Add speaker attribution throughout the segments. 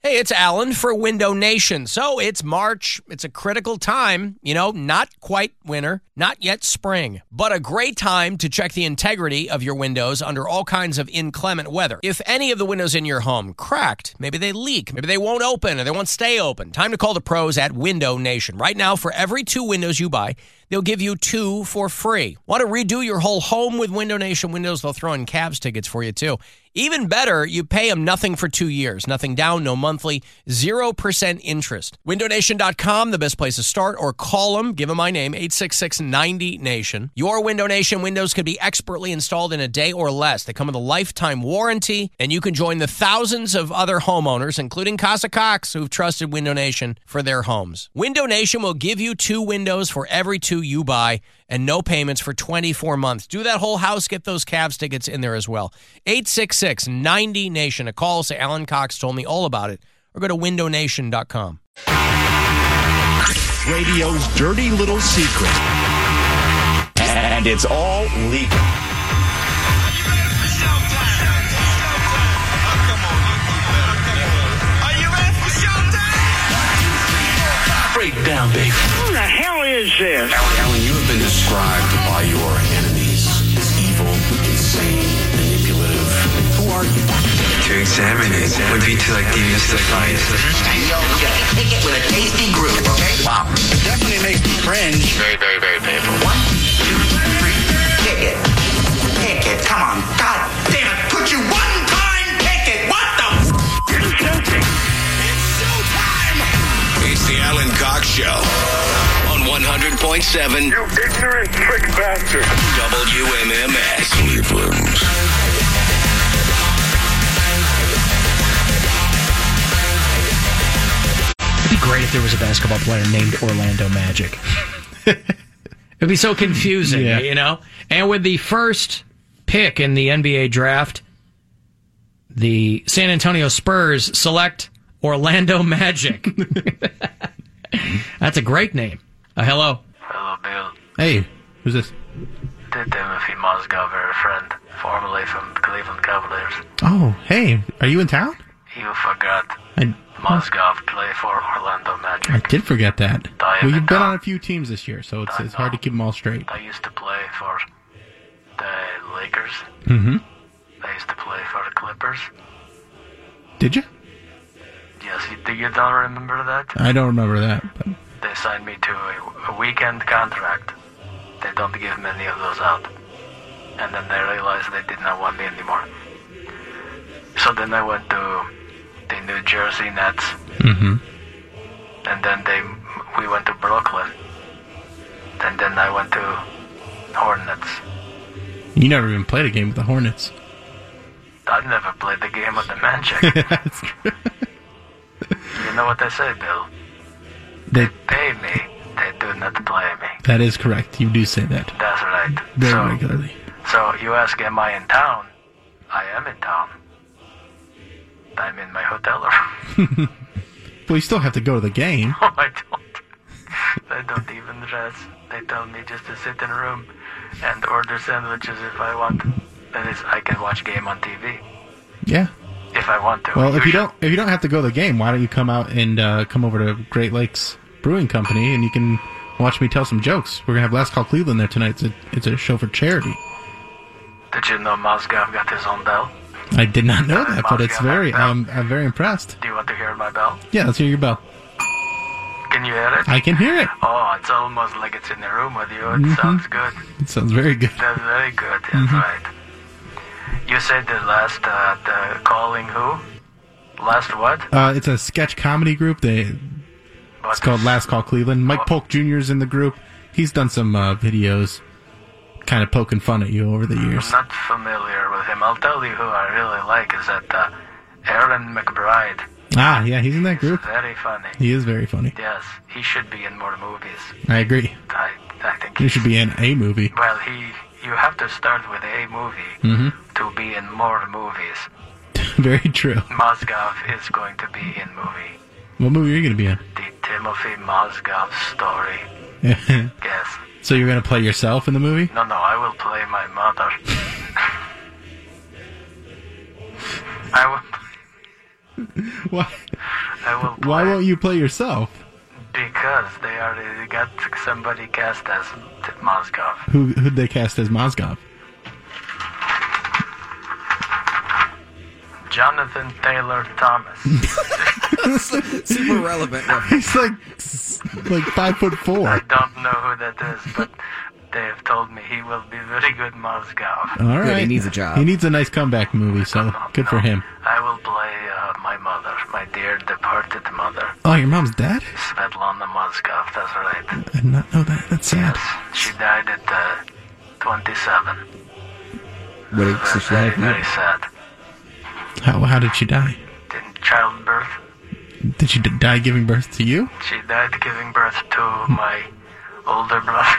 Speaker 1: Hey, it's Alan for Window Nation. So it's March. It's a critical time, you know, not quite winter, not yet spring, but a great time to check the integrity of your windows under all kinds of inclement weather. If any of the windows in your home cracked, maybe they leak, maybe they won't open or they won't stay open, time to call the pros at Window Nation. Right now, for every two windows you buy, They'll give you two for free. Want to redo your whole home with Window Nation windows? They'll throw in Cavs tickets for you too. Even better, you pay them nothing for two years, nothing down, no monthly, 0% interest. WindowNation.com, the best place to start, or call them, give them my name, 866 90Nation. Your Window Nation windows can be expertly installed in a day or less. They come with a lifetime warranty, and you can join the thousands of other homeowners, including Casa Cox, who've trusted Window Nation for their homes. Window Nation will give you two windows for every two you buy and no payments for 24 months. Do that whole house, get those Cavs tickets in there as well. 866 90 Nation. A call, say Alan Cox told me all about it, or go to windownation.com.
Speaker 2: Radio's dirty little secret. And it's all legal. Breakdown, baby.
Speaker 3: Who the hell is this?
Speaker 2: Alan, Alan, you have been described by your enemies as evil, insane, manipulative. Who are you?
Speaker 4: To examine it would be to like demystify it.
Speaker 5: And you'll get a ticket with a tasty group, okay?
Speaker 2: Wow.
Speaker 3: Definitely makes me cringe.
Speaker 4: Very, very, very painful.
Speaker 5: One, two, three, ticket. Ticket, come on. God damn it, put you one time ticket. What the f? You're disgusting. It's showtime!
Speaker 2: It's the Alan Cox Show on 100.7
Speaker 3: You ignorant prick bastard.
Speaker 2: WMMS. Cleveland.
Speaker 6: It'd be great if there was a basketball player named Orlando Magic. It'd be so confusing,
Speaker 7: Yeah.
Speaker 6: you know? And with the first pick in the NBA draft, the San Antonio Spurs select Orlando Magic. That's a great name. Uh, hello.
Speaker 8: Hello, Bill.
Speaker 7: Hey, who's this?
Speaker 8: This Timothy Mozgov, a friend, formerly from Cleveland Cavaliers.
Speaker 7: Oh, hey, are you in town?
Speaker 8: You forgot.
Speaker 7: I,
Speaker 8: Mozgov play for Orlando
Speaker 7: I
Speaker 8: Magic.
Speaker 7: did forget that.
Speaker 8: I
Speaker 7: Well,
Speaker 8: am
Speaker 7: you've
Speaker 8: in
Speaker 7: been
Speaker 8: town.
Speaker 7: on a few teams this year, so it's, it's hard to keep them all straight.
Speaker 8: I used to play for the Lakers.
Speaker 7: Mhm.
Speaker 8: I used to play for the Clippers.
Speaker 7: Did you?
Speaker 8: Yes, you, you don't remember that?
Speaker 7: I don't remember that. But
Speaker 8: They signed me to a, a weekend contract. They don't give many of those out. And then they realized they did not want me anymore. So then I went to the New Jersey Nets. And then they, we went to Brooklyn. And then I went to Hornets.
Speaker 7: you never even played a game with the Hornets.
Speaker 8: I've never played the game of the Magic.
Speaker 7: That's true.
Speaker 8: you know what they say, Bill?
Speaker 7: They,
Speaker 8: Pay me. They do not play me.
Speaker 7: that is correct. You do say that
Speaker 8: That's right.
Speaker 7: very
Speaker 8: so,
Speaker 7: regularly.
Speaker 8: So you ask, am I in town? I am in town. I'm in my hotel room.
Speaker 7: Well, you still have to go to the game.
Speaker 8: I don't. I don't even dress. They tell me just to sit in a room and order sandwiches if I want. That is, I can watch game on TV
Speaker 7: Yeah.
Speaker 8: if I want to.
Speaker 7: Well, if you
Speaker 8: should-
Speaker 7: don't, if you don't have to go to the game, why don't you come out and uh, come over to Great Lakes Brewing Company and you can watch me tell some jokes. We're gonna have Last Call Cleveland there tonight. It's a, it's a show for charity.
Speaker 8: Did you know Mozgov got his own bell?
Speaker 7: I did not know that, but it's very. Um, I'm very impressed.
Speaker 8: Do you want to hear my bell?
Speaker 7: Yeah, let's hear your bell.
Speaker 8: Can you hear it?
Speaker 7: I can hear it. Mm-hmm.
Speaker 8: Oh, it's almost like it's in the room with you. It sounds good.
Speaker 7: It sounds very good. Mm-hmm.
Speaker 8: That's very good. That's right. You said the last uh, the calling who? Last what?
Speaker 7: Uh, it's a sketch comedy group. They
Speaker 8: But
Speaker 7: it's called Last Call Cleveland. Mike Polk Jr. is in the group. He's done some uh, videos, kind of poking fun at you over the
Speaker 8: I'm
Speaker 7: years.
Speaker 8: not familiar with him. I'll tell you who I really like is that uh, Aaron McBride.
Speaker 7: Ah, yeah, he's in that group.
Speaker 8: Very funny.
Speaker 7: He is very funny.
Speaker 8: Yes, he should be in more movies.
Speaker 7: I agree.
Speaker 8: I I think
Speaker 7: He should be in a movie. Mm-hmm.
Speaker 8: Well, he you have to start with a movie to be in more movies.
Speaker 7: Very true.
Speaker 8: Mozgov is going to be in movie.
Speaker 7: What movie are you going to be
Speaker 8: The Timothy Mozgov story.
Speaker 7: in?
Speaker 8: Yes.
Speaker 7: so you're going to play yourself in the movie?
Speaker 8: No, no, I will play my mother. I will,
Speaker 7: Why?
Speaker 8: I will play
Speaker 7: Why won't you play yourself?
Speaker 8: because they already got somebody cast as Moscow.
Speaker 7: Who who'd they cast as Mozgov?
Speaker 8: Jonathan Taylor Thomas.
Speaker 9: Super relevant.
Speaker 7: He's like s- like five foot four.
Speaker 8: Don't know who that is, but they have told me he will be very good Moscow.
Speaker 7: All right.
Speaker 9: Good, he needs a job.
Speaker 7: He needs a nice comeback movie, so good for him.
Speaker 8: I will play uh, my mother, my dear departed mother,
Speaker 7: Oh, your mom's dead?
Speaker 8: Svetlana Moscow. That's right.
Speaker 7: I did not know that. That's sad.
Speaker 8: She died at uh, 27.
Speaker 9: What did- so she
Speaker 8: very,
Speaker 9: had-
Speaker 8: very sad.
Speaker 7: How how did she die?
Speaker 8: In childbirth,
Speaker 7: Did she d- die giving birth to you?
Speaker 8: she died giving birth to my older brother.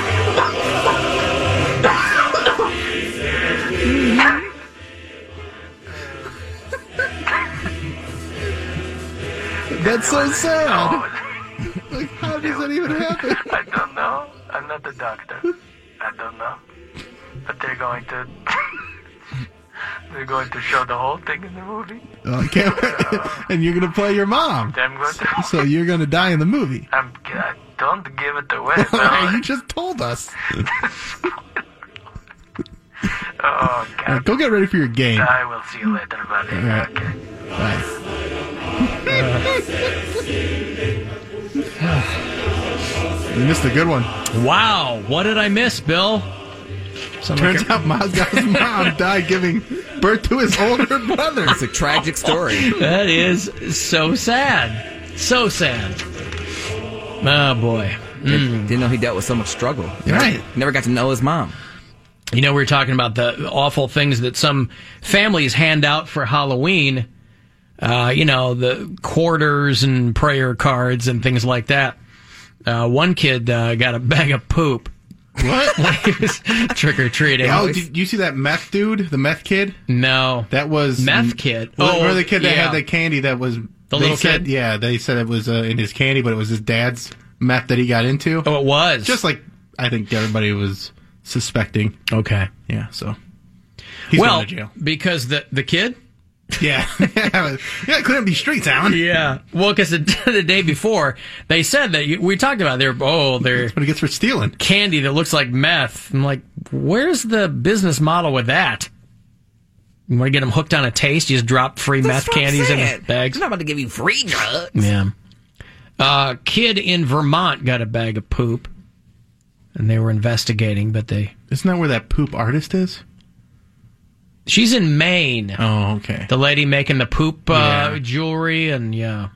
Speaker 7: That's so sad.
Speaker 8: I
Speaker 7: Like, how does that even happen?
Speaker 8: don't know. I'm not a doctor. I don't know. But they're going to. they're going to show the whole thing in the movie.
Speaker 7: Oh, I can't wait. and you're gonna play your mom.
Speaker 8: I'm going to.
Speaker 7: So you're gonna die in the movie.
Speaker 8: I'm, I don't give it away.
Speaker 7: Hey, you
Speaker 8: But,
Speaker 7: just told us.
Speaker 8: oh,
Speaker 7: All
Speaker 8: God.
Speaker 7: right, go get ready for your game.
Speaker 8: I will see you later, buddy.
Speaker 7: right.
Speaker 8: Okay.
Speaker 7: Bye. you missed a good one.
Speaker 1: Wow, what did I miss, Bill? Sounds like
Speaker 7: Turns out Mozgov's mom died giving birth to his older brother.
Speaker 9: It's a tragic story.
Speaker 1: That is so sad. So sad. Oh boy. Mm.
Speaker 9: Didn't know he dealt with so much struggle.
Speaker 7: Right.
Speaker 9: Never got to know his mom.
Speaker 1: You know, we were talking about the awful things that some families hand out for Halloween. Uh, you know, the quarters and prayer cards and things like that. Uh, one kid uh, got a bag of poop.
Speaker 7: What?
Speaker 1: He was trick or treating.
Speaker 7: oh, did you see that meth dude, the meth kid?
Speaker 1: no.
Speaker 7: That was
Speaker 1: Meth kid?
Speaker 7: Oh,
Speaker 1: Oh,
Speaker 7: remember the kid that
Speaker 1: yeah.
Speaker 7: had the candy that was
Speaker 1: The
Speaker 7: they
Speaker 1: little
Speaker 7: said-
Speaker 1: kid?
Speaker 7: Yeah, they said it was uh, in his candy, but it was his dad's meth that he got into.
Speaker 1: oh, it was.
Speaker 7: Just like I think everybody was suspecting.
Speaker 1: Okay.
Speaker 7: Yeah, so he's
Speaker 1: well,
Speaker 7: going to jail.
Speaker 1: because the, the kid?
Speaker 7: Yeah, yeah, it couldn't be streets, Alan.
Speaker 1: Yeah. Well, because the, the day before, they said that you, we talked about they're oh they're
Speaker 7: But it gets for stealing.
Speaker 1: candy that looks like meth. I'm like, where's the business model with that? You want to get them hooked on a taste? You just drop free meth
Speaker 9: That's what I'm
Speaker 1: candies in
Speaker 9: saying.
Speaker 1: the bags.
Speaker 9: I'm not about to give you free drugs.
Speaker 1: Yeah. Uh, kid in Vermont got a bag of poop, and they were investigating, but they
Speaker 7: Isn't that where that poop artist is?
Speaker 1: she's in Maine.
Speaker 7: Oh, okay.
Speaker 1: The lady making the poop uh,
Speaker 7: Yeah.
Speaker 1: jewelry and yeah.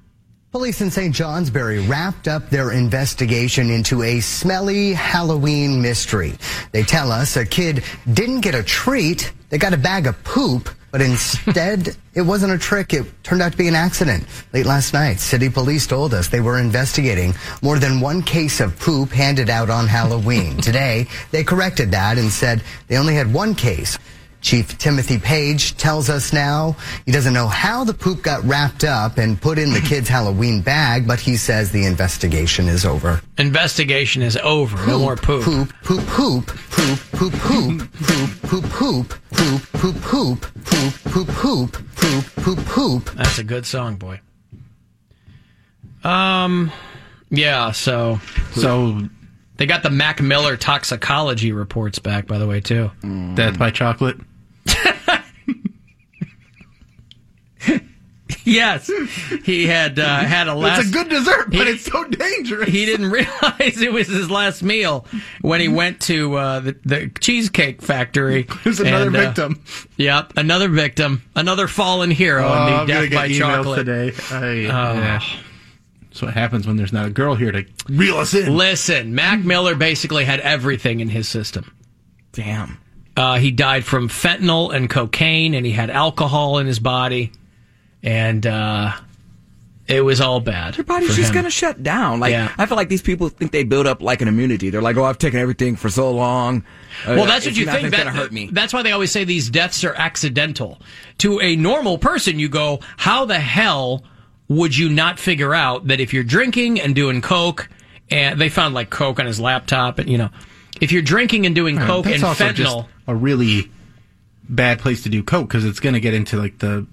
Speaker 10: Police in St. Johnsbury wrapped up their investigation into a smelly Halloween mystery. They tell us a kid didn't get a treat, they got a bag of poop, but instead it wasn't a trick, it turned out to be an accident. Late last night, city police told us they were investigating more than one case of poop handed out on Halloween. Today, they corrected that and said they only had one case. Chief Timothy Page tells us now he doesn't know how the poop got wrapped up and put in the kid's Halloween bag, but he says the investigation is over.
Speaker 1: Investigation is over. no more poop.
Speaker 10: Poop, poop, poop, poop, poop, poop, poop, poop, poop, poop, poop, poop, poop, poop, poop, poop, poop, poop.
Speaker 1: That's a good song, boy. Um, yeah. So
Speaker 7: So
Speaker 1: they got the Mac Miller toxicology reports back, by the way, too.
Speaker 7: Mm. death by chocolate.
Speaker 1: Yes, he had uh, had a last.
Speaker 7: It's a good dessert, but
Speaker 1: He-
Speaker 7: it's so dangerous.
Speaker 1: he didn't realize it was his last meal when he went to uh, the, the cheesecake factory.
Speaker 7: There's another
Speaker 1: And, uh,
Speaker 7: victim. Oh,
Speaker 1: yep, another victim, another fallen hero in the
Speaker 7: I'm gonna
Speaker 1: death by chocolate. Oh.
Speaker 7: today. I, yeah. That's what happens when there's not a girl here to reel us in.
Speaker 1: Listen, Mac
Speaker 9: Hmm.
Speaker 1: Miller basically had everything in his system.
Speaker 9: Damn.
Speaker 1: Uh, he died from fentanyl and cocaine, and he had alcohol in his body, and uh, it was all bad.
Speaker 9: Your body's
Speaker 1: for
Speaker 9: just
Speaker 1: him.
Speaker 9: gonna shut down. Like
Speaker 1: Yeah.
Speaker 9: I feel like these people think they build up like an immunity. They're like, "Oh, I've taken everything for so long." Uh,
Speaker 1: Well, that's what
Speaker 9: it's-
Speaker 1: you think.
Speaker 9: nothing's
Speaker 1: That,
Speaker 9: gonna hurt me.
Speaker 1: That's why they always say these deaths are accidental. To a normal person, you go, "How the hell would you not figure out that if you're drinking and doing coke, and they found like coke on his laptop, and you know, if you're drinking and doing coke
Speaker 7: That's
Speaker 1: and
Speaker 7: also
Speaker 1: fentanyl,
Speaker 7: just a really bad place to do coke because it's going to get into like the.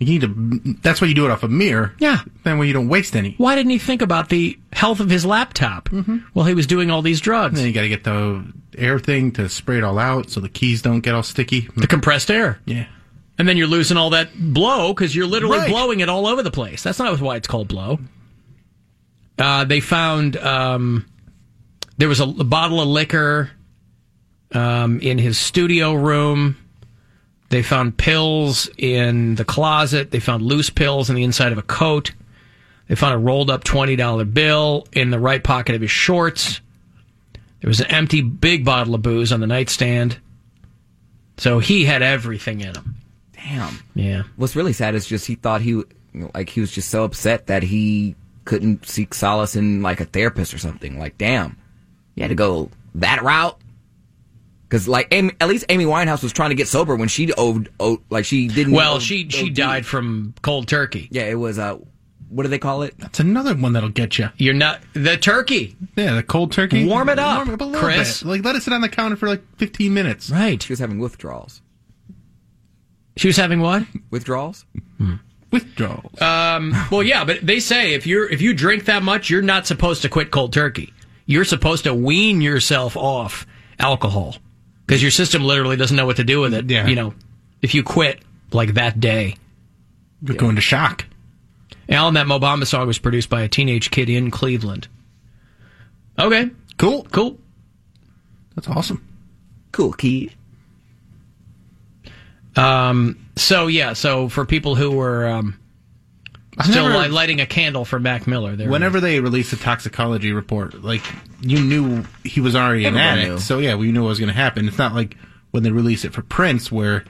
Speaker 7: You need to. That's why you do it off a mirror.
Speaker 1: Yeah.
Speaker 7: Then way you don't waste any. Mm-hmm.
Speaker 1: Why didn't he think about the health of his laptop while he was doing all these drugs?
Speaker 7: Then you got to get the air thing to spray it all out so the keys don't get all sticky.
Speaker 1: The compressed air.
Speaker 7: Yeah.
Speaker 1: And then you're losing all that blow because you're literally
Speaker 7: Right.
Speaker 1: blowing it all over the place. That's not why it's called blow. Uh, they found um, there was a, a bottle of liquor um, in his studio room. They found pills in the closet. They found loose pills in the inside of a coat. They found a rolled up $20 bill in the right pocket of his shorts. There was an empty big bottle of booze on the nightstand. So he had everything in him.
Speaker 11: Damn.
Speaker 1: Yeah.
Speaker 11: What's really sad is just he thought he like he was just so upset that he couldn't seek solace in like a therapist or something. Like, damn, you had to go that route. Because like Amy, at least Amy Winehouse was trying to get sober when she owed, owed like she didn't.
Speaker 1: Well,
Speaker 11: owe-
Speaker 1: she
Speaker 11: owe
Speaker 1: she
Speaker 11: deed.
Speaker 1: died from cold turkey.
Speaker 11: Yeah, it was. Uh, what do they call it?
Speaker 7: That's another one that'll get you.
Speaker 1: You're not the turkey.
Speaker 7: Yeah, the cold turkey.
Speaker 1: Warm it up,
Speaker 7: a little
Speaker 1: Chris.
Speaker 7: bit. Like let it sit on the counter for like 15 minutes.
Speaker 1: Right.
Speaker 11: She was having withdrawals.
Speaker 1: She was having what?
Speaker 11: Withdrawals.
Speaker 7: Withdrawals.
Speaker 1: Um, Well, yeah, but they say if you're if you drink that much, you're not supposed to quit cold turkey. You're supposed to wean yourself off alcohol because your system literally doesn't know what to do with it.
Speaker 7: Yeah.
Speaker 1: You know, if you quit like that day.
Speaker 7: You're going to shock.
Speaker 1: Alan, that Mobamba song was produced by a teenage kid in Cleveland. Okay,
Speaker 7: Cool.
Speaker 1: cool.
Speaker 7: That's awesome.
Speaker 11: Cool kid.
Speaker 1: Um, So yeah, so for people who were um,
Speaker 7: I've
Speaker 1: still
Speaker 7: never-
Speaker 1: li- lighting a candle for Mac Miller, there.
Speaker 7: Whenever they released the toxicology report, like you knew he was already an
Speaker 11: Everyone
Speaker 7: addict,
Speaker 11: knew.
Speaker 7: so yeah, we knew what was going to happen. It's not like when they released it for Prince, where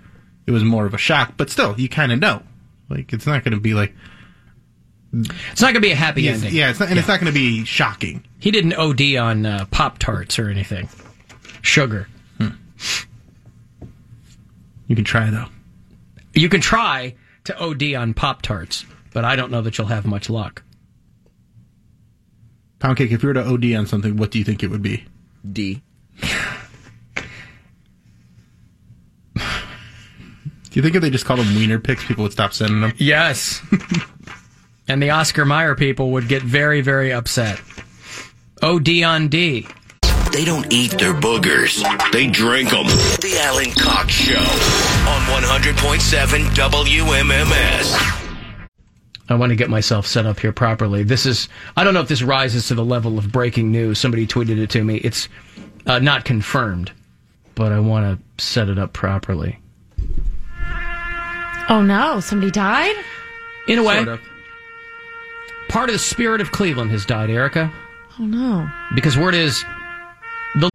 Speaker 7: it was more of a shock, but still, you kind of know. Like it's not going to be like
Speaker 1: it's not going to be a happy
Speaker 7: yeah,
Speaker 1: ending.
Speaker 7: yeah, it's not, and it's not going to be shocking.
Speaker 1: He didn't OD on uh, Pop Tarts or anything. Sugar.
Speaker 7: You can try though.
Speaker 1: You can try to OD on Pop Tarts, but I don't know that you'll have much luck.
Speaker 7: Pound cake. If you were to OD on something, what do you think it would be?
Speaker 11: D.
Speaker 7: Do you think if they just called them wiener pics, people would stop sending them?
Speaker 1: Yes. and the Oscar Mayer people would get very, very upset. OD on D.
Speaker 2: They don't eat their boogers, they drink them. The Alan Cox Show on 100.7 WMMS.
Speaker 1: I want to get myself set up here properly. This is, I don't know if this rises to the level of breaking news. Somebody tweeted it to me. It's uh, not confirmed, but I want to set it up properly.
Speaker 12: Oh no, somebody died?
Speaker 1: In a way,
Speaker 7: Sort of.
Speaker 1: part of the spirit of Cleveland has died, Erica,
Speaker 12: Oh no.
Speaker 1: because word is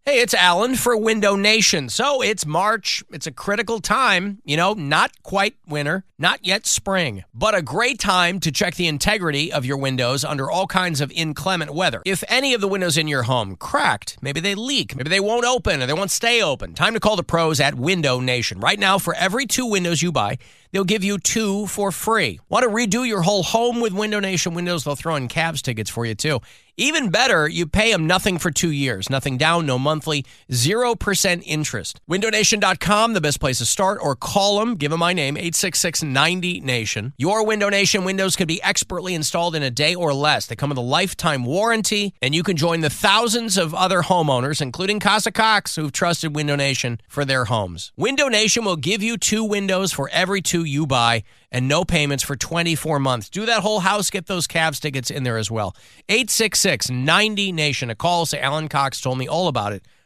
Speaker 6: Hey, it's Alan for Window Nation. So it's March. It's a critical time, you know, not quite winter, not yet spring, but a great time to check the integrity of your windows under all kinds of inclement weather. If any of the windows in your home cracked, maybe they leak, maybe they won't open or they won't stay open, time to call the pros at Window Nation. Right now, for every two windows you buy, They'll give you two for free. Want to redo your whole home with Window Nation windows? They'll throw in Cavs tickets for you too. Even better, you pay them nothing for two years, nothing down, no monthly, 0% interest. WindowNation.com, the best place to start, or call them, give them my name, 866-90-NATION. Your Window Nation windows could be expertly installed in a day or less. They come with a lifetime warranty, and you can join the thousands of other homeowners, including Casa Cox, who've trusted Window Nation for their homes. Window Nation will give you two windows for every two you buy and no payments for 24 months. Do that whole house, get those Cavs tickets in there as well. 866 90 Nation. A call, say Alan Cox told me all about it,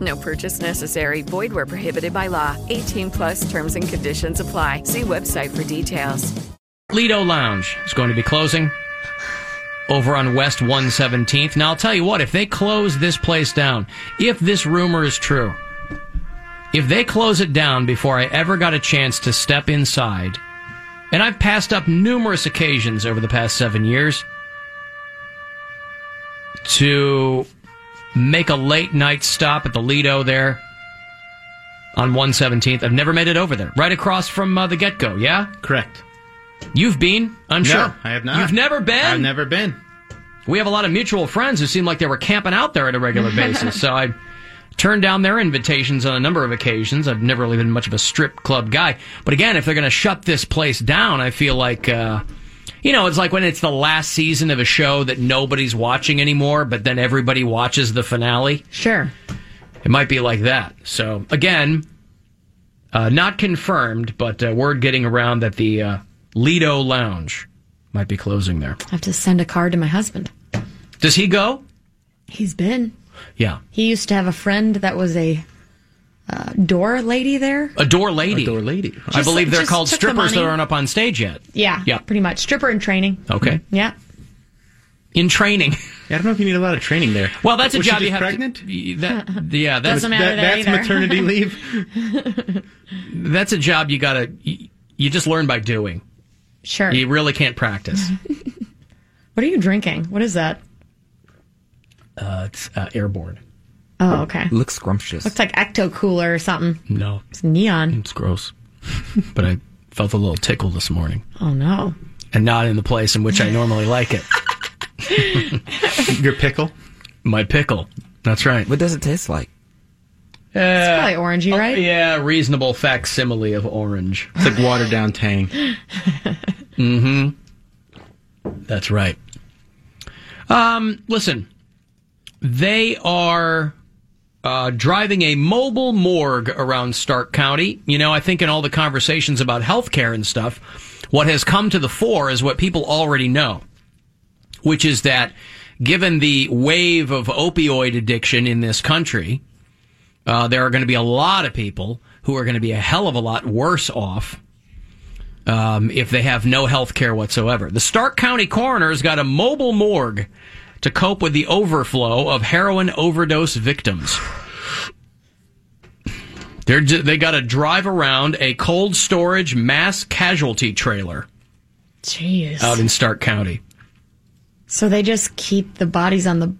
Speaker 13: No purchase necessary. Void where prohibited by law. 18 plus terms and conditions apply. See website for details.
Speaker 1: Lido Lounge is going to be closing over on West 117th. Now, I'll tell you what, if they close this place down, if this rumor is true, if they close it down before I ever got a chance to step inside and I've passed up numerous occasions over the past seven years to make a late night stop at the Lido there on 117th. I've never made it over there, right across from uh, the get go, yeah?
Speaker 7: Correct.
Speaker 1: You've been, I'm
Speaker 7: No,
Speaker 1: sure.
Speaker 7: I have not.
Speaker 1: You've never been? I've
Speaker 7: never been.
Speaker 1: We have a lot of mutual friends who seem like they were camping out there on a regular basis, so I turned down their invitations on a number of occasions. I've never really been much of a strip club guy. But again, if they're going to shut this place down, I feel like, uh, you know, it's like when it's the last season of a show that nobody's watching anymore, but then everybody watches the finale.
Speaker 12: Sure.
Speaker 1: It might be like that. So again, uh, not confirmed, but uh, word getting around that the uh, Lido Lounge might be closing there.
Speaker 12: I have to send a card to my husband.
Speaker 1: Does he go?
Speaker 12: He's been.
Speaker 1: Yeah.
Speaker 12: He used to have a friend that was a uh, door lady there.
Speaker 1: A door lady. A door
Speaker 7: lady.
Speaker 1: I
Speaker 12: Just-
Speaker 1: believe they're
Speaker 12: just
Speaker 1: called
Speaker 12: took the
Speaker 1: strippers that
Speaker 12: money.
Speaker 1: aren't up on stage yet.
Speaker 12: Yeah.
Speaker 1: Yeah.
Speaker 12: Pretty much. Stripper in training.
Speaker 1: Okay.
Speaker 12: Yeah. Mm-hmm.
Speaker 1: In training.
Speaker 7: Yeah, I don't know if you need a lot of training there.
Speaker 1: Well, that's a
Speaker 7: Was she
Speaker 1: job you
Speaker 7: just
Speaker 1: have
Speaker 7: pregnant?
Speaker 1: to. y- That, yeah, that's
Speaker 12: Doesn't matter that
Speaker 7: that's
Speaker 12: either.
Speaker 7: maternity leave.
Speaker 1: That's a job you gotta. You, you just learn by doing.
Speaker 12: Sure.
Speaker 1: You really can't practice.
Speaker 12: What are you drinking? What is that?
Speaker 1: Uh, it's uh, airborne.
Speaker 12: Mm-hmm. Oh, okay.
Speaker 11: Looks scrumptious.
Speaker 12: Looks like Ecto Cooler or something.
Speaker 1: No,
Speaker 12: It's neon.
Speaker 1: it's gross. but I felt a little tickle this morning,
Speaker 12: Oh, no.
Speaker 1: and not in the place in which I normally like it.
Speaker 7: Your pickle.
Speaker 1: My pickle. That's right. Uh, oh,
Speaker 11: What does it taste like?
Speaker 12: It's probably orangey, right?
Speaker 1: Yeah, reasonable facsimile of orange.
Speaker 7: It's like watered down tang.
Speaker 1: Mm-hmm. That's right. Um, listen, they are uh, driving a mobile morgue around Stark County. You know, I think in all the conversations about healthcare and stuff, what has come to the fore is what people already know, which is that given the wave of opioid addiction in this country, uh, there are going to be a lot of people who are going to be a hell of a lot worse off um, if they have no health care whatsoever. The Stark County coroner's got a mobile morgue to cope with the overflow of heroin overdose victims. They're, ju- they got to drive around a cold storage mass casualty trailer
Speaker 12: Jeez.
Speaker 1: out in Stark County.
Speaker 12: so they just keep the bodies on the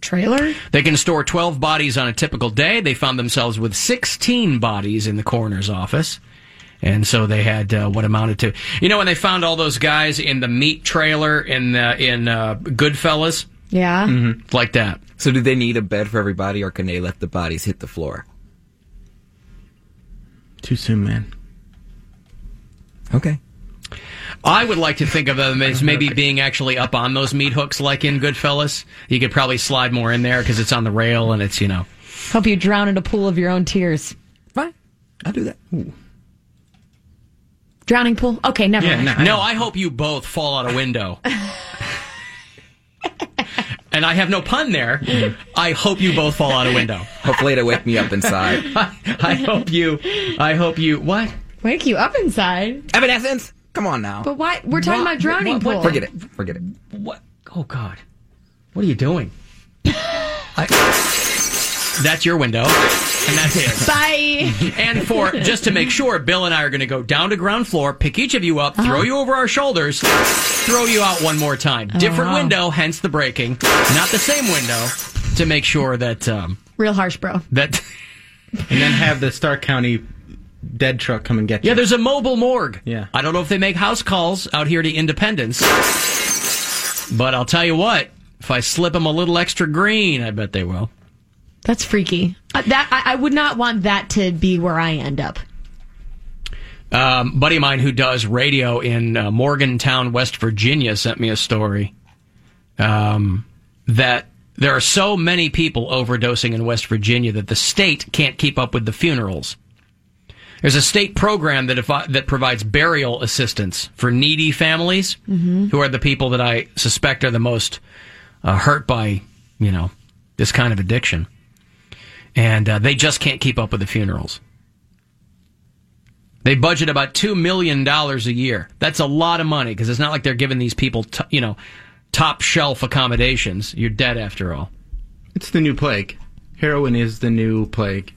Speaker 12: trailer?
Speaker 1: They can store 12 bodies on a typical day. They found themselves with 16 bodies in the coroner's office. And so they had uh, what amounted to, you know, when they found all those guys in the meat trailer in the, in uh, Goodfellas,
Speaker 12: Yeah.
Speaker 1: Mm. Mm-hmm. like that.
Speaker 11: So, do they need a bed for everybody, or can they let the bodies hit the floor?
Speaker 7: Too soon, man.
Speaker 11: Okay.
Speaker 1: I would like to think of them as maybe being actually up on those meat hooks, like in Goodfellas. You could probably slide more in there because it's on the rail and it's you know.
Speaker 12: Hope you drown in a pool of your own tears.
Speaker 11: Fine. I'll do that.
Speaker 12: Drowning pool? Okay, never mind.
Speaker 1: No, I hope you both fall out a window. and I have no pun there. I hope you both fall out a window.
Speaker 11: Hopefully, it'll wake me up inside.
Speaker 1: I hope you. I hope you. What?
Speaker 12: Wake you up inside.
Speaker 11: Evanescence. Come on now.
Speaker 12: But why? We're talking
Speaker 1: Wha-
Speaker 12: about drowning
Speaker 1: wha- what-
Speaker 12: pool.
Speaker 11: Forget it. Forget it.
Speaker 1: What? Oh God! What are you doing? I, that's your window, and that's his.
Speaker 12: Bye.
Speaker 1: And for just to make sure, Bill and I are going to go down to ground floor, pick each of you up, throw you over our shoulders, throw you out one more time. Different
Speaker 12: wow.
Speaker 1: window, hence the breaking, not the same window. To make sure that um,
Speaker 12: Real harsh, bro.
Speaker 1: that
Speaker 7: And then have the Stark County dead truck come and get you.
Speaker 1: yeah, there's a mobile morgue.
Speaker 7: Yeah.
Speaker 1: I don't know if they make house calls out here to Independence, but I'll tell you what. If I slip them a little extra green, I bet they will.
Speaker 12: That's freaky. Uh, that I, I would not want that to be where I end up.
Speaker 1: Um, buddy of mine who does radio in uh, Morgantown, West Virginia, sent me a story um, that there are so many people overdosing in West Virginia that the state can't keep up with the funerals. There's a state program that if that provides burial assistance for needy families, who are the people that I suspect are the most uh, hurt by, you know, this kind of addiction, and uh, they just can't keep up with the funerals. They budget about two million dollars a year. That's a lot of money because it's not like they're giving these people, t- you know, top shelf accommodations. You're dead after all.
Speaker 7: It's the new plague. Heroin is the new plague.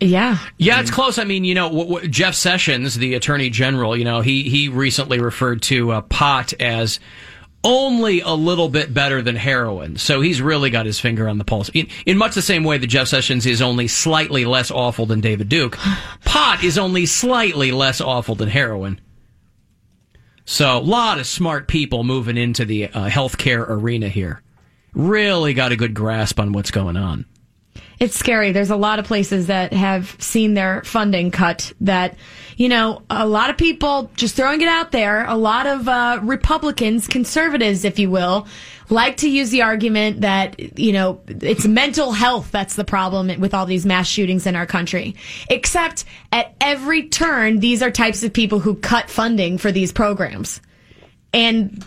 Speaker 12: Yeah.
Speaker 1: Yeah, it's close. I mean, you know, what, what, Jeff Sessions, the Attorney General, you know, he he recently referred to uh, pot as only a little bit better than heroin. So he's really got his finger on the pulse. In, in much the same way that Jeff Sessions is only slightly less awful than David Duke, pot is only slightly less awful than heroin. So, a lot of smart people moving into the uh, healthcare arena here. Really got a good grasp on what's going on.
Speaker 12: It's scary. There's a lot of places that have seen their funding cut that, you know, a lot of people, just throwing it out there, a lot of uh, Republicans, conservatives, if you will, like to use the argument that, you know, it's mental health that's the problem with all these mass shootings in our country. Except at every turn, these are types of people who cut funding for these programs. And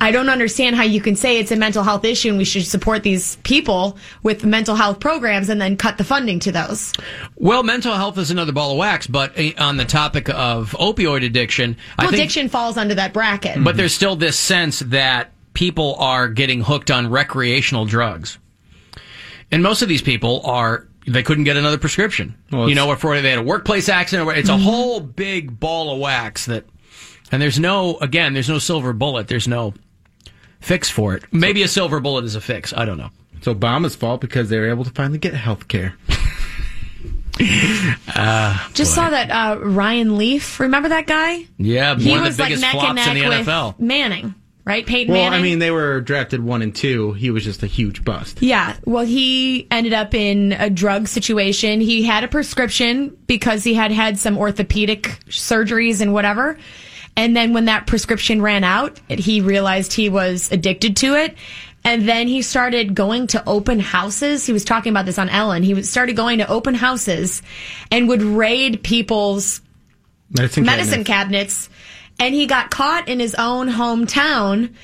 Speaker 12: I don't understand how you can say it's a mental health issue and we should support these people with mental health programs and then cut the funding to those.
Speaker 1: Well, mental health is another ball of wax, but uh, on the topic of opioid addiction,
Speaker 12: Well,
Speaker 1: I think,
Speaker 12: addiction Mm-hmm. falls under that bracket.
Speaker 1: but there's still this sense that people are getting hooked on recreational drugs. And most of these people are, they couldn't get another prescription. you know, or they had a workplace accident, or
Speaker 12: Mm-hmm.
Speaker 1: it's a whole big ball of wax that, and there's no, again, there's no silver bullet. There's no fix for it. Maybe a silver bullet is a fix. I don't know.
Speaker 7: It's Obama's fault because they were able to finally get health care.
Speaker 1: Uh,
Speaker 12: Just saw that uh, Ryan Leaf. Remember that guy?
Speaker 1: yeah,
Speaker 12: he
Speaker 1: one of
Speaker 12: was
Speaker 1: the
Speaker 12: like
Speaker 1: biggest
Speaker 12: neck and
Speaker 1: flops
Speaker 12: neck
Speaker 1: in the
Speaker 12: with
Speaker 1: NFL.
Speaker 12: Manning, right? Peyton
Speaker 7: Well,
Speaker 12: Manning.
Speaker 7: I mean, they were drafted one and two. He was just a huge bust.
Speaker 12: Yeah. Well, he ended up in a drug situation. He had a prescription because he had had some orthopedic surgeries and whatever. And then when that prescription ran out, it- he realized he was addicted to it. And then he started going to open houses. He was talking about this on Ellen. He was- started going to open houses and would raid people's
Speaker 7: Medicine,
Speaker 12: medicine cabinets. And he got caught in his own hometown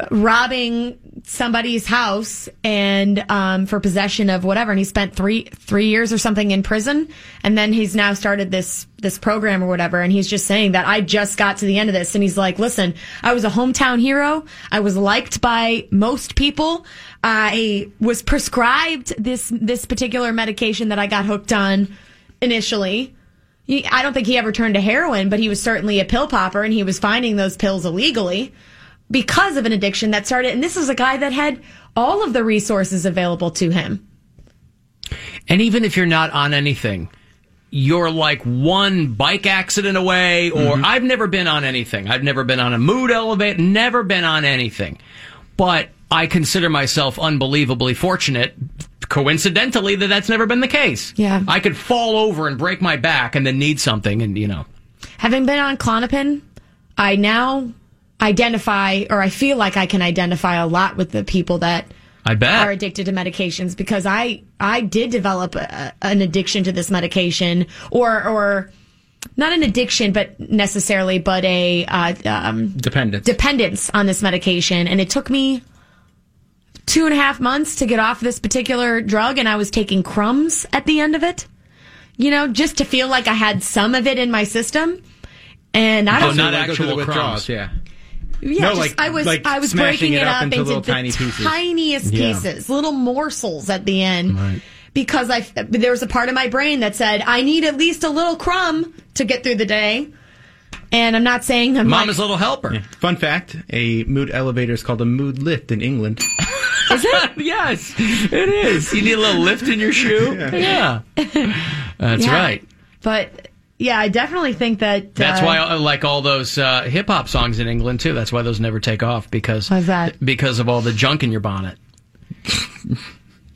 Speaker 12: uh, robbing somebody's house and um, for possession of whatever. And he spent three three years or something in prison. And then he's now started this this program or whatever. And he's just saying that I just got to the end of this. And he's like, listen, I was a hometown hero. I was liked by most people. I was prescribed this this particular medication that I got hooked on initially. He- I don't think he ever turned to heroin, but he was certainly a pill popper and he was finding those pills illegally because of an addiction that started. And this was a guy that had all of the resources available to him.
Speaker 1: And even if you're not on anything, you're like one bike accident away, or I've never been on anything. I've never been on a mood elevator, never been on anything. But I consider myself unbelievably fortunate, coincidentally, that that's never been the case.
Speaker 12: Yeah.
Speaker 1: I could fall over and break my back and then need something, and you know.
Speaker 12: Having been on Clonopin, I now identify or I feel like I can identify a lot with the people that
Speaker 1: I bet.
Speaker 12: are addicted to medications because I I did develop a, an addiction to this medication or or not an addiction but necessarily but a uh, um,
Speaker 7: Dependent.
Speaker 12: dependence on this medication and it took me two and a half months to get off this particular drug and i was taking crumbs at the end of it you know just to feel like i had some of it in my system and i
Speaker 7: Oh,
Speaker 12: don't
Speaker 7: not
Speaker 12: know-
Speaker 7: actual Go through the withdrawals, crumbs. yeah.
Speaker 12: yeah
Speaker 7: No,
Speaker 12: just-
Speaker 7: like-
Speaker 12: i was
Speaker 7: like
Speaker 12: i was
Speaker 7: smashing
Speaker 12: breaking
Speaker 7: it
Speaker 12: it
Speaker 7: up
Speaker 12: up,
Speaker 7: into
Speaker 12: into,
Speaker 7: little
Speaker 12: the
Speaker 7: tiny pieces.
Speaker 12: tiniest
Speaker 7: Yeah.
Speaker 12: pieces little morsels at the end because I there was a part of my brain that said I need at least a little crumb to get through the day, and I'm not saying I'm like,
Speaker 1: little helper.
Speaker 7: Fun fact: a mood elevator is called a mood lift in England.
Speaker 12: is it?
Speaker 1: yes, it is. You need a little lift in your shoe. Yeah. That's
Speaker 12: Yeah.
Speaker 1: right.
Speaker 12: But yeah, I definitely think that
Speaker 1: That's
Speaker 12: uh,
Speaker 1: why I like all those uh, hip hop songs in England too. That's why those never take off because
Speaker 12: Why's that?
Speaker 1: because of all the junk in your bonnet.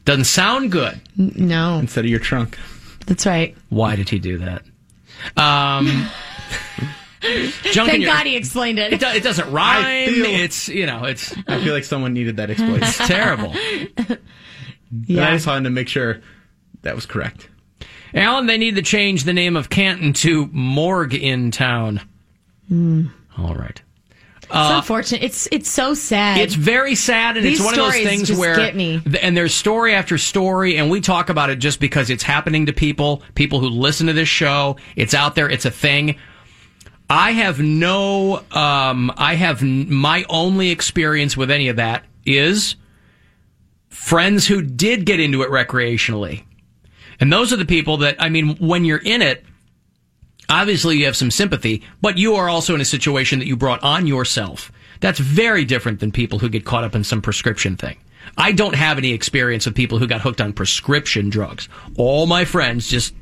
Speaker 1: Doesn't sound good.
Speaker 12: N- No,
Speaker 7: Instead of your trunk.
Speaker 12: that's right.
Speaker 1: Why did he do that? Um, junk in
Speaker 12: Thank
Speaker 1: your,
Speaker 12: God he explained
Speaker 1: It,
Speaker 12: it.
Speaker 1: do, it doesn't rhyme.
Speaker 7: I feel-
Speaker 1: it's you know it's
Speaker 7: I feel like someone needed that exploit.
Speaker 1: it's terrible.
Speaker 7: And I
Speaker 12: Yeah.
Speaker 7: just wanted to make sure that was correct.
Speaker 1: Alan, they need to change the name of Canton to Morgue in Town. All right.
Speaker 12: it's unfortunate. It's it's so sad.
Speaker 1: It's very sad, and
Speaker 12: These
Speaker 1: it's one of those
Speaker 12: stories
Speaker 1: things
Speaker 12: just
Speaker 1: where
Speaker 12: get me.
Speaker 1: th- and there's story after story, and we talk about it just because it's happening to people, people who listen to this show. It's out there. It's a thing. I have no, um, I have n- my only experience with any of that is friends who did get into it recreationally. And those are the people that, I mean, when you're in it, obviously you have some sympathy, but you are also in a situation that you brought on yourself. That's very different than people who get caught up in some prescription thing. I don't have any experience with people who got hooked on prescription drugs. All my friends just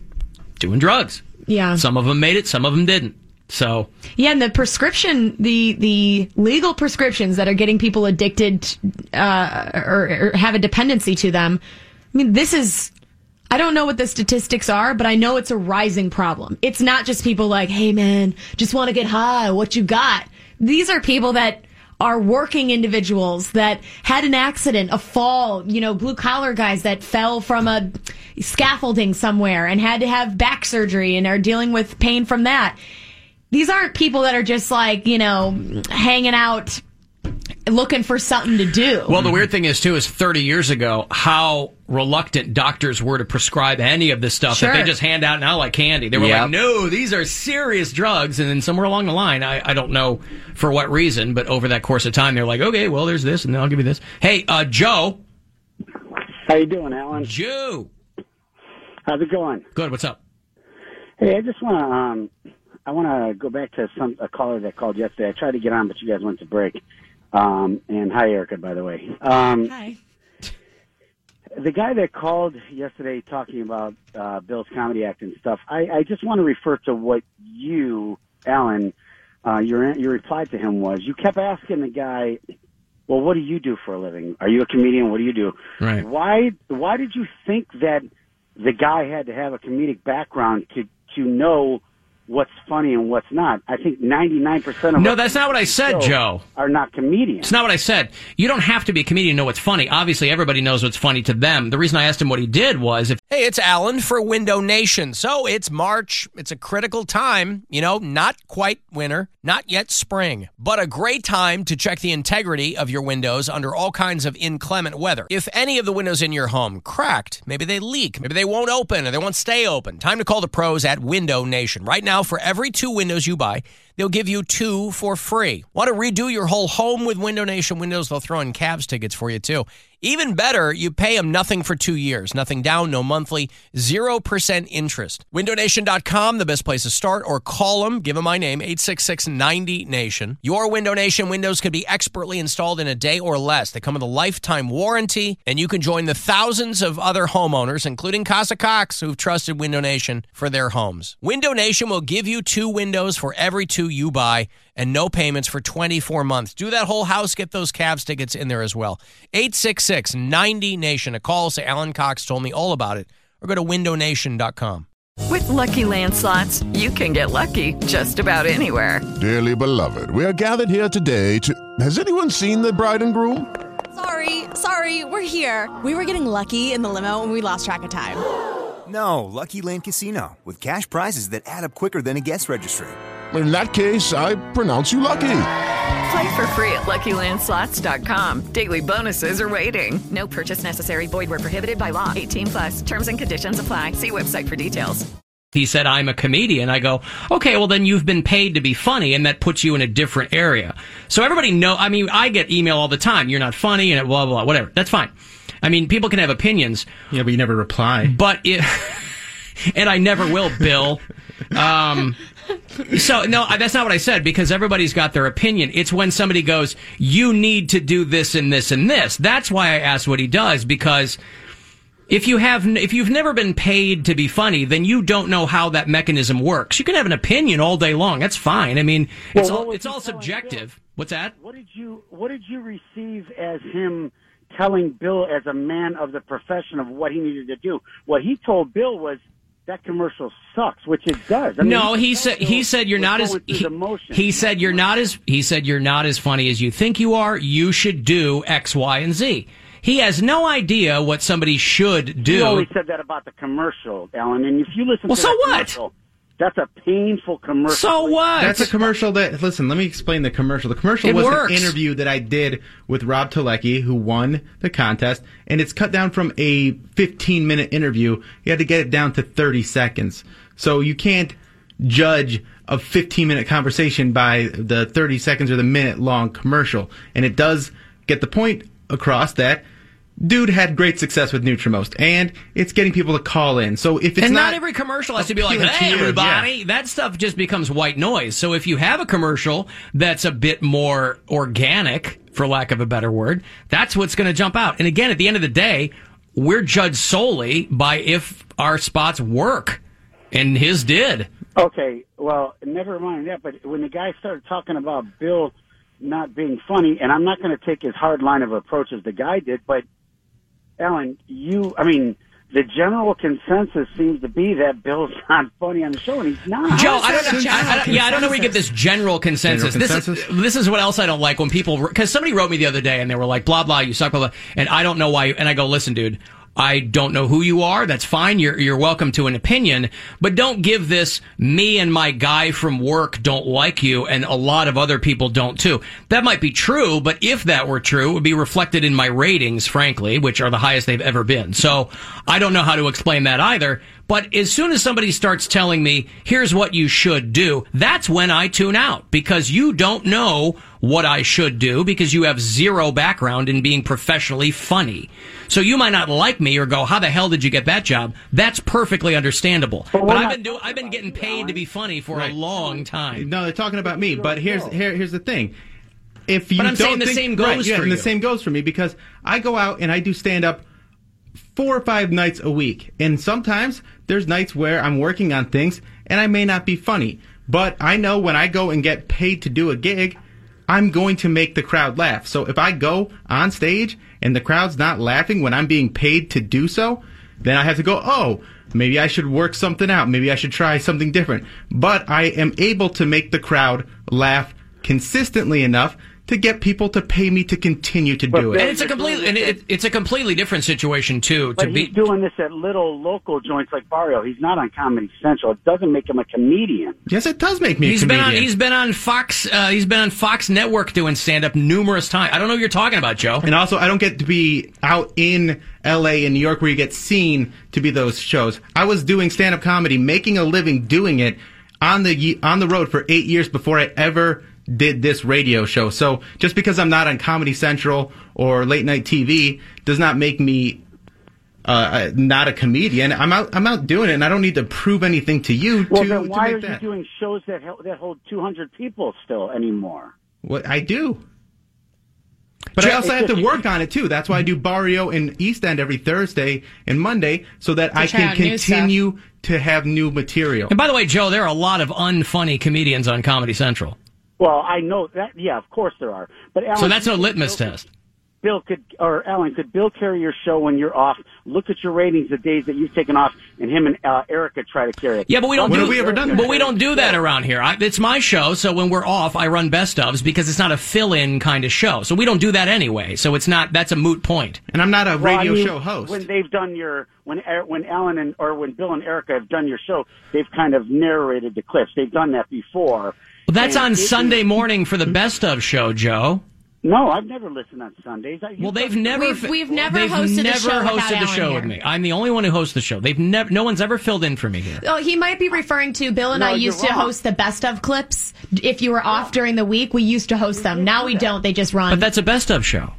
Speaker 1: doing drugs.
Speaker 12: Yeah.
Speaker 1: Some of them made it, some of them didn't. So,
Speaker 12: Yeah, and the prescription, the the legal prescriptions that are getting people addicted uh, or, or have a dependency to them. I mean, this is. I don't know what the statistics are, but I know it's a rising problem. It's not just people like, "Hey, man, just want to get high. What you got?" These are people that are working individuals that had an accident, a fall, you know, blue collar guys that fell from a scaffolding somewhere and had to have back surgery and are dealing with pain from that these aren't people that are just like you know hanging out looking for something to do
Speaker 1: well, the weird thing is too is 30 years ago how reluctant doctors were to prescribe any of this stuff that
Speaker 12: Sure.
Speaker 1: they just hand out now like candy. They were
Speaker 11: Yep.
Speaker 1: like, "No, these are serious drugs." And then somewhere along the line, I, I don't know for what reason, but over that course of time, they're like, "Okay, well, there's this, and then I'll give you this." Hey, uh, Joe,
Speaker 14: How you doing, Alan?
Speaker 1: Joe,
Speaker 14: how's it going?
Speaker 1: Good. What's up?
Speaker 14: Hey, I just want to um, I want to go back to some a caller that called yesterday. I tried to get on, but you guys went to break. Um, and hi, Erica, by the way. Um,
Speaker 12: hi.
Speaker 14: The guy that called yesterday talking about uh, Bill's Comedy Act and stuff. I, I just want to refer to what you, Alan, uh, your your reply to him was. You kept asking the guy, "Well, what do you do for a living? Are you a comedian? What do you do?"
Speaker 5: Right.
Speaker 14: Why why did you think that the guy had to have a comedic background to to know what's funny and what's not? I think 99% of
Speaker 1: No,
Speaker 14: us
Speaker 1: that's not what I said, Joe.
Speaker 14: are not comedians.
Speaker 1: It's not what I said. You don't have to be a comedian to know what's funny. Obviously, everybody knows what's funny to them. The reason I asked him what he did was if
Speaker 6: Hey, it's Alan for Window Nation. So it's March. It's a critical time, you know, not quite winter, not yet spring, but a great time to check the integrity of your windows under all kinds of inclement weather. If any of the windows in your home cracked, maybe they leak, maybe they won't open or they won't stay open, time to call the pros at Window Nation. Right now, for every two windows you buy, They'll give you two for free. Want to redo your whole home with Window Nation windows? They'll throw in Cavs tickets for you too. Even better, you pay them nothing for two years, nothing down, no monthly, 0% interest. WindowNation.com, the best place to start, or call them, give them my name, 866-90-NATION. Your Window Nation windows could be expertly installed in a day or less. They come with a lifetime warranty, and you can join the thousands of other homeowners, including Casa Cox, who've trusted Window Nation for their homes. Window Nation will give you two windows for every two you buy and no payments for 24 months. Do that whole house. Get those Cavs tickets in there as well. 866 90 Nation. A call. Say Alan Cox told me all about it. Or go to windownation.com.
Speaker 13: With Lucky Land slots, you can get lucky just about anywhere.
Speaker 15: Dearly beloved, we are gathered here today to. Has anyone seen the bride and groom?
Speaker 16: Sorry, sorry, we're here. We were getting lucky in the limo and we lost track of time.
Speaker 17: No, Lucky Land Casino, with cash prizes that add up quicker than a guest registry.
Speaker 15: In that case, I pronounce you lucky.
Speaker 13: Play for free at LuckyLandSlots.com. Daily bonuses are waiting. No purchase necessary. Void were prohibited by law. 18 plus. Terms and conditions apply. See website for details.
Speaker 1: he said i'm a comedian i go okay well then you've been paid to be funny and that puts you in a different area so everybody know i mean i get email all the time you're not funny and blah blah, blah whatever that's fine i mean people can have opinions yeah but you never reply but it and i never will bill um so no I- that's not what i said because everybody's got their opinion it's when somebody goes you need to do this and this and this that's why i asked what he does because if you have n- if you've never been paid to be funny then you don't know how that mechanism works you can have an opinion all day long that's fine i mean it's all it's all subjective what's that
Speaker 14: What did you What did you receive as him telling Bill as a man of the profession of what he needed to do? What he told Bill was that commercial sucks, which it does. I mean,
Speaker 1: no, he said he said you're
Speaker 14: we're
Speaker 1: not as
Speaker 14: going through
Speaker 1: he,
Speaker 14: the motions.
Speaker 1: he said you're not as he said you're not as funny as you think you are. You should do X, Y, and Z. He has no idea what somebody should
Speaker 14: He
Speaker 1: do.
Speaker 14: always said that about the commercial, Alan. And if you listen,
Speaker 1: Well,
Speaker 14: to
Speaker 1: so
Speaker 14: that
Speaker 1: what?
Speaker 14: commercial, That's a painful commercial.
Speaker 7: That's a commercial that. Listen, let me explain the commercial. The commercial
Speaker 14: It
Speaker 7: was
Speaker 14: works.
Speaker 7: an interview that I did with Rob Telecki, who won the contest, and it's cut down from a 15 minute interview. You had to get it down to 30 seconds. So you can't judge a 15 minute conversation by the 30 seconds or the minute long commercial. And it does get the point across that Dude had great success with Nutrimost, and it's getting people to call in. So if it's
Speaker 1: and not,
Speaker 7: not
Speaker 1: every commercial has to be like,
Speaker 7: appealing to
Speaker 1: hey,
Speaker 7: you," yeah.
Speaker 1: everybody. That stuff just becomes white noise. So if you have a commercial that's a bit more organic, for lack of a better word, that's what's going to jump out. And again, at the end of the day, we're judged solely by if our spots work. And his did.
Speaker 14: Okay, well, never mind that. But when the guy started talking about Bill not being funny, and I'm not going to take his hard line of approach as the guy did, but Alan, you, I mean, the general consensus seems to be that Bill's not funny on the show, and he's not.
Speaker 1: Joe, I don't, know, I, I, yeah, I don't know. Where we get this general consensus.
Speaker 14: General
Speaker 1: This is this is what else I don't like when people because somebody wrote me the other day and they were like, blah blah, you suck, blah blah, and I don't know why. And I go, listen, dude, I don't know who you are. That's fine. You're you're welcome to an opinion, but don't give this me and my guy from work don't like you, and a lot of other people don't too. That might be true, but if that were true, it would be reflected in my ratings, frankly, which are the highest they've ever been. So I don't know how to explain that either. But as soon as somebody starts telling me, here's what you should do, that's when I tune out because you don't know what I should do because you have zero background in being professionally funny. So you might not like me or go, how the hell did you get that job? That's perfectly understandable. But,
Speaker 7: we're
Speaker 1: I've
Speaker 7: not
Speaker 1: been doing, I've been getting paid to be funny for a long time.
Speaker 7: No, they're talking about me. But here's here, here's the thing. If you
Speaker 1: But I'm
Speaker 7: don't
Speaker 1: saying the
Speaker 7: think-
Speaker 1: same goes
Speaker 7: right, yeah,
Speaker 1: for
Speaker 7: and
Speaker 1: you.
Speaker 7: the same goes for me because I go out and I do stand up four or five nights a week, and sometimes there's nights where I'm working on things and I may not be funny, but I know when I go and get paid to do a gig, I'm going to make the crowd laugh. So if I go on stage and the crowd's not laughing when I'm being paid to do so, then I have to go, oh, maybe I should work something out. Maybe I should try something different. But I am able to make the crowd laugh consistently enough to get people to pay me to continue to do it.
Speaker 1: And it's a completely and it, it's a completely different situation too.
Speaker 14: But
Speaker 1: to
Speaker 14: he's
Speaker 1: be
Speaker 14: doing this at little local joints like Barrio. He's not on Comedy Central. It doesn't make him a comedian.
Speaker 7: Yes, it does make
Speaker 1: He's been on he's been on Fox uh, he's been on Fox Network doing stand up numerous times. I don't know what you're talking about, Joe.
Speaker 7: And also, I don't get to be out in LA and New York where you get seen to be those shows. I was doing stand up comedy, making a living doing it on the ye- on the road for eight years before I ever did this radio show. So just because I'm not on Comedy Central or late night TV does not make me uh, uh, not a comedian. I'm out. I'm out doing it, and I don't need to prove anything to you
Speaker 14: Well,
Speaker 7: to,
Speaker 14: then
Speaker 7: to
Speaker 14: why
Speaker 7: make
Speaker 14: are
Speaker 7: that.
Speaker 14: you doing shows that hel- that hold 200 people still anymore?
Speaker 7: What I do. But I
Speaker 14: Joe-
Speaker 7: also have to work on it too. That's why I do Barrio and East End every Thursday and Monday so that I
Speaker 1: try
Speaker 7: can
Speaker 1: out new stuff.
Speaker 7: continue to have new material.
Speaker 1: And by the way, Joe, there are a lot of unfunny comedians on Comedy Central.
Speaker 14: Well, I know that. Yeah, of course there are. But Alan,
Speaker 1: So that's no litmus test.
Speaker 14: Bill could or Alan could Bill carry your show when you're off? Look at your ratings the days that you've taken off, and him and uh, Erica try to carry it.
Speaker 1: Yeah, but we don't.
Speaker 14: When
Speaker 1: do,
Speaker 14: have we ever done that?
Speaker 1: But we don't do that around here. I, it's my show, so when we're off, I run best ofs because it's not a fill-in kind of show. So we don't do that anyway. So it's not. That's a moot point.
Speaker 7: And I'm not a
Speaker 14: Well, I mean, When they've done your when Er- when Alan and or when Bill and Erica have done your show, they've kind of narrated the clips. They've done that before.
Speaker 1: Well, that's
Speaker 14: And
Speaker 1: on
Speaker 14: it-
Speaker 1: Sunday morning for the best of show, Joe.
Speaker 14: No, I've never listened on Sundays. I,
Speaker 1: well, they've never.
Speaker 12: We've- we've never
Speaker 1: they've
Speaker 12: hosted the
Speaker 1: never
Speaker 12: show without
Speaker 1: hosted the
Speaker 12: Alan
Speaker 1: show with
Speaker 12: here.
Speaker 1: me. I'm the only one who hosts the show. They've never. No one's ever filled in for me here.
Speaker 12: Oh, he might be referring to Bill and
Speaker 1: No,
Speaker 12: I
Speaker 1: you're
Speaker 12: used to
Speaker 1: wrong.
Speaker 12: host the best of clips. If you were off during the week, we used to host them. Now we don't. They just run.
Speaker 1: But that's a best of show.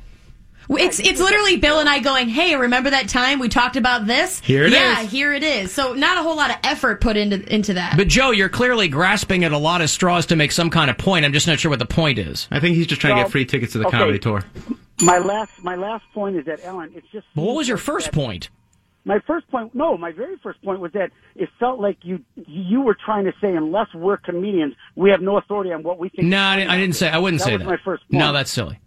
Speaker 12: It's it's literally Bill and I going, "Hey, remember that time we talked about this?
Speaker 1: Here it
Speaker 12: it is. yeah,
Speaker 1: is."
Speaker 12: here it is." So not a whole lot of effort put into into that.
Speaker 1: But Joe, you're clearly grasping at a lot of straws to make some kind of point. I'm just not sure what the point is.
Speaker 7: I think he's just
Speaker 14: trying to get Well, free
Speaker 7: tickets
Speaker 14: to the okay. comedy
Speaker 7: tour.
Speaker 14: My last my last point is that Alan, it's just.
Speaker 1: But what was your first point?
Speaker 14: My first point, no, my very first point was that it felt like you you were trying to say unless we're comedians, we have no authority on what we think.
Speaker 1: No, I didn't, I didn't say. I wouldn't
Speaker 14: That
Speaker 1: say
Speaker 14: was
Speaker 1: that.
Speaker 14: my first
Speaker 1: No,
Speaker 14: point.
Speaker 1: that's silly.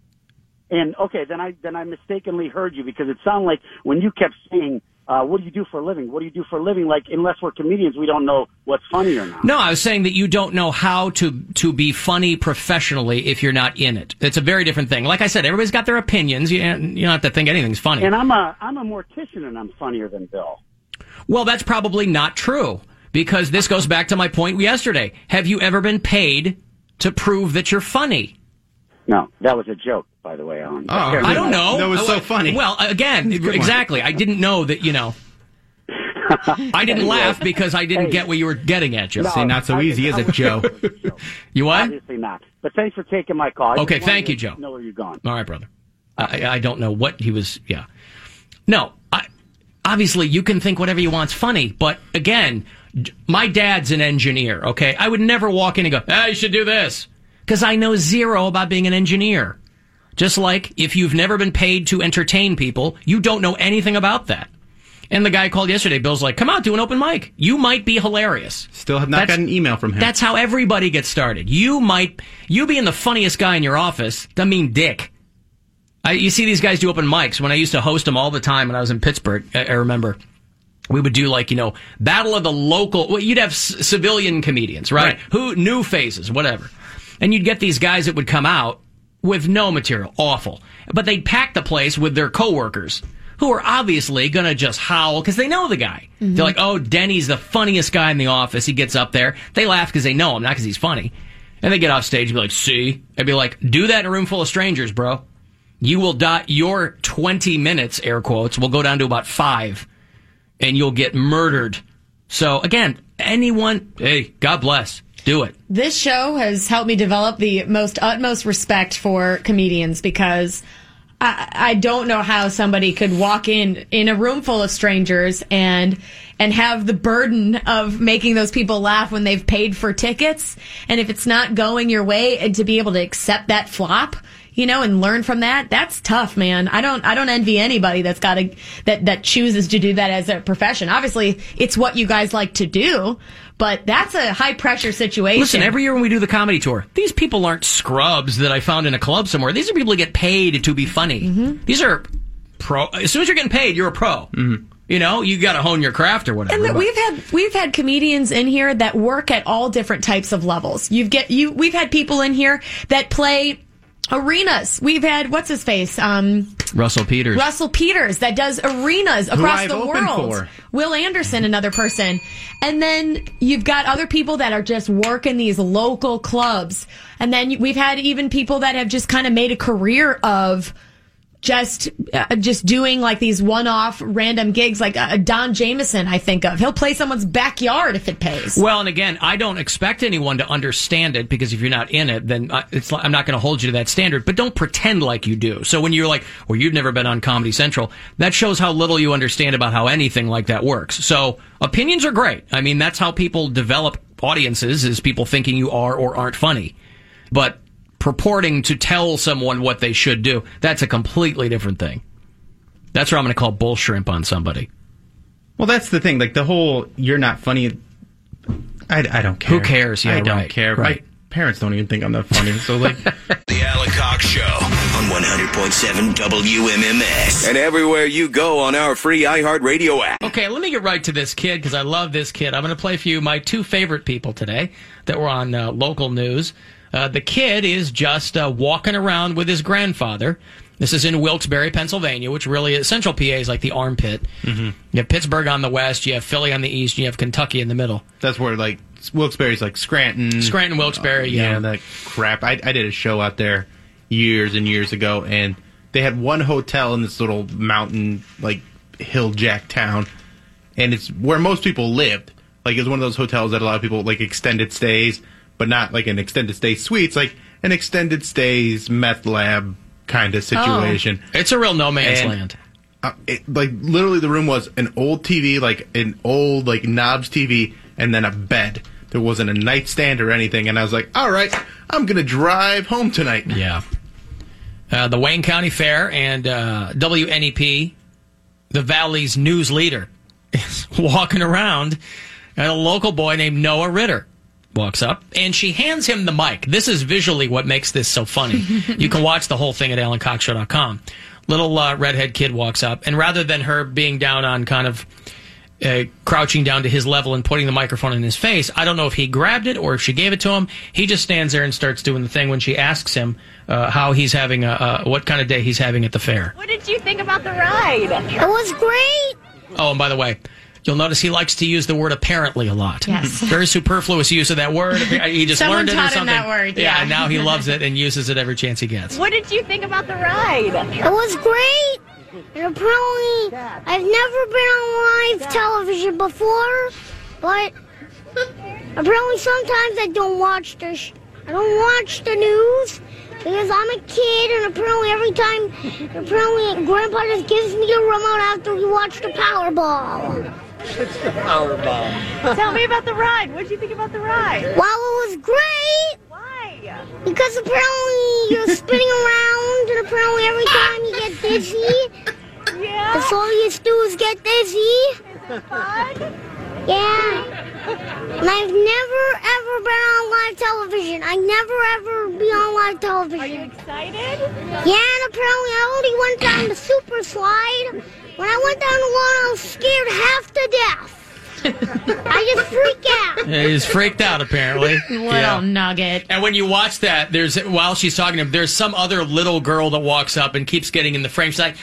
Speaker 14: And okay, then I then I mistakenly heard you because it sounded like when you kept saying, uh, "What do you do for a living? What do you do for a living?" Like unless we're comedians, we don't know what's funny or not.
Speaker 1: No, I was saying that you don't know how to to be funny professionally if you're not in it. It's a very different thing. Like I said, everybody's got their opinions. You, you don't have to think anything's funny.
Speaker 14: And I'm a I'm a mortician, and I'm funnier than Bill.
Speaker 1: Well, that's probably not true because this goes back to my point yesterday. Have you ever been paid to prove that you're funny?
Speaker 14: No, that was a joke, by the way, Alan.
Speaker 1: Oh, I don't know. I- Well, uh, again,
Speaker 14: Come on.
Speaker 1: exactly. I didn't know that. You know, I didn't laugh because I didn't get what you were getting at, Joe.
Speaker 14: No, See, not so I- easy, is it, I- Joe?
Speaker 1: you what?
Speaker 14: Obviously not. But thanks for taking my call. I
Speaker 1: Okay,
Speaker 14: just wanted
Speaker 1: thank
Speaker 14: to
Speaker 1: you, Joe.
Speaker 14: Know where you're going.
Speaker 1: All right, brother. I, I don't know what he was. Yeah. No, I, obviously you can think whatever you want's funny, but again, d- my dad's an engineer. Okay, I would never walk in and go, "Ah, you should do this," because I know zero about being an engineer. Just like if you've never been paid to entertain people, you don't know anything about that. And the guy called yesterday. Bill's like, "Come out, do an open mic. You might be hilarious."
Speaker 7: Still have not
Speaker 1: That's-
Speaker 7: gotten an email from him.
Speaker 1: That's how everybody gets started. You might you being the funniest guy in your office doesn't mean dick. I, you see these guys do open mics. When I used to host them all the time when I was in Pittsburgh, I, I remember we would do like you know battle of the local. Well, you'd have s- civilian comedians, right? Who new faces, whatever, and you'd get these guys that would come out with no material, awful, but they'd pack the place with their coworkers. Who are obviously gonna just howl because they know the guy.
Speaker 18: Mhm.
Speaker 1: They're like, "Oh, Denny's the funniest guy in the office." He gets up there, they laugh because they know him, not because he's funny. And they get off stage and be like, see? I'd be like, do that in a room full of strangers, bro. You will dot your 20 minutes, air quotes, will go down to about five and you'll get murdered. So again, anyone, hey, God bless. Do it.
Speaker 12: This show has helped me develop the most utmost respect for comedians because I, I don't know how somebody could walk in in a room full of strangers and and have the burden of making those people laugh when they've paid for tickets and if it's not going your way and to be able to accept that flop you know and learn from that that's tough man i don't i don't envy anybody that's got to that that chooses to do that as a profession obviously it's what you guys like to do but that's a high pressure situation
Speaker 1: Listen, every year when we do the comedy tour, these people aren't scrubs that I found in a club somewhere. These are people that get paid to be funny.
Speaker 12: Mm-hmm.
Speaker 1: These are pro. As soon as you're getting paid, you're a pro. You know, you got to hone your craft or whatever.
Speaker 12: And that
Speaker 1: but-
Speaker 12: we've had we've had comedians in here that work at all different types of levels. You've get you we've had people in here that play arenas. We've had what's his face? Um
Speaker 1: Russell Peters.
Speaker 12: Russell Peters that does arenas
Speaker 1: Who
Speaker 12: across
Speaker 1: I've
Speaker 12: the
Speaker 1: opened
Speaker 12: world.
Speaker 1: for.
Speaker 12: Will Anderson, another person. And then you've got other people that are just working these local clubs. And then we've had even people that have just kind of made a career of just uh, just doing like these one-off random gigs like uh, Don Jameson I think of. He'll play someone's backyard if it pays.
Speaker 1: Well, and again, I don't expect anyone to understand it because if you're not in it, then I, it's, I'm not going to hold you to that standard. But don't pretend like you do. So when you're like, "Well, you've never been on Comedy Central," that shows how little you understand about how anything like that works. So opinions are great. I mean, that's how people develop audiences: is people thinking you are or aren't funny. But purporting to tell someone what they should do—that's a completely different thing. That's where I'm going to call bull shrimp on somebody.
Speaker 7: Well, that's the thing. Like the whole "you're not funny." I, I don't care.
Speaker 1: Who cares? Yeah,
Speaker 7: I don't
Speaker 1: right,
Speaker 7: care.
Speaker 1: right.
Speaker 7: My parents don't even think I'm that funny. So like,
Speaker 2: The Alan Cox Show on 100.7 WMMS. And everywhere you go on our free iHeartRadio app.
Speaker 1: Okay, let me get right to this kid because I love this kid. I'm going to play for you my two favorite people today that were on uh, local news. Uh, the kid is just uh, walking around with his grandfather. This is in Wilkes-Barre, Pennsylvania, which really is central PA is like the armpit.
Speaker 7: Mm-hmm.
Speaker 1: You have Pittsburgh on the west, you have Philly on the east, and you have Kentucky in the middle.
Speaker 7: that's where like Wilkes-Barre's like Scranton, Uh,
Speaker 1: Scranton, Wilkes-Barre. yeah.
Speaker 7: that crap. I, I did a show out there years and years ago, and they had one hotel in this little mountain like hill jack town, and it's where most people lived. Like it's one of those hotels that a lot of people like extended stays, but not like an extended stay suites, like an extended stays meth lab
Speaker 1: Oh.
Speaker 7: kind of situation.
Speaker 1: It's a real no man's
Speaker 7: And-
Speaker 1: land.
Speaker 7: Uh, it, like literally, the room was an old TV, like an old like knobs TV, and then a bed. There wasn't a nightstand or anything, and I was like, "All right, I'm gonna drive home tonight."
Speaker 1: Yeah. Uh, the Wayne County Fair and uh, WNEP, the Valley's news leader, is walking around, and a local boy named Noah Ritter walks up, and she hands him the mic. This is visually what makes this so funny. you can watch the whole thing at AlanCockShow.com. Little uh, redhead kid walks up, and rather than her being down on kind of uh, crouching down to his level and putting the microphone in his face. I don't know if he grabbed it or if she gave it to him. He just stands there and starts doing the thing when she asks him uh, how he's having a uh, what kind of day he's having at the fair.
Speaker 4: What did you think about the ride? It was great.
Speaker 1: Oh, and by the way, you'll notice he likes to use the word apparently a lot.
Speaker 4: Yes.
Speaker 1: Very superfluous use of that word. He just
Speaker 4: Someone
Speaker 1: learned it or
Speaker 4: taught
Speaker 1: something.
Speaker 4: him that word, yeah.
Speaker 1: and now he loves it and uses it every chance he gets.
Speaker 4: What did you think about the ride? It was great. And apparently, I've never been on live television before, but apparently sometimes I don't watch the sh- I don't watch the news because I'm a kid, and apparently every time
Speaker 19: Apparently, Grandpa just gives me the remote after we watch the Powerball.
Speaker 20: It's the Powerball.
Speaker 19: Tell me about the ride. What did you think about the ride? Well, it was great. Why? Because apparently you're spinning around, and apparently every time you get dizzy. Yeah. That's all you do is get dizzy. Yeah. And I've never ever been on live television. I never ever be on live television. Are you excited? Yeah, and apparently I already went down the super slide. When I went down the one, I was scared half to death. I just freaked out.
Speaker 1: Yeah, he's freaked out apparently.
Speaker 12: Little nugget.
Speaker 1: And when you watch that, there's while she's talking to him, there's some other little girl that walks up and keeps getting in the frame. She's like,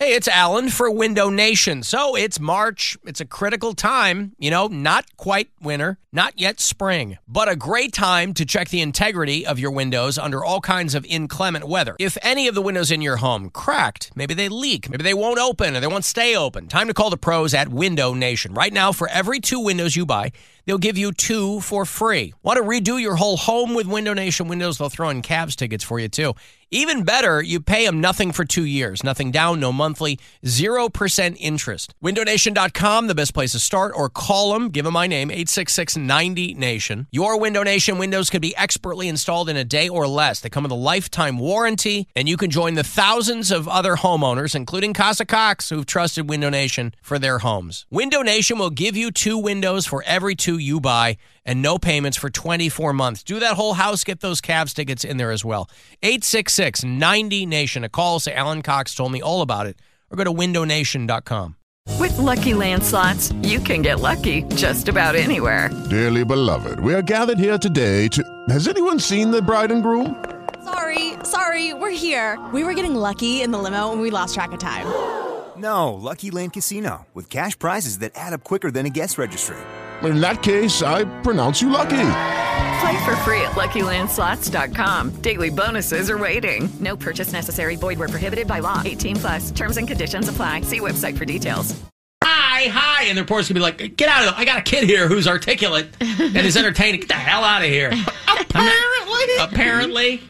Speaker 21: Hey, it's Alan for Window Nation. So it's March. It's a critical time, you know, not quite winter, not yet spring, but a great time to check the integrity of your windows under all kinds of inclement weather. If any of the windows in your home cracked, maybe they leak, maybe they won't open or they won't stay open, time to call the pros at Window Nation. Right now, for every two windows you buy, they'll give you two for free. Want to redo your whole home with Window Nation windows? They'll throw in Cavs tickets for you, too. Even better, you pay them nothing for two years, nothing down, no monthly, 0% interest. WindowNation.com, the best place to start, or call them, give them my name, 866-90-NATION. Your Window Nation windows can be expertly installed in a day or less. They come with a lifetime warranty, and you can join the thousands of other homeowners, including Casa Cox, who've trusted Window Nation for their homes. Window Nation will give you two windows for every two you buy and no payments for 24 months. Do that whole house. Get those Cavs tickets in there as well. 866 90 Nation. A call. Say Alan Cox told me all about it. Or go to windownation.com.
Speaker 13: With Lucky Land slots, you can get lucky just about anywhere.
Speaker 22: Dearly beloved, we are gathered here today to. Has anyone seen the bride and groom?
Speaker 16: Sorry, sorry, we're here. We were getting lucky in the limo and we lost track of time.
Speaker 23: No, Lucky Land Casino with cash prizes that add up quicker than a guest registry.
Speaker 22: In that case, I pronounce you lucky.
Speaker 13: Play for free at LuckyLandSlots.com. Daily bonuses are waiting. No purchase necessary. Void were prohibited by law. 18 plus. Terms and conditions apply. See website for details.
Speaker 1: hi, hi. And the reporter's going to be like, get out of there. I got a kid here who's articulate and is entertaining. Get the hell out of here. Apparently. Apparently.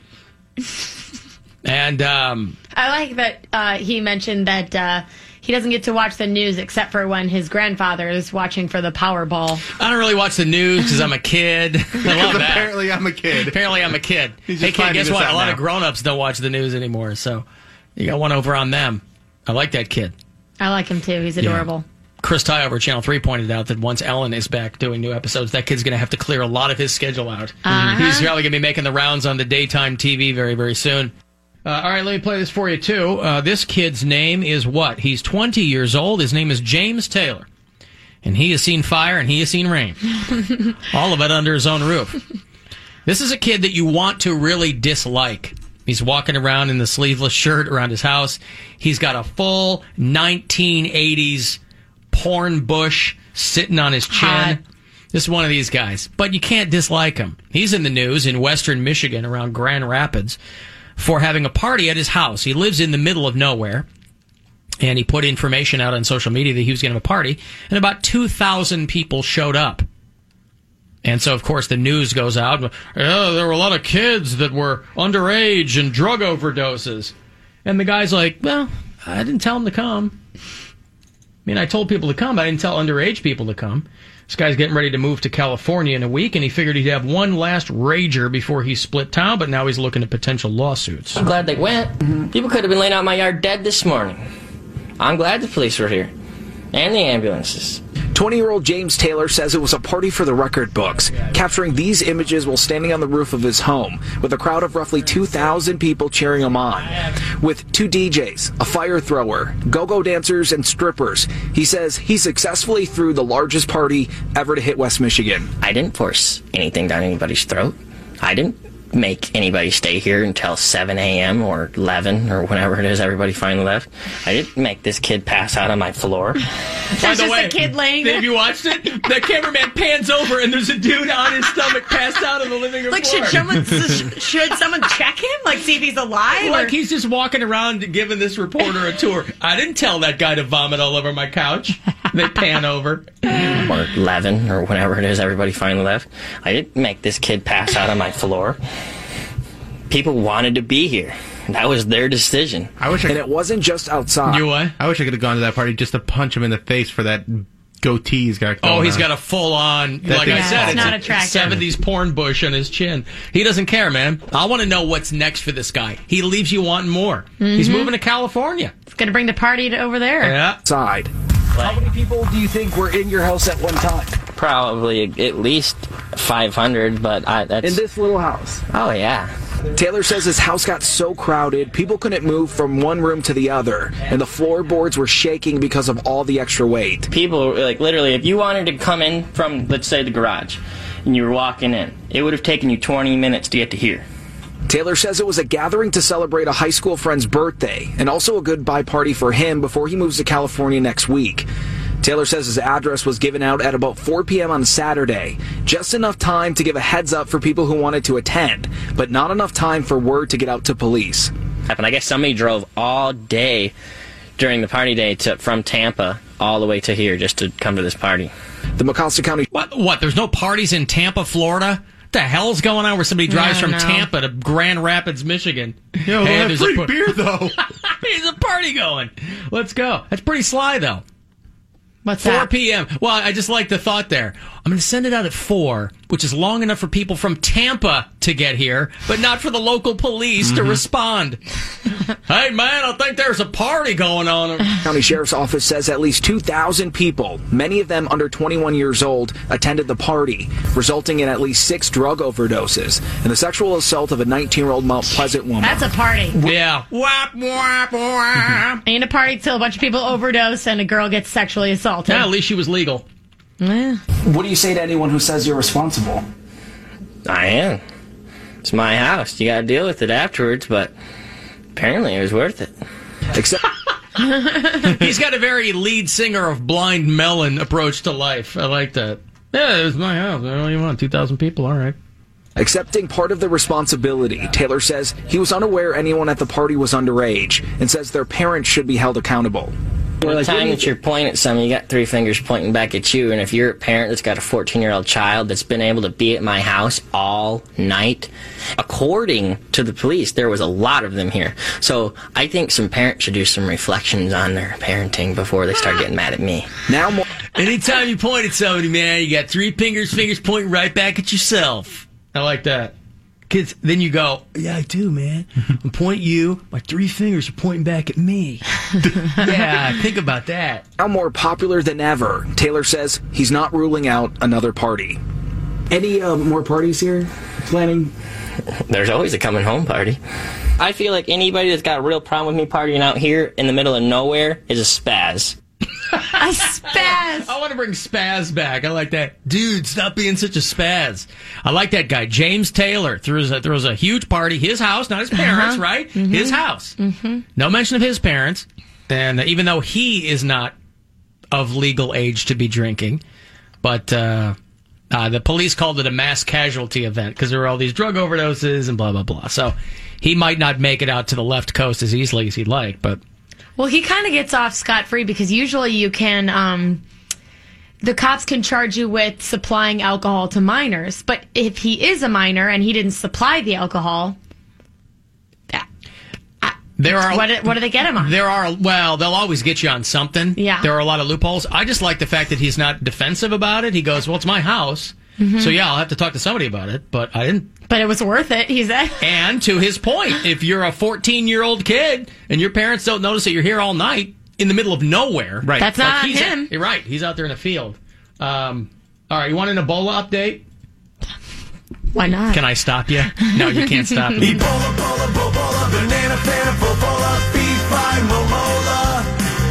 Speaker 1: And um,
Speaker 12: I like that uh, he mentioned that uh, he doesn't get to watch the news except for when his grandfather is watching for the Powerball.
Speaker 1: I don't really watch the news because I'm a kid. I love that.
Speaker 7: apparently I'm a kid.
Speaker 1: Apparently I'm a kid.
Speaker 7: He's just
Speaker 1: Hey, kid,
Speaker 7: finding
Speaker 1: guess
Speaker 7: this
Speaker 1: what?
Speaker 7: out
Speaker 1: A lot
Speaker 7: now.
Speaker 1: of grown-ups don't watch the news anymore, so you got one over on them. I like that kid.
Speaker 12: I like him too. He's adorable.
Speaker 1: Chris Ty over at Channel 3 pointed out that once Ellen is back doing new episodes, that kid's going to have to clear a lot of his schedule out.
Speaker 12: Uh-huh.
Speaker 1: He's probably going to be making the rounds on the daytime TV very, very soon. Uh, all right, let me play this for you, too. Uh, this kid's name is what? He's 20 years old. His name is James Taylor. And he has seen fire and he has seen rain. all of it under his own roof. This is a kid that you want to really dislike. He's walking around in the sleeveless shirt around his house. He's got a full 1980s porn bush sitting on his chin. This is one of these guys, but you can't dislike him. He's in the news in western Michigan around Grand Rapids for having a party at his house. He lives in the middle of nowhere and he put information out on social media that he was going to have a party, and about 2,000 people showed up. And so, of course, the news goes out. Yeah, there were a lot of kids that were underage and drug overdoses. And the guy's like, well, I didn't tell them to come. I mean, I told people to come, but I didn't tell underage people to come. This guy's getting ready to move to California in a week, and he figured he'd have one last rager before he split town, but now he's looking at potential lawsuits.
Speaker 18: I'm glad they went.
Speaker 24: Mm-hmm.
Speaker 18: People could have been laying out in my yard dead this morning. I'm glad the police were here. And the ambulances.
Speaker 24: 20 year old James Taylor says it was a party for the record books, capturing these images while standing on the roof of his home, with a crowd of roughly 2,000 people cheering him on. With two DJs, a fire thrower, go go dancers, and strippers, he says he successfully threw the largest party ever to hit West Michigan.
Speaker 18: I didn't force anything down anybody's throat. I didn't make anybody stay here until 7 a.m. or 11 or whenever it is everybody finally left. I didn't make this kid pass out on my floor.
Speaker 1: By the way, Have you watched it? The cameraman pans over and there's a dude on his stomach passed out on the living room
Speaker 12: Like,
Speaker 1: floor.
Speaker 12: should someone should someone check him? Like, see if he's alive?
Speaker 1: Like he's just walking around giving this reporter a tour. I didn't tell that guy to vomit all over my couch. They pan over.
Speaker 18: or 11 or whenever it is everybody finally left. I didn't make this kid pass out on my floor. People wanted to be here. That was their decision.
Speaker 7: I wish I
Speaker 18: and it wasn't just outside.
Speaker 7: You what? I wish I could have gone to that party just to punch him in the face for that goatee he's got.
Speaker 1: Oh,
Speaker 7: going
Speaker 1: he's
Speaker 7: on.
Speaker 1: got a full on,
Speaker 7: That
Speaker 1: like
Speaker 7: thing's
Speaker 1: I
Speaker 7: Yeah,
Speaker 1: said,
Speaker 7: it's not
Speaker 1: a
Speaker 7: attractive.
Speaker 1: 70s porn bush on his chin. He doesn't care, man. I want to know what's next for this guy. He leaves you wanting more.
Speaker 12: Mhm.
Speaker 1: He's
Speaker 7: Mm-hmm.
Speaker 1: moving to California.
Speaker 12: It's going to bring the party to over there.
Speaker 24: Outside. How many people do you think were in your house at one time?
Speaker 18: Probably at least 500, but I, that's.
Speaker 24: In this little house.
Speaker 18: Oh, yeah.
Speaker 24: Taylor says his house got so crowded, people couldn't move from one room to the other, and the floorboards were shaking because of all the extra weight.
Speaker 18: People, like, literally, if you wanted to come in from, let's say, the garage, and you were walking in, it would have taken you 20 minutes to get to here.
Speaker 24: Taylor says it was a gathering to celebrate a high school friend's birthday and also a goodbye party for him before he moves to California next week. Taylor says his address was given out at about 4 p.m. on Saturday, just enough time to give a heads up for people who wanted to attend, but not enough time for word to get out to police.
Speaker 18: happened. I guess somebody drove all day during the party day to from Tampa all the way to here just to come to this party.
Speaker 24: The Mecosta County.
Speaker 1: What? What? There's no parties in Tampa, Florida? What the hell's going on where somebody drives
Speaker 6: No,
Speaker 1: from
Speaker 6: no.
Speaker 1: Tampa to Grand Rapids, Michigan?
Speaker 6: Yeah, well, have free
Speaker 1: beer, though. There's a party going. Let's go. That's pretty sly, though.
Speaker 12: What's
Speaker 1: 4
Speaker 12: that?
Speaker 1: p.m. Well, I just like the thought there. I'm going to send it out at 4, which is long enough for people from Tampa to get here, but not for the local police to respond. hey, man, I think there's a party going on.
Speaker 24: County Sheriff's Office says at least 2,000 people, many of them under 21 years old, attended the party, resulting in at least six drug overdoses and the sexual assault of a 19 year old Mount Pleasant woman.
Speaker 12: That's a party.
Speaker 1: Yeah.
Speaker 12: Wap, wap, wap. Ain't a party till a bunch of people overdose and a girl gets sexually assaulted.
Speaker 1: Yeah, at least she was legal.
Speaker 24: What do you say to anyone who says you're responsible?
Speaker 18: I am. It's my house. You gotta deal with it afterwards, but apparently it was worth it.
Speaker 24: Except
Speaker 1: He's got a very lead singer of Blind Melon approach to life. I like that. Yeah, it was my house. I don't even want 2,000 people. All right.
Speaker 24: Accepting part of the responsibility, Taylor says he was unaware anyone at the party was underage and says their parents should be held accountable.
Speaker 18: The
Speaker 24: like,
Speaker 18: time
Speaker 24: what
Speaker 18: that
Speaker 24: is
Speaker 18: you're pointing at someone, you got three fingers pointing back at you, and if you're a parent that's got a 14 year old child that's been able to be at my house all night, according to the police, there was a lot of them here. So I think some parents should do some reflections on their parenting before they start getting mad at me.
Speaker 24: Now more.
Speaker 1: Anytime you point at somebody, man, you got three fingers, fingers pointing right back at yourself. I like that. Kids, then you go, yeah, I do, man. I'm pointing at you. My three fingers are pointing back at me. yeah, think about that.
Speaker 24: Now more popular than ever, Taylor says he's not ruling out another party. Any uh, more parties here? Planning?
Speaker 18: There's always a coming home party. I feel like anybody that's got a real problem with me partying out here in the middle of nowhere is a spaz.
Speaker 1: A spaz. I want to bring spaz back. I like that. Dude, stop being such a spaz. I like that guy. James Taylor throws a, throws a huge party. His house, not his parents,
Speaker 6: Uh-huh.
Speaker 1: right?
Speaker 6: Mhm.
Speaker 1: His house.
Speaker 6: Mm-hmm.
Speaker 1: No mention of his parents. And uh, even though he is not of legal age to be drinking, but uh, uh, the police called it a mass casualty event because there were all these drug overdoses and blah, blah, blah. So he might not make it out to the left coast as easily as he'd like, but.
Speaker 12: Well, he kind of gets off scot free because usually you can, um, the cops can charge you with supplying alcohol to minors. But if he is a minor and he didn't supply the alcohol,
Speaker 1: There are
Speaker 12: What do- what do they get him on?
Speaker 1: There are well, they'll always get you on something.
Speaker 12: Yeah.
Speaker 1: there are a lot of loopholes. I just like the fact that he's not defensive about it. He goes, "Well, it's my house,
Speaker 12: Mhm.
Speaker 1: so yeah, I'll have to talk to somebody about it." But I didn't.
Speaker 12: but it was worth it, he said.
Speaker 1: And to his point, if you're a 14 year old kid and your parents don't notice that you're here all night in the middle of nowhere, right?
Speaker 12: That's not on him.
Speaker 1: you're right. He's out there in a field. Um, all right, you want an Ebola update?
Speaker 12: Why not?
Speaker 1: Can I stop you? No, you can't stop me.
Speaker 5: banana, banana, bobola, beef, fine, momola,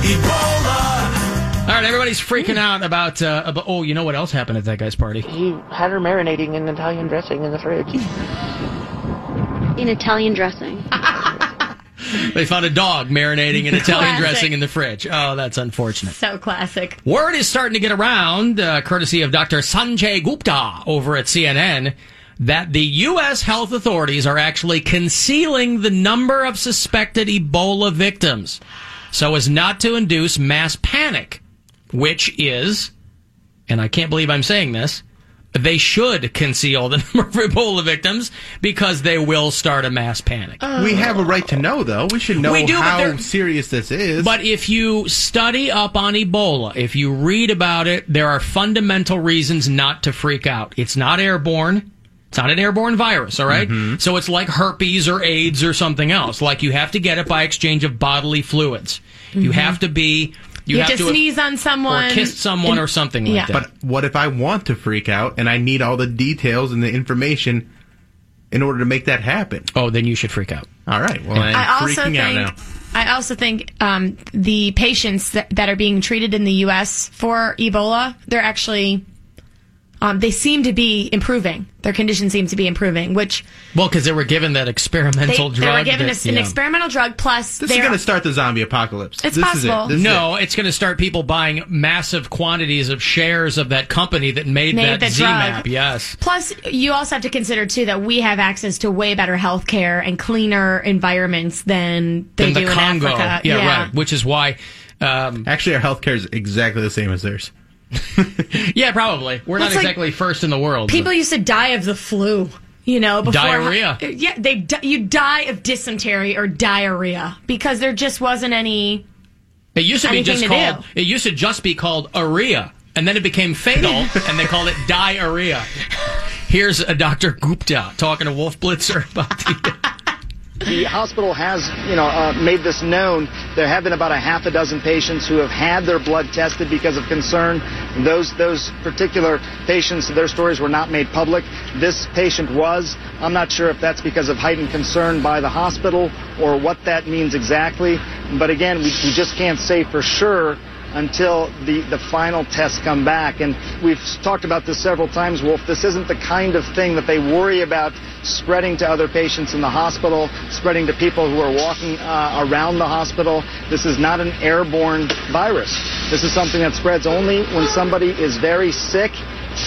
Speaker 5: Ebola.
Speaker 1: All right, everybody's freaking out about. Uh, about oh, you know what else happened at that guy's party?
Speaker 25: He had her marinating in Italian dressing in the fridge.
Speaker 4: In Italian dressing.
Speaker 1: They found a dog marinating in Italian
Speaker 12: Classic.
Speaker 1: dressing in the fridge. Oh, that's unfortunate.
Speaker 12: So classic.
Speaker 1: Word is starting to get around, uh, courtesy of Dr. Sanjay Gupta over at CNN, that the U.S. health authorities are actually concealing the number of suspected Ebola victims so as not to induce mass panic, which is, and I can't believe I'm saying this, They should conceal the number of Ebola victims because they will start a mass panic.
Speaker 7: we have a right to know, though. We should know
Speaker 1: We do, but
Speaker 7: how
Speaker 1: they're-
Speaker 7: serious this is.
Speaker 1: But if you study up on Ebola, if you read about it, there are fundamental reasons not to freak out. It's not airborne. It's not an airborne virus, all right? So it's like herpes or AIDS or something else. Like you have to get it by exchange of bodily fluids. You
Speaker 12: Mhm.
Speaker 1: have to be
Speaker 12: You,
Speaker 1: you, have
Speaker 12: have to
Speaker 1: have-
Speaker 12: sneeze on someone,
Speaker 1: or kiss someone
Speaker 12: and-
Speaker 1: or something like
Speaker 12: yeah.
Speaker 1: that.
Speaker 7: But what if I want to freak out and I need all the details and the information in order to make that happen?
Speaker 1: Oh, then you should freak out.
Speaker 7: All right. Well, I'm
Speaker 12: I also
Speaker 7: freaking
Speaker 12: think
Speaker 7: out now.
Speaker 12: I also think um, the patients that, that are being treated in the U.S. for Ebola, they're actually um, they seem to be improving. Their condition seems to be improving, which
Speaker 1: Well, because they were given that
Speaker 12: they,
Speaker 1: experimental
Speaker 12: they
Speaker 1: drug.
Speaker 12: were given
Speaker 1: that-
Speaker 12: us an
Speaker 1: yeah.
Speaker 12: experimental drug. Plus,
Speaker 7: This
Speaker 12: they're,
Speaker 7: is going to start the zombie apocalypse.
Speaker 12: It's
Speaker 7: this
Speaker 12: possible.
Speaker 7: Is it. This
Speaker 1: no, it's going to start people buying massive quantities of shares of that company that made,
Speaker 12: Made
Speaker 1: that
Speaker 12: the drug.
Speaker 1: ZMAP. Yes.
Speaker 12: Plus, you also have to consider too that we have access to way better health care and cleaner environments than they do
Speaker 1: than the
Speaker 12: in
Speaker 1: Congo.
Speaker 12: Africa.
Speaker 1: Yeah, right. Which is why. Um,
Speaker 7: Actually, our healthcare is exactly the same as theirs.
Speaker 1: yeah, probably.
Speaker 12: Well,
Speaker 1: We're not
Speaker 12: it's like
Speaker 1: exactly first in the world. but-
Speaker 12: People used to die of the flu. You know, before
Speaker 1: Diarrhea.
Speaker 12: Yeah, they di- you die of dysentery or diarrhea because there just wasn't any.
Speaker 1: it used to be
Speaker 12: anything
Speaker 1: just
Speaker 12: to
Speaker 1: called. It used to just be called urea, and then it became fatal, and they called it diarrhea. Here's a Dr. Gupta talking to Wolf Blitzer about the.
Speaker 26: The hospital has, you know, uh, made this known. There have been about a half a dozen patients who have had their blood tested because of concern. Those those particular patients, their stories were not made public. This patient was. I'm not sure if that's because of heightened concern by the hospital or what that means exactly. But again, we, we just can't say for sure until the, the final tests come back. And we've talked about this several times, Wolf. This isn't the kind of thing that they worry about spreading to other patients in the hospital, spreading to people who are walking uh, around the hospital. This is not an airborne virus. This is something that spreads only when somebody is very sick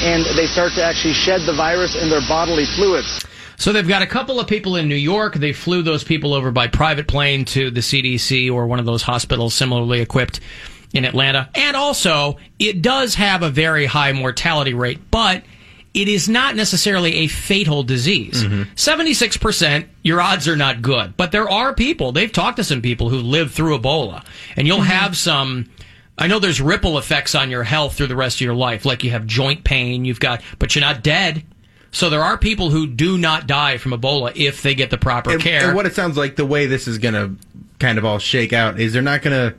Speaker 26: and they start to actually shed the virus in their bodily fluids.
Speaker 1: So they've got a couple of people in New York. They flew those people over by private plane to the CDC or one of those hospitals similarly equipped in Atlanta. And also, it does have a very high mortality rate, but it is not necessarily a fatal disease. 76%, your odds are not good. But there are people, they've talked to some people who lived through Ebola, and you'll have some I know there's ripple effects on your health through the rest of your life. Like you have joint pain, you've got, but you're not dead. So there are people who do not die from Ebola if they get the proper
Speaker 7: And,
Speaker 1: care.
Speaker 7: and what it sounds like, the way this is going to kind of all shake out is they're not going to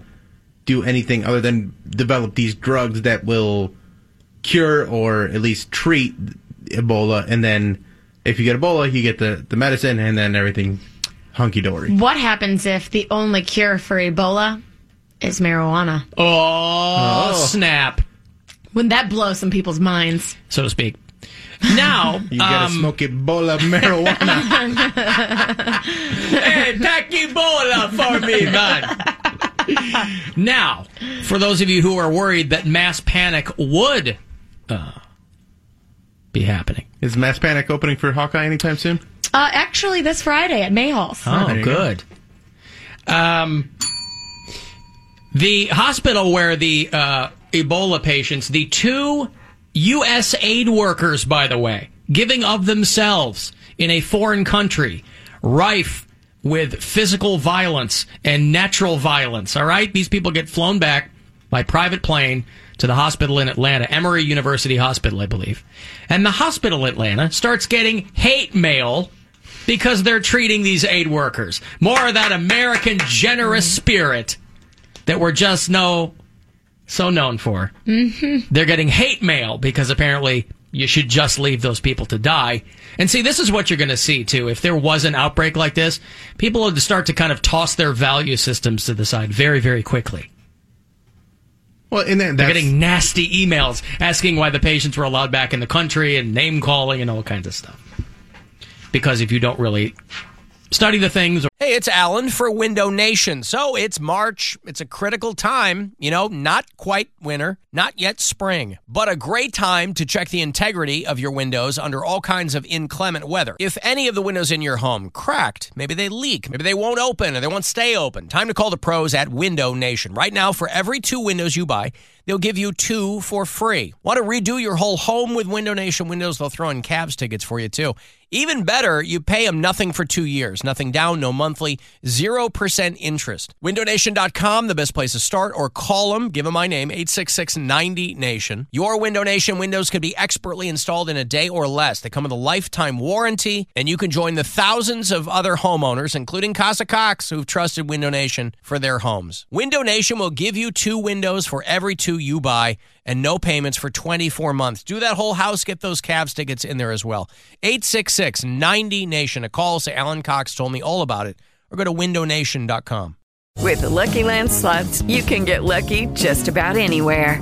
Speaker 7: do anything other than develop these drugs that will cure or at least treat Ebola. And then if you get Ebola, you get the, the medicine and then everything hunky dory.
Speaker 12: What happens if the only cure for Ebola is marijuana?
Speaker 1: oh,
Speaker 12: Oh.
Speaker 1: snap,
Speaker 12: Wouldn't that blow some people's minds?
Speaker 1: so to speak. Now
Speaker 7: You gotta
Speaker 1: um,
Speaker 7: smoke Ebola marijuana.
Speaker 1: hey, pack Ebola for me, man. now, for those of you who are worried that mass panic would uh, be happening,
Speaker 7: is mass panic opening for Hawkeye anytime soon?
Speaker 12: Uh, actually, this Friday at Mayhall's.
Speaker 1: Oh, good. Um, the hospital where the uh, Ebola patients, the two U.S. aid workers, by the way, giving of themselves in a foreign country, rife with physical violence and natural violence. All right, these people get flown back by private plane to the hospital in Atlanta, Emory University Hospital, I believe. And the hospital in Atlanta starts getting hate mail because they're treating these aid workers. More of that American generous spirit that we're just no so known for.
Speaker 5: Mm-hmm.
Speaker 1: They're getting hate mail because apparently you should just leave those people to die. And see, this is what you're going to see too. If there was an outbreak like this, people would start to kind of toss their value systems to the side very, very quickly.
Speaker 7: Well, and then
Speaker 1: They're
Speaker 7: that's-
Speaker 1: getting nasty emails asking why the patients were allowed back in the country and name calling and all kinds of stuff. Because if you don't really study the things, or
Speaker 27: Hey, it's Alan for Window Nation. So it's March. It's a critical time, you know, not quite winter, not yet spring, but a great time to check the integrity of your windows under all kinds of inclement weather. If any of the windows in your home cracked, maybe they leak, maybe they won't open or they won't stay open, time to call the pros at Window Nation. Right now, for every two windows you buy, They'll give you two for free. Want to redo your whole home with Window Nation windows? They'll throw in Cavs tickets for you too. Even better, you pay them nothing for two years, nothing down, no monthly, 0% interest. WindowNation.com, the best place to start, or call them, give them my name, 866-90-NATION. Your Window Nation windows could be expertly installed in a day or less. They come with a lifetime warranty, and you can join the thousands of other homeowners, including Casa Cox, who've trusted Window Nation for their homes. Window Nation will give you two windows for every two you buy and no payments for 24 months. Do that whole house. Get those Cavs tickets in there as well. 866 90 Nation. A call. Say Alan Cox told me all about it. Or go to windownation.com.
Speaker 13: With the Lucky Land slots, you can get lucky just about anywhere.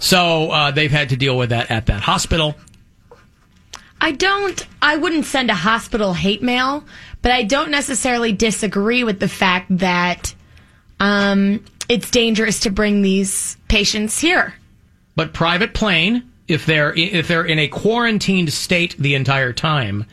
Speaker 1: So uh, they've had to deal with that at that hospital.
Speaker 12: I don't, I wouldn't send a hospital hate mail, but I don't necessarily disagree with the fact that um, it's dangerous to bring these patients here.
Speaker 1: But private plane, if they're if they're in a quarantined state the entire time,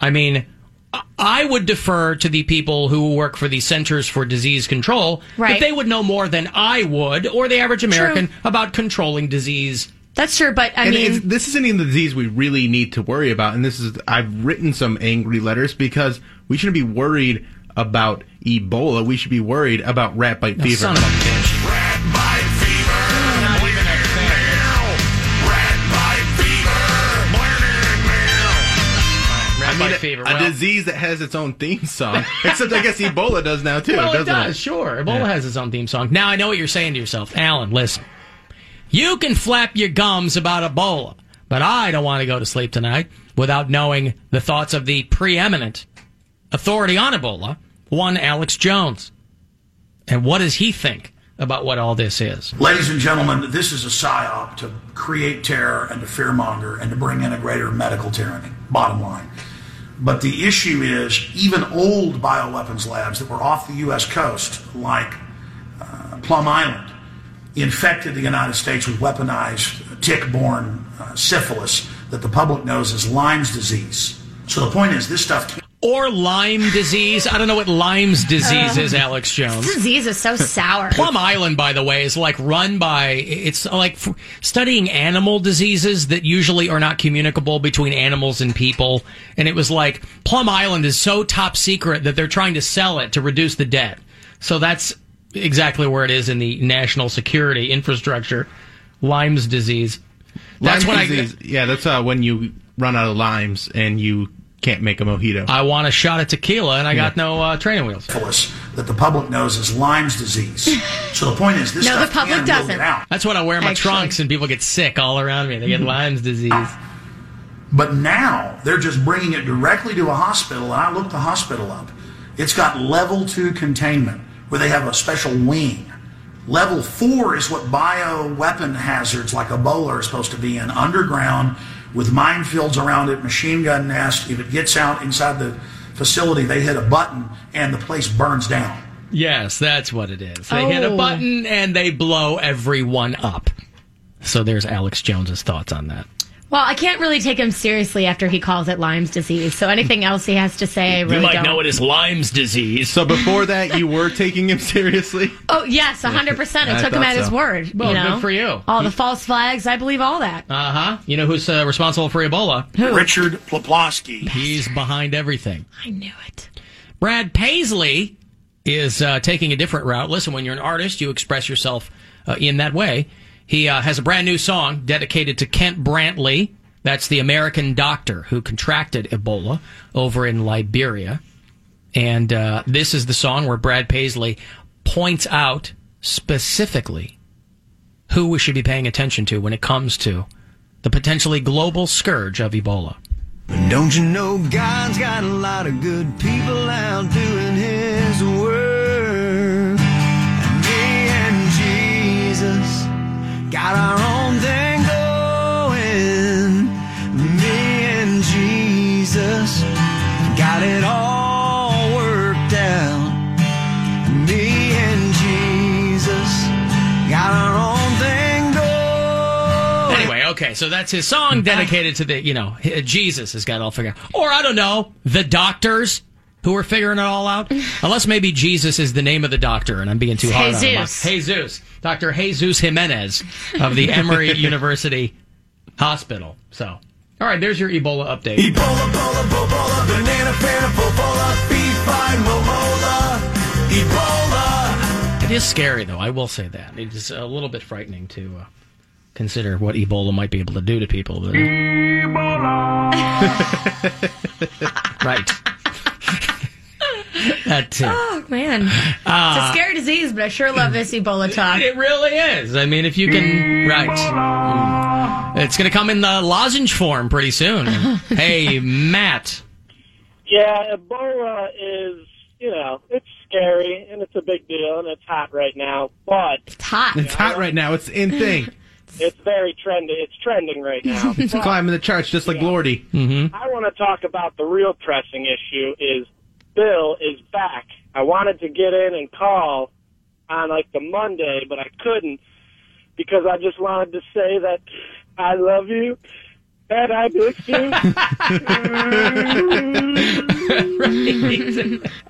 Speaker 1: I mean, I- I would defer to the people who work for the Centers for Disease Control
Speaker 12: Right.
Speaker 1: that they would know more than I would or the average
Speaker 12: True.
Speaker 1: American about controlling disease.
Speaker 12: That's true, but I
Speaker 7: and
Speaker 12: mean,
Speaker 7: it's, this isn't even the disease we really need to worry about. And this is I've written some angry letters because we shouldn't be worried about Ebola. We should be worried about rat bite fever.
Speaker 1: son of a
Speaker 7: I mean,
Speaker 1: bite fever,
Speaker 7: a
Speaker 1: well-
Speaker 7: disease that has its own theme song. Except I guess Ebola does now too,
Speaker 1: well, it
Speaker 7: doesn't
Speaker 1: does, sure. Ebola
Speaker 7: Yeah.
Speaker 1: has its own theme song. Now I know what you're saying to yourself, Alan. Listen, you can flap your gums about Ebola, but I don't want to go to sleep tonight without knowing the thoughts of the preeminent authority on Ebola, one Alex Jones. And what does he think about what all this is?
Speaker 28: Ladies and gentlemen, this is a psyop to create terror and to fearmonger and to bring in a greater medical tyranny, bottom line. But the issue is, even old bioweapons labs that were off the U.S. coast, like uh, Plum Island, infected the United States with weaponized tick borne uh, syphilis that the public knows as Lyme's disease. So the point is, this stuff can't.
Speaker 1: Or Lyme disease? I don't know what Lyme's disease
Speaker 12: Uh,
Speaker 1: is, Alex Jones.
Speaker 12: this disease is so sour.
Speaker 1: Plum Island, by the way, is like run by. It's like f- studying animal diseases that usually are not communicable between animals and people. And it was like Plum Island is so top secret that they're trying to sell it to reduce the debt. So that's exactly where it is in the national security infrastructure. Lyme's disease. That's
Speaker 7: Lyme
Speaker 1: when I-
Speaker 7: disease- yeah, that's uh, when you run out of limes and you can't make a mojito.
Speaker 1: I want a shot at tequila, and I got no uh, training wheels.
Speaker 28: That the public knows as Lyme's disease. So the point is, this
Speaker 12: No, the
Speaker 28: stuff
Speaker 12: public
Speaker 28: can really
Speaker 12: doesn't.
Speaker 1: That's when I wear my
Speaker 28: Actually.
Speaker 1: trunks, and people get sick all around me. They get Lyme's disease.
Speaker 28: But now they're just bringing it directly to a hospital, and I looked the hospital up. It's got level two containment where they have a special wing. Level four is what bioweapon hazards like Ebola are supposed to be in underground with minefields around it, machine gun nest. If it gets out inside the facility, they hit a button and the place burns down.
Speaker 1: Yes, that's what it is. They hit a
Speaker 28: Oh.
Speaker 1: button and they blow everyone up. So there's Alex Jones's thoughts on that.
Speaker 12: Well, I can't really take him seriously after he calls it Lyme's disease. So anything else he has to say, I really don't.
Speaker 1: it is Lyme's disease.
Speaker 7: So before that, you were taking him seriously.
Speaker 12: Oh yes, hundred percent. I
Speaker 7: I
Speaker 12: took him
Speaker 7: thought
Speaker 12: at his
Speaker 7: so.
Speaker 12: word.
Speaker 1: Well,
Speaker 12: you know?
Speaker 1: good for you.
Speaker 12: All the false flags, I believe all that.
Speaker 1: Uh huh. You know who's uh, responsible for Ebola?
Speaker 28: Richard Ploplasky.
Speaker 1: He's behind everything.
Speaker 12: I knew it.
Speaker 1: Brad Paisley is uh, taking a different route. Listen, when you're an artist, you express yourself uh, in that way. He uh, has a brand new song dedicated to Kent Brantley. That's the American doctor who contracted Ebola over in Liberia. And uh, this is the song where Brad Paisley points out specifically who we should be paying attention to when it comes to the potentially global scourge of Ebola.
Speaker 5: Don't you know God's got a lot of good people out doing His work? And me and Jesus got our own thing going. Me and Jesus got it all worked out. Me and Jesus got our own thing going.
Speaker 1: Anyway, okay, so that's his song dedicated to the, you know, h- Jesus has got it all figured out. Or I don't know, the doctors who are figuring it all out. Unless maybe Jesus is the name of the doctor and I'm being too hard on him.
Speaker 17: Jesus.
Speaker 1: Jesus. Dr. Jesus Jimenez of the Emory University Hospital. So, all right, there's your Ebola update.
Speaker 5: Ebola, bola, bobola, banana, banana, bobola, beef, fine, momola, Ebola.
Speaker 1: It is scary, though. I will say that it is a little bit frightening to uh, consider what Ebola might be able to do to people. But, right. that uh, too.
Speaker 12: Oh man, it's
Speaker 1: Ah.
Speaker 12: a scary disease, but I sure love this Ebola talk.
Speaker 1: It really is. I mean, if you can, right? Mm. It's going to come in the lozenge form pretty soon. hey, Matt.
Speaker 25: Yeah, Ebola is, you know, it's scary and it's a big deal and it's hot right now, but it's
Speaker 12: hot.
Speaker 7: It's hot right now. It's in thing.
Speaker 25: It's very trendy. It's trending right now.
Speaker 7: It's
Speaker 25: But
Speaker 7: climbing the charts just like Lordy. Mm-hmm.
Speaker 25: I want to talk about the real pressing issue is Bill is back. I wanted to get in and call on like the Monday, but I couldn't because I just wanted to say that I love you and I miss you.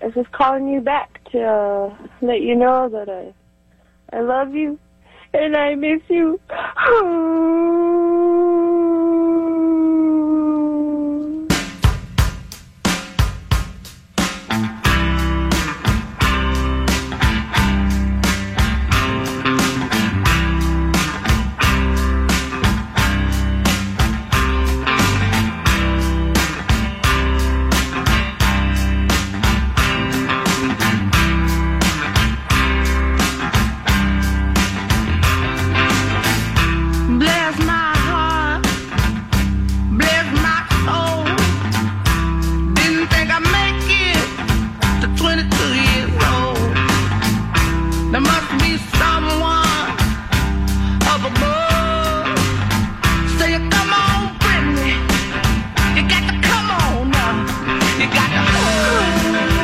Speaker 29: I was just calling you back to uh, let you know that I, I love you and I miss you.
Speaker 5: Bless my heart, bless my soul. Didn't think I'd make it to 22 years old. There must be someone up above. Say, come on, Brittany, you got to come on now. You got to.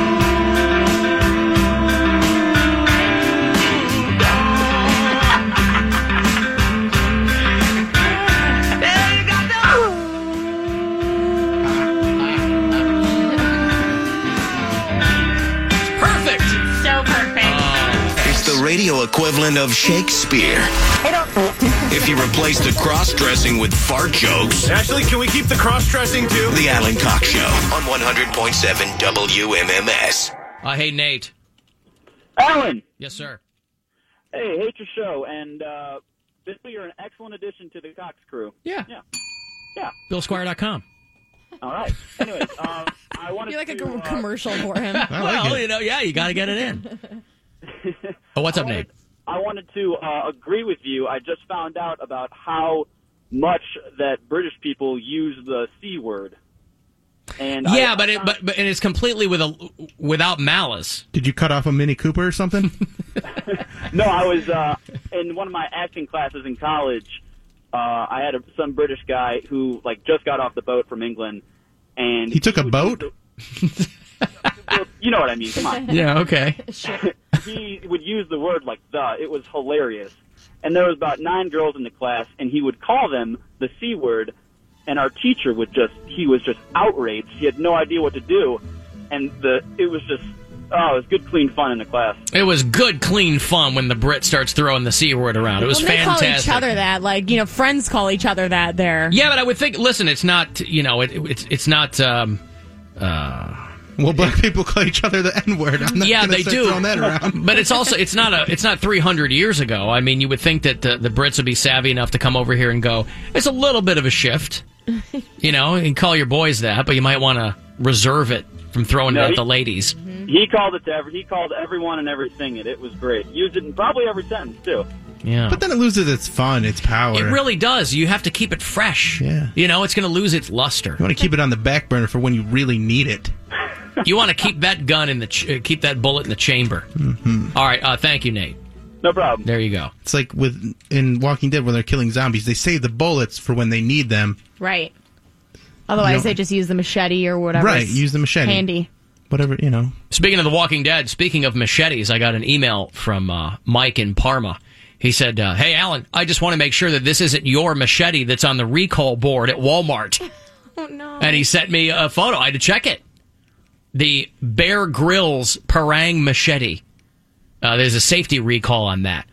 Speaker 1: Perfect.
Speaker 5: So perfect.
Speaker 2: It's the radio equivalent of Shakespeare. If you replace the cross dressing with fart jokes.
Speaker 30: Actually, can we keep the cross dressing too?
Speaker 2: The Alan Cox Show on 100.7 WMMS.
Speaker 1: Uh, hey, Nate.
Speaker 31: Alan.
Speaker 1: Yes, sir.
Speaker 31: Hey, hate your show, and uh, Bisley, you're an excellent addition to the Cox crew.
Speaker 1: Yeah.
Speaker 31: Yeah. Yeah.
Speaker 1: BillSquire.com.
Speaker 31: All right. Anyways, um, I wanted
Speaker 12: You're like a
Speaker 31: to,
Speaker 12: com-
Speaker 31: uh,
Speaker 12: commercial for him.
Speaker 1: well, you know, yeah, you got to get it in. Oh, what's up, Nate?
Speaker 31: I wanted to uh, agree with you. I just found out about how much that British people use the c word. And I-
Speaker 1: Yeah, but it but, but and it's completely with a without malice.
Speaker 7: Did you cut off a Mini Cooper or something?
Speaker 31: no, I was uh, in one of my acting classes in college. Uh, I had a, some British guy who like just got off the boat from England, and
Speaker 7: He took a boat?
Speaker 31: you know what I mean. Come on.
Speaker 1: Yeah, okay.
Speaker 31: he would use the word like the. It was hilarious. And there was about nine girls in the class, and he would call them the c word, and our teacher would just he was just outraged. He had no idea what to do, and the it was just oh, it was good clean fun in the class.
Speaker 1: It was good, clean fun when the Brit starts throwing the c word around. It was
Speaker 12: well, they
Speaker 1: fantastic.
Speaker 12: call each other that, like you know, friends call each other that. There.
Speaker 1: Yeah, but I would think. Listen, it's not. You know, it, it's it's not. Um, uh,
Speaker 7: well, black people call each other the N word.
Speaker 1: yeah, they do.
Speaker 7: Throwing that around.
Speaker 1: but it's also it's not a it's not 300 years ago. I mean, you would think that the, the Brits would be savvy enough to come over here and go. It's a little bit of a shift, you know, and call your boys that, but you might want to reserve it from throwing it
Speaker 31: No,
Speaker 1: at
Speaker 31: he-
Speaker 1: the ladies.
Speaker 32: He called it to every. He called everyone and everything it. It was great. Used it in probably every sentence too.
Speaker 7: Yeah. But then it loses its fun, its power.
Speaker 1: It really does. You have to keep it fresh.
Speaker 7: Yeah.
Speaker 1: You know, it's going to lose its luster.
Speaker 7: you want to keep it on the back burner for when you really need it.
Speaker 1: you want to keep that gun in the ch- uh, keep that bullet in the chamber.
Speaker 7: Hmm.
Speaker 1: All right, uh, thank you, Nate.
Speaker 32: No problem.
Speaker 1: There you go.
Speaker 7: Mm-hmm. It's like with in Walking Dead when they're killing zombies, they save the bullets for when they need them.
Speaker 12: Right. Otherwise,
Speaker 7: You know-
Speaker 12: they just use the machete or whatever.
Speaker 7: Right, use the machete.
Speaker 12: Handy.
Speaker 7: Whatever you know.
Speaker 1: Speaking of The Walking Dead, speaking of machetes, I got an email from uh, Mike in Parma. He said, uh, "Hey, Alan, I just want to make sure that this isn't your machete that's on the recall board at Walmart."
Speaker 12: Oh no.
Speaker 1: And he sent me a photo. I had to check it. The Bear Grylls Parang machete. Uh, there's a safety recall on that.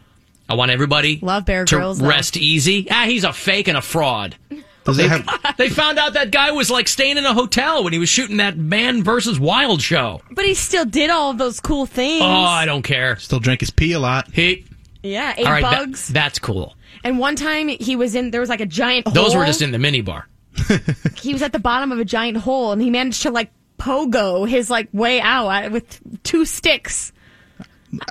Speaker 1: I want everybody love Bear to
Speaker 12: Grylls, though.
Speaker 1: rest easy. Ah, he's a fake and a fraud.
Speaker 7: they,
Speaker 1: they found out that guy was like staying in a hotel when he was shooting that Man versus Wild show.
Speaker 8: But he still did all of those cool things.
Speaker 1: Oh, I don't care.
Speaker 7: Still drink his pee a lot.
Speaker 1: He
Speaker 12: Yeah, eight
Speaker 1: all right, that-
Speaker 12: bugs.
Speaker 1: that's cool.
Speaker 12: and one time he was in. There was like a giant.
Speaker 1: Those
Speaker 12: hole.
Speaker 1: were just in the minibar.
Speaker 12: He was at the bottom of a giant hole, and he managed to like pogo his like way out at- with two sticks.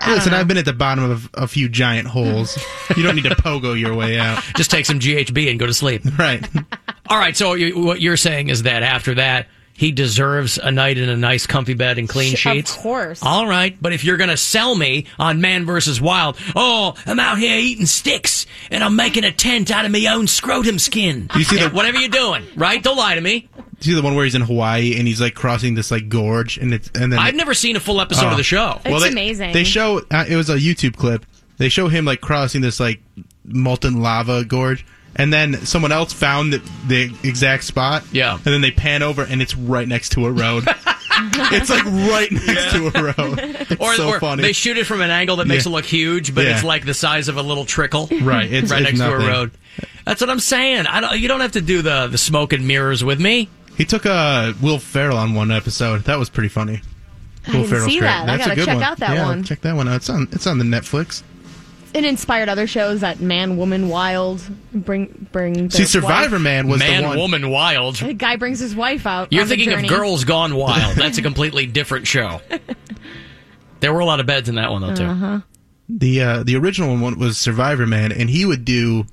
Speaker 7: Listen, I've been at the bottom of a few giant holes. you don't need to pogo your way out.
Speaker 1: Just take some GHB and go to sleep.
Speaker 7: Right.
Speaker 1: All right. So you, what you're saying is that after that, he deserves a night in a nice, comfy bed and clean
Speaker 12: Sh- of
Speaker 1: sheets.
Speaker 12: course.
Speaker 1: All right. But if you're going to sell me on Man versus Wild, oh, I'm out here eating sticks and I'm making a tent out of my own scrotum skin.
Speaker 7: You see the-
Speaker 1: And whatever you're doing, right? Don't lie to me.
Speaker 7: Do you see the one where he's in Hawaii and he's like crossing this like gorge and it's and then
Speaker 1: I've never seen a full episode
Speaker 7: Oh.
Speaker 1: of the show.
Speaker 7: Well, they- They show uh, it was a YouTube clip. They show him like crossing this like molten lava gorge, and then someone else found the, the exact spot. Yeah, and then they pan over and it's right next to a road. it's like right next to a road. It's
Speaker 1: or,
Speaker 7: so
Speaker 1: or
Speaker 7: funny.
Speaker 1: they shoot it from an angle that makes
Speaker 7: Yeah.
Speaker 1: it look huge, but
Speaker 7: Yeah.
Speaker 1: it's like the size of a little trickle.
Speaker 7: Right, it's-
Speaker 1: right
Speaker 7: it's
Speaker 1: next to
Speaker 7: nothing.
Speaker 1: a road. That's what I'm saying. I don't, you don't have to do the the smoke and mirrors with me.
Speaker 7: he took uh, Will Ferrell on one episode. That was pretty funny.
Speaker 12: I didn't see
Speaker 7: great.
Speaker 12: that. I
Speaker 7: That's
Speaker 12: gotta
Speaker 7: a good
Speaker 12: check
Speaker 7: one.
Speaker 12: out that
Speaker 7: Yeah,
Speaker 12: one.
Speaker 7: Check that one out. It's on. It's on the Netflix.
Speaker 12: It inspired other shows that Man, Woman, Wild bring bring.
Speaker 7: See,
Speaker 12: their
Speaker 7: Survivor
Speaker 12: wife-
Speaker 7: Man was the
Speaker 1: Man,
Speaker 7: one.
Speaker 1: woman, wild.
Speaker 12: The guy brings his wife out.
Speaker 1: You're
Speaker 12: on the
Speaker 1: thinking of
Speaker 12: journey.
Speaker 1: Girls Gone Wild. That's a completely different show. There were a lot of beds in that one though too.
Speaker 12: Uh-huh.
Speaker 7: the uh, the original one was Survivor Man, and he would do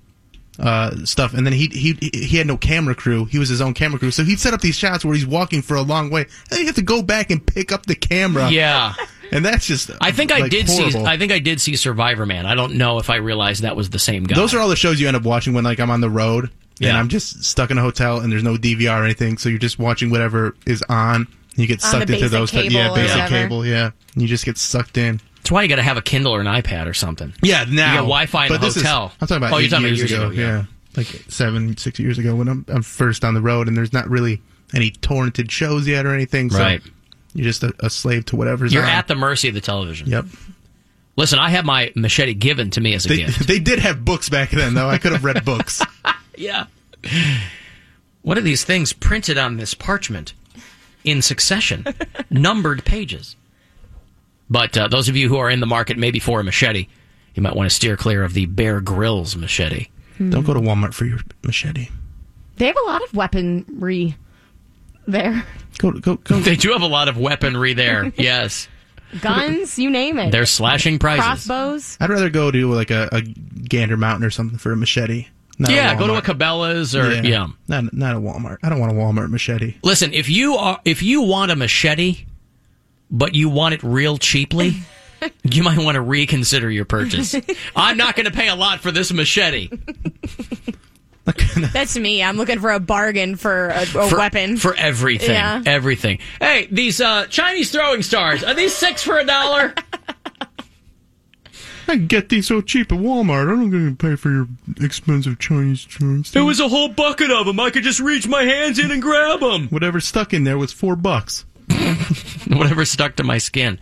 Speaker 7: uh, stuff, and then he he he had no camera crew. He was his own camera crew, so he'd set up these shots where he's walking for a long way, and you have to go back and pick up the camera.
Speaker 1: Yeah.
Speaker 7: and that's just
Speaker 1: I think I
Speaker 7: like,
Speaker 1: did see.
Speaker 7: horrible.
Speaker 1: I think I did see Survivor Man. I don't know if I realized that was the same guy.
Speaker 7: Those are all the shows you end up watching when like I'm on the road and
Speaker 1: Yeah.
Speaker 7: I'm just stuck in a hotel and there's no DVR or anything, so you're just watching whatever is on. You get
Speaker 1: On
Speaker 7: sucked
Speaker 1: the
Speaker 7: into
Speaker 1: basic
Speaker 7: those. type-
Speaker 1: cable
Speaker 7: yeah,
Speaker 1: or
Speaker 7: basic
Speaker 1: whatever.
Speaker 7: cable. Yeah, you just get sucked in.
Speaker 1: That's why you got to have a Kindle or an iPad or something.
Speaker 7: Yeah,
Speaker 1: You
Speaker 7: now
Speaker 1: got Wi-Fi in
Speaker 7: But
Speaker 1: a
Speaker 7: this is-
Speaker 1: hotel.
Speaker 7: I'm talking about
Speaker 1: oh,
Speaker 7: eight
Speaker 1: you're talking
Speaker 7: years,
Speaker 1: about years ago.
Speaker 7: yeah. like seven, six years ago when I'm, I'm first on the road, and there's not really any torrented shows yet or anything. So
Speaker 1: Right.
Speaker 7: You're just a, a slave to whatever's
Speaker 1: You're
Speaker 7: on.
Speaker 1: at the mercy of the television.
Speaker 7: Yep.
Speaker 1: Listen, I had my machete given to me as a
Speaker 7: they,
Speaker 1: gift.
Speaker 7: they did have books back then, though. I could have read books.
Speaker 1: Yeah. What are these things printed on this parchment in succession, numbered pages? But uh, those of you who are in the market, maybe for a machete, you might want to steer clear of the Bear Grylls machete.
Speaker 12: Hmm. Don't go
Speaker 7: to Walmart for your machete.
Speaker 12: They have a lot of weaponry there.
Speaker 7: Go, go, go.
Speaker 1: They do have a lot of weaponry there. Yes,
Speaker 12: Guns, you name it.
Speaker 1: they're slashing prices.
Speaker 12: Crossbows.
Speaker 7: I'd rather go to like a, a Gander Mountain or something for a machete. Not
Speaker 1: yeah, go to a
Speaker 7: Walmart.
Speaker 1: Cabela's or yeah.
Speaker 7: Not, not a Walmart. I don't want a Walmart machete.
Speaker 1: Listen, if you are if you want a machete, but you want it real cheaply, you might want to reconsider your purchase. I'm not going to pay a lot for this machete.
Speaker 8: That's me. I'm looking for a bargain for a, a weapon.
Speaker 1: for everything.
Speaker 8: Yeah.
Speaker 1: Everything. Hey, these uh, Chinese throwing stars are these six for a dollar?
Speaker 7: I can get these so cheap at Walmart. I'm not going to pay for your expensive Chinese drinks.
Speaker 1: there was a whole bucket of them. I could just reach my hands in and grab them.
Speaker 7: Whatever stuck in there was four bucks.
Speaker 1: Whatever stuck to my skin.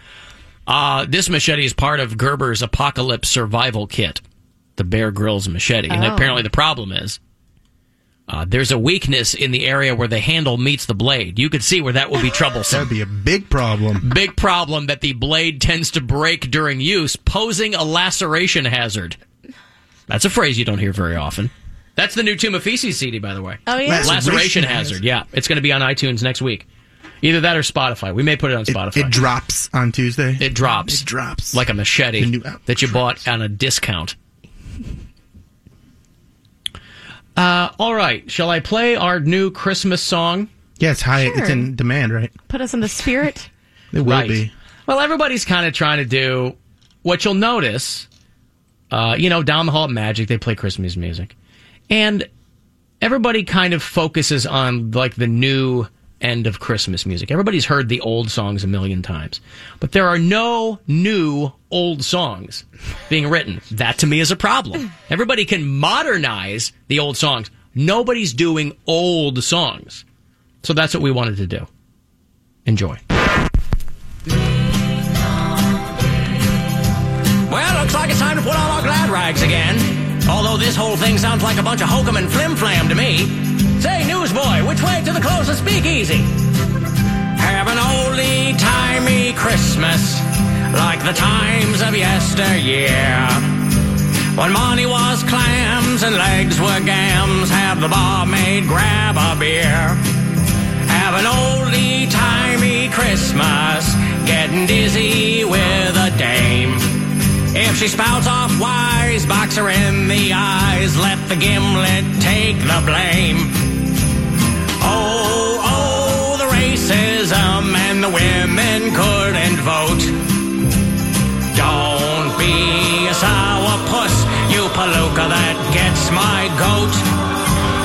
Speaker 1: Uh, this machete is part of Gerber's apocalypse survival kit, the Bear Grylls machete. And
Speaker 11: Oh.
Speaker 1: apparently, the problem is uh, there's a weakness in the area where the handle meets the blade. You could see where that would be troublesome.
Speaker 7: That'd be a big problem.
Speaker 1: Big problem that the blade tends to break during use, posing a laceration hazard. That's a phrase you don't hear very often. That's the new Tomafisi CD, by the way.
Speaker 8: Oh, yeah?
Speaker 1: Laceration
Speaker 8: Laceration
Speaker 1: hazard. Yeah, it's going to be on iTunes next week. Either that or Spotify. We may put it on Spotify.
Speaker 7: It drops on Tuesday.
Speaker 1: It drops.
Speaker 7: It drops.
Speaker 1: like a machete that you bought on a discount. Uh, all right. Shall I play our new Christmas song?
Speaker 7: Yes, high.
Speaker 1: Sure.
Speaker 7: It's in demand, right?
Speaker 12: Put us in the spirit.
Speaker 7: It will be.
Speaker 1: Well, everybody's kind of trying to do what you'll notice. Uh, you know, down the hall at Magic, they play Christmas music, and everybody kind of focuses on like the new end of Christmas music. Everybody's heard the old songs a million times, but there are no new old songs being written. That to me is a problem. Everybody can modernize the old songs. Nobody's doing old songs. So that's what we wanted to do. Enjoy.
Speaker 6: Well, looks like it's time to put on our glad rags again. Although this whole thing sounds like a bunch of hokum and flim flam to me. Say, newsboy, which way to the closest speakeasy? Have an oldie timey Christmas, like the times of yesteryear. When money was clams and legs were gams, have the barmaid grab a beer. Have an oldie timey Christmas, getting dizzy with a dame. If she spouts off wise, box her in the eyes, let the gimlet take the blame. Oh, oh, the racism and the women couldn't vote. Don't be a sour puss, you palooka that gets my goat.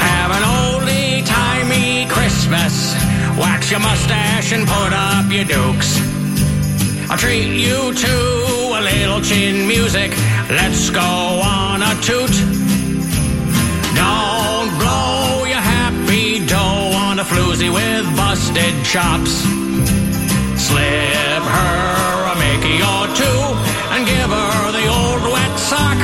Speaker 6: Have an oldie timey Christmas, wax your mustache and put up your dukes. I'll treat you to a little chin music. Let's go on a toot. Don't blow your happy dough on a floozy with busted chops. Slip her a Mickey or two and give her the old wet sock.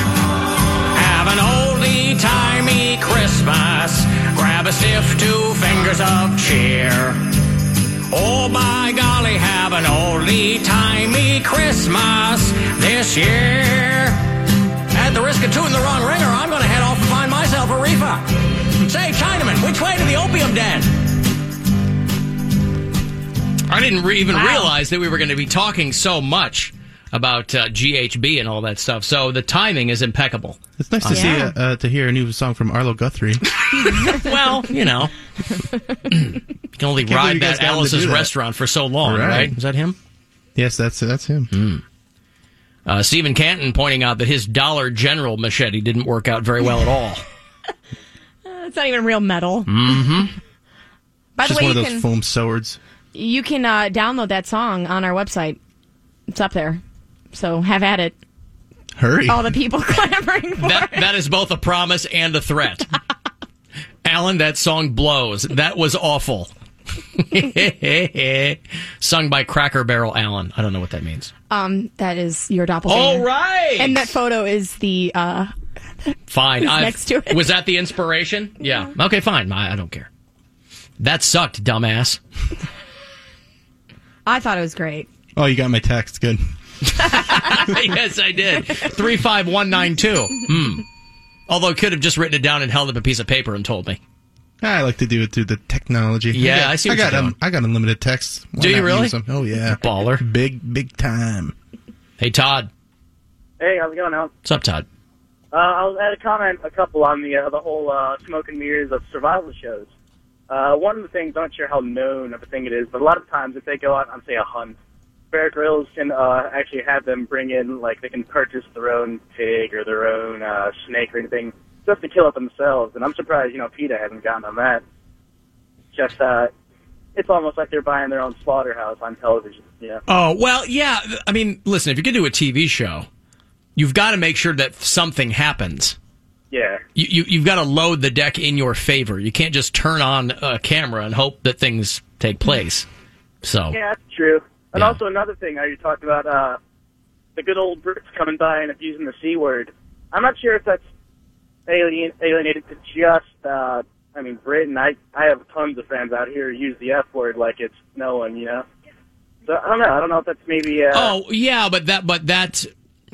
Speaker 6: Have an oldie timey Christmas. Grab a stiff two fingers of cheer. Oh, by golly, have an oldie timey Christmas this year. At the risk of tooting the wrong ringer, I'm going to head off and find myself a reefer. Say, Chinaman, which way to the opium den?
Speaker 1: I didn't re- even
Speaker 6: Wow.
Speaker 1: realize that we were going to be talking so much about uh, GHB and all that stuff. So the timing is impeccable.
Speaker 7: It's nice to
Speaker 1: Uh,
Speaker 7: see uh, to hear a new song from Arlo Guthrie.
Speaker 1: well, you know, you can only
Speaker 7: I can't believe you
Speaker 1: ride
Speaker 7: guys
Speaker 1: that
Speaker 7: got him to
Speaker 1: Alice's
Speaker 7: do that.
Speaker 1: restaurant for so long, right?
Speaker 7: Right.
Speaker 1: Is that him? Hmm.
Speaker 7: yes, that's that's him.
Speaker 1: Uh, Stephen Canton pointing out that his Dollar General machete didn't work out very well at all.
Speaker 12: Uh, It's not even real metal.
Speaker 1: Mm-hmm.
Speaker 12: By the
Speaker 7: Just
Speaker 12: way,
Speaker 7: one
Speaker 12: you
Speaker 7: of those
Speaker 12: can
Speaker 7: foam swords.
Speaker 12: you can uh, download that song on our website. It's up there. So have at it.
Speaker 7: Hurry!
Speaker 12: All the people clamoring for
Speaker 1: That, that is both a promise and a threat. Alan, that song blows. That was awful. Sung by Cracker Barrel Allen. I don't know what that means.
Speaker 12: um that is your doppelganger.
Speaker 1: All right.
Speaker 12: And that photo is the uh
Speaker 1: Fine.
Speaker 12: It's
Speaker 1: I've-
Speaker 12: next to it.
Speaker 1: Was that the inspiration? Yeah. Okay, fine. I, I don't care. That sucked, dumbass.
Speaker 12: I thought it was great.
Speaker 7: Oh, you got my text. Good.
Speaker 1: yes, I did. 35192. Hmm. Although I could have just written it down and held up a piece of paper and told me.
Speaker 7: I like to do it through the technology.
Speaker 1: Yeah,
Speaker 7: got-
Speaker 1: I see what
Speaker 7: got
Speaker 1: you're
Speaker 7: um,
Speaker 1: doing.
Speaker 7: I got unlimited texts. Why
Speaker 1: Do you
Speaker 7: not
Speaker 1: really?
Speaker 7: use them? Oh yeah,
Speaker 1: baller,
Speaker 7: big big time.
Speaker 1: Hey Todd,
Speaker 25: Hey, how's it going, Alan?
Speaker 1: what's up, Todd?
Speaker 25: Uh, I was had a comment, a couple on the uh, the whole uh, smoke and mirrors of survival shows. Uh, one of the things, I'm not sure how known of a thing it is, but a lot of times if they go out on, say, a hunt, Bear Grylls can uh, actually have them bring in, like, they can purchase their own pig or their own uh, snake or anything just to kill it themselves. And I'm surprised, you know, PETA hasn't gotten on that. Just, uh, it's almost like they're buying their own slaughterhouse on television, you know?
Speaker 1: Oh, well, yeah. I mean, listen, if you're going to do a TV show, you've got to make sure that something happens.
Speaker 25: Yeah.
Speaker 1: You, you, you've got to load the deck in your favor. You can't just turn on a camera and hope that things take place.
Speaker 7: Oh.
Speaker 1: So,
Speaker 25: Yeah, that's true. And also another thing, how you talked about uh, the good old Brits coming by and abusing the c word. I'm not sure if that's alien, alienated to just, uh, I mean, Britain. I I have tons of friends out here who use the f word like it's no one, you know. So I don't know. I don't know if that's maybe. Uh,
Speaker 1: oh yeah, but that but that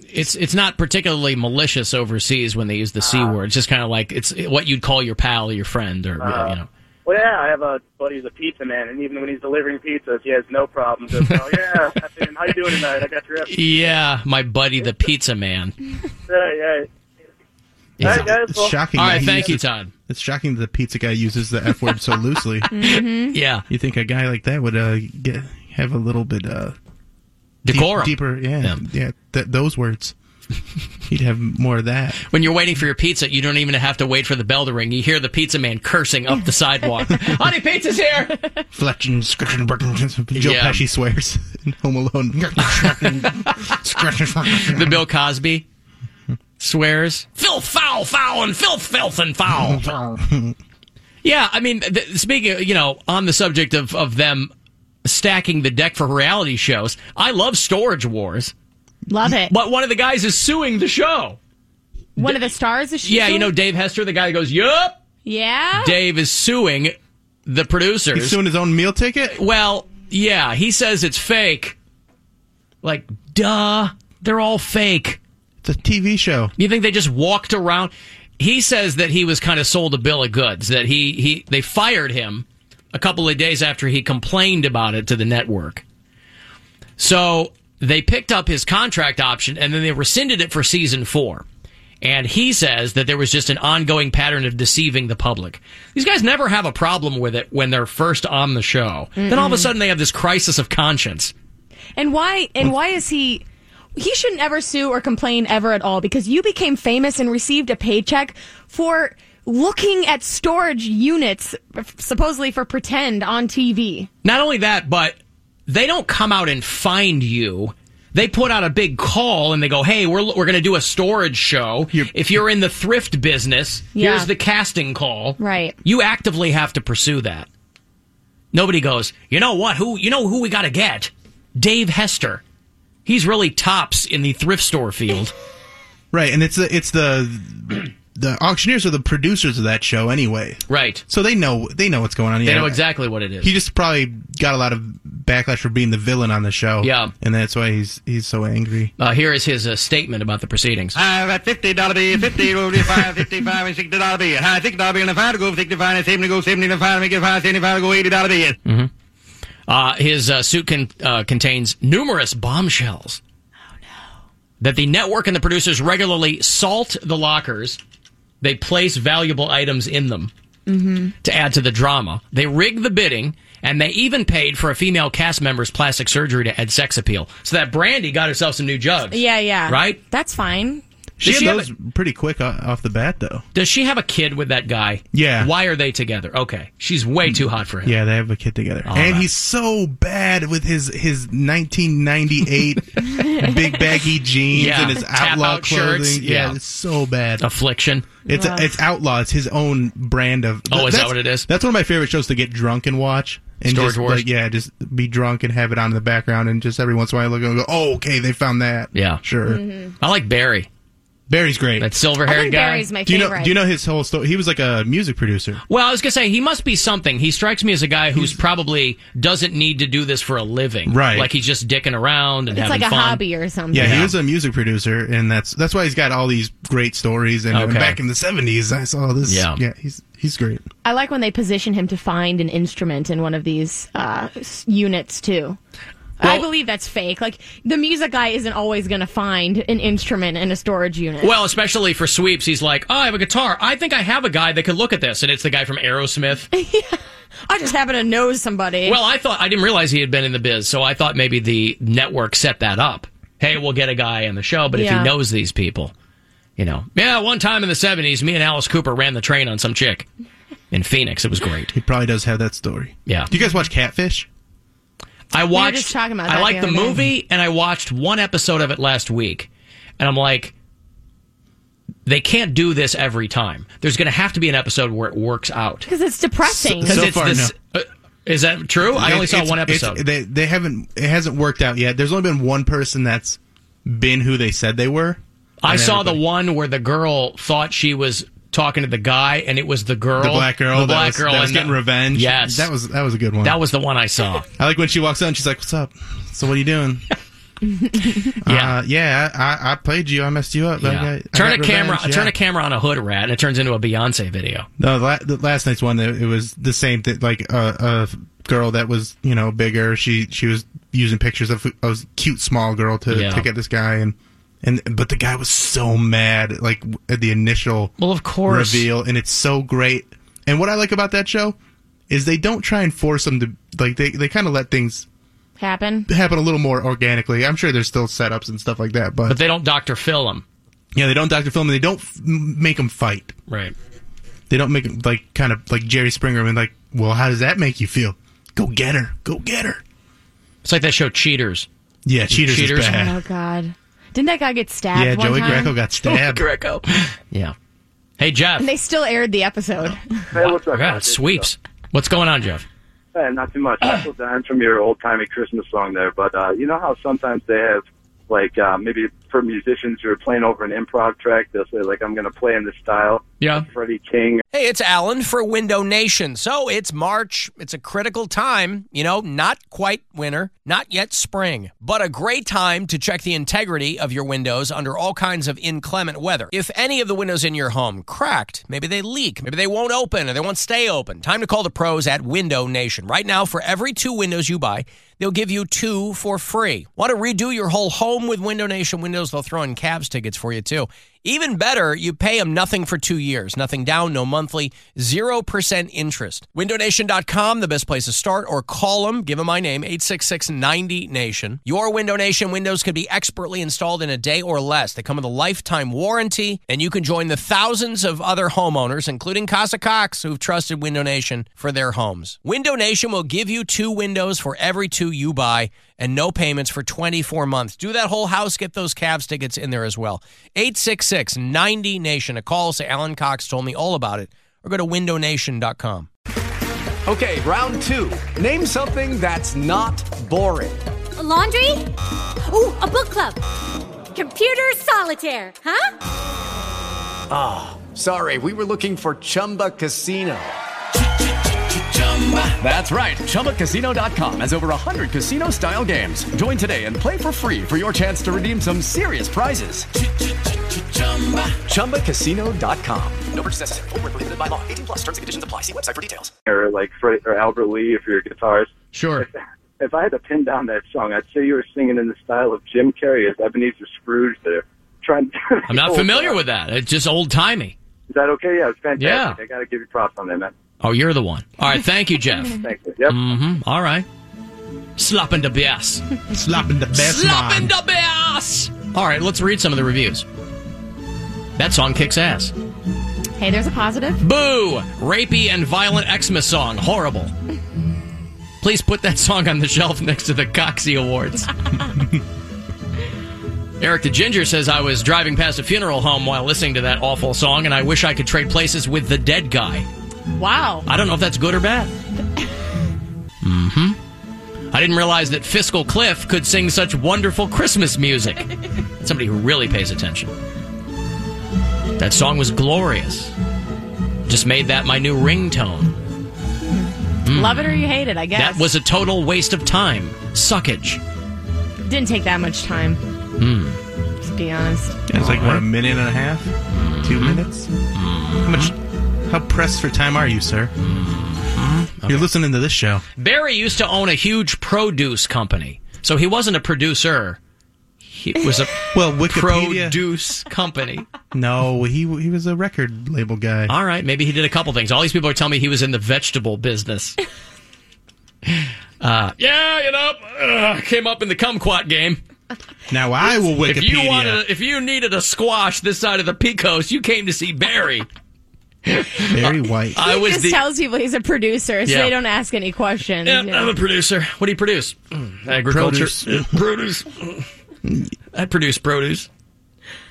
Speaker 1: it's it's not particularly malicious overseas when they use the c word. It's just kind of like it's what you'd call your pal, or your friend, or you know.
Speaker 25: Uh, Well, yeah, I have a buddy who's a pizza man, and even when he's delivering pizzas, he has no problem. Just, oh, yeah, afternoon, how you doing tonight? I got your recipe.
Speaker 1: Yeah, my buddy, the pizza man.
Speaker 25: Yeah, yeah. All right, guys, well-
Speaker 7: shocking.
Speaker 1: All right,
Speaker 7: that he
Speaker 1: thank you,
Speaker 7: uses-
Speaker 1: Todd.
Speaker 7: It's shocking that the pizza guy uses the F word so loosely.
Speaker 25: Mm-hmm.
Speaker 1: Yeah.
Speaker 7: You think a guy like that would uh, get have a little bit uh, deep-
Speaker 1: Decorum.
Speaker 7: deeper, yeah, yeah. th- those words. He'd have more of that.
Speaker 1: When you're waiting for your pizza, you don't even have to wait for the bell to ring. You hear the pizza man cursing up the sidewalk. Honey, pizza's here.
Speaker 7: Fletching, scratching, barking. Joe
Speaker 1: Yeah.
Speaker 7: Pesci swears in Home Alone.
Speaker 1: the Bill Cosby swears. Filth, foul, foul, and filth, filth, and foul. yeah, I mean, th- speaking, of, you know, on the subject of, of them stacking the deck for reality shows, I love Storage Wars.
Speaker 12: Love it.
Speaker 1: But one of the guys is suing the show.
Speaker 12: One of the stars is Oh.
Speaker 1: Yeah, you know, Dave Hester, the guy that goes, Yup,
Speaker 12: Yeah.
Speaker 1: Dave is suing the producers.
Speaker 7: He's suing his own meal ticket?
Speaker 1: Well, yeah, he says it's fake. Like, duh, they're all fake.
Speaker 7: It's a TV show.
Speaker 1: You think they just walked around? He says that he was kind of sold a bill of goods. That he he they fired him a couple of days after he complained about it to the network. So they picked up his contract option and then they rescinded it for season four. And he says that there was just an ongoing pattern of deceiving the public. These guys never have a problem with it when they're first on the show. Then all of a
Speaker 12: Mm-mm.
Speaker 1: sudden they have this crisis of conscience.
Speaker 12: And why and why is he he shouldn't ever sue or complain ever at all because you became famous and received a paycheck for looking at storage units supposedly for pretend on TV.
Speaker 1: Not only that, but they don't come out and find you. They put out a big call and they go, "Hey, we're we're going to do a storage show. if you're in the thrift business,
Speaker 12: Yeah.
Speaker 1: here's the casting call."
Speaker 12: Right.
Speaker 1: You actively have to pursue that. Nobody goes, "You know what? Who you know who we got to get? Dave Hester. He's really tops in the thrift store field."
Speaker 7: Right, and it's the it's the the auctioneers are the producers of that show anyway.
Speaker 1: Right.
Speaker 7: So they know they know what's going on.
Speaker 1: They
Speaker 7: Yeah.
Speaker 1: know exactly what it is.
Speaker 7: He just probably got a lot of backlash for being the villain on the show.
Speaker 1: Yeah.
Speaker 7: and that's why he's he's so angry.
Speaker 1: uh, here is his uh, statement about the proceedings.
Speaker 26: I've got fifty dollar bill, fifty over five, fifty five and sixty dollar bill. High sixty dollar bill and a five to go, sixty five and seventy to go, seventy to five, make it five, seventy five to go, eighty dollar bill.
Speaker 1: hmm Uh, his uh, suit con- uh, contains numerous bombshells.
Speaker 12: Oh,
Speaker 1: That the network and the producers regularly salt the lockers. They place valuable items in them
Speaker 5: Mm-hmm.
Speaker 1: to add to the drama. They rigged the bidding, and they even paid for a female cast member's plastic surgery to add sex appeal. So that Brandy got herself some new jugs.
Speaker 12: Yeah, yeah.
Speaker 1: Right?
Speaker 12: That's fine.
Speaker 7: She had
Speaker 1: Does she have
Speaker 7: those pretty quick o- off the bat though.
Speaker 1: Does she have a kid with that guy?
Speaker 7: Yeah. Mm.
Speaker 1: Why are they together? Okay. She's way too hot for him.
Speaker 7: Yeah, they have a kid together,
Speaker 1: Oh,
Speaker 7: and
Speaker 1: that-
Speaker 7: he's so bad with his his 1998 big baggy jeans
Speaker 1: Yeah.
Speaker 7: and his
Speaker 1: Tap
Speaker 7: outlaw
Speaker 1: out
Speaker 7: clothing.
Speaker 1: shirts, yeah.
Speaker 7: it's so bad.
Speaker 1: Affliction.
Speaker 7: It's
Speaker 1: Ugh.
Speaker 7: it's outlaw. It's his own brand of.
Speaker 1: Oh, is that
Speaker 7: that's-
Speaker 1: what it is?
Speaker 7: That's one of my favorite shows to get drunk and watch. And
Speaker 1: Storage
Speaker 7: just,
Speaker 1: Wars?
Speaker 7: Like, yeah, just be drunk and have it on in the background, and just every once in a while I look and go, "Oh, okay, they found that."
Speaker 1: Yeah.
Speaker 7: sure.
Speaker 1: I like Barry.
Speaker 7: Barry's great.
Speaker 1: That silver haired guy.
Speaker 7: do you Know, do you know his whole story? He was like a music producer.
Speaker 1: Well, I was gonna say he must be something. He strikes me as a guy who's probably doesn't need to do this for a living,
Speaker 7: Right.
Speaker 1: Like he's just dicking around and
Speaker 12: It's
Speaker 1: having
Speaker 12: like a
Speaker 1: fun.
Speaker 12: hobby or something.
Speaker 7: Yeah, he was a music producer, and that's that's why he's got all these great stories. And, and
Speaker 1: Okay.
Speaker 7: back in the seventies, I saw this.
Speaker 1: Yeah.
Speaker 7: he's he's great.
Speaker 12: I like when they position him to find an instrument in one of these uh, s- units too. I
Speaker 1: Well-
Speaker 12: believe that's fake. Like the music guy isn't always going to find an instrument in a storage unit.
Speaker 1: Well, especially for sweeps, he's like, "Oh, I have a guitar. I think I have a guy that could look at this," and it's the guy from Aerosmith.
Speaker 12: I just happen to know somebody.
Speaker 1: well, I thought I didn't realize he had been in the biz, so I thought maybe the network set that up. Hey, we'll get a guy on the show, but if
Speaker 12: Yeah.
Speaker 1: he knows these people, you know, yeah. One time in the '70s, me and Alice Cooper ran the train on some chick in Phoenix. It was great.
Speaker 7: He probably does have that story.
Speaker 1: Yeah.
Speaker 7: Do you guys watch Catfish?
Speaker 1: I
Speaker 7: were
Speaker 1: watched.
Speaker 7: just talking about
Speaker 1: I
Speaker 7: that
Speaker 1: like
Speaker 7: the
Speaker 1: the,
Speaker 7: other day.
Speaker 1: movie, and I watched one episode of it last week, and I'm like, they can't do this every time. There's going to have to be an episode where it works out.
Speaker 12: because it's depressing.
Speaker 1: Because it's this- uh, is that true? I only
Speaker 7: It-
Speaker 1: saw
Speaker 7: it's-
Speaker 1: one
Speaker 7: it's-
Speaker 1: episode.
Speaker 7: They they haven't it hasn't worked out yet. There's only been one person that's been who they said they were.
Speaker 1: I
Speaker 7: And
Speaker 1: saw the one where the girl thought she was talking to the guy, and it was the girl,
Speaker 7: The black girl,
Speaker 1: the
Speaker 7: that
Speaker 1: black
Speaker 7: was,
Speaker 1: girl,
Speaker 7: that was
Speaker 1: and the-
Speaker 7: getting revenge.
Speaker 1: Yes,
Speaker 7: that was that was a good one.
Speaker 1: That was the one I saw.
Speaker 7: I like when she walks out and she's like, "What's up?" So what are you doing? Yeah, uh, yeah. I, I played you. I messed you up.
Speaker 1: Yeah.
Speaker 7: I, got- I
Speaker 1: turn a
Speaker 7: got
Speaker 1: camera.
Speaker 7: revenge,
Speaker 1: Turn
Speaker 7: yeah.
Speaker 1: a camera on a hood rat, and it turns into a Beyonce video.
Speaker 7: No, la- the last night's one. It it was the same thing. Like uh, a f- girl that was you know bigger. She she was using pictures of a cute small girl to
Speaker 1: Yeah.
Speaker 7: to get this guy and. And but the guy was so mad, like w- at the initial
Speaker 1: well, of course.
Speaker 7: reveal, and it's so great. And what I like about that show is they don't try and force them to like they they kind of let things
Speaker 12: Happen.
Speaker 7: happen a little more organically. I'm sure there's still setups and stuff like that, but
Speaker 1: But they don't Dr. Phil them.
Speaker 7: yeah, they don't Dr. Film and they don't f- m- make them fight.
Speaker 1: Right.
Speaker 7: They don't make 'em, like kind of like Jerry Springer and like, well, how does that make you feel? Go get her. Go get her.
Speaker 1: It's like that show Cheaters.
Speaker 7: Yeah, Cheaters is bad.
Speaker 12: Oh God! Didn't that guy get stabbed?
Speaker 1: Yeah,
Speaker 12: one
Speaker 1: Joey
Speaker 12: time?
Speaker 1: Greco got stabbed. Joey
Speaker 7: Greco.
Speaker 1: Yeah. Hey Jeff.
Speaker 12: And they still aired the episode.
Speaker 4: Hey, what's up?
Speaker 1: Yeah, it sweeps. What's going on, Jeff?
Speaker 4: Hey, eh, not too much. I feel down from your old timey Christmas song there, but uh, you know how sometimes they have, like, uh, maybe for musicians who are playing over an improv track, they'll say, like, I'm going to play in this style.
Speaker 1: Yeah.
Speaker 4: Freddie King.
Speaker 33: Hey, it's Alan for Window Nation. So it's March. It's a critical time, you know, not quite winter, not yet spring, but a great time to check the integrity of your windows under all kinds of inclement weather. If any of the windows in your home cracked, maybe they leak, maybe they won't open or they won't stay open, time to call the pros at Window Nation. Right now, for every two windows you buy, They'll give you two for free. Want to redo your whole home with Window Nation windows? They'll throw in Cavs tickets for you too. Even better, you pay them nothing for two years, nothing down, no monthly, 0% interest. WindowNation.com, the best place to start, or call them, give them my name, 866-90-NATION. Your Window Nation windows could be expertly installed in a day or less. They come with a lifetime warranty, and you can join the thousands of other homeowners, including Casa Cox, who've trusted Window Nation for their homes. Window Nation will give you two windows for every two you buy and no payments for 24 months. Do that whole house. Get those Cavs tickets in there as well. 866 90 Nation. A call. Say Alan Cox told me all about it. Or go to windownation.com.
Speaker 5: Okay, round two. Name something that's not boring.
Speaker 34: A laundry? Ooh, a book club. Computer solitaire, huh?
Speaker 5: Ah, sorry, we were looking for Chumba Casino. That's right, ChumbaCasino.com has over 100 casino style games. Join today and play for free for your chance to redeem some serious prizes. ChumbaCasino.com. No purchase necessary, Void where prohibited by law, 18 plus terms and conditions apply. See website for details.
Speaker 4: Or, like, Freddie, or Albert Lee, if you're a guitarist.
Speaker 1: Sure.
Speaker 4: If I had to pin down that song, I'd say you were singing in the style of Jim Carrey as Ebenezer Scrooge there. Trying
Speaker 1: I'm not familiar with that. It's just old timey.
Speaker 4: Is that okay? Yeah, it's fantastic.
Speaker 1: Yeah.
Speaker 4: I got to give you props on that, man.
Speaker 1: Oh, you're the one. All right, thank you, Jeff.
Speaker 4: Thank you. Yep.
Speaker 1: Mm-hmm. All right. Slopping the bass.
Speaker 7: Slopping the
Speaker 1: bass. Slopping
Speaker 33: the
Speaker 1: bass. All right, let's read some of the reviews. That song kicks ass.
Speaker 12: hey, there's a positive.
Speaker 1: Boo! Rapey and violent Xmas song. Horrible. Please put that song on the shelf next to the Coxie Awards. Eric the Ginger says, I was driving past a funeral home while listening to that awful song, and I wish I could trade places with the dead guy.
Speaker 12: Wow.
Speaker 1: I don't know if that's good or bad. hmm. I didn't realize that Fiscal Cliff could sing such wonderful Christmas music. Somebody who really pays attention. That song was glorious. Just made that my new ringtone. Mm.
Speaker 12: Love it or you hate it, I guess.
Speaker 1: That was a total waste of time. Suckage.
Speaker 12: Didn't take that much time,
Speaker 1: Mm.
Speaker 12: to be honest.
Speaker 7: It was like what a minute and a half, two
Speaker 1: Mm-hmm.
Speaker 7: minutes. How much? How pressed for time are you, sir?
Speaker 1: Mm-hmm.
Speaker 7: You're listening to this show.
Speaker 1: Barry used to own a huge produce company, so he wasn't a producer. He was a
Speaker 7: well Wikipedia-
Speaker 1: produce company. Uh,
Speaker 7: No, he he was a record label guy.
Speaker 1: All right, maybe he did a couple things. All these people are telling me he was in the vegetable business. Uh, yeah, you know, uh, came up in the kumquat game.
Speaker 7: Now I will Wikipedia.
Speaker 1: If you wanted, if you needed a squash this side of the Pecos, you came to see Barry. uh,
Speaker 7: Barry White.
Speaker 1: I
Speaker 12: he
Speaker 1: was
Speaker 12: just
Speaker 1: the.
Speaker 12: tells people he's a producer, so
Speaker 1: Yeah.
Speaker 12: they don't ask any questions.
Speaker 1: Yeah,
Speaker 12: you
Speaker 1: I'm
Speaker 12: know.
Speaker 1: a producer. What do you produce? Mm, Agriculture.
Speaker 7: Produce.
Speaker 1: Uh, Produce. I produce produce.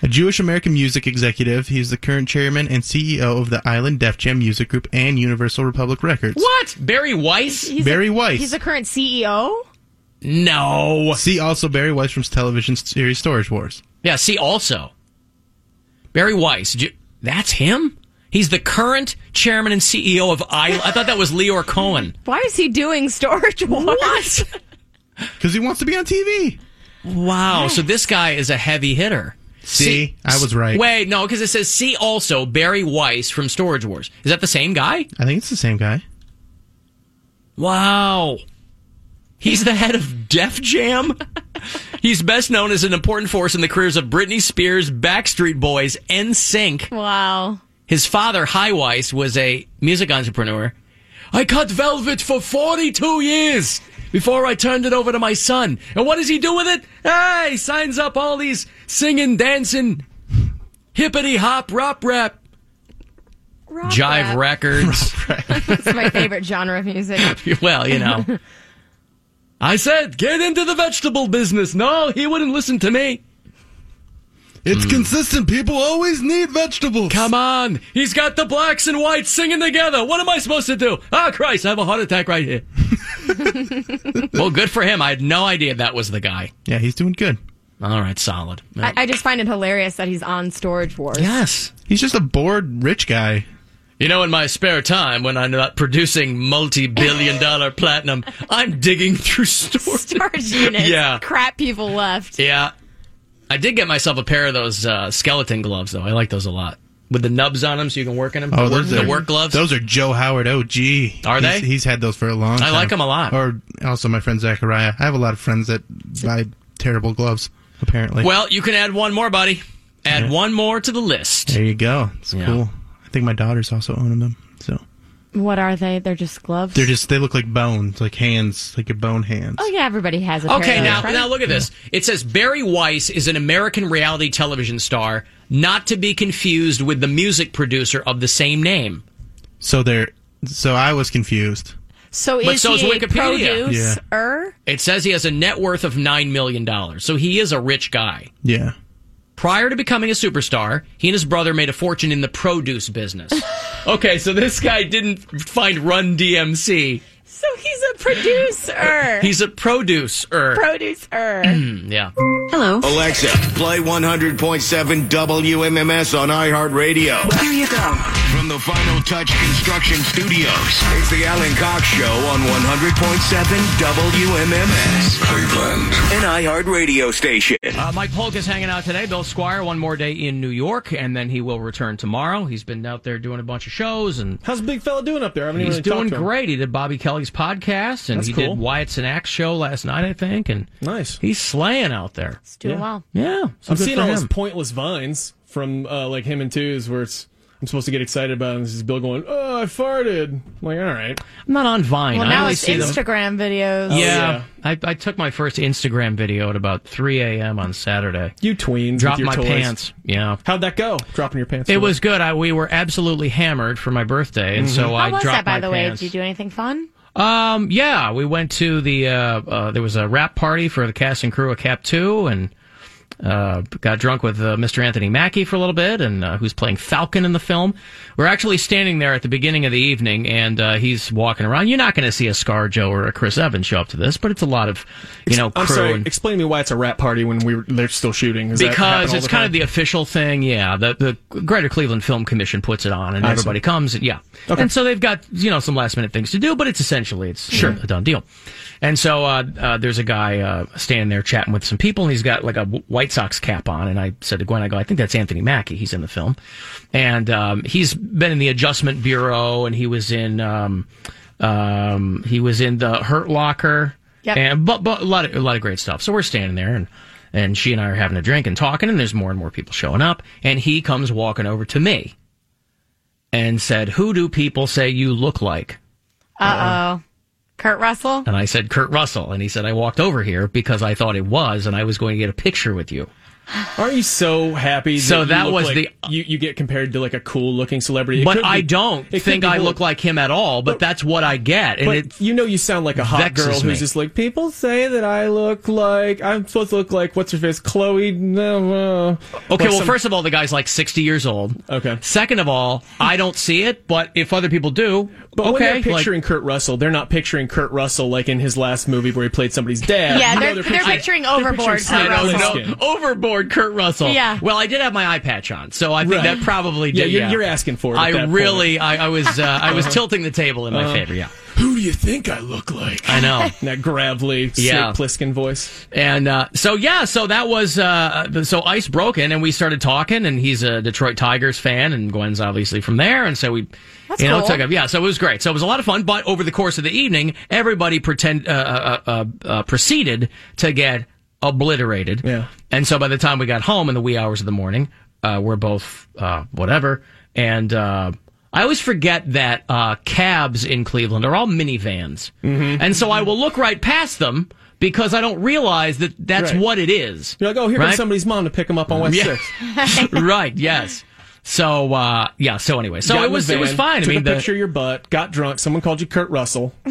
Speaker 7: A Jewish American music executive, he's the current chairman and CEO of the Island Def Jam Music Group and Universal Republic Records.
Speaker 1: What? Barry Weiss?
Speaker 12: He's
Speaker 7: Barry
Speaker 12: a,
Speaker 7: Weiss.
Speaker 12: He's the current
Speaker 8: E
Speaker 12: CEO.
Speaker 1: No.
Speaker 7: See also Barry Weiss from television series Storage Wars.
Speaker 1: Yeah, see also. Barry Weiss. Did you- that's him? He's the current chairman and CEO of I I thought that was Leor Cohen.
Speaker 12: Why is he doing storage wars?
Speaker 7: Because he wants to be on TV.
Speaker 1: Wow. So this guy is a heavy hitter.
Speaker 7: See, I was right.
Speaker 1: Wait, no, because it says see also Barry Weiss from Storage Wars. Is that the same guy?
Speaker 7: I think it's the same guy.
Speaker 1: Wow. He's the head of Def Jam. He's best known as an important force in the careers of Britney Spears, Backstreet Boys, NSYNC.
Speaker 8: Wow.
Speaker 1: His father, High Weiss, was a music entrepreneur. I cut velvet for 42 years before I turned it over to my son. And what does he do with it? Ah, he signs up all these singing, dancing, hippity hop, rop rap, jive
Speaker 8: rap.
Speaker 1: records.
Speaker 8: It's my favorite genre of music.
Speaker 1: well, you know. I said, get into the vegetable business. No, he wouldn't listen to me.
Speaker 15: It's consistent. People always need vegetables.
Speaker 1: Come on. He's got the blacks and whites singing together. What am I supposed to do? Ah, Christ, I have a heart attack right here. well, good for him. I had no idea that was the guy.
Speaker 7: Yeah, he's doing good.
Speaker 1: All right, solid.
Speaker 8: I, I just find it hilarious that he's on Storage Wars.
Speaker 1: Yes.
Speaker 7: He's just a bored rich guy.
Speaker 1: You know, in my spare time, when I'm not producing multi-billion dollar platinum, I'm digging through storage.
Speaker 8: Storage units.
Speaker 1: Yeah.
Speaker 8: Crap people left.
Speaker 1: Yeah. I did get myself a pair of those uh, skeleton gloves, though. I like those a lot. With the nubs on them so you can work in them. the, work, the work gloves.
Speaker 7: Oh, Those are Joe Howard OG.
Speaker 1: Are
Speaker 7: He's-
Speaker 1: they?
Speaker 7: He's had those for a long
Speaker 1: I
Speaker 7: time.
Speaker 1: like 'em a lot.
Speaker 7: Or also my friend Zachariah. I have a lot of friends that buy terrible gloves, apparently.
Speaker 1: well, you can add one more, buddy. Add one more to the list.
Speaker 7: there you go. It's cool. I think my daughters also own them. So
Speaker 8: What are they? They're just gloves.
Speaker 7: they're just, they look like bones, like hands, like your bone hands.
Speaker 8: Oh yeah, everybody has a. pair
Speaker 1: Okay,
Speaker 8: of
Speaker 1: now
Speaker 8: those, right?
Speaker 1: now look at this. It says Barry Weiss is an American reality television star, not to be confused with the music producer of the same name.
Speaker 7: So they're, so I was confused.
Speaker 8: So
Speaker 1: But
Speaker 8: is
Speaker 1: so is
Speaker 8: he a
Speaker 1: Wikipedia.
Speaker 8: producer?
Speaker 1: It says he has a net worth of nine million dollars, so he is a rich guy.
Speaker 7: Yeah.
Speaker 1: Prior to becoming a superstar, he and his brother made a fortune in the produce business. okay, so this guy didn't find Run DMC.
Speaker 8: So he's a producer.
Speaker 1: He's a producer.
Speaker 8: producer.
Speaker 1: Mm, yeah.
Speaker 2: Hello. Alexa, play 100.7 WMMS on iHeartRadio. There you go. From the Final Touch Construction Studios, it's the Alan Cox Show on 100.7 WMMS. Cleveland. An iHeartRadio station.
Speaker 1: Uh, Mike Polk is hanging out today. Bill Squire, one more day in New York, and then he will return tomorrow. He's been out there doing a bunch of shows, and
Speaker 15: How's the big fella doing up there? I haven't
Speaker 1: he's
Speaker 15: even really talked
Speaker 1: doing
Speaker 15: to him.
Speaker 1: great. He did Bobby Kelly's podcast, and
Speaker 15: That's
Speaker 1: he
Speaker 15: cool.
Speaker 1: did Wyatt's and Axe show last night, I think. And
Speaker 15: nice,
Speaker 1: he's slaying out there. He's
Speaker 8: doing well.
Speaker 1: Yeah, so
Speaker 15: I'm
Speaker 1: good
Speaker 15: seeing
Speaker 1: for
Speaker 15: all his
Speaker 1: him.
Speaker 15: pointless vines from uh, like him and twos where it's I'm supposed to get excited about, it, and this is Bill going, "Oh, I farted." I'm like, all right,
Speaker 1: I'm not on Vine.
Speaker 8: Well,
Speaker 1: I
Speaker 8: now
Speaker 1: only
Speaker 8: it's
Speaker 1: see them-
Speaker 8: Instagram videos.
Speaker 15: Oh,
Speaker 1: yeah,
Speaker 7: Oh,
Speaker 1: I, I took my first Instagram video at about 3 a.m. on Saturday.
Speaker 15: You tweens,
Speaker 1: dropped
Speaker 15: with your
Speaker 1: my
Speaker 15: toys.
Speaker 1: pants. Yeah,
Speaker 15: how'd that go? Dropping your pants.
Speaker 1: it
Speaker 15: for
Speaker 1: was good. I we were absolutely hammered for my birthday,
Speaker 15: Mm-hmm.
Speaker 1: and so
Speaker 8: How
Speaker 1: I
Speaker 8: was
Speaker 1: dropped
Speaker 8: that, by
Speaker 1: my
Speaker 8: the way?
Speaker 1: pants.
Speaker 8: Did you do anything fun?
Speaker 1: Um, yeah, we went to the uh, uh, there was a rap party for the cast and crew of Cap Two, and uh, got drunk with uh, Mr. Anthony Mackie for a little bit, and uh, who's playing Falcon in the film. We're actually standing there at the beginning of the evening, and uh, he's walking around. You're not going to see a ScarJo or a Chris Evans show up to this, but it's a lot of you know crew
Speaker 15: I'm sorry.
Speaker 1: and
Speaker 15: Explain to me why it's a rat party when we were, they're still shooting. Does that happen
Speaker 1: because
Speaker 15: all
Speaker 1: it's
Speaker 15: the
Speaker 1: kind
Speaker 15: time?
Speaker 1: of the official thing, yeah. The the Greater Cleveland Film Commission puts it on, and
Speaker 15: I see.
Speaker 1: everybody comes, and yeah. And so they've got you know some last minute things to do, but it's essentially it's
Speaker 15: Sure.
Speaker 1: you know, a done deal. And so uh, uh, there's a guy uh, standing there chatting with some people, and he's got like a White Sox cap on. And I said to Gwen, I go, I think that's Anthony Mackie. He's in the film, and um, he's been in the Adjustment Bureau, and he was in um, um, he was in the Hurt Locker.
Speaker 17: Yep.
Speaker 1: And but, but a lot of a lot of great stuff. So we're standing there and and she and I are having a drink and talking and there's more and more people showing up and he comes walking over to me and said, "Who do people say you look like?"
Speaker 8: Uh oh. Kurt Russell.
Speaker 1: And I said, "Kurt Russell." And he said, "I walked over here because I thought it was and I was going to get a picture with you."
Speaker 15: Aren't you so happy? That
Speaker 1: So
Speaker 15: you
Speaker 1: that
Speaker 15: look
Speaker 1: was
Speaker 15: like
Speaker 1: the-
Speaker 15: you, you get compared to like a cool looking celebrity, It
Speaker 1: but
Speaker 15: could be-
Speaker 1: I don't
Speaker 15: it could
Speaker 1: think
Speaker 15: be
Speaker 1: I
Speaker 15: cool.
Speaker 1: look like him at all, but, that's what I get. And
Speaker 15: But
Speaker 1: it
Speaker 15: you know, you sound like a hot
Speaker 1: vexes
Speaker 15: girl who's
Speaker 1: me.
Speaker 15: just like people say that I look like I'm supposed to look like what's her face, Chloe. No, uh,
Speaker 1: Okay,
Speaker 15: like
Speaker 1: well,
Speaker 15: some-
Speaker 1: first of all, the guy's like 60 years old.
Speaker 15: Okay.
Speaker 1: Second of all, I don't see it, but if other people do,
Speaker 15: But
Speaker 1: okay.
Speaker 15: when they're
Speaker 1: like-
Speaker 15: picturing Kurt Russell, they're not picturing Kurt Russell like in his last movie where he played somebody's dad.
Speaker 8: Yeah,
Speaker 15: You know,
Speaker 8: they're, they're picturing overboard.
Speaker 1: I
Speaker 8: Kurt
Speaker 1: don't
Speaker 8: Russell.
Speaker 1: know. Overboard Kurt Russell.
Speaker 8: Yeah.
Speaker 1: Well, I did have my eye patch on, so I think
Speaker 15: Right.
Speaker 1: that probably
Speaker 15: Yeah,
Speaker 1: did.
Speaker 15: you're- you're asking for it at
Speaker 1: I
Speaker 15: that
Speaker 1: really, I, I was, uh, I was
Speaker 15: Uh-huh.
Speaker 1: tilting the table in my
Speaker 15: Uh-huh.
Speaker 1: favor. Yeah.
Speaker 15: Who do you think I look like?
Speaker 1: I know.
Speaker 15: that gravelly,
Speaker 1: Yeah.
Speaker 15: Snake Plissken voice.
Speaker 1: And uh, so yeah, so that was uh, so ice broken, and we started talking, and he's a Detroit Tigers fan, and Gwen's obviously from there, and so we,
Speaker 17: That's
Speaker 1: you know,
Speaker 17: cool.
Speaker 1: took up. Yeah, so it was great. So it was a lot of fun. But over the course of the evening, everybody pretend uh, uh, uh, uh, proceeded to get obliterated. Yeah. And so by the time we got home in the wee hours of the morning, uh, we're both uh, whatever, and uh, I always forget that uh, cabs in Cleveland are all minivans.
Speaker 15: Mm-hmm.
Speaker 1: And so I will look right past them because I don't realize that that's
Speaker 15: Right.
Speaker 1: what it is.
Speaker 15: You're like, oh, here
Speaker 1: Right?
Speaker 15: comes somebody's mom to pick him up on West
Speaker 1: Yeah.
Speaker 15: Sixth.
Speaker 1: right, yes. So uh, yeah, so anyway, so
Speaker 15: Got
Speaker 1: it
Speaker 15: in the
Speaker 1: was it was
Speaker 15: van,
Speaker 1: fine. I
Speaker 15: Took
Speaker 1: mean,
Speaker 15: a
Speaker 1: the-
Speaker 15: picture of your butt. Got drunk. Someone called you Kurt Russell.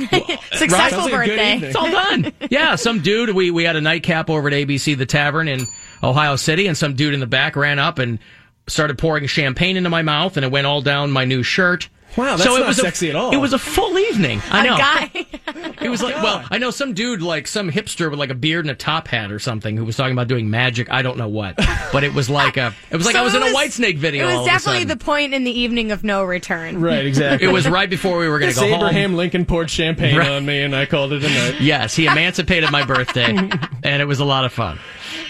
Speaker 1: Successful
Speaker 15: Sounds like a good
Speaker 1: birthday.
Speaker 15: evening.
Speaker 1: It's all done. yeah, some dude. We we had a nightcap over at ABC the Tavern in Ohio City, and some dude in the back ran up and started pouring champagne into my mouth, and it went all down my new shirt.
Speaker 15: Wow, that's
Speaker 1: so it
Speaker 15: not
Speaker 1: was a-
Speaker 15: sexy at all.
Speaker 1: It was a full evening. I know.
Speaker 12: guy.
Speaker 1: It was like, well, I know some dude, like some hipster with like a beard and a top hat or something, who was talking about doing magic. I don't know what, but it was like a, it was like
Speaker 12: So
Speaker 1: I was
Speaker 12: it
Speaker 1: in a
Speaker 12: was-
Speaker 1: White Snake video.
Speaker 12: It was
Speaker 1: all
Speaker 12: definitely
Speaker 1: of a
Speaker 12: the
Speaker 1: sudden.
Speaker 12: point in the evening of no return.
Speaker 1: It was right before we were going to
Speaker 15: Yes,
Speaker 1: go home.
Speaker 15: Abraham Lincoln poured champagne
Speaker 1: Right.
Speaker 15: on me, and I called it a night.
Speaker 1: Yes, he emancipated my birthday, and it was a lot of fun.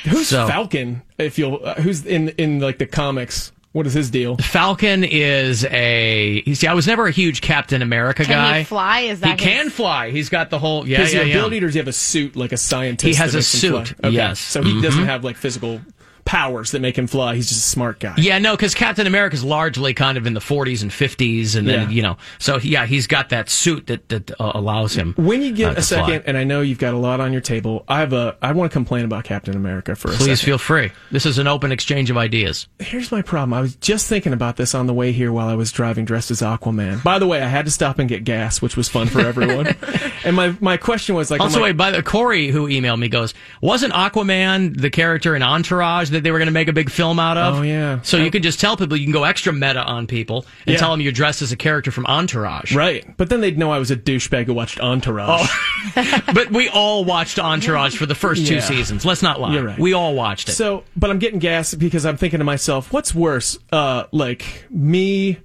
Speaker 15: Who's
Speaker 1: So-
Speaker 15: Falcon? If you'll, uh, who's in in like the comics? What is his deal?
Speaker 1: Falcon is a. You see, I was never a huge Captain America
Speaker 12: Can
Speaker 1: guy.
Speaker 12: he fly? Is that
Speaker 1: He can fly. He's got the whole. Yeah,
Speaker 15: Does he
Speaker 1: yeah,
Speaker 15: have
Speaker 1: yeah.
Speaker 15: ability, or does he have a suit like a scientist?
Speaker 1: He has
Speaker 15: that
Speaker 1: a
Speaker 15: makes him fly?
Speaker 1: suit,
Speaker 15: Okay.
Speaker 1: yes.
Speaker 15: So he doesn't
Speaker 1: Mhm.
Speaker 15: have like physical powers that make him fly. He's just a smart guy.
Speaker 1: Yeah, no, because Captain America's largely kind of in the 40s and 50s, and
Speaker 15: Yeah.
Speaker 1: then you know, so yeah, he's got that suit that that uh, allows him.
Speaker 15: When you
Speaker 1: uh,
Speaker 15: get
Speaker 1: to
Speaker 15: a second,
Speaker 1: fly.
Speaker 15: and I know you've got a lot on your table, I have a. I want to complain about Captain America for a second.
Speaker 1: please feel free. This is an open exchange of ideas.
Speaker 15: Here's my problem. I was just thinking about this on the way here while I was driving dressed as Aquaman. By the way, I had to stop and get gas, which was fun for everyone. and my, my question was like, I'm
Speaker 1: also,
Speaker 15: like,
Speaker 1: wait, by the Corey who emailed me goes, wasn't Aquaman the character in Entourage that they were going to make a big film out of?
Speaker 15: Oh, yeah.
Speaker 1: So you can just tell people you can go extra meta on people and
Speaker 15: Yeah.
Speaker 1: tell them you're dressed as a character from Entourage.
Speaker 15: right. But then they'd know I was a douchebag who watched Entourage.
Speaker 1: Oh. but we all watched Entourage for the first two
Speaker 15: Yeah.
Speaker 1: seasons. Let's not lie.
Speaker 15: You're right.
Speaker 1: We all watched it.
Speaker 15: So, but I'm getting gas because I'm thinking to myself, what's worse, uh, like me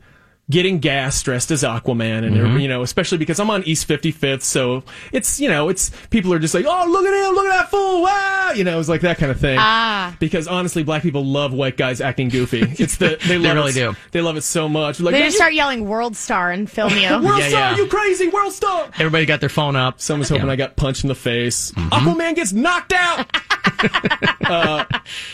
Speaker 15: getting gas dressed as Aquaman, and
Speaker 1: Mhm.
Speaker 15: you know, especially because I'm on East 55th, so it's you know, it's people are just like, oh, look at him, look at that fool, wow, you know, it's like that kind of thing.
Speaker 17: Ah.
Speaker 15: Because honestly, black people love white guys acting goofy. It's the they, love
Speaker 1: really
Speaker 15: it,
Speaker 1: do.
Speaker 15: They love it so much. Like,
Speaker 12: they
Speaker 15: "Man,
Speaker 12: just
Speaker 15: you-
Speaker 12: start yelling "World Star" and film you.
Speaker 15: World Yeah, star, yeah. you crazy world star!
Speaker 1: Everybody got their phone up. Mm-hmm.
Speaker 15: Someone's hoping I got punched in the face. Aquaman gets knocked out. uh,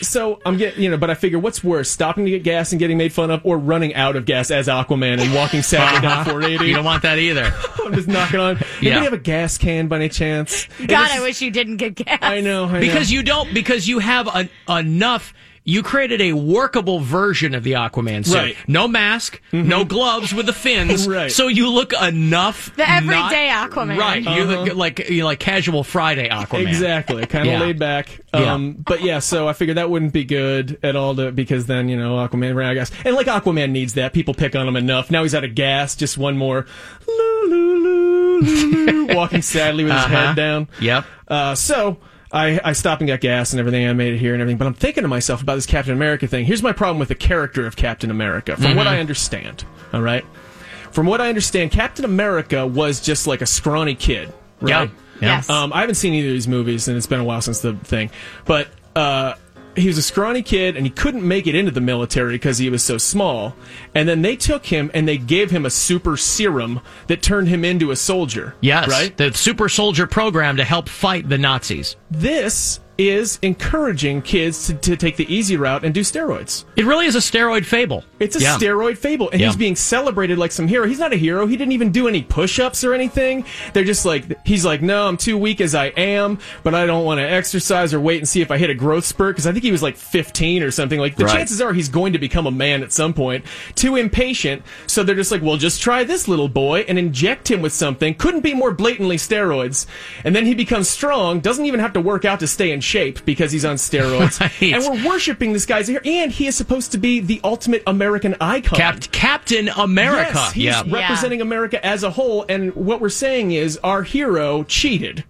Speaker 15: so I'm getting, you know, but I figure what's worse, stopping to get gas and getting made fun of, or running out of gas as Aquaman and walking sadly down
Speaker 1: Uh-huh.
Speaker 15: 480.
Speaker 1: You don't want that either.
Speaker 15: I'm just knocking on.
Speaker 1: Yeah.
Speaker 15: Anybody have a gas can by any chance?
Speaker 12: God, I wish you didn't get gas. I
Speaker 15: know. I
Speaker 1: because
Speaker 15: know.
Speaker 1: you don't because you have an, enough you created a workable version of the Aquaman suit.
Speaker 15: Right. Mm-hmm.
Speaker 1: No mask, no gloves with the fins.
Speaker 15: Right.
Speaker 1: So you look enough
Speaker 12: The everyday
Speaker 1: not-
Speaker 12: Aquaman.
Speaker 1: Right. You
Speaker 15: Uh-huh.
Speaker 1: look like you like casual Friday Aquaman.
Speaker 15: Exactly, kind of
Speaker 1: Yeah.
Speaker 15: laid back.
Speaker 1: Yeah.
Speaker 15: Um, But yeah, so I figured that wouldn't be good at all to, because then, you know, Aquaman ran out of gas. And like Aquaman needs that. People pick on him enough. Now he's out of gas. Just one more walking sadly with his
Speaker 1: Uh-huh.
Speaker 15: head down.
Speaker 1: Yep.
Speaker 15: Uh, so I, I stopped and got gas and everything. I made it here and everything. But I'm thinking to myself about this Captain America thing. Here's my problem with the character of Captain America, from what
Speaker 1: Mhm.
Speaker 15: I understand. All right. From what I understand, Captain America was just like a scrawny kid, right?
Speaker 1: Yeah. Yes.
Speaker 15: Um, I haven't seen either of these movies, and it's been a while since the thing. But uh, he was a scrawny kid, and he couldn't make it into the military because he was so small. And then they took him and they gave him a super serum that turned him into a soldier.
Speaker 1: Yes.
Speaker 15: Right?
Speaker 1: The super soldier program to help fight the Nazis.
Speaker 15: This is encouraging kids to, to take the easy route and do steroids.
Speaker 1: It really is a steroid fable.
Speaker 15: It's a
Speaker 1: Yeah.
Speaker 15: steroid fable, and
Speaker 1: Yeah.
Speaker 15: he's being celebrated like some hero. He's not a hero. He didn't even do any push-ups or anything. They're just like he's like, no, I'm too weak as I am, but I don't want to exercise or wait and see if I hit a growth spurt because I think he was like 15 or something. Like the
Speaker 1: Right.
Speaker 15: chances are he's going to become a man at some point. Too impatient, so they're just like, well, just try this little boy and inject him with something. Couldn't be more blatantly steroids, and then he becomes strong. Doesn't even have to work out to stay in shape because he's on steroids. And we're worshiping this guy's here, and he is supposed to be the ultimate American icon.
Speaker 1: Cap- Captain America.
Speaker 15: Yes, he's
Speaker 1: yeah.
Speaker 15: representing America as a whole, and what we're saying is our hero cheated.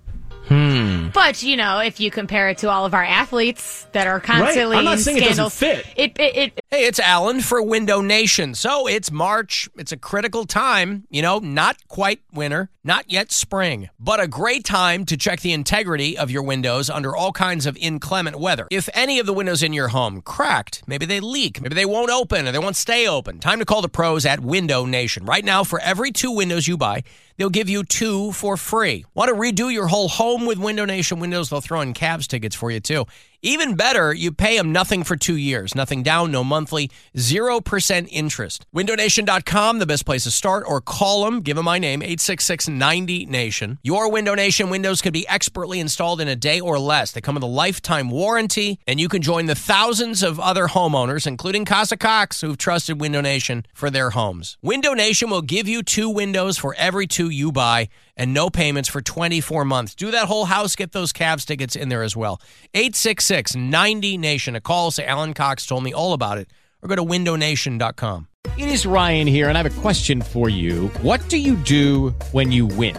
Speaker 1: Hmm.
Speaker 12: But you know, if you compare it to all of our athletes that are constantly
Speaker 6: I'm not
Speaker 12: in
Speaker 6: saying it doesn't
Speaker 12: scandals,
Speaker 6: fit.
Speaker 12: It, it, it
Speaker 6: Hey, it's Alan for Window Nation. So it's March. It's a critical time, you know, not quite winter, not yet spring, but a great time to check the integrity of your windows under all kinds of inclement weather. If any of the windows in your home cracked, maybe they leak, maybe they won't open or they won't stay open, time to call the pros at Window Nation. Right now, for every two windows you buy, They'll give you two for free. Want to redo your whole home with Window Nation windows? They'll throw in Cavs tickets for you too. Even better, you pay them nothing for two years, nothing down, no monthly, 0% interest. WindowNation.com, the best place to start, or call them, give them my name, 866-90-NATION. Your Window Nation windows can be expertly installed in a day or less. They come with a lifetime warranty, and you can join the thousands of other homeowners, including Casa Cox, who've trusted Window Nation for their homes. Window Nation will give you two windows for every two you buy and no payments for 24 months. Do that whole house, get those Cavs tickets in there as well. 866 90 Nation. A call, say Alan Cox told me all about it, or go to windownation.com.
Speaker 17: It is Ryan here, and I have a question for you. What do you do when you win?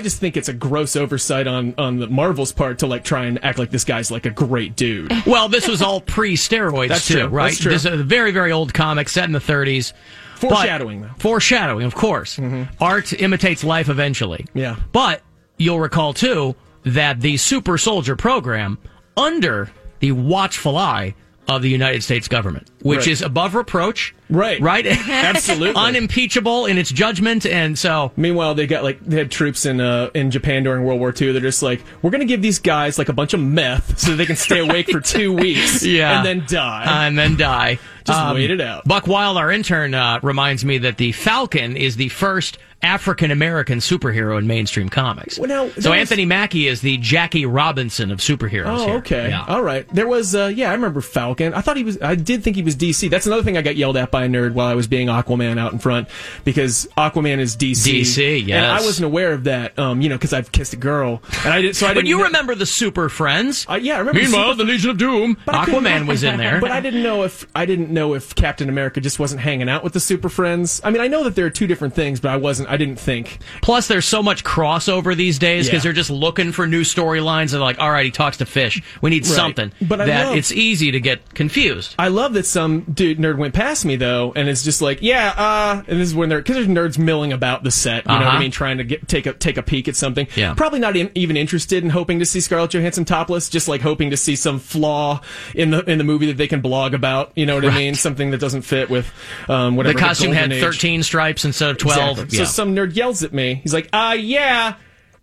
Speaker 15: just think it's a gross oversight on on the Marvel's part to like try and act like this guy's like a great dude.
Speaker 1: Well, this was all pre-steroids
Speaker 15: That's
Speaker 1: too,
Speaker 15: true.
Speaker 1: right?
Speaker 15: That's true.
Speaker 1: This is a very, very old comic set in the 30s. But-
Speaker 15: Foreshadowing, though. Mm-hmm.
Speaker 1: Foreshadowing, of course. Art imitates life eventually.
Speaker 15: Yeah.
Speaker 1: But you'll recall too that the super soldier program under the watchful eye of the United States government, which
Speaker 15: Right.
Speaker 1: is above reproach.
Speaker 15: Right.
Speaker 1: Right?
Speaker 15: Absolutely.
Speaker 1: Unimpeachable in its judgment and so
Speaker 15: Meanwhile, they got like they had troops in uh, in Japan during World War II. They're just like, we're gonna give these guys like a bunch of meth so they can stay awake for two weeks,
Speaker 1: Yeah.
Speaker 15: and then die.
Speaker 1: and then die. Um,
Speaker 15: Just wait it out.
Speaker 1: Buck Wild, our intern, uh, reminds me that the Falcon is the first African American superhero in mainstream comics.
Speaker 15: now,
Speaker 1: so
Speaker 15: there was-
Speaker 1: Anthony Mackie is the Jackie Robinson of superheroes.
Speaker 15: Oh,
Speaker 1: here.
Speaker 15: okay.
Speaker 1: Yeah.
Speaker 15: All right. There was, uh, yeah, I remember Falcon. I thought he was, I did think he was DC. That's another thing I got yelled at by a nerd while I was being Aquaman out in front because Aquaman is DC.
Speaker 1: DC,
Speaker 15: And I
Speaker 1: yes.
Speaker 15: wasn't aware of that, um, you know, because I've kissed a girl. And I did, so I
Speaker 1: but
Speaker 15: didn't.
Speaker 1: you
Speaker 15: know- Uh,
Speaker 1: remember the Super Friends?
Speaker 15: yeah, I remember
Speaker 1: Meanwhile,
Speaker 15: Super-
Speaker 1: the Legion of Doom.
Speaker 15: But I couldn't-
Speaker 1: Aquaman was in there.
Speaker 15: but I didn't know if I didn't know if Captain America just wasn't hanging out with the Super Friends. I mean, I know that there are two different things, but I wasn't. I didn't think.
Speaker 1: Plus, there's so much crossover these days because
Speaker 15: Yeah.
Speaker 1: they're just looking for new storylines. And like, all right, he talks to fish. We need
Speaker 15: Right.
Speaker 1: something.
Speaker 15: But I
Speaker 1: that
Speaker 15: love-
Speaker 1: it's easy to get confused.
Speaker 15: I love that some dude nerd went past me though, and it's just like, yeah, uh, and this is when they're because there's nerds milling about the set, you know what
Speaker 1: Uh-huh.
Speaker 15: I mean, trying to get take a take a peek at something.
Speaker 1: Yeah.
Speaker 15: Probably not in, even interested in hoping to see Scarlett Johansson topless, just like hoping to see some flaw in the in the movie that they can blog about. You know what I mean? Something that doesn't fit with um, whatever
Speaker 1: the costume had
Speaker 15: golden age-
Speaker 1: 13 stripes instead of 12.
Speaker 15: Exactly.
Speaker 1: Yeah.
Speaker 15: So some nerd yells at me. He's like, uh, yeah,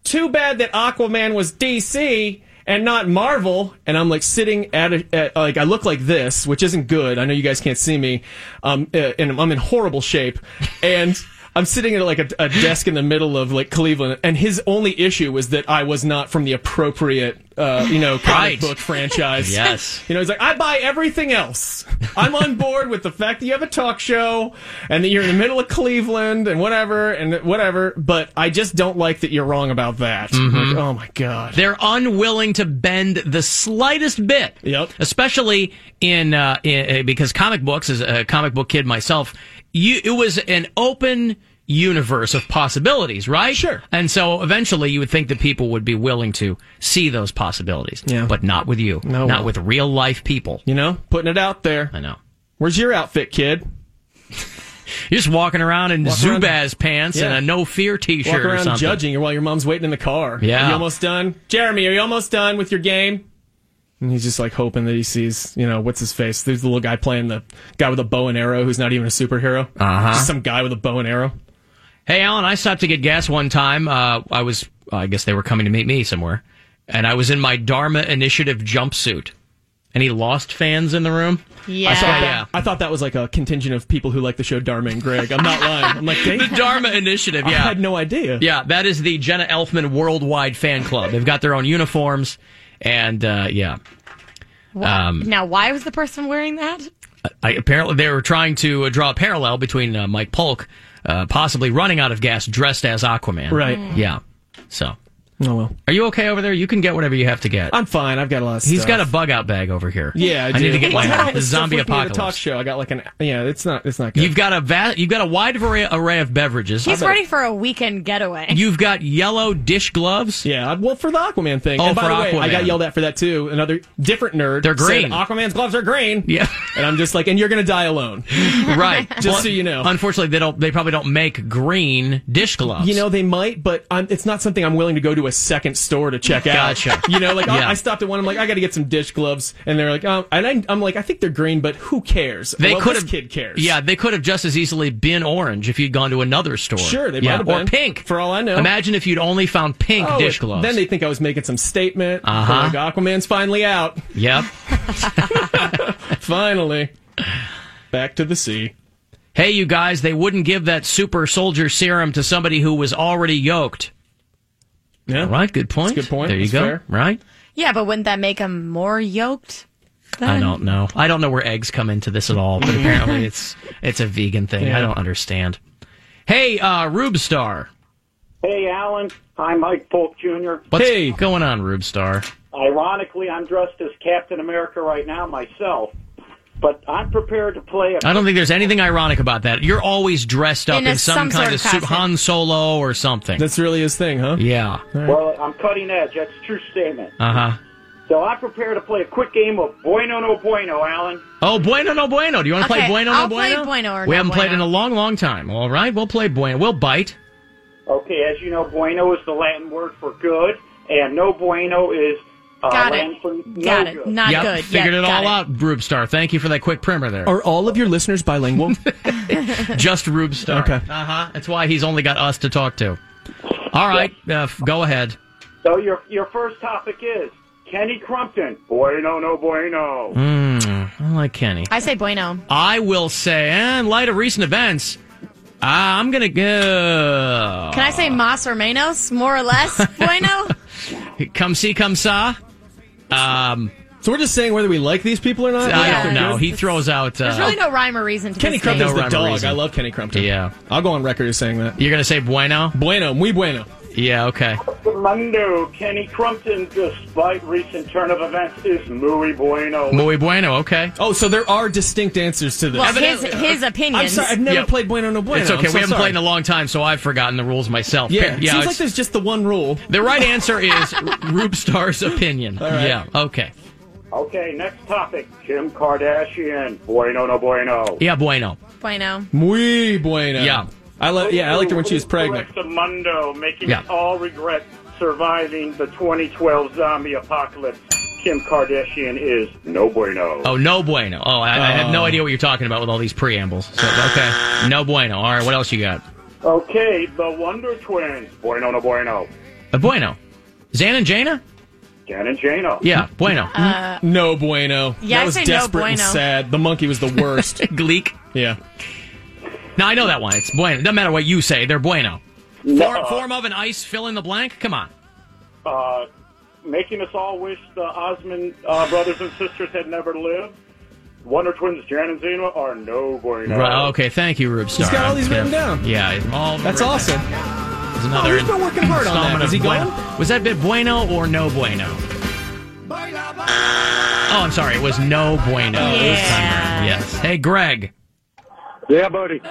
Speaker 15: too bad that Aquaman was DC and not Marvel. And I'm like sitting at, a, at like, I look like this, which isn't good. I know you guys can't see me. Um, uh, and I'm in horrible shape. And. I'm sitting at like a, a desk in the middle of like Cleveland, and his only issue was that I was not from the appropriate, uh, you know, comic
Speaker 1: Right.
Speaker 15: book franchise.
Speaker 1: Yes.
Speaker 15: You know, he's like, I buy everything else. I'm on board with the fact that you have a talk show and that you're in the middle of Cleveland and whatever and whatever, but I just don't like that you're wrong about that. Like, oh my God.
Speaker 1: Mm-hmm. They're unwilling to bend the slightest bit. Yep. Especially in, uh, in uh, because comic books, as a comic book kid myself, you it was an open universe of possibilities, right? Sure. And so eventually, you would think that people would be willing to see those possibilities. Yeah. But not with you.
Speaker 15: No.
Speaker 1: Not with real life people.
Speaker 15: You know, putting it out there.
Speaker 1: I know.
Speaker 15: Where's your outfit, kid?
Speaker 1: You're just walking around in
Speaker 15: Walk around-
Speaker 1: Zubaz pants and
Speaker 15: Yeah.
Speaker 1: a no fear T-shirt
Speaker 15: Walk
Speaker 1: or
Speaker 15: around
Speaker 1: something.
Speaker 15: judging while your mom's waiting in the car.
Speaker 1: Yeah.
Speaker 15: Are you almost done? Jeremy, are you almost done with your game? And he's just like hoping that he sees, you know, what's his face? There's the little guy playing the guy with a bow and arrow who's not even a superhero.
Speaker 1: Uh-huh.
Speaker 15: Just some guy with a bow and arrow.
Speaker 1: Hey, Alan, I stopped to get gas one time. Uh, I was, I guess they were coming to meet me somewhere, and I was in my Dharma Initiative jumpsuit. Any Lost fans in the room?
Speaker 15: I, thought that,
Speaker 1: yeah.
Speaker 15: I thought that was like a contingent of people who like the show Dharma and Greg. I'm not lying. I'm like, they
Speaker 1: The Dharma Initiative.
Speaker 15: I
Speaker 1: Yeah,
Speaker 15: had no idea.
Speaker 1: yeah. That is the Jenna Elfman Worldwide Fan Club. They've got their own uniforms, And uh, yeah, um,
Speaker 12: now, why was the person wearing that?
Speaker 1: I, apparently they were trying to uh, draw a parallel between uh, Mike Polk uh, possibly running out of gas dressed as Aquaman.
Speaker 15: Right.
Speaker 1: Yeah. So. Oh well. Are you okay over there? You can get whatever you have to get.
Speaker 15: I'm fine. I've got a lot of
Speaker 1: He's
Speaker 15: stuff.
Speaker 1: got a bug out bag over here.
Speaker 15: Yeah, I,
Speaker 1: need
Speaker 15: do.
Speaker 1: to get
Speaker 15: What's all
Speaker 1: my
Speaker 15: this
Speaker 1: the
Speaker 15: stuff
Speaker 1: zombie
Speaker 15: with me at The talk
Speaker 1: apocalypse.
Speaker 15: show. I got like an yeah. It's not. It's not good.
Speaker 1: You've got a va- you've got a wide array, array of beverages.
Speaker 12: He's ready for a weekend getaway.
Speaker 1: You've got yellow dish gloves.
Speaker 15: Yeah, well, for the Aquaman thing.
Speaker 1: Oh,
Speaker 15: and by
Speaker 1: for
Speaker 15: the way, I
Speaker 1: Aquaman.
Speaker 15: got yelled at for that too. Another different nerd. They're
Speaker 1: green.
Speaker 15: Aquaman's gloves are green.
Speaker 1: Yeah,
Speaker 15: and I'm just like, and you're gonna die alone,
Speaker 1: right?
Speaker 15: Just so you know.
Speaker 1: Unfortunately, they don't. They probably don't make green dish gloves.
Speaker 15: You know they might, but I'm, it's not something I'm willing to go to a second store to check out.
Speaker 1: Gotcha.
Speaker 15: You know, like
Speaker 1: Yeah.
Speaker 15: I, I stopped at one. I'm like, I got to get some dish gloves, and they're like, um, and I, I'm like, I think they're green, but who cares?
Speaker 1: They
Speaker 15: well,
Speaker 1: could
Speaker 15: this
Speaker 1: have
Speaker 15: kid cares.
Speaker 1: Yeah, they could have just as easily been orange if you'd gone to another store.
Speaker 15: Sure, they
Speaker 1: yeah,
Speaker 15: might have
Speaker 1: or
Speaker 15: been.
Speaker 1: pink.
Speaker 15: For all I know,
Speaker 1: Imagine if you'd only found pink
Speaker 15: Oh,
Speaker 1: dish
Speaker 15: it-
Speaker 1: gloves.
Speaker 15: Then they think I was making some statement. They're
Speaker 1: Uh-huh.
Speaker 15: Like, Aquaman's finally out.
Speaker 1: Yep.
Speaker 15: finally. Back to the sea.
Speaker 1: Hey, you guys, they wouldn't give that super soldier serum to somebody who was already yoked.
Speaker 15: Yeah.
Speaker 1: All right, good point.
Speaker 15: good point.
Speaker 1: There you
Speaker 15: That's
Speaker 1: go.
Speaker 15: fair.
Speaker 1: Right?
Speaker 12: Yeah, but wouldn't that make him more yoked?
Speaker 1: I
Speaker 12: then?
Speaker 1: don't know. I don't know where eggs come into this at all, but apparently it's it's a vegan thing.
Speaker 35: Yeah.
Speaker 1: I don't understand. Hey, uh Rubestar.
Speaker 35: Hey, Alan. I'm Mike Polk Jr.
Speaker 1: What's going on, Rubestar?
Speaker 35: Ironically, I'm dressed as Captain America right now myself, but I'm prepared to play a
Speaker 1: I don't think there's anything ironic about that. You're always dressed up
Speaker 35: In
Speaker 1: in,
Speaker 35: a-
Speaker 1: some,
Speaker 35: some
Speaker 1: kind
Speaker 35: sort
Speaker 1: of,
Speaker 35: of
Speaker 1: suit,
Speaker 35: costume.
Speaker 1: Han Solo or something.
Speaker 15: That's really his thing, huh?
Speaker 1: Yeah.
Speaker 35: Well, I'm cutting edge. That's a true statement.
Speaker 1: Uh huh.
Speaker 35: So I'm prepared to play a quick game of Bueno No Bueno, Alan.
Speaker 1: Oh, bueno, no bueno. Do you want to play
Speaker 35: Okay,
Speaker 1: bueno, no
Speaker 35: I'll play
Speaker 1: bueno?
Speaker 35: bueno or
Speaker 1: we
Speaker 35: no
Speaker 1: haven't played in
Speaker 35: bueno.
Speaker 1: a long, long time. All right, we'll play bueno. We'll bite.
Speaker 35: Okay, as you know, Bueno is the Latin word for good, and No Bueno is uh,
Speaker 12: Got it.
Speaker 35: Latin for no
Speaker 12: Got it.
Speaker 35: good.
Speaker 12: Not
Speaker 1: yep,
Speaker 12: good.
Speaker 1: Figured
Speaker 12: Yeah,
Speaker 1: it all
Speaker 12: got it.
Speaker 1: out, Rubestar. Thank you for that quick primer there.
Speaker 15: Are all of your listeners bilingual?
Speaker 1: Just Rubestar.
Speaker 15: Okay.
Speaker 1: Uh huh. That's why he's only got us to talk to. All right, uh, f- go ahead.
Speaker 35: So your your first topic is Kenny Crumpton. Bueno No Bueno.
Speaker 1: Mm, I like Kenny.
Speaker 12: I say bueno.
Speaker 1: I will say, eh, in light of recent events, uh, I'm gonna go.
Speaker 12: Can I say mas or menos? More or less bueno?
Speaker 1: Come see, come saw. Um,
Speaker 15: so we're just saying whether we like these people or not.
Speaker 1: I
Speaker 12: Yeah.
Speaker 1: don't know. He
Speaker 12: It's-
Speaker 1: throws out. Uh,
Speaker 12: There's really no rhyme or reason to
Speaker 15: Kenny
Speaker 12: this. thing.
Speaker 15: Crumpton's the
Speaker 1: rhyme or
Speaker 15: dog.
Speaker 1: reason.
Speaker 15: I love Kenny Crumpton.
Speaker 1: Yeah.
Speaker 15: I'll go on record as saying that.
Speaker 1: You're gonna say bueno?
Speaker 15: Bueno, muy bueno.
Speaker 1: Yeah. Okay.
Speaker 35: Mundo Kenny Crumpton, despite recent turn of events, is muy bueno.
Speaker 1: Muy bueno. Okay.
Speaker 15: Oh, so there are distinct answers to this.
Speaker 12: Well, his, his
Speaker 15: I'm
Speaker 12: opinions.
Speaker 15: sorry, I've never
Speaker 1: Yeah.
Speaker 15: played Bueno No Bueno.
Speaker 1: it's okay.
Speaker 15: I'm so
Speaker 1: we haven't
Speaker 15: sorry.
Speaker 1: played in a long time, so I've forgotten the rules myself.
Speaker 15: Yeah,
Speaker 1: Pa-
Speaker 15: yeah. Seems
Speaker 1: it's-
Speaker 15: like there's just the one rule.
Speaker 1: the right answer is Rubestar's opinion.
Speaker 35: right.
Speaker 1: Yeah. Okay.
Speaker 35: Okay, next topic. Kim Kardashian. Bueno no bueno.
Speaker 1: Yeah. Bueno.
Speaker 12: bueno.
Speaker 15: Muy bueno. Yeah. I like. Yeah, I liked her when she was pregnant.
Speaker 35: Correcto Mundo, making
Speaker 15: Yeah.
Speaker 35: us all regret surviving the 2012 zombie apocalypse. Kim Kardashian is no bueno.
Speaker 1: Oh, no bueno. Oh, I, I have no
Speaker 15: Uh.
Speaker 35: Oh.
Speaker 1: idea what you're talking about with all these preambles. So, okay. No bueno. All right. What else you got?
Speaker 35: Okay, the Wonder Twins. Bueno no bueno.
Speaker 1: Uh, bueno. Zan and Jana.
Speaker 35: Jan and Jana.
Speaker 1: Yeah. Bueno.
Speaker 12: Uh,
Speaker 15: no bueno.
Speaker 35: yeah,
Speaker 15: that
Speaker 35: I'd
Speaker 15: was
Speaker 35: say no
Speaker 15: desperate and
Speaker 35: bueno.
Speaker 15: sad. The monkey was the worst.
Speaker 1: Gleek.
Speaker 15: Yeah.
Speaker 1: No, I know that one. It's bueno. Doesn't matter what you say. They're bueno.
Speaker 35: No.
Speaker 1: Form, form of an ice. Fill in the blank. Come on.
Speaker 35: Uh, making us all wish the Osmond uh, brothers and sisters had never lived. Wonder Twins Jan and Zena are no bueno.
Speaker 1: Right, okay, thank you, Rubestar.
Speaker 35: He's got all these
Speaker 1: Yeah.
Speaker 35: written down.
Speaker 1: Yeah, all
Speaker 35: That's
Speaker 1: written
Speaker 35: awesome.
Speaker 1: down. There's another
Speaker 35: Oh, he's been working hard on that.
Speaker 1: installment
Speaker 35: Is he
Speaker 1: of bueno. Was that bit bueno or no bueno? Oh, I'm sorry. It was no bueno. this time around. Yes. Hey, Greg.
Speaker 4: Yeah, buddy.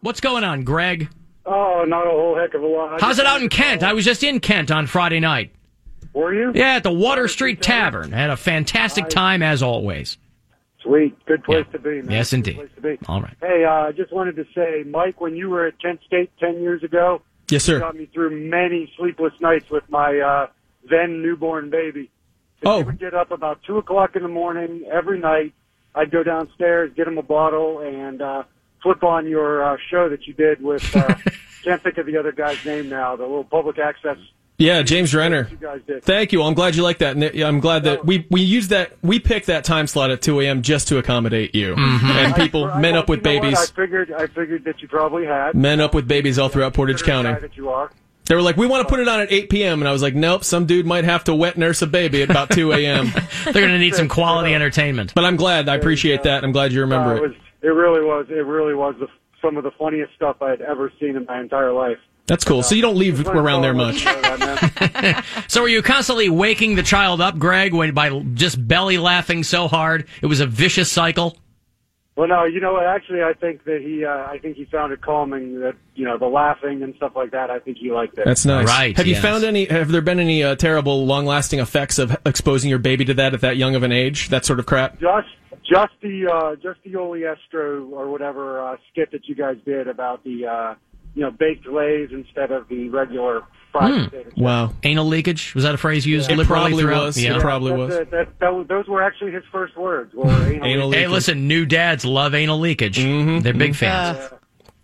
Speaker 1: What's going on, Greg?
Speaker 4: Oh, not a whole heck of a lot.
Speaker 1: How's it out in Kent? I was just in Kent on Friday night.
Speaker 4: Were you?
Speaker 1: Yeah, at the Water Street Tavern. Had a fantastic time as always.
Speaker 4: Sweet. Good place to be, man.
Speaker 1: Yes, indeed.
Speaker 4: Good place to be.
Speaker 1: All right.
Speaker 4: Hey, uh, I just wanted to say, Mike, when you were at Kent State 10 years ago,
Speaker 15: Yes, sir.
Speaker 4: you got me through many sleepless nights with my uh, then newborn baby. And
Speaker 15: Oh.
Speaker 4: We would get up about 2 o'clock in the morning every night. I'd go downstairs, get him a bottle, and uh, flip on your uh, show that you did with, uh, can't think of the other guy's name now, the little public access
Speaker 15: Yeah, James Renner.
Speaker 4: you guys did.
Speaker 15: Thank you. I'm glad you like that. And I'm glad that we we used that. We picked that time slot at 2 a.m. just to accommodate you
Speaker 1: Mm-hmm.
Speaker 15: and people,
Speaker 4: I- I-
Speaker 15: men up with
Speaker 4: you know what?
Speaker 15: babies,
Speaker 4: I figured, I figured that you probably had.
Speaker 15: men up with babies all throughout Portage
Speaker 4: Considering the
Speaker 15: County.
Speaker 4: guy That you are.
Speaker 15: They were like, we want to put it on at 8 p.m. And I was like, nope, some dude might have to wet nurse a baby at about 2 a.m.
Speaker 1: They're going to need some quality entertainment.
Speaker 15: But I'm glad. I appreciate that. I'm glad you remember
Speaker 4: Uh, it
Speaker 15: it.
Speaker 4: was. It really was. It really was the, some of the funniest stuff I had ever seen in my entire life.
Speaker 15: That's cool. So you don't leave around there much.
Speaker 1: So were you constantly waking the child up, Greg, when, by just belly laughing so hard? It was a vicious cycle.
Speaker 4: Well, no, you know what? Actually, I think that he. Uh, I think he found it calming. That you know the laughing and stuff like that. I think he liked it.
Speaker 15: That's nice. Have
Speaker 1: yes.
Speaker 15: you found any? Have there been any uh, terrible, long-lasting effects of exposing your baby to that at that young of an age? That sort of crap.
Speaker 4: Just, just the uh, just the Oliestro or whatever uh, skit that you guys did about the uh, you know baked lays instead of the regular fried
Speaker 1: Hmm.
Speaker 4: potatoes.
Speaker 15: Wow.
Speaker 1: Anal leakage? Was that a phrase used
Speaker 15: It
Speaker 1: liberally
Speaker 15: probably
Speaker 1: throughout?
Speaker 15: was. It probably
Speaker 4: That's
Speaker 15: was.
Speaker 4: it. That, that was- those were actually his first words. Were anal
Speaker 1: Hey, listen, new dads love anal leakage. They're big fans.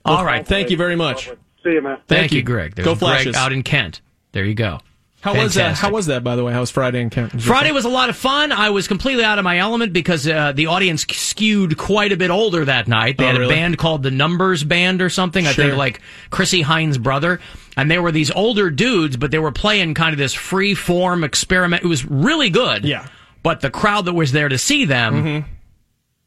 Speaker 1: All right.
Speaker 15: Mm-hmm. Thank you very much.
Speaker 4: See you, man.
Speaker 1: Thank you, Greg. There's
Speaker 15: go
Speaker 1: Greg
Speaker 15: Flashes.
Speaker 1: out in Kent. There you go.
Speaker 15: How was that?
Speaker 1: Fantastic.
Speaker 15: How was that? By the way, how was Friday in Kent?
Speaker 1: Friday was a lot of fun. I was completely out of my element because uh, the audience skewed quite a bit older that night. They
Speaker 15: Oh,
Speaker 1: had a
Speaker 15: really?
Speaker 1: band called the Numbers Band or something. I think
Speaker 15: Sure.
Speaker 1: like Chrissy Hines' brother. And they were these older dudes, but they were playing kind of this free form experiment. It was really good. Yeah. But the crowd that was there to see them,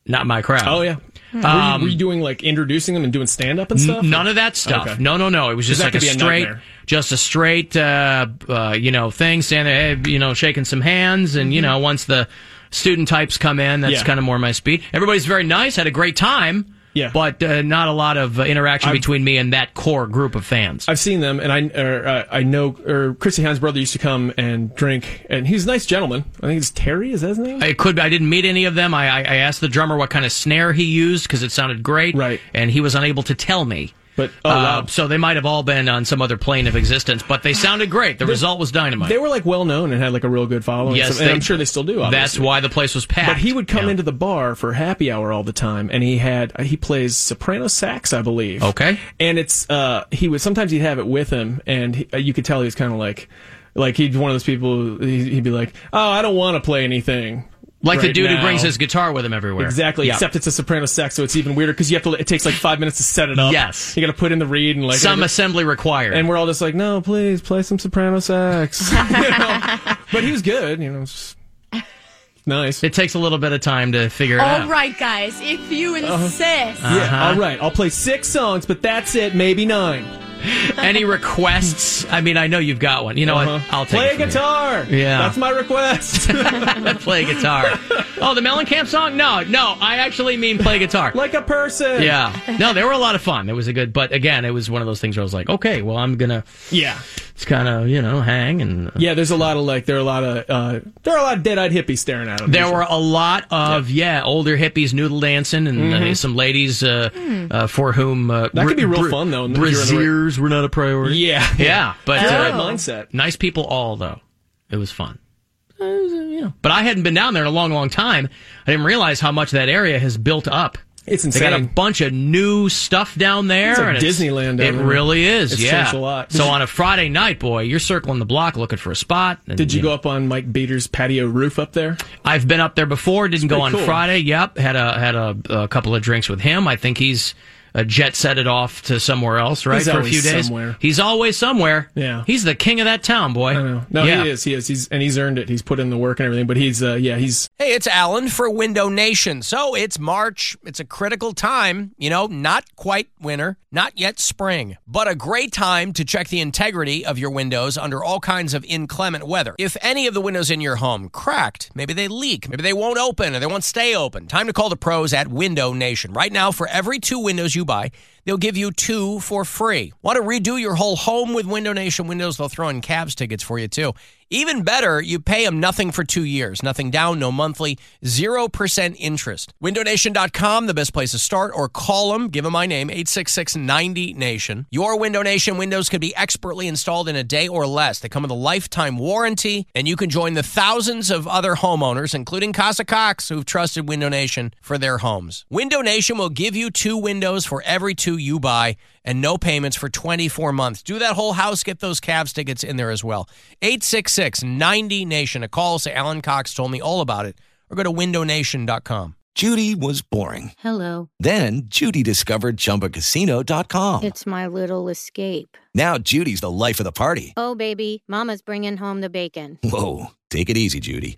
Speaker 1: not my crowd.
Speaker 15: Mm-hmm. Oh yeah. were,
Speaker 1: Um,
Speaker 15: you, were you doing like introducing them and doing stand-up and
Speaker 1: N-
Speaker 15: stuff?
Speaker 1: None of that stuff.
Speaker 15: Okay.
Speaker 1: No, no, no. It was just
Speaker 15: That
Speaker 1: like a
Speaker 15: could be a
Speaker 1: straight,
Speaker 15: nightmare.
Speaker 1: just a straight, uh, uh, you know, thing. Standing there, hey, you know, shaking some hands, and you know, once the student types come in, that's
Speaker 15: Mm-hmm. Yeah.
Speaker 1: kind of more my speed. Everybody's very nice. Had a great time. Yeah. But uh, not a lot of uh, interaction
Speaker 15: I've-
Speaker 1: between me and that core group of fans.
Speaker 15: I've seen them, and I er, uh, I know or Chrissy Hines' brother used to come and drink, and he's a nice gentleman. I think it's Terry. Is that his name?
Speaker 1: I could. I didn't meet any of them. I, I, I asked the drummer what kind of snare he used because it sounded great, right? And he was unable to tell me. Uh,
Speaker 15: But oh, wow.
Speaker 1: so they might have all been on some other plane of existence, but they sounded great. The
Speaker 15: They-
Speaker 1: result was dynamite.
Speaker 15: They were like well known and had like a real good following.
Speaker 1: Yes,
Speaker 15: and, stuff, and
Speaker 1: they-
Speaker 15: I'm sure they still do.
Speaker 1: That's
Speaker 15: Obviously.
Speaker 1: why the place was packed.
Speaker 15: But he would come into the bar for happy hour all the time, and he had uh, he plays soprano sax, I believe.
Speaker 1: Okay.
Speaker 15: and it's uh he would sometimes he'd have it with him, and he, uh, you could tell he was kind of like like he'd one of those people. He'd, he'd be like, oh, I don't want to play anything.
Speaker 1: Like the
Speaker 15: right
Speaker 1: dude who
Speaker 15: now."
Speaker 1: brings his guitar with him everywhere.
Speaker 15: Exactly,
Speaker 1: Yeah.
Speaker 15: except it's a soprano sax, so it's even weirder because you have to. It takes like five minutes to set it up.
Speaker 1: Yes.
Speaker 15: you got to put in the reed and like
Speaker 1: some assembly required.
Speaker 15: And we're all just like, no, please play some soprano sax. You know? But he was good, you know. it's Nice.
Speaker 1: It takes a little bit of time to figure it
Speaker 12: All
Speaker 1: out. Uh-huh.
Speaker 12: right, guys, if you insist.
Speaker 15: Yeah, all right. I'll play six songs, but that's it. Maybe nine.
Speaker 1: Any requests? I mean, I know you've got one. You know what? I'll take
Speaker 15: Uh-huh. play
Speaker 1: it from you.
Speaker 15: guitar.
Speaker 1: Yeah.
Speaker 15: that's my request.
Speaker 1: play guitar. Oh, the Mellencamp song? No, no. I actually mean play guitar.
Speaker 15: like a person.
Speaker 1: Yeah. No, they were a lot of fun. It was a good, but again, it was one of those things where I was like, okay, well, I'm gonna.
Speaker 15: Yeah.
Speaker 1: It's kind of you know hang and. uh,
Speaker 15: Yeah, there's a lot of like there are a lot of uh, there are a lot of dead-eyed hippies staring at him.
Speaker 1: There were a lot of yeah, older hippies noodle dancing and uh,
Speaker 15: Mhm.
Speaker 1: some ladies uh, uh, for whom uh,
Speaker 15: That could be real
Speaker 1: bra-
Speaker 15: fun, though, if you're in the right-
Speaker 1: Braziers were not a priority.
Speaker 15: Yeah.
Speaker 1: yeah, but
Speaker 15: It's the
Speaker 1: uh,
Speaker 15: right mindset.
Speaker 1: Nice people all though. It was fun. Uh, But I hadn't been down there in a long, long time. I didn't realize how much that area has built up.
Speaker 15: It's
Speaker 1: They got a
Speaker 15: insane.
Speaker 1: bunch of new stuff down there.
Speaker 15: It's like
Speaker 1: and
Speaker 15: Disneyland down
Speaker 1: It
Speaker 15: there.
Speaker 1: really is.
Speaker 15: It's
Speaker 1: yeah.
Speaker 15: changed a lot.
Speaker 1: So on a Friday night, boy, you're circling the block looking for a spot. and,
Speaker 15: Did you
Speaker 1: know,
Speaker 15: go up on Mike Beater's patio roof up there?
Speaker 1: I've been up there before. Didn't
Speaker 15: It's
Speaker 1: go
Speaker 15: pretty
Speaker 1: on
Speaker 15: cool.
Speaker 1: Friday. Yep, had a had a, a couple of drinks with him. I think he's uh, jet set it off to somewhere else, right?
Speaker 15: He's
Speaker 1: for a
Speaker 15: always
Speaker 1: few days.
Speaker 15: somewhere.
Speaker 1: He's always somewhere.
Speaker 15: Yeah.
Speaker 1: he's the king of that town, boy.
Speaker 15: No,
Speaker 1: yeah.
Speaker 15: he is. He is. He's and he's earned it. He's put in the work and everything. But he's uh, yeah, he's
Speaker 6: Hey, it's Alan for Window Nation. So it's March. It's a critical time, you know, not quite winter, not yet spring, but a great time to check the integrity of your windows under all kinds of inclement weather. If any of the windows in your home cracked, maybe they leak, maybe they won't open or they won't stay open, time to call the pros at Window Nation. Right now, for every two windows you buy, they'll give you two for free. Want to redo your whole home with Window Nation windows? They'll throw in cabs tickets for you too. Even better, you pay them nothing for two years, nothing down, no monthly, 0% interest. WindowNation.com, the best place to start, or call them, give them my name, 866-90-NATION. Your Window Nation windows can be expertly installed in a day or less. They come with a lifetime warranty, and you can join the thousands of other homeowners, including Casa Cox, who've trusted Window Nation for their homes. Window Nation will give you two windows for every two you buy and no payments for 24 months. Do that whole house. Get those Cavs tickets in there as well. 866 90 Nation. A call. Say Alan Cox told me all about it. Or go to windownation.com.
Speaker 20: Judy was boring.
Speaker 13: Hello.
Speaker 20: Then Judy discovered
Speaker 15: Oh.
Speaker 20: ChumbaCasino.com.
Speaker 13: It's my little escape.
Speaker 20: Now Judy's the life of the party.
Speaker 13: Oh, baby, Mama's bringing home the bacon.
Speaker 20: Whoa, take it easy, Judy.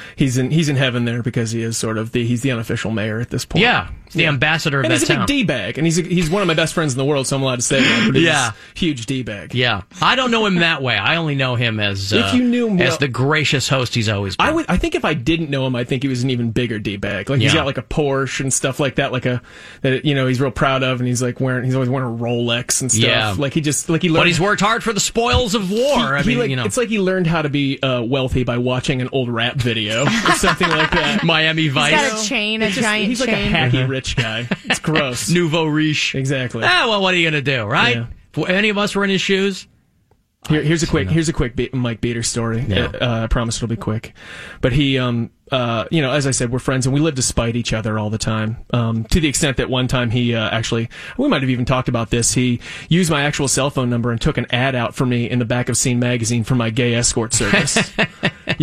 Speaker 15: He's in he's in heaven there because he is sort of the he's the unofficial mayor at this point.
Speaker 1: Yeah, the ambassador of
Speaker 15: and
Speaker 1: that
Speaker 15: he's a
Speaker 1: town.
Speaker 15: big d bag, and he's a, he's one of my best friends in the world, so I'm allowed to say that. But he's
Speaker 1: Yeah.
Speaker 15: huge d bag.
Speaker 1: Yeah, I don't know him that way. I only know him as uh,
Speaker 15: If you knew him
Speaker 1: as
Speaker 15: well-
Speaker 1: the gracious host he's always been.
Speaker 15: I would I think if I didn't know him, I think he was an even bigger d bag. Like he's
Speaker 1: Yeah.
Speaker 15: got like a Porsche and stuff like that, like a that you know he's real proud of, and he's like wearing he's always wearing a Rolex and stuff.
Speaker 1: Yeah.
Speaker 15: like he just like he learned.
Speaker 1: but he's worked hard for the spoils of war.
Speaker 15: He-
Speaker 1: I
Speaker 15: he,
Speaker 1: mean,
Speaker 15: like-
Speaker 1: you know,
Speaker 15: it's like he learned how to be uh, wealthy by watching an old rap video or something like that.
Speaker 1: Miami Vice.
Speaker 8: got a chain, a
Speaker 15: It's just-
Speaker 8: giant
Speaker 15: He's like
Speaker 12: Mm-hmm.
Speaker 8: chain.
Speaker 15: a hacky rich guy. It's gross.
Speaker 1: Nouveau riche.
Speaker 15: Exactly.
Speaker 1: Ah, well, what are you gonna do, right? If any of us were in his shoes.
Speaker 15: Here, here's a quick here's a quick beat, Mike Beater story. Uh, uh, I promise it'll be quick. But he, um, uh, you know, as I said, we're friends and we live to spite each other all the time. Um, to the extent that one time he uh, actually, we might have even talked about this. He used my actual cell phone number and took an ad out for me in the back of Scene magazine for my gay escort service. You-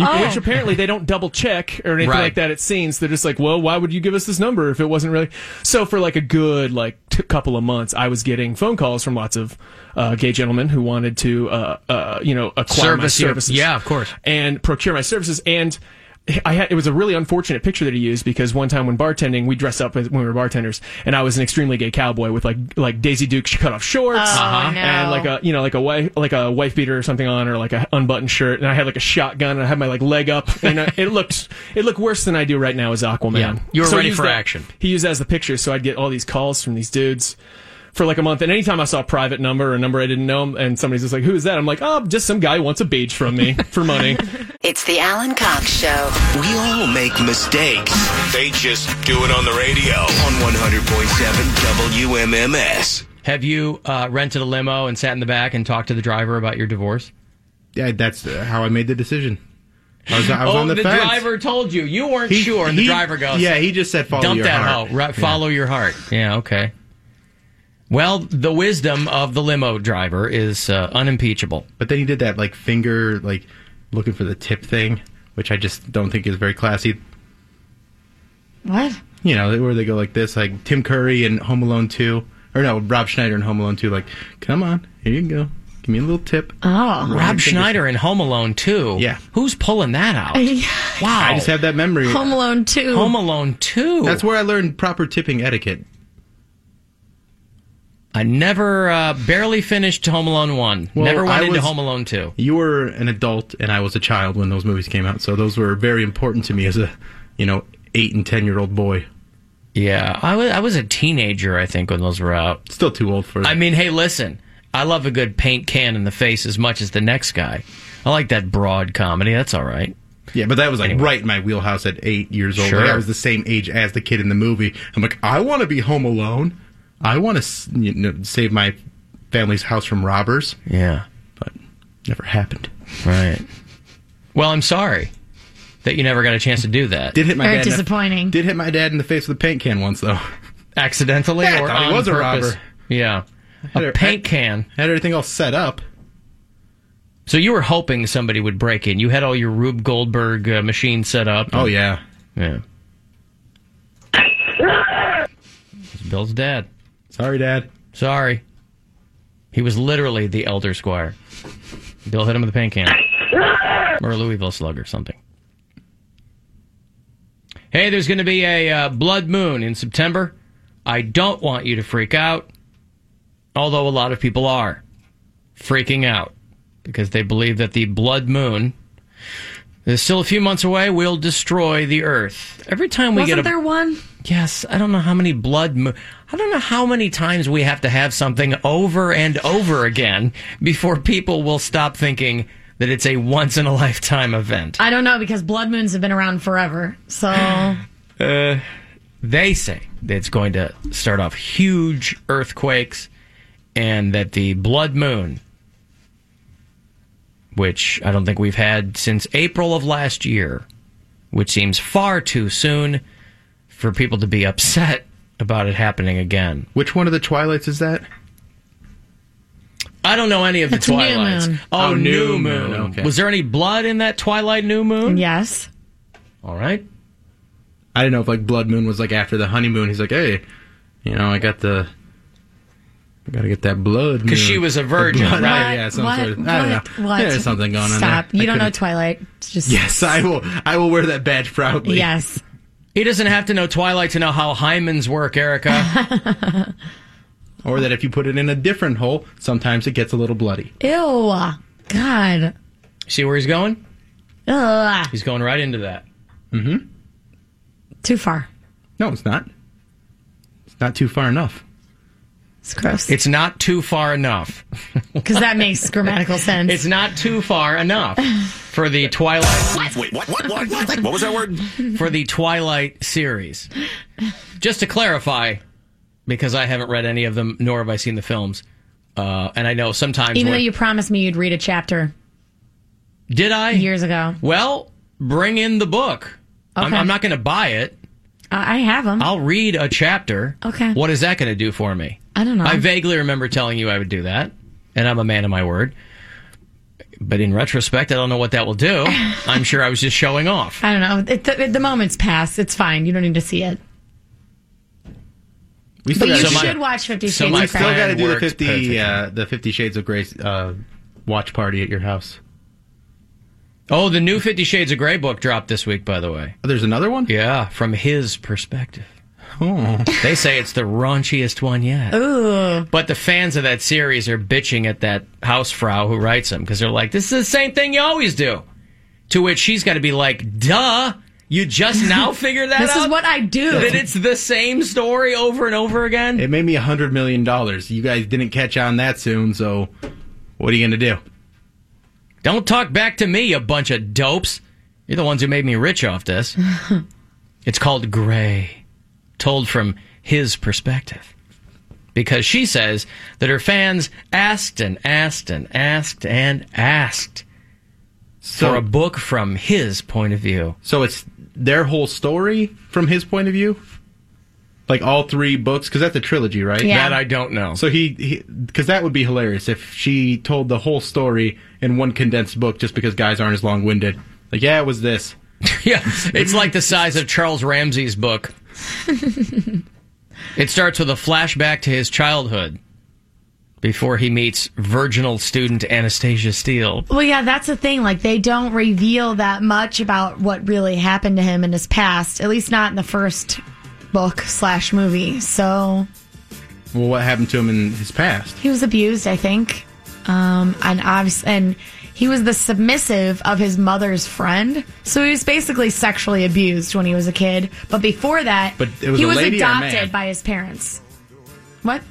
Speaker 1: Oh.
Speaker 15: Which apparently they don't double check or anything
Speaker 1: Right.
Speaker 15: like that at scenes. They're just like, well, why would you give us this number if it wasn't really? So for like a good like t- couple of months, I was getting phone calls from lots of uh, gay gentlemen who wanted to, uh, uh, you know, acquire
Speaker 1: Service
Speaker 15: my
Speaker 1: your-
Speaker 15: services.
Speaker 1: yeah, of course.
Speaker 15: And procure my services and. I had, it was a really unfortunate picture that he used because one time when bartending, we dressed up as, when we were bartenders, and I was an extremely gay cowboy with like like Daisy Duke cut off shorts
Speaker 1: Oh, no.
Speaker 15: and like a uh, you know, like a wife, like a wife beater or something on, or like a unbuttoned shirt, and I had like a shotgun, and I had my like leg up, and I, it looked it looked worse than I do right now as Aquaman.
Speaker 1: Yeah. You were
Speaker 15: he
Speaker 1: ready
Speaker 15: used
Speaker 1: for
Speaker 15: that-
Speaker 1: action.
Speaker 15: He used that as the picture, so I'd get all these calls from these dudes for like a month, and anytime I saw a private number or a number I didn't know, and somebody's just like, "Who is that?" I'm like, "Oh, just some guy who wants a beach from me for money."
Speaker 24: It's the Alan Cox Show.
Speaker 2: We all make mistakes. They just do it on the radio on 100.7 WMMS.
Speaker 1: Have you uh, rented a limo and sat in the back and talked to the driver about your divorce?
Speaker 7: Yeah, that's uh, how I made the decision. I was, I was
Speaker 1: oh,
Speaker 7: on the, fence.
Speaker 1: driver told you. You weren't
Speaker 7: He-
Speaker 1: sure, and the
Speaker 7: he-
Speaker 1: driver goes,
Speaker 7: yeah, he just said, "Follow
Speaker 1: dump
Speaker 7: your
Speaker 1: that
Speaker 7: heart."
Speaker 1: hoe. Right,
Speaker 7: Yeah.
Speaker 1: Follow your heart. Yeah, okay. Well, the wisdom of the limo driver is uh, unimpeachable.
Speaker 7: But then he did that like finger like looking for the tip thing, which I just don't think is very classy.
Speaker 12: What?
Speaker 7: You know, where they go like this, like Tim Curry in Home Alone Two, or no, Rob Schneider in Home Alone Two. Like, come on, here you go, give me a little tip.
Speaker 12: Oh,
Speaker 1: Rob Schneider in Home Alone too. Yeah. Who's pulling that out? Wow.
Speaker 7: I just have that memory.
Speaker 12: Home Alone 2.
Speaker 1: Home Alone 2.
Speaker 7: That's where I learned proper tipping etiquette.
Speaker 1: I never, uh, barely finished Home Alone 1.
Speaker 7: Well,
Speaker 1: never went
Speaker 7: I
Speaker 1: into
Speaker 7: was-
Speaker 1: Home Alone 2.
Speaker 7: You were an adult and I was a child when those movies came out, so those were very important to me as a, you know, eight and ten year old boy.
Speaker 1: Yeah, I was I was a teenager, I think, when those were out.
Speaker 7: Still too old for.
Speaker 1: I mean, hey, listen, I love a good paint can in the face as much as the next guy. I like that broad comedy. That's all right.
Speaker 7: Yeah, but that was like
Speaker 1: Anyway.
Speaker 7: right in my wheelhouse at eight years old.
Speaker 1: Sure.
Speaker 7: Like I was the same age as the kid in the movie. I'm like, I want to be home alone. I want to you know, save my family's house from robbers.
Speaker 1: Yeah,
Speaker 7: but never happened.
Speaker 1: Right. Well, I'm sorry that you never got a chance to do that.
Speaker 7: Did hit my
Speaker 1: Very
Speaker 7: dad in the-
Speaker 12: disappointing.
Speaker 7: did hit my dad in the face with a paint can once though.
Speaker 1: accidentally
Speaker 7: Yeah, I
Speaker 1: or
Speaker 7: thought he
Speaker 1: on
Speaker 7: was a
Speaker 1: purpose?
Speaker 7: robber.
Speaker 1: Yeah, a paint can.
Speaker 7: Had everything all set up.
Speaker 1: So you were hoping somebody would break in. You had all your Rube Goldberg uh, machine set up.
Speaker 7: Oh yeah,
Speaker 1: yeah. It's Bill's dad.
Speaker 7: Sorry, Dad.
Speaker 1: Sorry. He was literally the elder squire. Bill hit him with a paint can. or a Louisville slug or something. Hey, there's going to be a uh, blood moon in September. I don't want you to freak out, although a lot of people are freaking out because they believe that the blood moon is still a few months away will destroy the earth. Every time we
Speaker 12: Wasn't
Speaker 1: get a
Speaker 12: there one?
Speaker 1: Yes, I don't know how many blood. Mo- I don't know how many times we have to have something over and over again before people will stop thinking that it's a once in a lifetime event.
Speaker 12: I don't know because blood moons have been around forever. So
Speaker 1: Uh, they say that it's going to start off huge earthquakes, and that the blood moon which I don't think we've had since April of last year, which seems far too soon for people to be upset about it happening again.
Speaker 7: Which one of the Twilights is that?
Speaker 1: I don't know any of the
Speaker 7: That's New
Speaker 1: Twilights.
Speaker 7: Moon.
Speaker 1: Oh,
Speaker 7: Oh,
Speaker 1: New
Speaker 7: New
Speaker 1: Moon.
Speaker 7: Moon, okay.
Speaker 1: Was there any blood in that Twilight New Moon?
Speaker 12: Yes.
Speaker 1: All right.
Speaker 7: I didn't know if like Blood Moon was like after the honeymoon. He's like, hey, you know, I got the, I gotta get that blood.
Speaker 1: Because she
Speaker 7: moon."
Speaker 1: was a
Speaker 7: The
Speaker 1: virgin,
Speaker 7: blood-
Speaker 1: right?
Speaker 7: Yeah, some
Speaker 12: What?
Speaker 7: sort of. I don't
Speaker 12: What?
Speaker 7: know.
Speaker 12: What?
Speaker 7: There's something going on.
Speaker 12: Stop.
Speaker 7: there.
Speaker 12: You
Speaker 7: I
Speaker 12: don't know
Speaker 7: couldn't-
Speaker 12: Twilight. It's just
Speaker 7: Yes, I will. I will wear that badge proudly.
Speaker 12: Yes.
Speaker 1: He doesn't have to know Twilight to know how hymens work, Erica.
Speaker 7: Or that if you put it in a different hole, sometimes it gets a little bloody.
Speaker 12: Ew. God.
Speaker 1: See where he's going?
Speaker 12: Ugh.
Speaker 1: He's going right into that.
Speaker 7: Mm-hmm.
Speaker 12: Too far.
Speaker 7: No, it's not. It's not too far enough.
Speaker 12: It's gross.
Speaker 1: It's not too far enough.
Speaker 12: Because that makes grammatical sense.
Speaker 1: It's not too far enough for the Twilight.
Speaker 18: Wait, what? What? What? What, what was that word?
Speaker 1: For the Twilight series. Just to clarify, because I haven't read any of them, nor have I seen the films, uh, and I know sometimes.
Speaker 12: Even though
Speaker 1: when-
Speaker 12: you promised me you'd read a chapter
Speaker 1: did I?
Speaker 12: years ago.
Speaker 1: Well, bring in the book. I'm,
Speaker 12: Okay.
Speaker 1: I'm not going to buy it.
Speaker 12: I I have them.
Speaker 1: I'll read a chapter.
Speaker 12: Okay.
Speaker 1: What is that going to do for me?
Speaker 12: I don't know.
Speaker 1: I vaguely remember telling you I would do that, and I'm a man of my word. But in retrospect, I don't know what that will do. I'm sure I was just showing off.
Speaker 12: I don't know. It, the, the moment's passed. It's fine. You don't need to see it.
Speaker 7: We
Speaker 12: But you
Speaker 7: gotta do
Speaker 12: should
Speaker 7: that.
Speaker 12: watch Fifty
Speaker 1: so
Speaker 12: Shades
Speaker 1: my
Speaker 12: of Grey.
Speaker 7: Still got to do the
Speaker 1: worked
Speaker 7: fifty, uh, the Fifty Shades of Grey uh, watch party at your house.
Speaker 1: Oh, the new Fifty Shades of Grey book dropped this week, by the way.
Speaker 7: Oh, There's another one?
Speaker 1: Yeah, from his perspective.
Speaker 7: Oh.
Speaker 1: They say it's the raunchiest one yet.
Speaker 12: Ooh.
Speaker 1: But the fans of that series are bitching at that housefrau who writes them because they're like, this is the same thing you always do. To which she's got to be like, duh, you just now figured that out?
Speaker 12: This is what I do.
Speaker 1: That it's the same story over and over again?
Speaker 7: It made me a hundred million dollars. You guys didn't catch on that soon, so what are you gonna do?
Speaker 1: Don't talk back to me, you bunch of dopes. You're the ones who made me rich off this. it's called Gray, told from his perspective. Because she says that her fans asked and asked and asked and asked for a book from his point of view.
Speaker 7: So it's their whole story from his point of view, like all three books, because that's a trilogy, right?
Speaker 1: Yeah. That I don't know.
Speaker 7: So he, because that would be hilarious if she told the whole story in one condensed book, just because guys aren't as long winded. Like, yeah, it was this.
Speaker 1: yeah, it's like the size of Charles Ramsey's book. It starts with a flashback to his childhood before he meets virginal student Anastasia Steele.
Speaker 12: Well, yeah, that's the thing. Like, they don't reveal that much about what really happened to him in his past, at least not in the first book slash movie. So
Speaker 7: Well, what happened to him in his past?
Speaker 12: he was abused, I think, um, and obviously, and he was the submissive of his mother's friend. So he was basically sexually abused when he was a kid. But before that,
Speaker 7: But it was
Speaker 12: he
Speaker 7: a
Speaker 12: was
Speaker 7: lady or a man?
Speaker 12: adopted by his parents. What?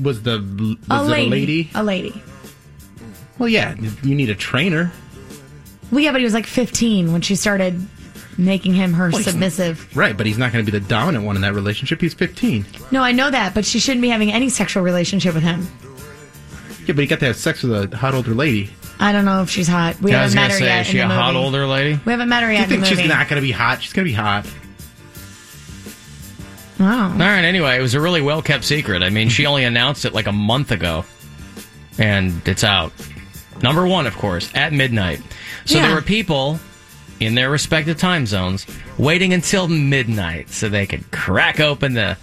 Speaker 7: Was the was it a lady?
Speaker 12: A lady.
Speaker 7: Well, yeah, you need a trainer.
Speaker 12: Well, yeah, but he was like 15 when she started making him her
Speaker 7: Well, he's-
Speaker 12: submissive.
Speaker 7: Right, but he's not going to be the dominant one in that relationship. He's 15.
Speaker 12: No, I know that, but she shouldn't be having any sexual relationship with him.
Speaker 7: Yeah, but he got to have sex with a hot older lady.
Speaker 12: I don't know if she's hot. We
Speaker 7: Yeah, I was
Speaker 12: haven't met
Speaker 7: gonna
Speaker 12: her
Speaker 7: say,
Speaker 12: yet.
Speaker 7: is
Speaker 12: in
Speaker 7: she
Speaker 12: the
Speaker 7: a hot
Speaker 12: movie.
Speaker 7: older
Speaker 1: lady?
Speaker 12: We haven't met her
Speaker 7: You
Speaker 12: yet in
Speaker 7: think
Speaker 12: the
Speaker 7: she's
Speaker 12: movie.
Speaker 7: not going to be hot? She's going to be hot.
Speaker 12: Wow.
Speaker 1: All right, anyway, it was a really well kept secret. I mean, she only announced it like a month ago, and it's out. Number one, of course, at midnight. So
Speaker 25: Yeah.
Speaker 1: there were people in their respective time zones waiting until midnight so they could crack open the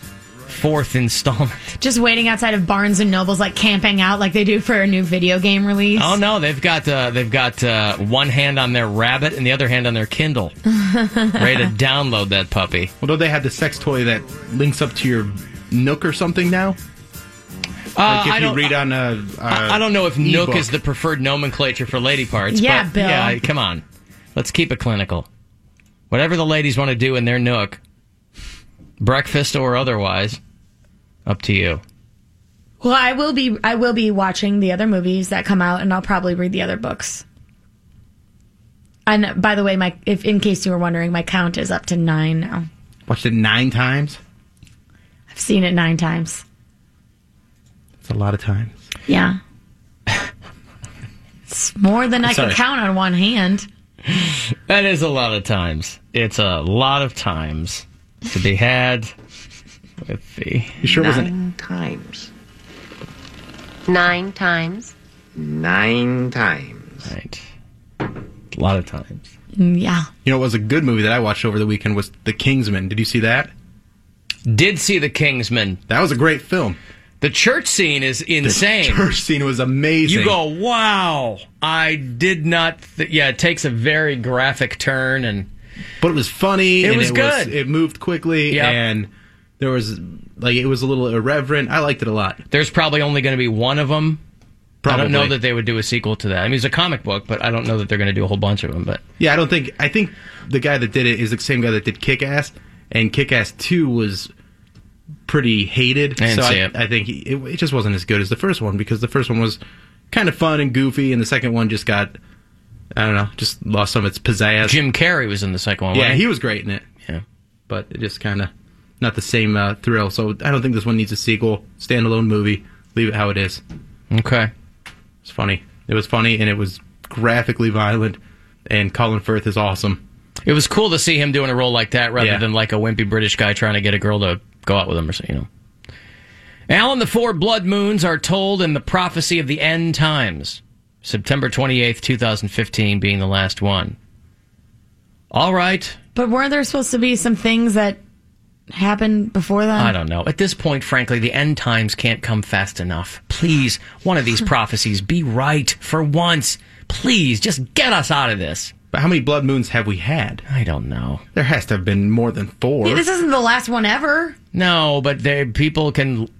Speaker 1: fourth installment.
Speaker 12: Just waiting outside of Barnes and Nobles, like camping out, like they do for a new video game release.
Speaker 1: Oh no, they've got uh, they've got uh, one hand on their rabbit and the other hand on their Kindle, ready to download that puppy.
Speaker 7: Well, don't they have the sex toy that links up to your Nook or something now? like if
Speaker 1: Uh, I
Speaker 7: you
Speaker 1: don't-
Speaker 7: read on a, a
Speaker 1: I I don't know if Nook
Speaker 7: uh, ebook.
Speaker 1: is the preferred nomenclature for lady parts.
Speaker 12: Yeah,
Speaker 1: but
Speaker 12: Bill.
Speaker 1: Yeah, come on. Let's keep it clinical. Whatever the ladies want to do in their Nook, breakfast or otherwise, up to you.
Speaker 12: Well, I will be. I will be watching the other movies that come out, and I'll probably read the other books. And by the way, my if in case you were wondering, my count is up to nine now.
Speaker 7: watched it nine times.
Speaker 12: I've seen it nine times.
Speaker 7: It's a lot of times.
Speaker 12: Yeah. It's more than I
Speaker 1: Sorry.
Speaker 12: can count on one hand.
Speaker 1: That is a lot of times. It's a lot of times to be had with the. You
Speaker 7: sure it wasn't-
Speaker 25: times. Nine times.
Speaker 7: Nine times.
Speaker 1: Right. A lot of times.
Speaker 12: Yeah.
Speaker 7: You know, it was a good movie that I watched over the weekend was The Kingsman. Did you see that?
Speaker 1: Did see The Kingsman.
Speaker 7: That was a great film.
Speaker 1: The church scene is
Speaker 7: The
Speaker 1: insane.
Speaker 7: church scene was amazing.
Speaker 1: You go, wow! I did not. Th- yeah, it takes a very graphic turn, and
Speaker 7: but it was funny.
Speaker 1: It
Speaker 7: and
Speaker 1: was good.
Speaker 7: it moved quickly,
Speaker 1: Yep.
Speaker 7: and there was like it was a little irreverent. I liked it a lot.
Speaker 1: There's probably only going to be one of them. I
Speaker 7: Probably.
Speaker 1: don't know that they would do a sequel to that. I mean, it's a comic book, but I don't know that they're going to do a whole bunch of them. But
Speaker 7: Yeah, I don't think I think the guy that did it is the same guy that did Kick Ass, and Kick Ass Two was pretty hated.
Speaker 1: I didn't
Speaker 7: so
Speaker 1: see
Speaker 7: I,
Speaker 1: it.
Speaker 7: I think he, it, it just wasn't as good as the first one because the first one was kind of fun and goofy, and the second one just got I don't know, just lost some of its pizzazz.
Speaker 1: Jim Carrey was in the second one.
Speaker 7: yeah,
Speaker 1: wasn't
Speaker 7: he was great in it.
Speaker 1: Yeah,
Speaker 7: but it just kind of not the same uh, thrill. So I don't think this one needs a sequel, standalone movie. Leave it how it is.
Speaker 1: Okay,
Speaker 7: it's funny. It was funny, and it was graphically violent. And Colin Firth is awesome.
Speaker 1: It was cool to see him doing a role like that rather
Speaker 7: Yeah.
Speaker 1: than like a wimpy British guy trying to get a girl to go out with him or something, you know. Alan, the four blood moons are told in the prophecy of the end times, September 28th, 2015 being the last one. All right.
Speaker 12: But weren't there supposed to be some things that happened before then?
Speaker 1: I don't know. At this point, frankly, the end times can't come fast enough. Please, one of these prophecies be right for once. Please, just get us out of this.
Speaker 7: But how many blood moons have we had?
Speaker 1: I don't know.
Speaker 7: There has to have been more than four.
Speaker 12: Yeah, this isn't the last one ever.
Speaker 1: No, but they, people can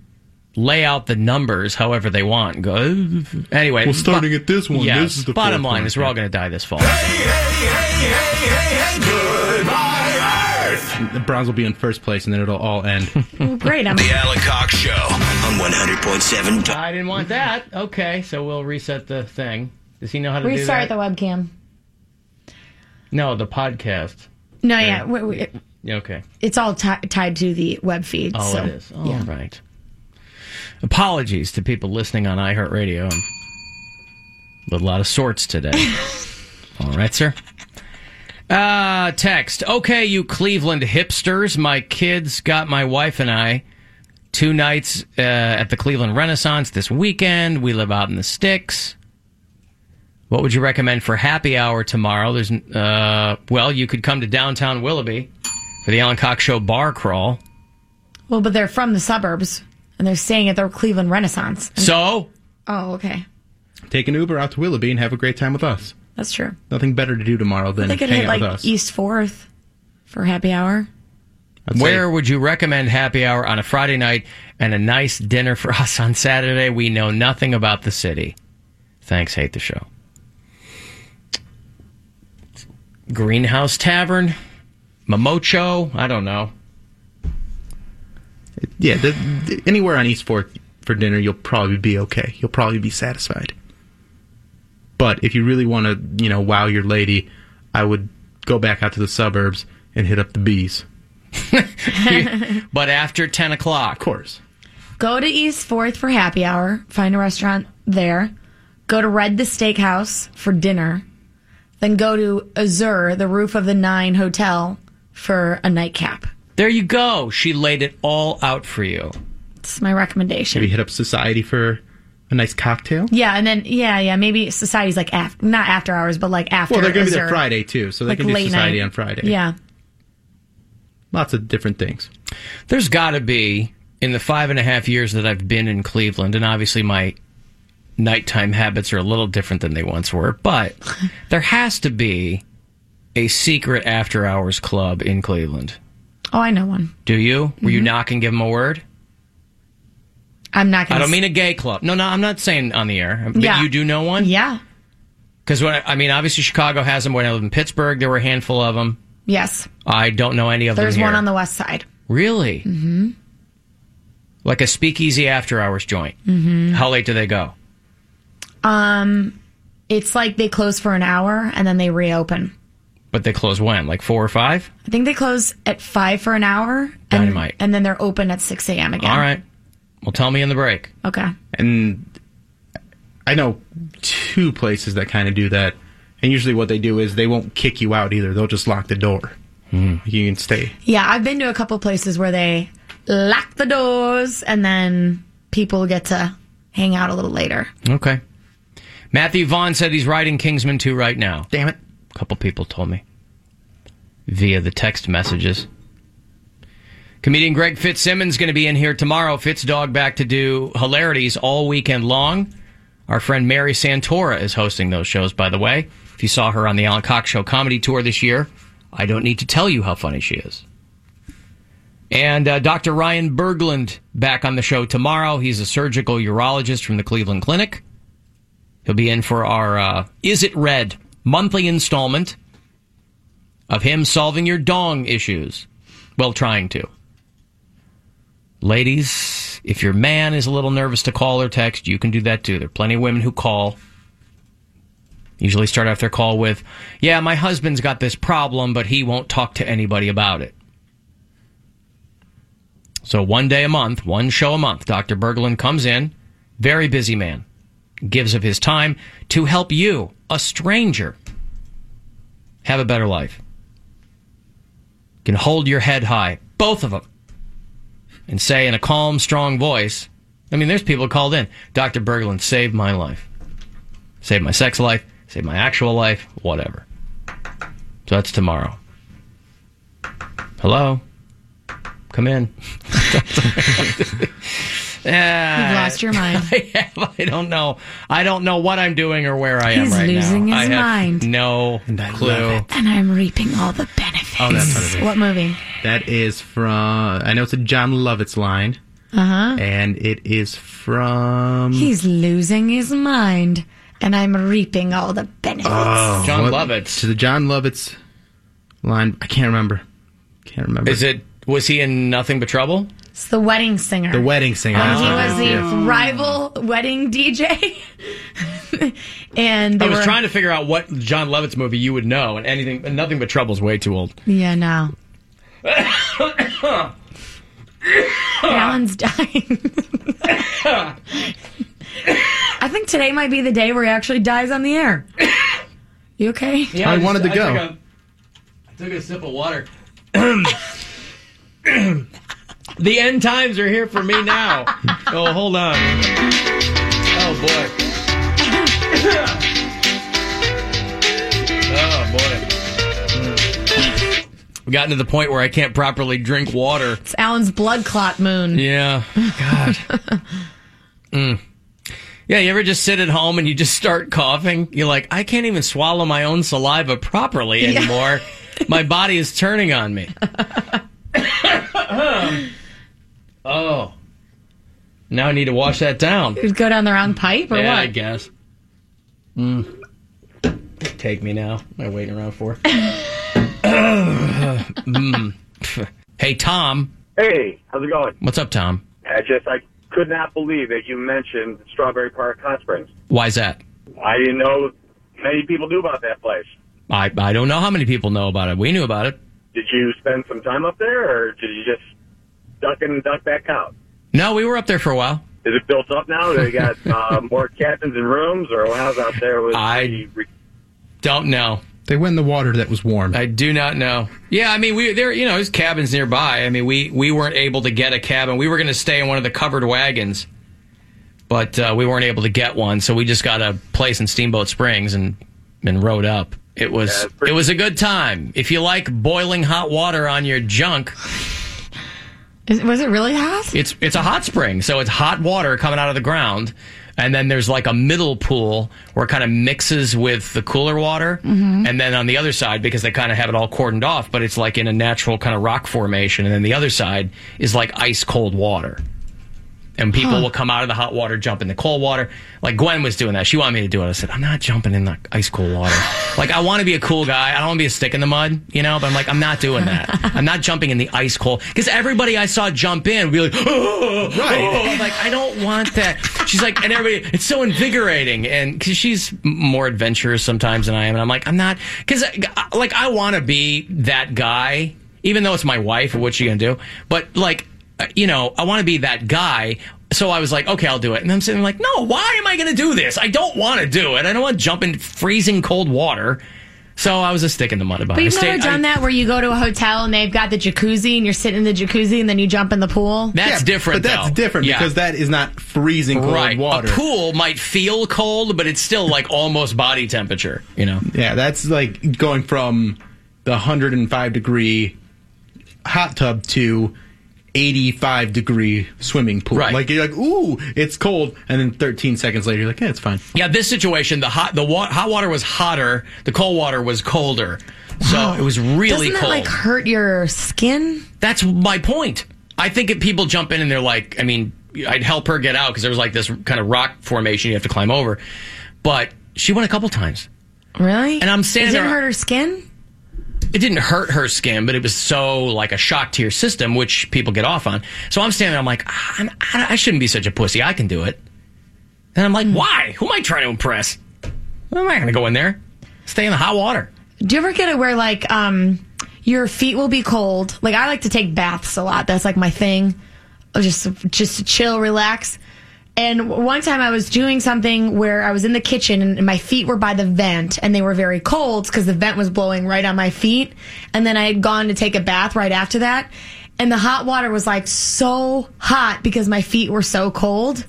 Speaker 1: lay out the numbers however they want. and Go "Uh, anyway.
Speaker 7: Well, starting
Speaker 1: bo-
Speaker 7: at this one,
Speaker 1: yes,
Speaker 7: this is the
Speaker 1: bottom
Speaker 7: fourth
Speaker 1: line
Speaker 7: one.
Speaker 1: is we're all going to die this fall.
Speaker 7: the Browns will be in first place, and then it'll all end.
Speaker 12: Great. I'm-
Speaker 2: The Alan Cox Show on 100.7. Do-
Speaker 1: I didn't want that. Okay, so we'll reset the thing. Does he know how to
Speaker 12: Restart
Speaker 1: do
Speaker 12: the
Speaker 1: that?
Speaker 12: webcam.
Speaker 1: no, the podcast.
Speaker 12: No, yeah, we- we- it-
Speaker 1: Yeah, Okay.
Speaker 12: it's all ti tied to the web feed.
Speaker 1: Oh,
Speaker 12: so,
Speaker 1: it is. All right.
Speaker 12: yeah.
Speaker 1: Apologies to people listening on iHeartRadio. I'm a little out of sorts today. All right, sir. Uh, text. Okay, you Cleveland hipsters. My kids got my wife and I two nights uh, at the Cleveland Renaissance this weekend. We live out in the sticks. What would you recommend for happy hour tomorrow? There's, uh, well, you could come to downtown Willoughby for the Alan Cox Show bar crawl.
Speaker 12: Well, but they're from the suburbs and they're staying at the Cleveland Renaissance.
Speaker 1: So
Speaker 12: Oh, okay.
Speaker 7: Take an Uber out to Willoughby and have a great time with us.
Speaker 12: That's true.
Speaker 7: Nothing better to do tomorrow than
Speaker 12: they could
Speaker 7: hang
Speaker 12: hit
Speaker 7: out with
Speaker 12: like
Speaker 7: us.
Speaker 12: East Fourth for happy hour.
Speaker 1: Where would you recommend happy hour on a Friday night and a nice dinner for us on Saturday? We know nothing about the city. Thanks, hate the show. Greenhouse Tavern, Momocho, I don't know.
Speaker 7: yeah, the, the- anywhere on East Fork for dinner, you'll probably be okay. You'll probably be satisfied. But if you really want to, you know, wow your lady, I would go back out to the suburbs and hit up the bees.
Speaker 1: But after 10 o'clock. Of
Speaker 7: course.
Speaker 12: Go to East Fourth for happy hour. Find a restaurant there. Go to Red the Steakhouse for dinner. Then go to Azure, the roof of the Nine Hotel, for a nightcap.
Speaker 1: There you go. She laid it all out for you.
Speaker 12: It's my recommendation.
Speaker 7: Maybe hit up society for a nice cocktail.
Speaker 12: Yeah, and then yeah, yeah, maybe society's like after not after hours, but like after.
Speaker 7: well, they're going to be there
Speaker 12: Azure.
Speaker 7: Friday too, so they
Speaker 12: Like
Speaker 7: can do
Speaker 12: late
Speaker 7: society
Speaker 12: night.
Speaker 7: on Friday.
Speaker 12: Yeah,
Speaker 7: lots of different things.
Speaker 1: There's got to be, in the five and a half years that I've been in Cleveland, and obviously my nighttime habits are a little different than they once were, but there has to be a secret after hours club in Cleveland.
Speaker 12: Oh, I know one.
Speaker 1: Do you? Were
Speaker 12: Mm-hmm.
Speaker 1: you knock and give them a word?
Speaker 12: I'm not
Speaker 1: I
Speaker 12: going
Speaker 1: don't mean a gay club. No, no, I'm not saying on the air. But
Speaker 12: Yeah.
Speaker 1: you do know one?
Speaker 12: Yeah.
Speaker 1: Because when I, I mean, obviously Chicago has them. When I lived in Pittsburgh, there were a handful of them.
Speaker 12: Yes.
Speaker 1: I don't know any of
Speaker 12: There's
Speaker 1: them here.
Speaker 12: one on the west side.
Speaker 1: really?
Speaker 12: Mm-hmm.
Speaker 1: Like a speakeasy after hours joint.
Speaker 12: Mhm.
Speaker 1: How late do they go?
Speaker 12: Um, it's like they close for an hour and then they reopen.
Speaker 1: But they close when? Like four or five?
Speaker 12: I think they close at five for an hour. And,
Speaker 1: Dynamite.
Speaker 12: And then they're open at six a.m. again.
Speaker 1: All right. Well, tell me in the break.
Speaker 12: Okay.
Speaker 7: And I know two two places that kind of do that. And usually what they do is they won't kick you out either. They'll just lock the door. You can stay.
Speaker 12: Yeah, I've been to a couple places where they lock the doors and then people get to hang out a little later.
Speaker 1: Okay. Matthew Vaughn said he's riding Kingsman 2 right now. Damn it. A couple people told me via the text messages. Comedian Greg Fitzsimmons going to be in here tomorrow. Fitz Dog back to do hilarities all weekend long. Our friend Mary Santora is hosting those shows, by the way. If you saw her on the Alan Cox Show comedy tour this year, I don't need to tell you how funny she is. And uh, Dr. Ryan Berglund back on the show tomorrow. He's a surgical urologist from the Cleveland Clinic. He'll be in for our uh, Is It Red monthly installment of him solving your dong issues. Well, trying to. Ladies, if your man is a little nervous to call or text, you can do that too. There are plenty of women who call. Usually start off their call with, Yeah, my husband's got this problem, but he won't talk to anybody about it. So one day a month, one show a month, Dr. Berglund comes in, very busy man, gives of his time to help you, a stranger, have a better life. Can hold your head high, both of them, and say in a calm, strong voice. I mean, there's people called in. Dr. Berglund saved my life, saved my sex life, saved my actual life, whatever. So that's tomorrow. Hello, come in. Ah,
Speaker 12: You've lost your mind.
Speaker 1: I have. I don't know. I don't know what I'm doing or where I am
Speaker 12: He's
Speaker 1: right
Speaker 12: losing
Speaker 1: now.
Speaker 12: his
Speaker 1: I have
Speaker 12: mind.
Speaker 1: No clue.
Speaker 12: And I'm reaping all the benefits.
Speaker 7: Oh, that's what it is.
Speaker 12: What movie?
Speaker 7: That is from, I know it's a John Lovitz line,
Speaker 12: Uh huh.
Speaker 7: and it is from.
Speaker 12: He's losing his mind, and I'm reaping all the benefits.
Speaker 7: Oh,
Speaker 1: John
Speaker 7: Lovitz. uh, To the John Lovitz line. I can't remember. Can't remember.
Speaker 1: Is it? Was he in Nothing But Trouble?
Speaker 12: It's the wedding singer.
Speaker 7: The wedding singer.
Speaker 12: And
Speaker 7: that's
Speaker 12: he
Speaker 7: what it
Speaker 12: Oh, was
Speaker 7: is,
Speaker 12: the
Speaker 7: yes.
Speaker 12: rival wedding DJ. and they
Speaker 1: I was
Speaker 12: were,
Speaker 1: trying to figure out what John Lovitz movie you would know, and anything, and Nothing But Trouble's way too old.
Speaker 12: Yeah, no. Alan's dying. I think today might be the day where he actually dies on the air. You okay?
Speaker 1: I took a sip of water. the end times are here for me now. oh, hold on. Oh boy. Oh boy. We've gotten to the point where I can't properly drink water.
Speaker 12: It's Alan's blood clot moon.
Speaker 1: Yeah. God. Mm. Yeah, you ever just sit at home and you just start coughing? You're like, I can't even swallow my own saliva properly
Speaker 5: Yeah.
Speaker 1: anymore. my body is turning on me. oh. Now I need to wash that down.
Speaker 12: You'd go down the wrong pipe or
Speaker 1: yeah, I
Speaker 12: what?
Speaker 1: guess. Mm. Take me now. What am I waiting around for? Mm. Hey, Tom.
Speaker 26: Hey, how's it going?
Speaker 1: What's up, Tom?
Speaker 26: I just I could not believe that you mentioned Strawberry Park Hot Springs.
Speaker 1: Why's that?
Speaker 26: I didn't know many people knew about that place.
Speaker 1: I, I don't know how many people know about it. We knew about it.
Speaker 26: Did you spend some time up there, or did you just duck in and duck back out?
Speaker 1: No, we were up there for a while.
Speaker 26: Is it built up now? They got uh, more cabins and rooms, or how's out there with I
Speaker 1: Don't know.
Speaker 7: They went in the water that was warm.
Speaker 1: I do not know. Yeah, I mean, we there. You know, there's cabins nearby. I mean, we we weren't able to get a cabin. We were going to stay in one of the covered wagons, but uh, we weren't able to get one. So we just got a place in Steamboat Springs and and rode up. It was it was a good time. If you like boiling hot water on your junk,
Speaker 12: Is, was it really hot?
Speaker 1: it's it's a hot spring, so it's hot water coming out of the ground, and then there's like a middle pool where it kind of mixes with the cooler water,
Speaker 12: Mm-hmm.
Speaker 5: Mhm.
Speaker 1: and then on the other side because they kind of have it all cordoned off, but it's like in a natural kind of rock formation, and then the other side is like ice cold water, and people
Speaker 5: Huh.
Speaker 1: will come out of the hot water, jump in the cold water. Like Gwen was doing that, she wanted me to do it. I said I'm not jumping in the ice cold water. like I want to be a cool guy, I don't want to be a stick in the mud, you know. But I'm like I'm not doing that. I'm not jumping in the ice cold because everybody I saw jump in would be like. "Oh, oh." I'm like I don't want that. She's like, and everybody, it's so invigorating, and because she's m- more adventurous sometimes than I am, and I'm like, I'm not, because like I want to be that guy, even though it's my wife. What's she gonna do? But like, uh, you know, I want to be that guy. So I was like, okay, I'll do it. And I'm sitting there like, no, why am I going to do this? I don't want to do it. I don't want to jump in freezing cold water. So I was a stick in the mud about
Speaker 12: But
Speaker 1: it. I
Speaker 12: you've never
Speaker 1: stayed- I-
Speaker 12: done that where you go to a hotel and they've got the jacuzzi and you're sitting in the jacuzzi and then you jump in the pool?
Speaker 1: That's different,
Speaker 7: But that's
Speaker 1: though.
Speaker 7: different
Speaker 1: Yeah.
Speaker 7: because that is not freezing cold
Speaker 1: right.
Speaker 7: water.
Speaker 1: A pool might feel cold, but it's still like almost body temperature. You know.
Speaker 7: Yeah, that's like going from the 105 degree hot tub to 85 degree swimming pool.
Speaker 1: Right.
Speaker 7: Like you're like, ooh, it's cold, and then 13 seconds later, you're like, yeah, it's fine.
Speaker 1: Yeah, this situation, the hot the wa- hot water was hotter, the cold water was colder. So it was really
Speaker 12: Doesn't that
Speaker 1: cold.
Speaker 12: like hurt your skin?
Speaker 1: That's my point. I think if people jump in and they're like, I mean, I'd help her get out because there was like this kind of rock formation you have to climb over. But she went a couple times.
Speaker 12: Really? And
Speaker 1: I'm standing
Speaker 12: Does it
Speaker 1: there-
Speaker 12: hurt her skin?
Speaker 1: It didn't hurt her skin, but it was so like a shock to your system, which people get off on. So I'm standing there, I'm like, "Ah, I'm, I I shouldn't be such a pussy. I can do it. And I'm like, why? Who am I trying to impress? I'm not going to go in there. Stay in the hot water.
Speaker 12: Do you ever get it where like um your feet will be cold? Like I like to take baths a lot. That's like my thing. Oh, Just just to chill, relax. And w- one time I was doing something where I was in the kitchen and my feet were by the vent and they were very cold because the vent was blowing right on my feet. And then I had gone to take a bath right after that. And the hot water was like so hot because my feet were so cold.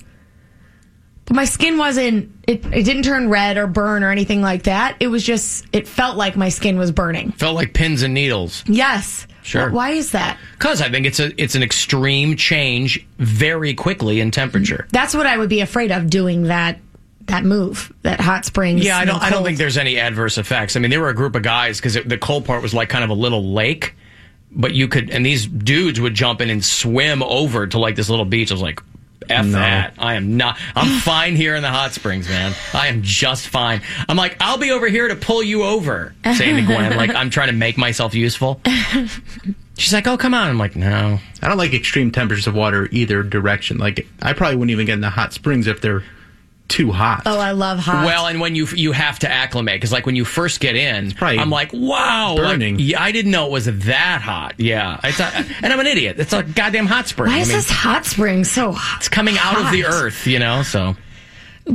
Speaker 12: But my skin wasn't it, it didn't turn red or burn or anything like that. It was just it felt like my skin was burning.
Speaker 1: Felt like pins and needles.
Speaker 12: Yes.
Speaker 1: Sure.
Speaker 12: Why is that?
Speaker 1: Because I think it's a it's an extreme change very quickly in temperature.
Speaker 12: That's what I would be afraid of doing that that move, that hot springs.
Speaker 1: Yeah, I don't.
Speaker 12: and
Speaker 1: I don't
Speaker 12: cold.
Speaker 1: think there's any adverse effects. I mean, there were a group of guys because the cold part was like kind of a little lake, but you could and these dudes would jump in and swim over to like this little beach. I was like, f
Speaker 15: No.
Speaker 1: that. I am not. I'm fine here in the hot springs, man. I am just fine. I'm like, I'll be over here to pull you over, saying to Gwen, like I'm trying to make myself useful. She's like, oh come on. I'm like, no.
Speaker 7: I don't like extreme temperatures of water either direction. Like I probably wouldn't even get in the hot springs if they're too hot.
Speaker 12: Oh, I love hot.
Speaker 1: Well, and when you you have to acclimate because like when you first get in, I'm like, wow, like,
Speaker 7: burning.
Speaker 1: yeah, I didn't know it was that hot. Yeah, it's a, and I'm an idiot. It's a goddamn hot spring.
Speaker 12: Why
Speaker 1: I
Speaker 12: is
Speaker 1: mean,
Speaker 12: this hot spring so hot? It's
Speaker 1: coming out of the earth? You know, so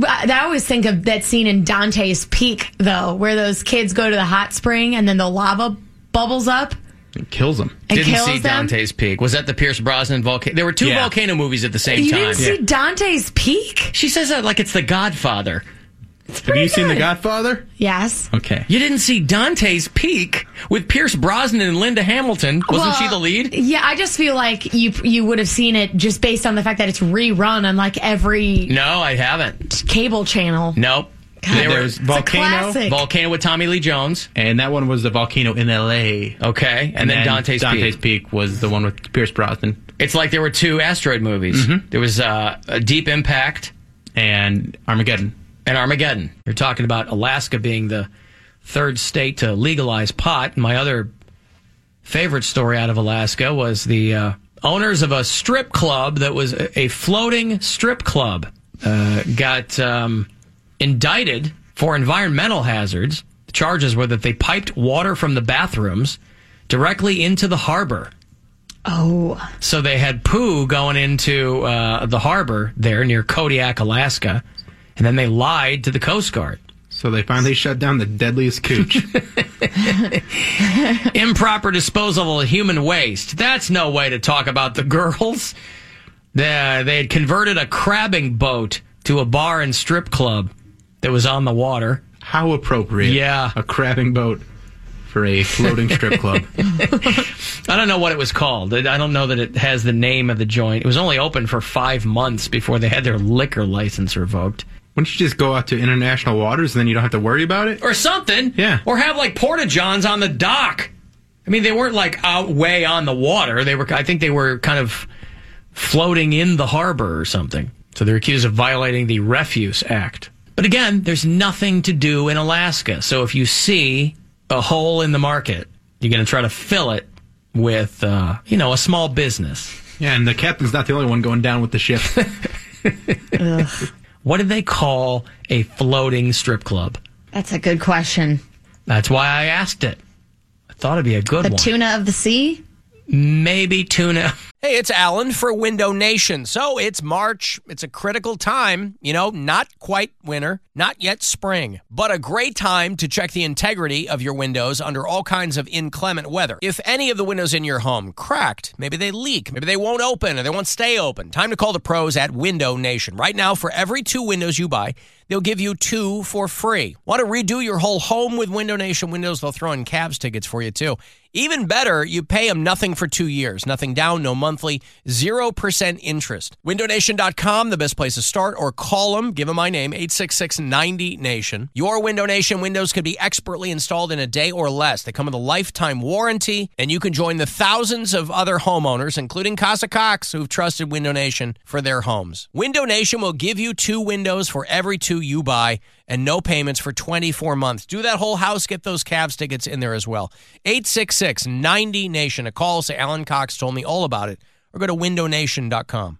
Speaker 12: I always think of that scene in Dante's Peak, though, where those kids go to the hot spring and then the lava bubbles up.
Speaker 7: It kills them.
Speaker 12: It
Speaker 1: didn't
Speaker 12: kills
Speaker 1: see
Speaker 12: them?
Speaker 1: Dante's Peak. Was that the Pierce Brosnan volcano? There were two volcano movies at the same
Speaker 12: you
Speaker 1: time.
Speaker 12: didn't see Dante's Peak?
Speaker 1: She says that like it's The Godfather.
Speaker 7: Have you seen The Godfather?
Speaker 12: Yes.
Speaker 7: Okay.
Speaker 1: You didn't see Dante's Peak with Pierce Brosnan and Linda Hamilton. Wasn't
Speaker 12: Well,
Speaker 1: she the lead?
Speaker 12: Yeah, I just feel like you you would have seen it just based on the fact that it's rerun on like every
Speaker 1: No, I haven't.
Speaker 12: cable channel.
Speaker 1: Nope.
Speaker 7: There
Speaker 1: were-
Speaker 7: was volcano,
Speaker 12: classic.
Speaker 1: volcano with Tommy Lee Jones,
Speaker 7: and that one was the volcano in L.A.
Speaker 1: Okay, and, then, Dante's,
Speaker 7: Dante's
Speaker 1: Peak.
Speaker 7: Peak. was the one with Pierce Brosnan Mm-hmm.
Speaker 1: It's like there were two asteroid movies. There was uh, a Deep Impact
Speaker 7: and Armageddon.
Speaker 1: and Armageddon. You're talking about Alaska being the third state to legalize pot. My other favorite story out of Alaska was the uh, owners of a strip club that was a a floating strip club uh, got um, indicted for environmental hazards. The charges were that they piped water from the bathrooms directly into the harbor.
Speaker 12: Oh,
Speaker 1: So they had poo going into uh, the harbor there near Kodiak, Alaska, and then they lied to the Coast Guard.
Speaker 7: So they finally shut down the deadliest cooch.
Speaker 1: Improper disposal of human waste. That's no way to talk about the girls. They, they had converted a crabbing boat to a bar and strip club that was on the water.
Speaker 7: How appropriate.
Speaker 1: Yeah.
Speaker 7: A crabbing boat for a floating strip club.
Speaker 1: I don't know what it was called. I don't know that it has the name of the joint. It was only open for five months before they had their liquor license revoked.
Speaker 7: Wouldn't you just go out to international waters and then you don't have to worry about it?
Speaker 1: or something. Yeah. Or have like porta johns on the dock. I mean, they weren't like out way on the water. They were. I think they were kind of floating in the harbor or something. So they're accused of violating the Refuse Act. But again, there's nothing to do in Alaska. So if you see a hole in the market, you're going to try to fill it with, uh, you know, a small business.
Speaker 7: Yeah, and the captain's not the only one going down with the ship.
Speaker 1: What do they call a floating strip club?
Speaker 12: that's a good question.
Speaker 1: That's why I asked it. I thought it'd be a good
Speaker 12: The
Speaker 1: one.
Speaker 12: tuna of the sea?
Speaker 1: Maybe tuna.
Speaker 6: Hey, it's Alan for Window Nation. So it's March. It's a critical time, you know, not quite winter, not yet spring, but a great time to check the integrity of your windows under all kinds of inclement weather. If any of the windows in your home cracked, maybe they leak, maybe they won't open or they won't stay open, time to call the pros at Window Nation. Right now, for every two windows you buy, they'll give you two for free. Want to redo your whole home with Window Nation windows? They'll throw in Cavs tickets for you, too. Even better, you pay them nothing for two years, nothing down, no monthly, 0% interest. WindowNation.com, the best place to start, or call them, give them my name, 866-90-NATION. Your Window Nation windows can be expertly installed in a day or less. They come with a lifetime warranty, and you can join the thousands of other homeowners, including Casa Cox, who've trusted Window Nation for their homes. Window Nation will give you two windows for every two you buy and no payments for 24 months. Do that whole house, get those Cavs tickets in there as well. 866 90 Nation. A call, say Alan Cox told me all about it, or go to windownation.com.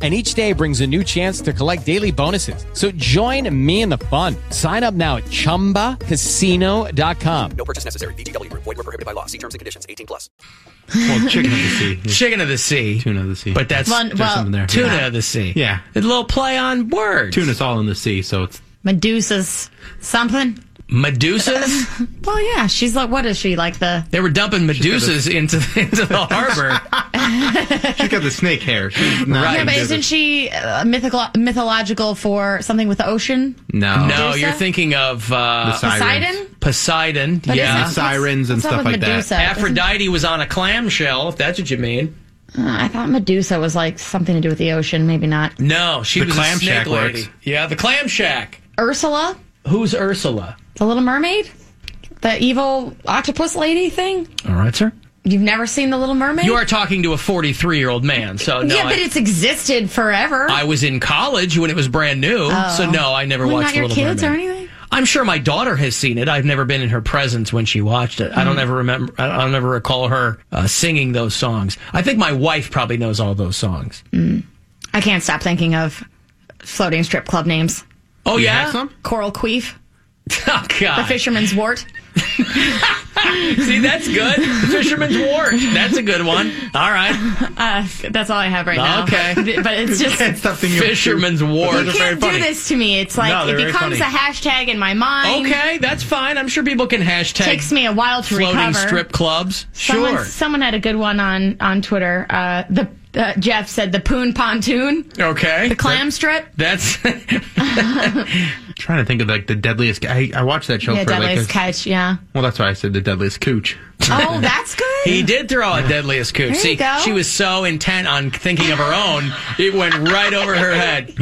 Speaker 17: and each day brings a new chance to collect daily bonuses. So join me in the fun. Sign up now at ChumbaCasino.com.
Speaker 11: No purchase necessary. VGW Group. Void were prohibited by law. See terms and conditions. 18 plus.
Speaker 7: Well, chicken of the sea.
Speaker 1: Chicken of the sea.
Speaker 7: Tuna of the sea.
Speaker 1: But that's
Speaker 12: One-
Speaker 1: there's
Speaker 12: well,
Speaker 1: something there. tuna
Speaker 12: yeah.
Speaker 1: of the sea.
Speaker 7: Yeah.
Speaker 1: A little play on words.
Speaker 7: Tuna's all in the sea, so it's
Speaker 12: Medusa's something.
Speaker 1: Medusas?
Speaker 12: Well, yeah, she's like, what is she like the?
Speaker 1: They were dumping Medusas into, into the harbor.
Speaker 7: she's got the snake hair. She's not
Speaker 12: yeah, but
Speaker 7: into
Speaker 12: isn't
Speaker 7: the-
Speaker 12: she uh, mythical, mythological for something with the ocean?
Speaker 7: No.
Speaker 1: No,
Speaker 12: Medusa?
Speaker 1: you're thinking of uh,
Speaker 7: The sirens.
Speaker 1: Poseidon,
Speaker 12: But
Speaker 1: yeah.
Speaker 12: isn't- The sirens and what's up stuff with like that. Medusa? Isn't-
Speaker 1: Aphrodite was on a clamshell, if that's what you mean.
Speaker 12: Uh, I thought Medusa was like something to do with the ocean. Maybe not.
Speaker 1: No, she
Speaker 7: The
Speaker 1: was
Speaker 7: clam
Speaker 1: a snake
Speaker 7: shack
Speaker 1: lady.
Speaker 7: works.
Speaker 1: Yeah, the clam shack.
Speaker 12: Ursula,
Speaker 1: Who's Ursula?
Speaker 12: the Little Mermaid, the evil octopus lady thing.
Speaker 1: All right, sir.
Speaker 12: You've never seen the Little Mermaid?
Speaker 1: You are talking to a 43 year old man, so Oh, no.
Speaker 12: yeah,
Speaker 1: I-
Speaker 12: but it's existed forever.
Speaker 1: I was in college when it was brand new,
Speaker 12: Oh.
Speaker 1: so no, I never
Speaker 12: Well,
Speaker 1: watched
Speaker 12: not
Speaker 1: The
Speaker 12: your
Speaker 1: Little
Speaker 12: kids
Speaker 1: Mermaid.
Speaker 12: or anything.
Speaker 1: I'm sure my daughter has seen it. I've never been in her presence when she watched it. I
Speaker 12: Mm.
Speaker 1: don't ever remember. I don't ever recall her uh, singing those songs. I think my wife probably knows all those songs.
Speaker 12: Mm. I can't stop thinking of floating strip club names.
Speaker 1: Oh yeah, some?
Speaker 12: Coral Queef,
Speaker 1: oh
Speaker 12: the
Speaker 1: god.
Speaker 12: Fisherman's Wart.
Speaker 1: See, that's good. The Fisherman's Wart. That's a good one. All right.
Speaker 12: Uh, that's all I have right now.
Speaker 1: Okay.
Speaker 12: but it's just
Speaker 7: Can't stop thinking of-
Speaker 1: Fisherman's Wart.
Speaker 12: you can't do this to me. It's like
Speaker 1: No, they're
Speaker 12: it
Speaker 1: very
Speaker 12: becomes
Speaker 1: funny.
Speaker 12: a hashtag in my mind.
Speaker 1: Okay, that's fine. I'm sure people can hashtag
Speaker 12: Takes me a while to
Speaker 1: floating
Speaker 12: recover.
Speaker 1: strip clubs.
Speaker 12: Someone,
Speaker 1: Sure.
Speaker 12: someone had a good one on on Twitter. Uh, the uh, Jeff said the poon pontoon,
Speaker 1: Okay.
Speaker 12: the clam strip.
Speaker 1: That's
Speaker 7: trying to think of like the deadliest. I, I watched that show
Speaker 12: Yeah,
Speaker 7: for like.
Speaker 12: deadliest
Speaker 7: a-
Speaker 12: catch. Yeah.
Speaker 7: well, that's why I said the deadliest cooch.
Speaker 12: Oh, that's good.
Speaker 1: He did throw a deadliest cooch.
Speaker 12: There you
Speaker 1: See,
Speaker 12: go.
Speaker 1: she was so intent on thinking of her own, it went right over her head.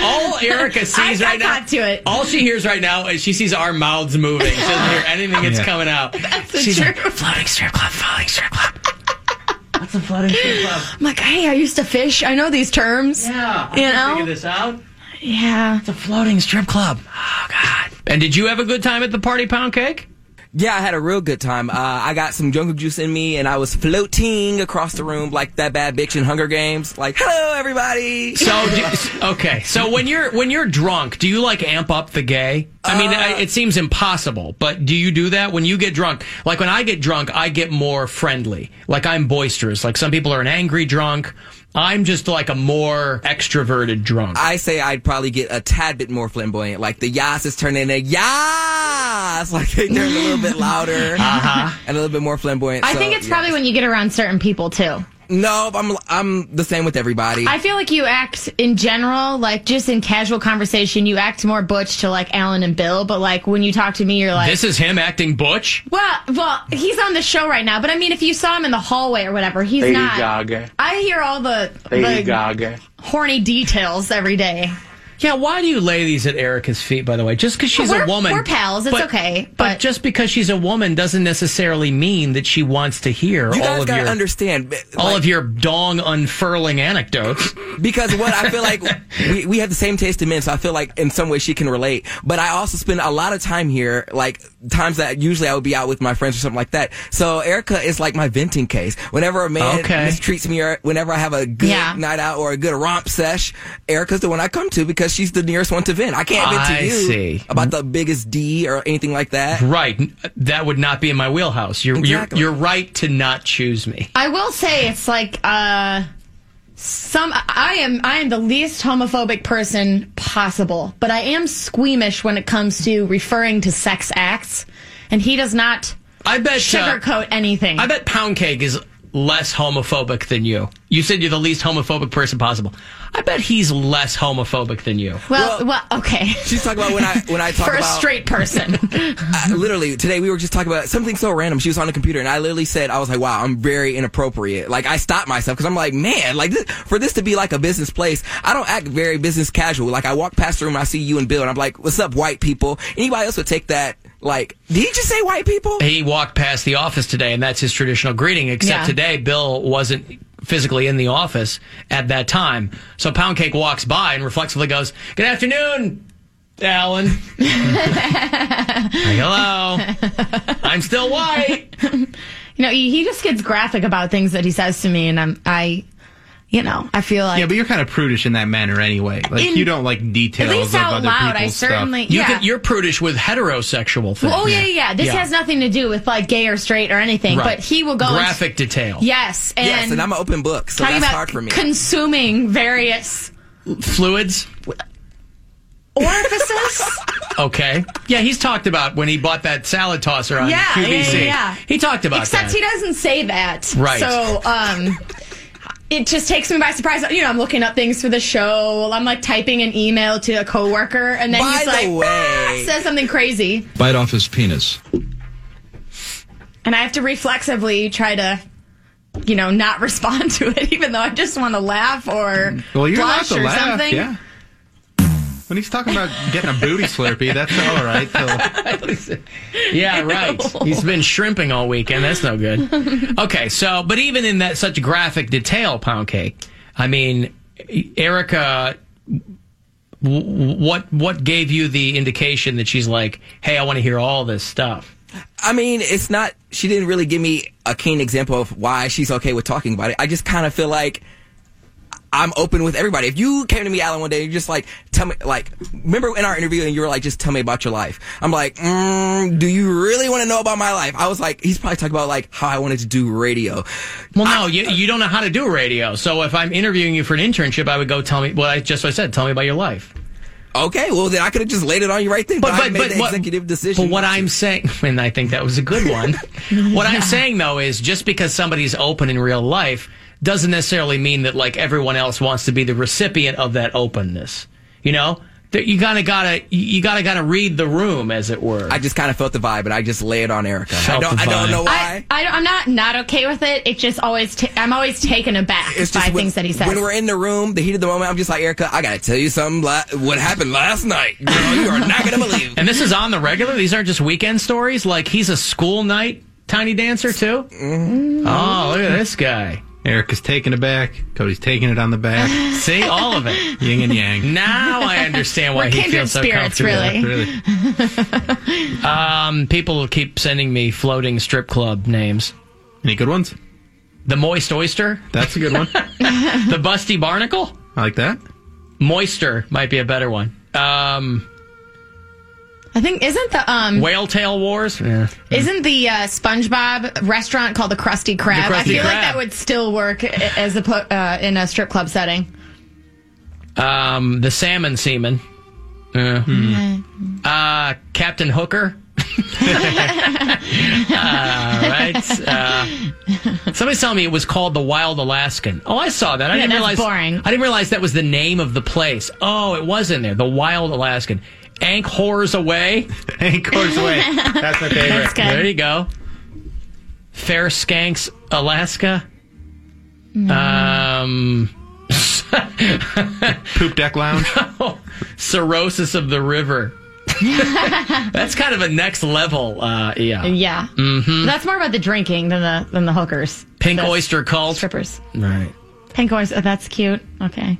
Speaker 1: All Erica sees
Speaker 12: I- I
Speaker 1: right now,
Speaker 12: got to it.
Speaker 1: all she hears right now is she sees our mouths moving. She doesn't hear anything that's
Speaker 7: Yeah.
Speaker 1: coming out.
Speaker 12: That's the
Speaker 1: She's like,
Speaker 12: truth.
Speaker 1: floating strip club, floating strip club. What's a floating strip club?
Speaker 12: I'm like, hey, I used to fish. I know these terms.
Speaker 1: Yeah,
Speaker 12: You
Speaker 1: I can
Speaker 12: know?
Speaker 1: figure this out.
Speaker 12: Yeah.
Speaker 1: It's a floating strip club. Oh God! And did you have a good time at the party pound cake?
Speaker 9: Yeah, I had a real good time. Uh, I got some jungle juice in me, and I was floating across the room like that bad bitch in Hunger Games. Like, hello, everybody.
Speaker 1: So do, okay, so when you're when you're drunk, do you like amp up the gay? I mean,
Speaker 12: Uh,
Speaker 1: I, it seems impossible, but do you do that when you get drunk? Like when I get drunk, I get more friendly. Like I'm boisterous. Like some people are an angry drunk. I'm just like a more extroverted drunk.
Speaker 9: I say I'd probably get a tad bit more flamboyant. Like the yas is turning a yas. Like they turn a little bit louder
Speaker 1: Uh-huh.
Speaker 9: and a little bit more flamboyant.
Speaker 12: I
Speaker 9: So,
Speaker 12: think it's
Speaker 9: yeah.
Speaker 12: probably when you get around certain people
Speaker 1: Mm.
Speaker 12: too.
Speaker 9: no. I'm I'm the same with everybody.
Speaker 12: I feel like you act in general, like just in casual conversation, you act more butch to like Alan and Bill, but like when you talk to me, you're like,
Speaker 1: this is him acting butch.
Speaker 12: well, well, he's on the show right now, but I mean, if you saw him in the hallway or whatever, he's
Speaker 26: Lady
Speaker 12: not.
Speaker 26: Gaga.
Speaker 12: I hear all the,
Speaker 26: Lady
Speaker 12: the
Speaker 26: Gaga.
Speaker 12: horny details every day.
Speaker 1: Yeah, why do you lay these at Erica's feet, by the way? Just because she's
Speaker 12: We're-
Speaker 1: a woman.
Speaker 12: we're pals, it's
Speaker 1: but-
Speaker 12: okay,
Speaker 1: But, just because she's a woman doesn't necessarily mean that she wants to hear
Speaker 9: You
Speaker 1: all
Speaker 9: guys
Speaker 1: of
Speaker 9: gotta
Speaker 1: your
Speaker 9: understand.
Speaker 1: all of your dong unfurling anecdotes.
Speaker 9: because what I feel like we, we have the same taste in men, so I feel like in some way she can relate. But I also spend a lot of time here, like times that usually I would be out with my friends or something like that. So Erica is like my venting case. Whenever a man
Speaker 1: Okay.
Speaker 9: mistreats me, or whenever I have a good
Speaker 1: Yeah.
Speaker 9: night out or a good romp sesh, Erica's the one I come to because she's the nearest one to vent. I can't vent
Speaker 1: I
Speaker 9: to you
Speaker 1: see. Mm-hmm.
Speaker 9: about the biggest D or anything like that.
Speaker 1: Right. That would not be in my wheelhouse. You're
Speaker 9: Exactly.
Speaker 1: you're, you're right to not choose me.
Speaker 12: I will say it's like uh some I am I am the least homophobic person possible, but I am squeamish when it comes to referring to sex acts, and he does not
Speaker 1: I bet uh,
Speaker 12: sugarcoat anything.
Speaker 1: I bet Pound Cake is less homophobic than you. You said you're the least homophobic person possible. I bet he's less homophobic than you.
Speaker 12: well, well, okay.
Speaker 9: She's talking about when I when I talk
Speaker 12: For
Speaker 9: about
Speaker 12: a straight person.
Speaker 9: I, literally today we were just talking about something so random. She was on the computer and I literally said I was like, "Wow, I'm very inappropriate." Like I stopped myself because I'm like, "Man, like this, for this to be like a business place, I don't act very business casual." Like I walk past the room, I see you and Bill, and I'm like, "What's up, white people?" Anybody else would take that. Like, did he just say white people?
Speaker 1: He walked past the office today, and that's his traditional greeting. Except
Speaker 9: Yeah.
Speaker 1: today, Bill wasn't physically in the office at that time. So Pound Cake walks by and reflexively goes, "Good afternoon, Alan." Like, Hello, I'm still white.
Speaker 12: You know, he, he just gets graphic about things that he says to me, and I'm I, you know, I feel like
Speaker 7: yeah, but you're kind of prudish in that manner anyway. Like
Speaker 12: In-
Speaker 7: you don't like details.
Speaker 12: least
Speaker 7: of
Speaker 12: out
Speaker 7: other
Speaker 12: loud, I
Speaker 7: people's stuff.
Speaker 12: certainly- You yeah. can-
Speaker 1: You're prudish with heterosexual things.
Speaker 12: Well, oh yeah, yeah. yeah. This
Speaker 1: Yeah.
Speaker 12: has nothing to do with like gay or straight or anything,
Speaker 1: Right.
Speaker 12: but he will go into-
Speaker 1: graphic detail.
Speaker 12: Yes, and
Speaker 9: yes, and I'm an open book, so that's hard for me.
Speaker 12: consuming various
Speaker 1: Fluids.
Speaker 12: orifices.
Speaker 1: Okay. Yeah, he's talked about when he bought that salad tosser on
Speaker 12: Yeah, yeah,
Speaker 1: QVC.
Speaker 12: yeah, yeah.
Speaker 1: He talked about
Speaker 12: Except
Speaker 1: that.
Speaker 12: he doesn't say that.
Speaker 1: Right.
Speaker 12: So, um, it just takes me by surprise. You know, I'm looking up things for the show. I'm like typing an email to a coworker, and then
Speaker 9: By
Speaker 12: he's
Speaker 9: the
Speaker 12: like,
Speaker 9: way-
Speaker 12: "Ah," says something crazy,
Speaker 14: Bite off his penis.
Speaker 12: and I have to reflexively try to. You know, not respond to it, even though I just want to laugh or
Speaker 7: Well, you're allowed
Speaker 12: blush
Speaker 7: to
Speaker 12: or
Speaker 7: laugh.
Speaker 12: something.
Speaker 7: Yeah. When he's talking about getting a booty slurpee, that's all right. So
Speaker 1: yeah, right. He's been shrimping all weekend. That's no good. Okay, so but even in that such graphic detail, pound cake. I mean, Erica, w- what what gave you the indication that she's like, hey, I want to hear all this stuff?
Speaker 9: I mean, it's not. She didn't really give me a keen example of why she's okay with talking about it. I just kind of feel like I'm open with everybody. If you came to me, Alan, one day, you're just like, tell me, like, remember in our interview, and you were like, just tell me about your life. I'm like, mm, do you really want to know about my life? I was like, he's probably talking about like how I wanted to do radio.
Speaker 1: Well, no, you you don't know how to do radio. So if I'm interviewing you for an internship, I would go tell me. Well, I just what I said. Tell me about your life.
Speaker 9: Okay, well then I could have just laid it on you right there, but, I made the
Speaker 1: what-
Speaker 9: executive decision.
Speaker 1: But what I'm saying, and I think that was a good one. what I'm saying though is just because somebody's open in real life doesn't necessarily mean that like everyone else wants to be the recipient of that openness. You know, that you kind of gotta you gotta gotta read the room, as it were.
Speaker 9: I just kind of felt the vibe, and I just lay it on Erica. I don't, I don't know why.
Speaker 12: I, I, am not not okay with it. It just always ta- I'm always taken aback
Speaker 9: It's
Speaker 12: by
Speaker 9: just when,
Speaker 12: things that he says.
Speaker 9: When we're in the room, the heat of the moment, I'm just like, Erica, I gotta tell you something. La- what happened last night? Girl, you are not gonna believe.
Speaker 1: and this is on the regular. These aren't just weekend stories. Like he's a school night tiny dancer too.
Speaker 9: Mm-hmm.
Speaker 1: Oh, look at this guy.
Speaker 7: Erica's taking it back. Cody's taking it on the back.
Speaker 1: See all of it.
Speaker 7: Yin and yang.
Speaker 1: Now I understand why
Speaker 7: We're
Speaker 1: he
Speaker 7: kindred
Speaker 1: feels so
Speaker 7: spirits,
Speaker 1: comfortable.
Speaker 7: really.
Speaker 1: um, people keep sending me floating strip club names.
Speaker 7: Any good ones?
Speaker 1: The Moist Oyster.
Speaker 7: That's a good one.
Speaker 1: the Busty Barnacle.
Speaker 7: I like that.
Speaker 1: Moister might be a better one. Um,
Speaker 12: I think isn't the um
Speaker 1: Whale Tail Wars. Yeah.
Speaker 12: isn't the uh, SpongeBob restaurant called the Krusty Krab?
Speaker 1: The Krusty
Speaker 12: I feel like
Speaker 1: Krab.
Speaker 12: that would still work i- as a po- uh, in a strip club setting.
Speaker 1: Um, the Salmon Seaman. Yeah. Uh, Captain Hooker. All right. Uh, somebody's telling me it was called the Wild Alaskan. Oh, I saw that. I
Speaker 12: Yeah,
Speaker 1: didn't
Speaker 12: that's
Speaker 1: realize.
Speaker 12: boring.
Speaker 1: I didn't realize that was the name of the place. Oh, it was in there. The Wild Alaskan. Ank whores away.
Speaker 7: Ank whores away. That's my favorite. That's good.
Speaker 1: There you go. Fair
Speaker 12: Mm-hmm.
Speaker 1: Uh, Skanks, Alaska. Um. Poop Deck Lounge? No. Cirrhosis of the River. That's kind of a next level. Uh, yeah.
Speaker 12: Yeah.
Speaker 1: Mm-hmm.
Speaker 12: That's more about the drinking than the than the hookers.
Speaker 1: Pink
Speaker 12: That's-
Speaker 1: Oyster Cult.
Speaker 12: Strippers.
Speaker 1: Right.
Speaker 12: Pink oyster. oh, that's cute. Okay.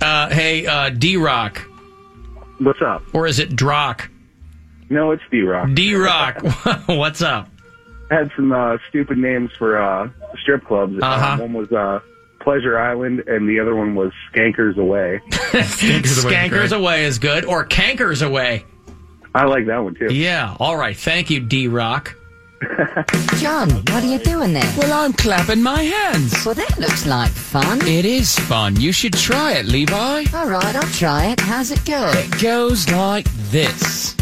Speaker 1: Uh, hey, uh, D Rock.
Speaker 14: What's up?
Speaker 1: Or is it Drock?
Speaker 14: No, it's D Rock.
Speaker 1: D Rock. What's up?
Speaker 14: Had some uh, stupid names for uh, strip clubs. Uh,
Speaker 1: Uh-huh.
Speaker 14: one was uh, Pleasure Island, and the other one was Skankers Away.
Speaker 1: Skankers, away, is good. Or Cankers Away.
Speaker 14: I like that one too.
Speaker 1: Yeah. All right. Thank you, D Rock.
Speaker 16: John, what are you doing there? Well, I'm clapping my hands. Well, that looks like fun. It is fun. You should try it, Levi. All right, I'll try it. How's it go? It goes like this.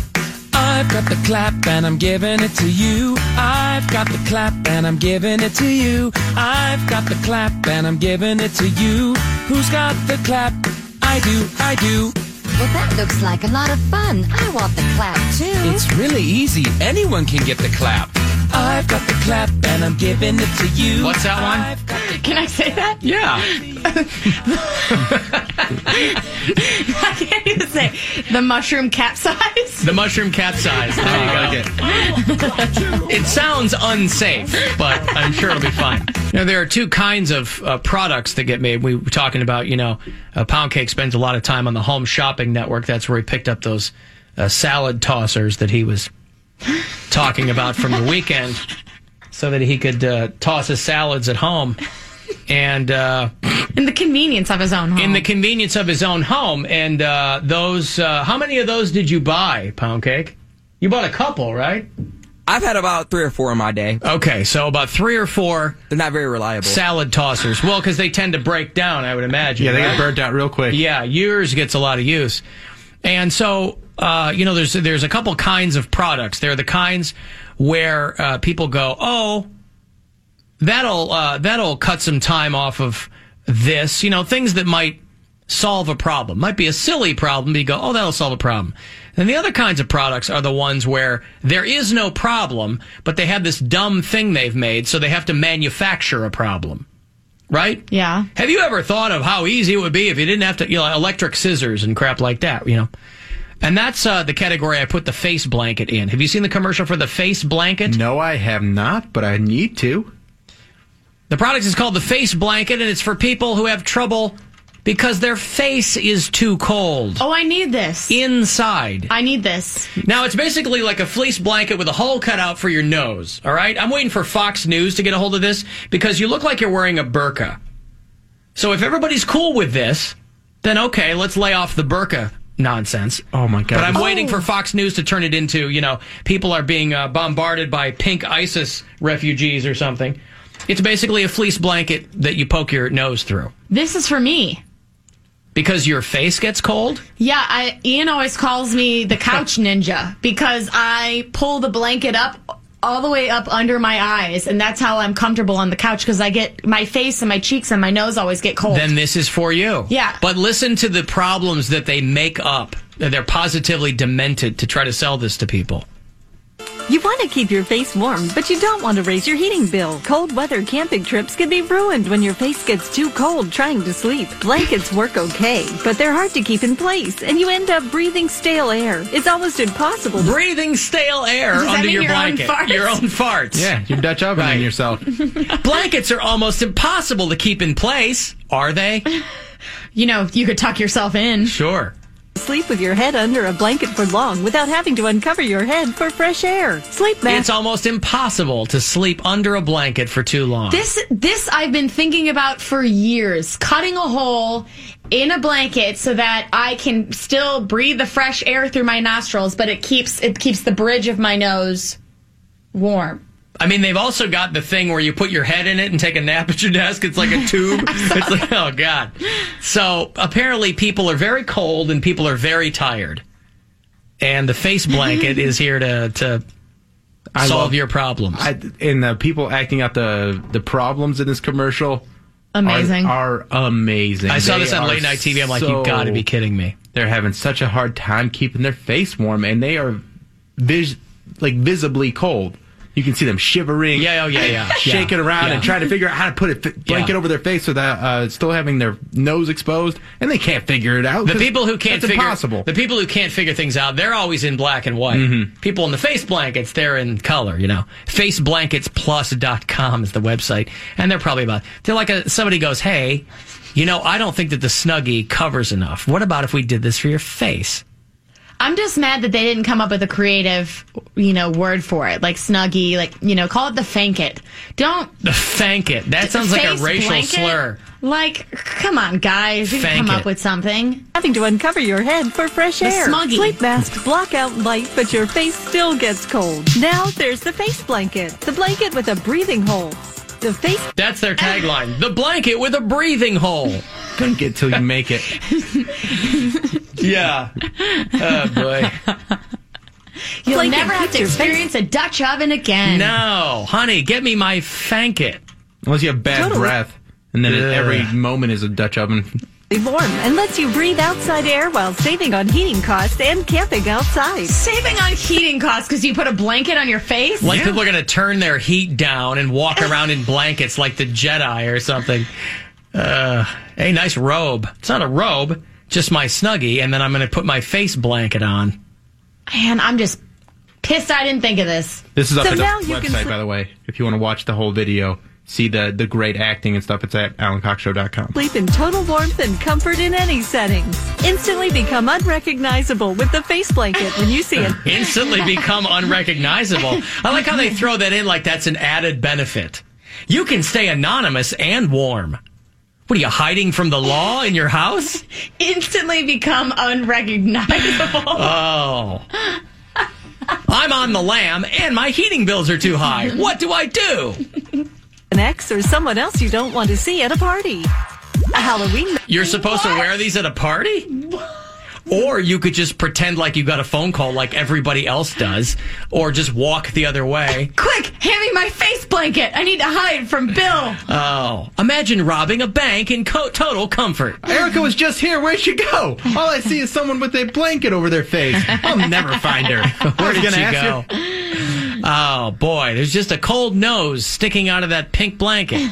Speaker 16: I've got the clap and I'm giving it to you. I've got the clap and I'm giving it to you. I've got the clap and I'm giving it to you. Who's got the clap? I do, I do.
Speaker 36: Well, that looks like a lot of fun. I want the clap too.
Speaker 16: It's really easy. Anyone can get the clap. I've got the clap and I'm giving it to you. What's that one?
Speaker 12: Can I say that?
Speaker 16: Yeah.
Speaker 12: I can't even say the mushroom capsize.
Speaker 1: The mushroom capsize. There you go. it sounds unsafe, but I'm sure it'll be fine. Now, there are two kinds of uh, products that get made. We were talking about, you know, uh, Pound Cake spends a lot of time on the Home Shopping Network. That's where he picked up those uh, salad tossers that he was talking about from the weekend so that he could uh, toss his salads at home. And uh,
Speaker 12: in the convenience of his own home.
Speaker 1: In the convenience of his own home. And uh, those, uh, how many of those did you buy, Pound Cake? You bought a couple, right?
Speaker 9: I've had about three or four in my day.
Speaker 1: Okay, so about three or four.
Speaker 9: They're not very reliable.
Speaker 1: Salad tossers. Well, because they tend to break down, I would imagine.
Speaker 9: Yeah, they get
Speaker 1: right?
Speaker 9: burnt
Speaker 1: out real quick. Yeah, yours gets a lot of use. And so, uh, you know, there's there's a couple kinds of products. There are the kinds where uh, people go, oh, that'll uh, that'll cut some time off of this. You know, things that might solve a problem might be a silly problem. But you go, oh, that'll solve a problem. And the other kinds of products are the ones where there is no problem, but they have this dumb thing they've made, so they have to manufacture a problem. Right?
Speaker 12: Yeah.
Speaker 1: Have you ever thought of how easy it would be if you didn't have to, you know, electric scissors and crap like that, you know? And that's uh, the category I put the face blanket in. Have you seen the commercial for the face blanket?
Speaker 7: No, I have not, but I need to.
Speaker 1: The product is called the face blanket, and it's for people who have trouble because their face is too cold.
Speaker 12: Oh, I need this.
Speaker 1: Inside.
Speaker 12: I need this.
Speaker 1: Now, it's basically like a fleece blanket with a hole cut out for your nose, all right? I'm waiting for Fox News to get a hold of this because you look like you're wearing a burqa. So if everybody's cool with this, then okay, let's lay off the burqa nonsense.
Speaker 7: Oh my god!
Speaker 1: But I'm waiting for Fox News to turn it into, you know, people are being uh, bombarded by pink ISIS refugees or something. It's basically a fleece blanket that you poke your nose through
Speaker 12: This is for me.
Speaker 1: because your face gets cold.
Speaker 12: Yeah, I, Ian always calls me the couch ninja because I pull the blanket up all the way up under my eyes, and that's how I'm comfortable on the couch because I get my face and my cheeks and my nose always get cold.
Speaker 1: Then this is for you.
Speaker 12: Yeah.
Speaker 1: But listen to the problems that they make up. They're positively demented to try to sell this to people.
Speaker 32: You want to keep your face warm, but you don't want to raise your heating bill. Cold weather camping trips can be ruined when your face gets too cold trying to sleep. Blankets work okay, but they're hard to keep in place, and you end up breathing stale air. It's almost impossible. To-
Speaker 1: Breathing stale air
Speaker 32: Does that
Speaker 1: under
Speaker 32: mean
Speaker 1: your,
Speaker 32: your own
Speaker 1: blanket.
Speaker 32: farts?
Speaker 1: Your own farts.
Speaker 7: Yeah, you're Dutch ovening yourself.
Speaker 1: Blankets are almost impossible to keep in place, are they?
Speaker 12: you know, you could tuck yourself in.
Speaker 1: Sure.
Speaker 32: Sleep with your head under a blanket for long without having to uncover your head for fresh air. Sleep
Speaker 1: It's
Speaker 32: mask.
Speaker 1: almost impossible to sleep under a blanket for too long.
Speaker 12: This this I've been thinking about for years, cutting a hole in a blanket so that I can still breathe the fresh air through my nostrils, but it keeps it keeps the bridge of my nose warm.
Speaker 1: I mean, they've also got the thing where you put your head in it and take a nap at your desk. It's like a tube. it's like, oh, God. So apparently, people are very cold and people are very tired. And the face blanket is here to, to
Speaker 7: I
Speaker 1: solve
Speaker 7: love-
Speaker 1: your problems.
Speaker 7: I, and the people acting out the the problems in this commercial are-
Speaker 1: Amazing.
Speaker 7: are, amazing.
Speaker 1: I saw
Speaker 7: They
Speaker 1: this on
Speaker 7: are
Speaker 1: late night TV. I'm like, you gotta be kidding me.
Speaker 7: They're having such a hard time keeping their face warm, and they are vis- like visibly cold. You can see them shivering.
Speaker 1: Yeah, oh, yeah, yeah.
Speaker 7: shaking
Speaker 1: Yeah.
Speaker 7: around
Speaker 1: Yeah.
Speaker 7: and trying to figure out how to put a fi- blanket
Speaker 1: Yeah.
Speaker 7: over their face without uh, still having their nose exposed, and they can't figure it out.
Speaker 1: The
Speaker 7: 'cause
Speaker 1: people who can't
Speaker 7: that's
Speaker 1: figure
Speaker 7: impossible. Mm-hmm.
Speaker 1: the people who can't figure things out, they're always in black and white. People in the face blankets, they're in color, you know. Faceblanketsplus.com is the website. And they're probably about they're like a, somebody goes, "Hey, you know, I don't think that the Snuggie covers enough. What about if we did this for your face?"
Speaker 12: I'm just mad that they didn't come up with a creative, you know, word for it, like snuggie, like you know, call it the fanket. Don't
Speaker 1: The fank it. That sounds like a
Speaker 12: face
Speaker 1: racial
Speaker 12: blanket?
Speaker 1: slur.
Speaker 12: Like, come on, guys, you
Speaker 1: Fank
Speaker 12: can come
Speaker 1: it.
Speaker 12: up with something.
Speaker 32: Nothing to uncover your head for fresh
Speaker 12: The
Speaker 32: air.
Speaker 12: smuggy.
Speaker 32: Sleep masks block out light, but your face still gets cold. Now there's the face blanket, the blanket with a breathing hole. The face
Speaker 1: That's their tagline. the blanket with a breathing hole.
Speaker 7: Think it till you make it.
Speaker 1: yeah.
Speaker 7: Ah,
Speaker 1: Oh boy.
Speaker 12: You'll
Speaker 32: Blanket
Speaker 12: never have to
Speaker 32: keeps your
Speaker 12: experience a Dutch oven again.
Speaker 1: No, honey, get me my fank it.
Speaker 7: Unless you have bad
Speaker 32: Totally.
Speaker 7: breath, and then
Speaker 1: Ugh.
Speaker 7: every moment is a Dutch oven.
Speaker 32: is warm and lets you breathe outside air while saving on heating costs and camping outside.
Speaker 12: Saving on heating costs because you put a blanket on your face.
Speaker 1: Like people are going to turn their heat down and walk around in blankets like the Jedi or something. Uh, hey, nice robe. It's not a robe, just my snuggie, and then I'm going to put my face blanket on.
Speaker 12: Man, I'm just pissed. I didn't think of this.
Speaker 7: This is up
Speaker 12: So
Speaker 7: at the
Speaker 12: now you
Speaker 7: website,
Speaker 12: can sl-
Speaker 7: by the way. If you want to watch the whole video, see the the great acting and stuff. It's at AlanCockShow.com.
Speaker 32: Sleep in total warmth and comfort in any setting. Instantly become unrecognizable with the face blanket when you see it.
Speaker 1: Instantly become unrecognizable. I like how they throw that in like that's an added benefit. You can stay anonymous and warm. What are you hiding from the law in your house?
Speaker 12: Instantly become unrecognizable.
Speaker 1: Oh. I'm on the lam and my heating bills are too high. What do I do?
Speaker 32: An ex or someone else you don't want to see at a party. A Halloween.
Speaker 1: You're supposed to wear these at a party? Or you could just pretend like you got a phone call like everybody else does, or just walk the other way.
Speaker 12: Quick, hand me my face blanket. I need to hide from Bill.
Speaker 1: Oh, imagine robbing a bank in co- total comfort.
Speaker 7: Erica was just here. Where'd she go? All I see is someone with a blanket over their face. I'll never find her. I
Speaker 1: Where
Speaker 7: was
Speaker 1: did
Speaker 7: gonna
Speaker 1: she
Speaker 7: ask
Speaker 1: go? Oh boy, there's just a cold nose sticking out of that pink blanket.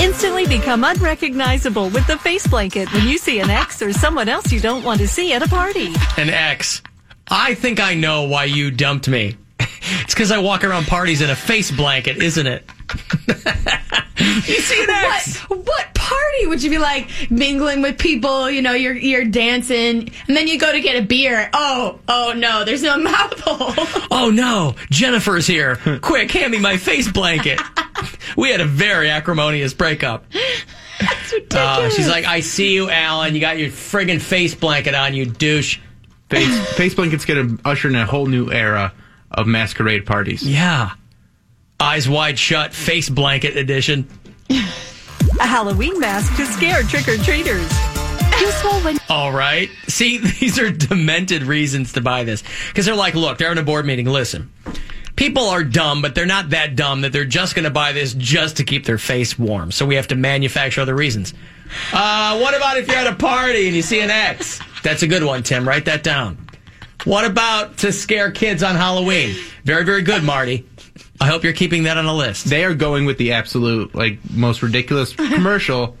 Speaker 32: Instantly become unrecognizable with the face blanket when you see an ex or someone else you don't want to see at a party.
Speaker 1: An ex. I think I know why you dumped me. It's because I walk around parties in a face blanket, isn't it?
Speaker 12: You see that? What, what party would you be like mingling with people? You know, you're you're dancing, and then you go to get a beer. Oh, oh no, there's no mouth hole.
Speaker 1: Oh no, Jennifer's here. Quick, hand me my face blanket. we had a very acrimonious breakup. That's
Speaker 12: ridiculous.
Speaker 1: she's like, I see you, Alan. You got your friggin' face blanket on, you douche.
Speaker 7: Face, face blanket's going to usher in a whole new era of masquerade parties.
Speaker 1: Yeah. Eyes wide shut, face blanket edition.
Speaker 32: A Halloween mask to scare trick or treaters. Useful when
Speaker 1: All right. See, these are demented reasons to buy this. Because they're like, look, they're in a board meeting. Listen, people are dumb, but they're not that dumb that they're just going to buy this just to keep their face warm. So we have to manufacture other reasons. Uh, what about if you're at a party and you see an ex? That's a good one, Tim. Write that down. What about to scare kids on Halloween? Very, very good, Marty. I hope you're keeping that on a list.
Speaker 7: They are going with the absolute, like, most ridiculous commercial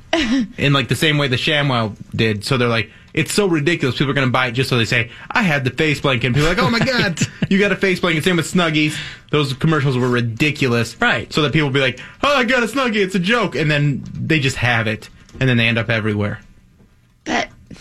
Speaker 7: in, like, the same way the ShamWow did. So they're like, it's so ridiculous. People are going to buy it just so they say, I had the face blanket. And people are like, oh my God, you got a face blanket. Same with Snuggies. Those commercials were ridiculous. Right. So that people will be like, oh, I got a Snuggie. It's a joke. And then they just have it. And then they end up everywhere.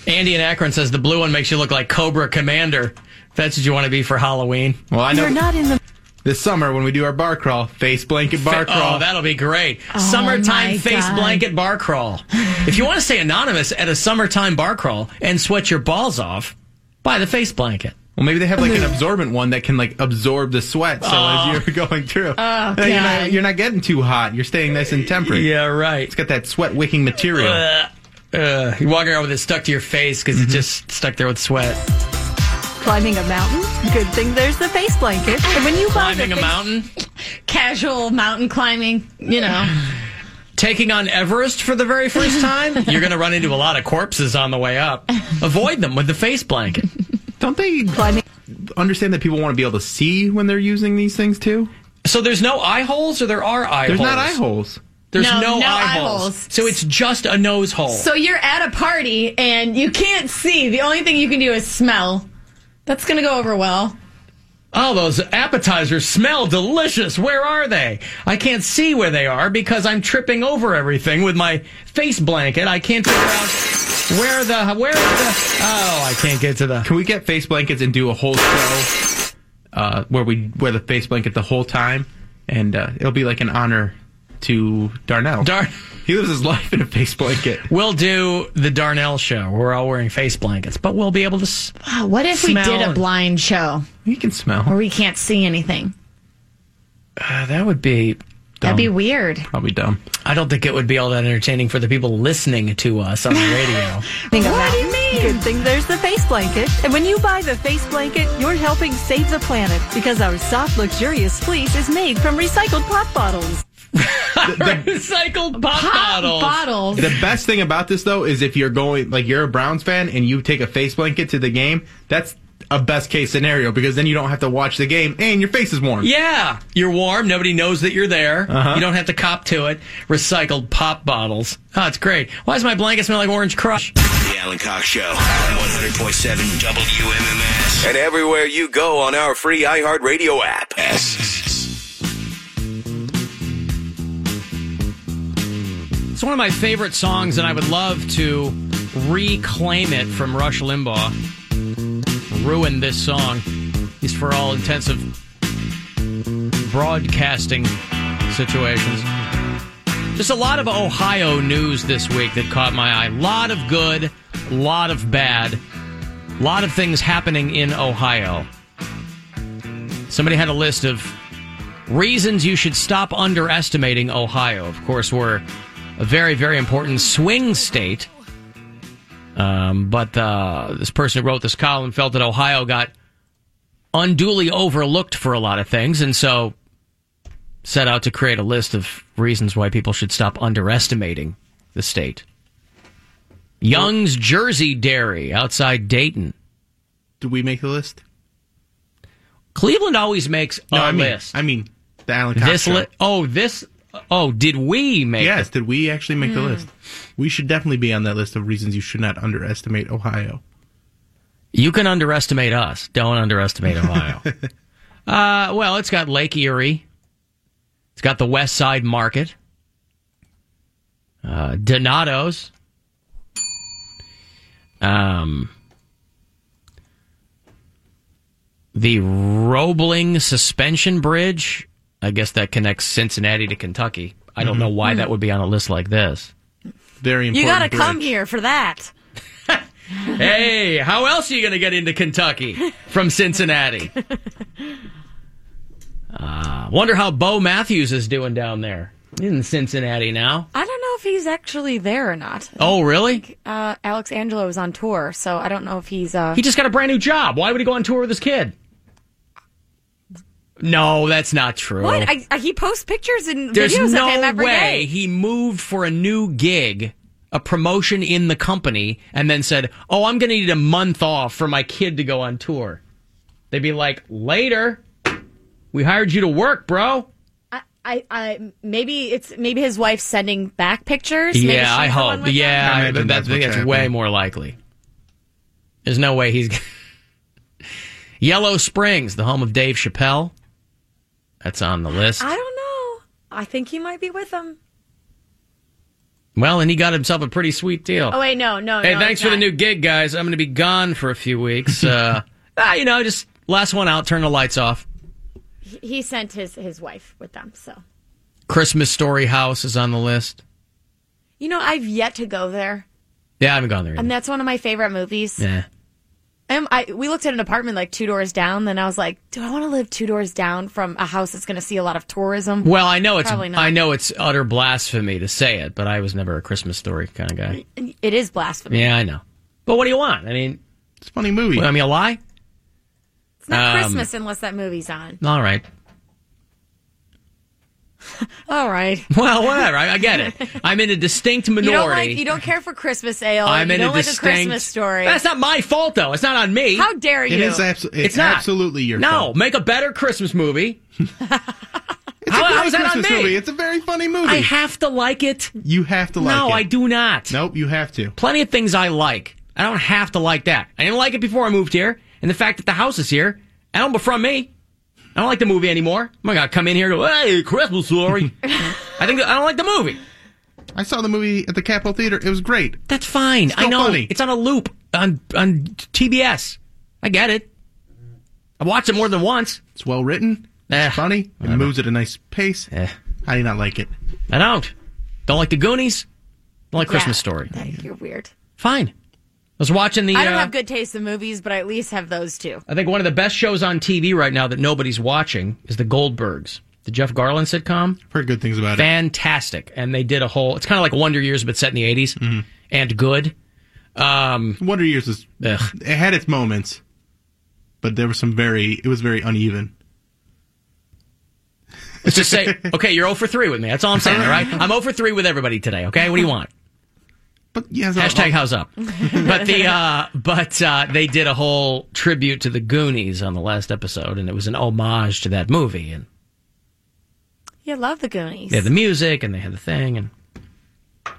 Speaker 1: Andy in Akron says the blue one makes you look like Cobra Commander. If that's what you want to be for Halloween.
Speaker 7: Well, I know.
Speaker 32: you're not in the
Speaker 7: this summer when we do our bar crawl, face blanket bar crawl.
Speaker 1: Oh, that'll be great.
Speaker 32: Oh,
Speaker 1: summertime
Speaker 32: my
Speaker 1: face
Speaker 32: God.
Speaker 1: blanket bar crawl. if you want to stay anonymous at a summertime bar crawl and sweat your balls off, buy the face blanket.
Speaker 7: well, maybe they have like an absorbent one that can like absorb the sweat. So
Speaker 1: Oh.
Speaker 7: as you're going through,
Speaker 1: Oh,
Speaker 7: then you're, not,
Speaker 1: God.
Speaker 7: you're not getting too hot. You're staying nice and temperate.
Speaker 1: Yeah, right.
Speaker 7: It's got that sweat wicking material.
Speaker 1: Uh, uh, you're walking around with it stuck to your face
Speaker 7: Mm-hmm.
Speaker 1: because it just stuck there with sweat.
Speaker 32: climbing a mountain, good thing there's the face blanket. And when you buy
Speaker 1: Climbing a
Speaker 32: the face-
Speaker 1: mountain,
Speaker 12: Casual mountain climbing, you know.
Speaker 1: taking on Everest for the very first time, you're going to run into a lot of corpses on the way up. Avoid them with the face blanket.
Speaker 7: Don't they understand that people want to be able to see when they're using these things too?
Speaker 1: So there's no eye holes, or there are eye
Speaker 7: There's
Speaker 1: holes?
Speaker 7: not eye holes.
Speaker 1: There's
Speaker 12: No,
Speaker 1: no,
Speaker 12: no
Speaker 1: eye,
Speaker 12: eye
Speaker 1: holes.
Speaker 12: holes.
Speaker 1: So it's just a nose hole.
Speaker 12: So you're at a party and you can't see. The only thing you can do is smell. That's going to go over well.
Speaker 1: Oh, those appetizers smell delicious. Where are they? I can't see where they are because I'm tripping over everything with my face blanket. I can't figure out where the where the. Oh, I can't get to the.
Speaker 7: Can we get face blankets and do a whole show uh, where we wear the face blanket the whole time, and uh, it'll be like an honor to Darnell.
Speaker 1: Darn.
Speaker 7: He lives his life in a face blanket.
Speaker 1: We'll do the Darnell show. We're all wearing face blankets, but we'll be able to. s-
Speaker 12: Wow, what if
Speaker 1: Smell
Speaker 12: we did a
Speaker 1: and-
Speaker 12: blind show
Speaker 7: You can smell.
Speaker 12: where we can't see anything?
Speaker 1: Uh, that would be.
Speaker 12: That'd be weird.
Speaker 7: Probably dumb.
Speaker 1: I don't think it would be all that entertaining for the people listening to us on the radio.
Speaker 32: what do you mean? Good thing there's the face blanket. And when you buy the face blanket, you're helping save the planet because our soft, luxurious fleece is made from recycled pop bottles.
Speaker 1: recycled pop,
Speaker 12: bottles. bottles.
Speaker 7: The best thing about this though is if you're going like you're a Browns fan and you take a face blanket to the game, that's a best case scenario because then you don't have to watch the game and your face is warm.
Speaker 1: Yeah, you're warm. Nobody knows that you're there. You don't have to cop to it. Recycled pop bottles. Oh, it's great. Why does my blanket smell like Orange Crush?
Speaker 2: The Alan Cox Show on 100.7 WMMS. And everywhere you go on our free iHeartRadio app.
Speaker 1: It's one of my favorite songs, and I would love to reclaim it from Rush Limbaugh. Ruin this song. He's for all intensive broadcasting situations. Just a lot of Ohio news this week that caught my eye. lot of good, lot of bad, lot of things happening in Ohio. Somebody had a list of reasons you should stop underestimating Ohio. Of course, we're a very, very important swing state. Um, but uh, this person who wrote this column felt that Ohio got unduly overlooked for a lot of things, and so set out to create a list of reasons why people should stop underestimating the state. Young's Jersey Dairy outside Dayton.
Speaker 7: Do we make the list?
Speaker 1: Cleveland always makes
Speaker 7: No,
Speaker 1: a
Speaker 7: I mean,
Speaker 1: list.
Speaker 7: I mean the Alan Cox
Speaker 1: This
Speaker 7: show.
Speaker 1: li- oh this oh did we make
Speaker 7: Yes, did we actually make the
Speaker 1: Hmm.
Speaker 7: list? We should definitely be on that list of reasons you should not underestimate Ohio.
Speaker 1: You can underestimate us. Don't underestimate Ohio. uh, well, it's got Lake Erie. It's got the West Side Market. Uh, Donato's. Um, the Roebling Suspension Bridge. I guess that connects Cincinnati to Kentucky. I don't know why that would be on a list like this.
Speaker 7: Mm-hmm. Mm. Very
Speaker 12: You got to come here for that.
Speaker 1: hey, how else are you going to get into Kentucky from Cincinnati? Uh, wonder how Bo Matthews is doing down there in Cincinnati now.
Speaker 8: I don't know if he's actually there or not.
Speaker 1: Oh, really?
Speaker 8: Uh, Alex Angelo is on tour, so I don't know if he's. Uh,
Speaker 1: He just got a brand new job. Why would he go on tour with his kid? No, that's not true.
Speaker 8: What? I, I, he posts pictures and
Speaker 1: There's
Speaker 8: videos
Speaker 1: no
Speaker 8: of him every day.
Speaker 1: way he moved for a new gig, a promotion in the company, and then said, "Oh, I'm going to need a month off for my kid to go on tour." They'd be like, "Later, we hired you to work, bro."
Speaker 12: I, I, I maybe it's maybe his wife's sending back pictures. Maybe she's
Speaker 1: yeah, I
Speaker 12: the one
Speaker 1: hope.
Speaker 12: with
Speaker 1: Yeah,
Speaker 12: them.
Speaker 1: I, that, that's,
Speaker 7: what's
Speaker 1: that's way more likely. There's no way he's Yellow Springs, the home of Dave Chappelle. That's on the list.
Speaker 8: I don't know. I think he might be with them.
Speaker 1: Well, and he got himself a pretty sweet deal.
Speaker 12: Oh wait, no, no.
Speaker 1: Hey,
Speaker 12: no,
Speaker 1: thanks
Speaker 12: it's
Speaker 1: for the
Speaker 12: not.
Speaker 1: new gig, guys. I'm going to be gone for a few weeks. Uh, ah, you know, just last one out, turn the lights off.
Speaker 12: He- He sent his his wife with them. So
Speaker 1: Christmas Story House is on the list.
Speaker 12: you know, I've yet to go there,
Speaker 1: Yeah, I haven't gone there.
Speaker 12: and that's one of my favorite movies.
Speaker 1: Yeah.
Speaker 12: Um, I we looked at an apartment like two doors down. Then I was like, do I want to live two doors down from a house that's going to see a lot of tourism?
Speaker 1: Well, I know it's
Speaker 12: probably not.
Speaker 1: I know it's utter blasphemy to say it, but I was never a Christmas Story kind of guy.
Speaker 12: It is blasphemy.
Speaker 1: Yeah, I know. But what do you want? I mean,
Speaker 7: it's a funny movie.
Speaker 1: I mean, a lie.
Speaker 12: It's not
Speaker 1: Um,
Speaker 12: Christmas unless that movie's on.
Speaker 1: All right.
Speaker 12: All right.
Speaker 1: Well, whatever. I, I get it. I'm in a distinct minority.
Speaker 12: You don't like you don't care for Christmas ale.
Speaker 1: I'm
Speaker 12: you
Speaker 1: in
Speaker 12: don't
Speaker 1: a
Speaker 12: like
Speaker 1: distinct.
Speaker 12: a Christmas story.
Speaker 1: That's not my fault, though. It's not on me.
Speaker 12: How dare It you. is abso-
Speaker 7: it's absolutely your
Speaker 1: no.
Speaker 7: fault.
Speaker 1: Make a better Christmas movie.
Speaker 7: It's a
Speaker 1: How-
Speaker 7: great
Speaker 1: how is that on
Speaker 7: Christmas
Speaker 1: me?
Speaker 7: movie. It's a very funny movie.
Speaker 1: I have to like it.
Speaker 7: You have to like
Speaker 1: no,
Speaker 7: it.
Speaker 1: I do not.
Speaker 7: Nope, you have to.
Speaker 1: Plenty of things I like. I don't have to like that. I didn't like it before I moved here, and the fact that the house is here, I don't befriend me. I don't like the movie anymore. I'm not gonna come in here and go, hey, Christmas story. I think I don't like the movie.
Speaker 7: I saw the movie at the Capitol Theater. It was great.
Speaker 1: That's fine.
Speaker 7: Still
Speaker 1: I know
Speaker 7: funny.
Speaker 1: it's on a loop on on TBS. I get it. I watched it more than once. Eh.
Speaker 7: It's well written. It's funny. It moves at a nice pace. I do not like it.
Speaker 1: I don't. Don't like the Goonies. Don't like Christmas
Speaker 8: Yeah.
Speaker 1: Story.
Speaker 8: You're weird.
Speaker 1: Fine. I was watching the.
Speaker 8: I don't
Speaker 1: uh,
Speaker 8: have good taste in movies, but I at least have those two.
Speaker 1: I think one of the best shows on TV right now that nobody's watching is The Goldbergs, the Jeff Garland sitcom. I've
Speaker 7: heard good things about
Speaker 1: Fantastic. it. Fantastic. And they did a whole, it's kind of like Wonder Years, but set in the 80s and good. Um,
Speaker 7: Mm-hmm. Wonder Years is, it had its moments, but there were some very, it was very uneven.
Speaker 1: Let's just say, okay, you're 0 for 3 with me. That's all I'm saying, all right? I'm 0 for 3 with everybody today, okay? What do you want?
Speaker 7: But yeah,
Speaker 1: Hashtag how's up. but the uh, but uh, they did a whole tribute to the Goonies on the last episode, and it was an homage to that movie. And
Speaker 8: You love the Goonies.
Speaker 1: they had the music, and they had the thing, and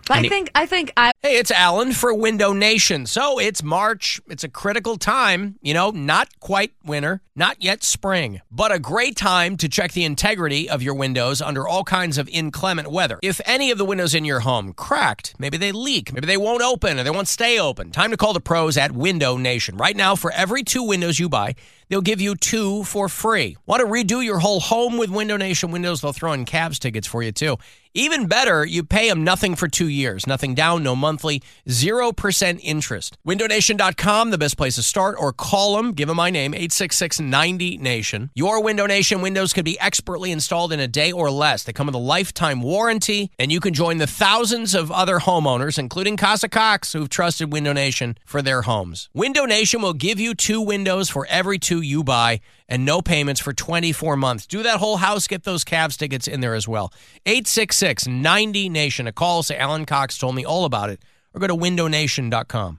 Speaker 8: But
Speaker 1: Any-
Speaker 8: I think I think I
Speaker 6: Hey, it's Alan for Window Nation. So it's March. It's a critical time, you know, not quite winter, not yet spring, but a great time to check the integrity of your windows under all kinds of inclement weather. If any of the windows in your home cracked, maybe they leak, maybe they won't open or they won't stay open, time to call the pros at Window Nation. Right now, for every two windows you buy, they'll give you two for free. Want to redo your whole home with Window Nation windows? They'll throw in Cavs tickets for you, too. Even better, you pay them nothing for two years, nothing down, no monthly, 0% interest. WindowNation.com, the best place to start, or call them, give them my name, 866-90-NATION. Your Window Nation windows can be expertly installed in a day or less. They come with a lifetime warranty, and you can join the thousands of other homeowners, including Casa Cox, who've trusted Window Nation for their homes. Window Nation will give you two windows for every two you buy and no payments for 24 months. Do that whole house. Get those Cavs tickets in there as well. 866 90 Nation. A call. Say Alan Cox told me all about it. Or go to windownation.com.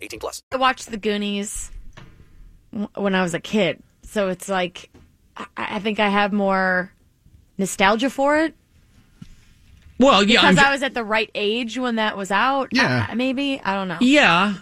Speaker 11: 18 plus.
Speaker 8: I watched the Goonies w- when I was a kid, so it's like I, I think I have more nostalgia for it
Speaker 1: well, Oh, yeah,
Speaker 8: because
Speaker 1: I'm-
Speaker 8: I was at the right age when that was out.
Speaker 1: Yeah.
Speaker 8: I- maybe I don't know.
Speaker 1: yeah.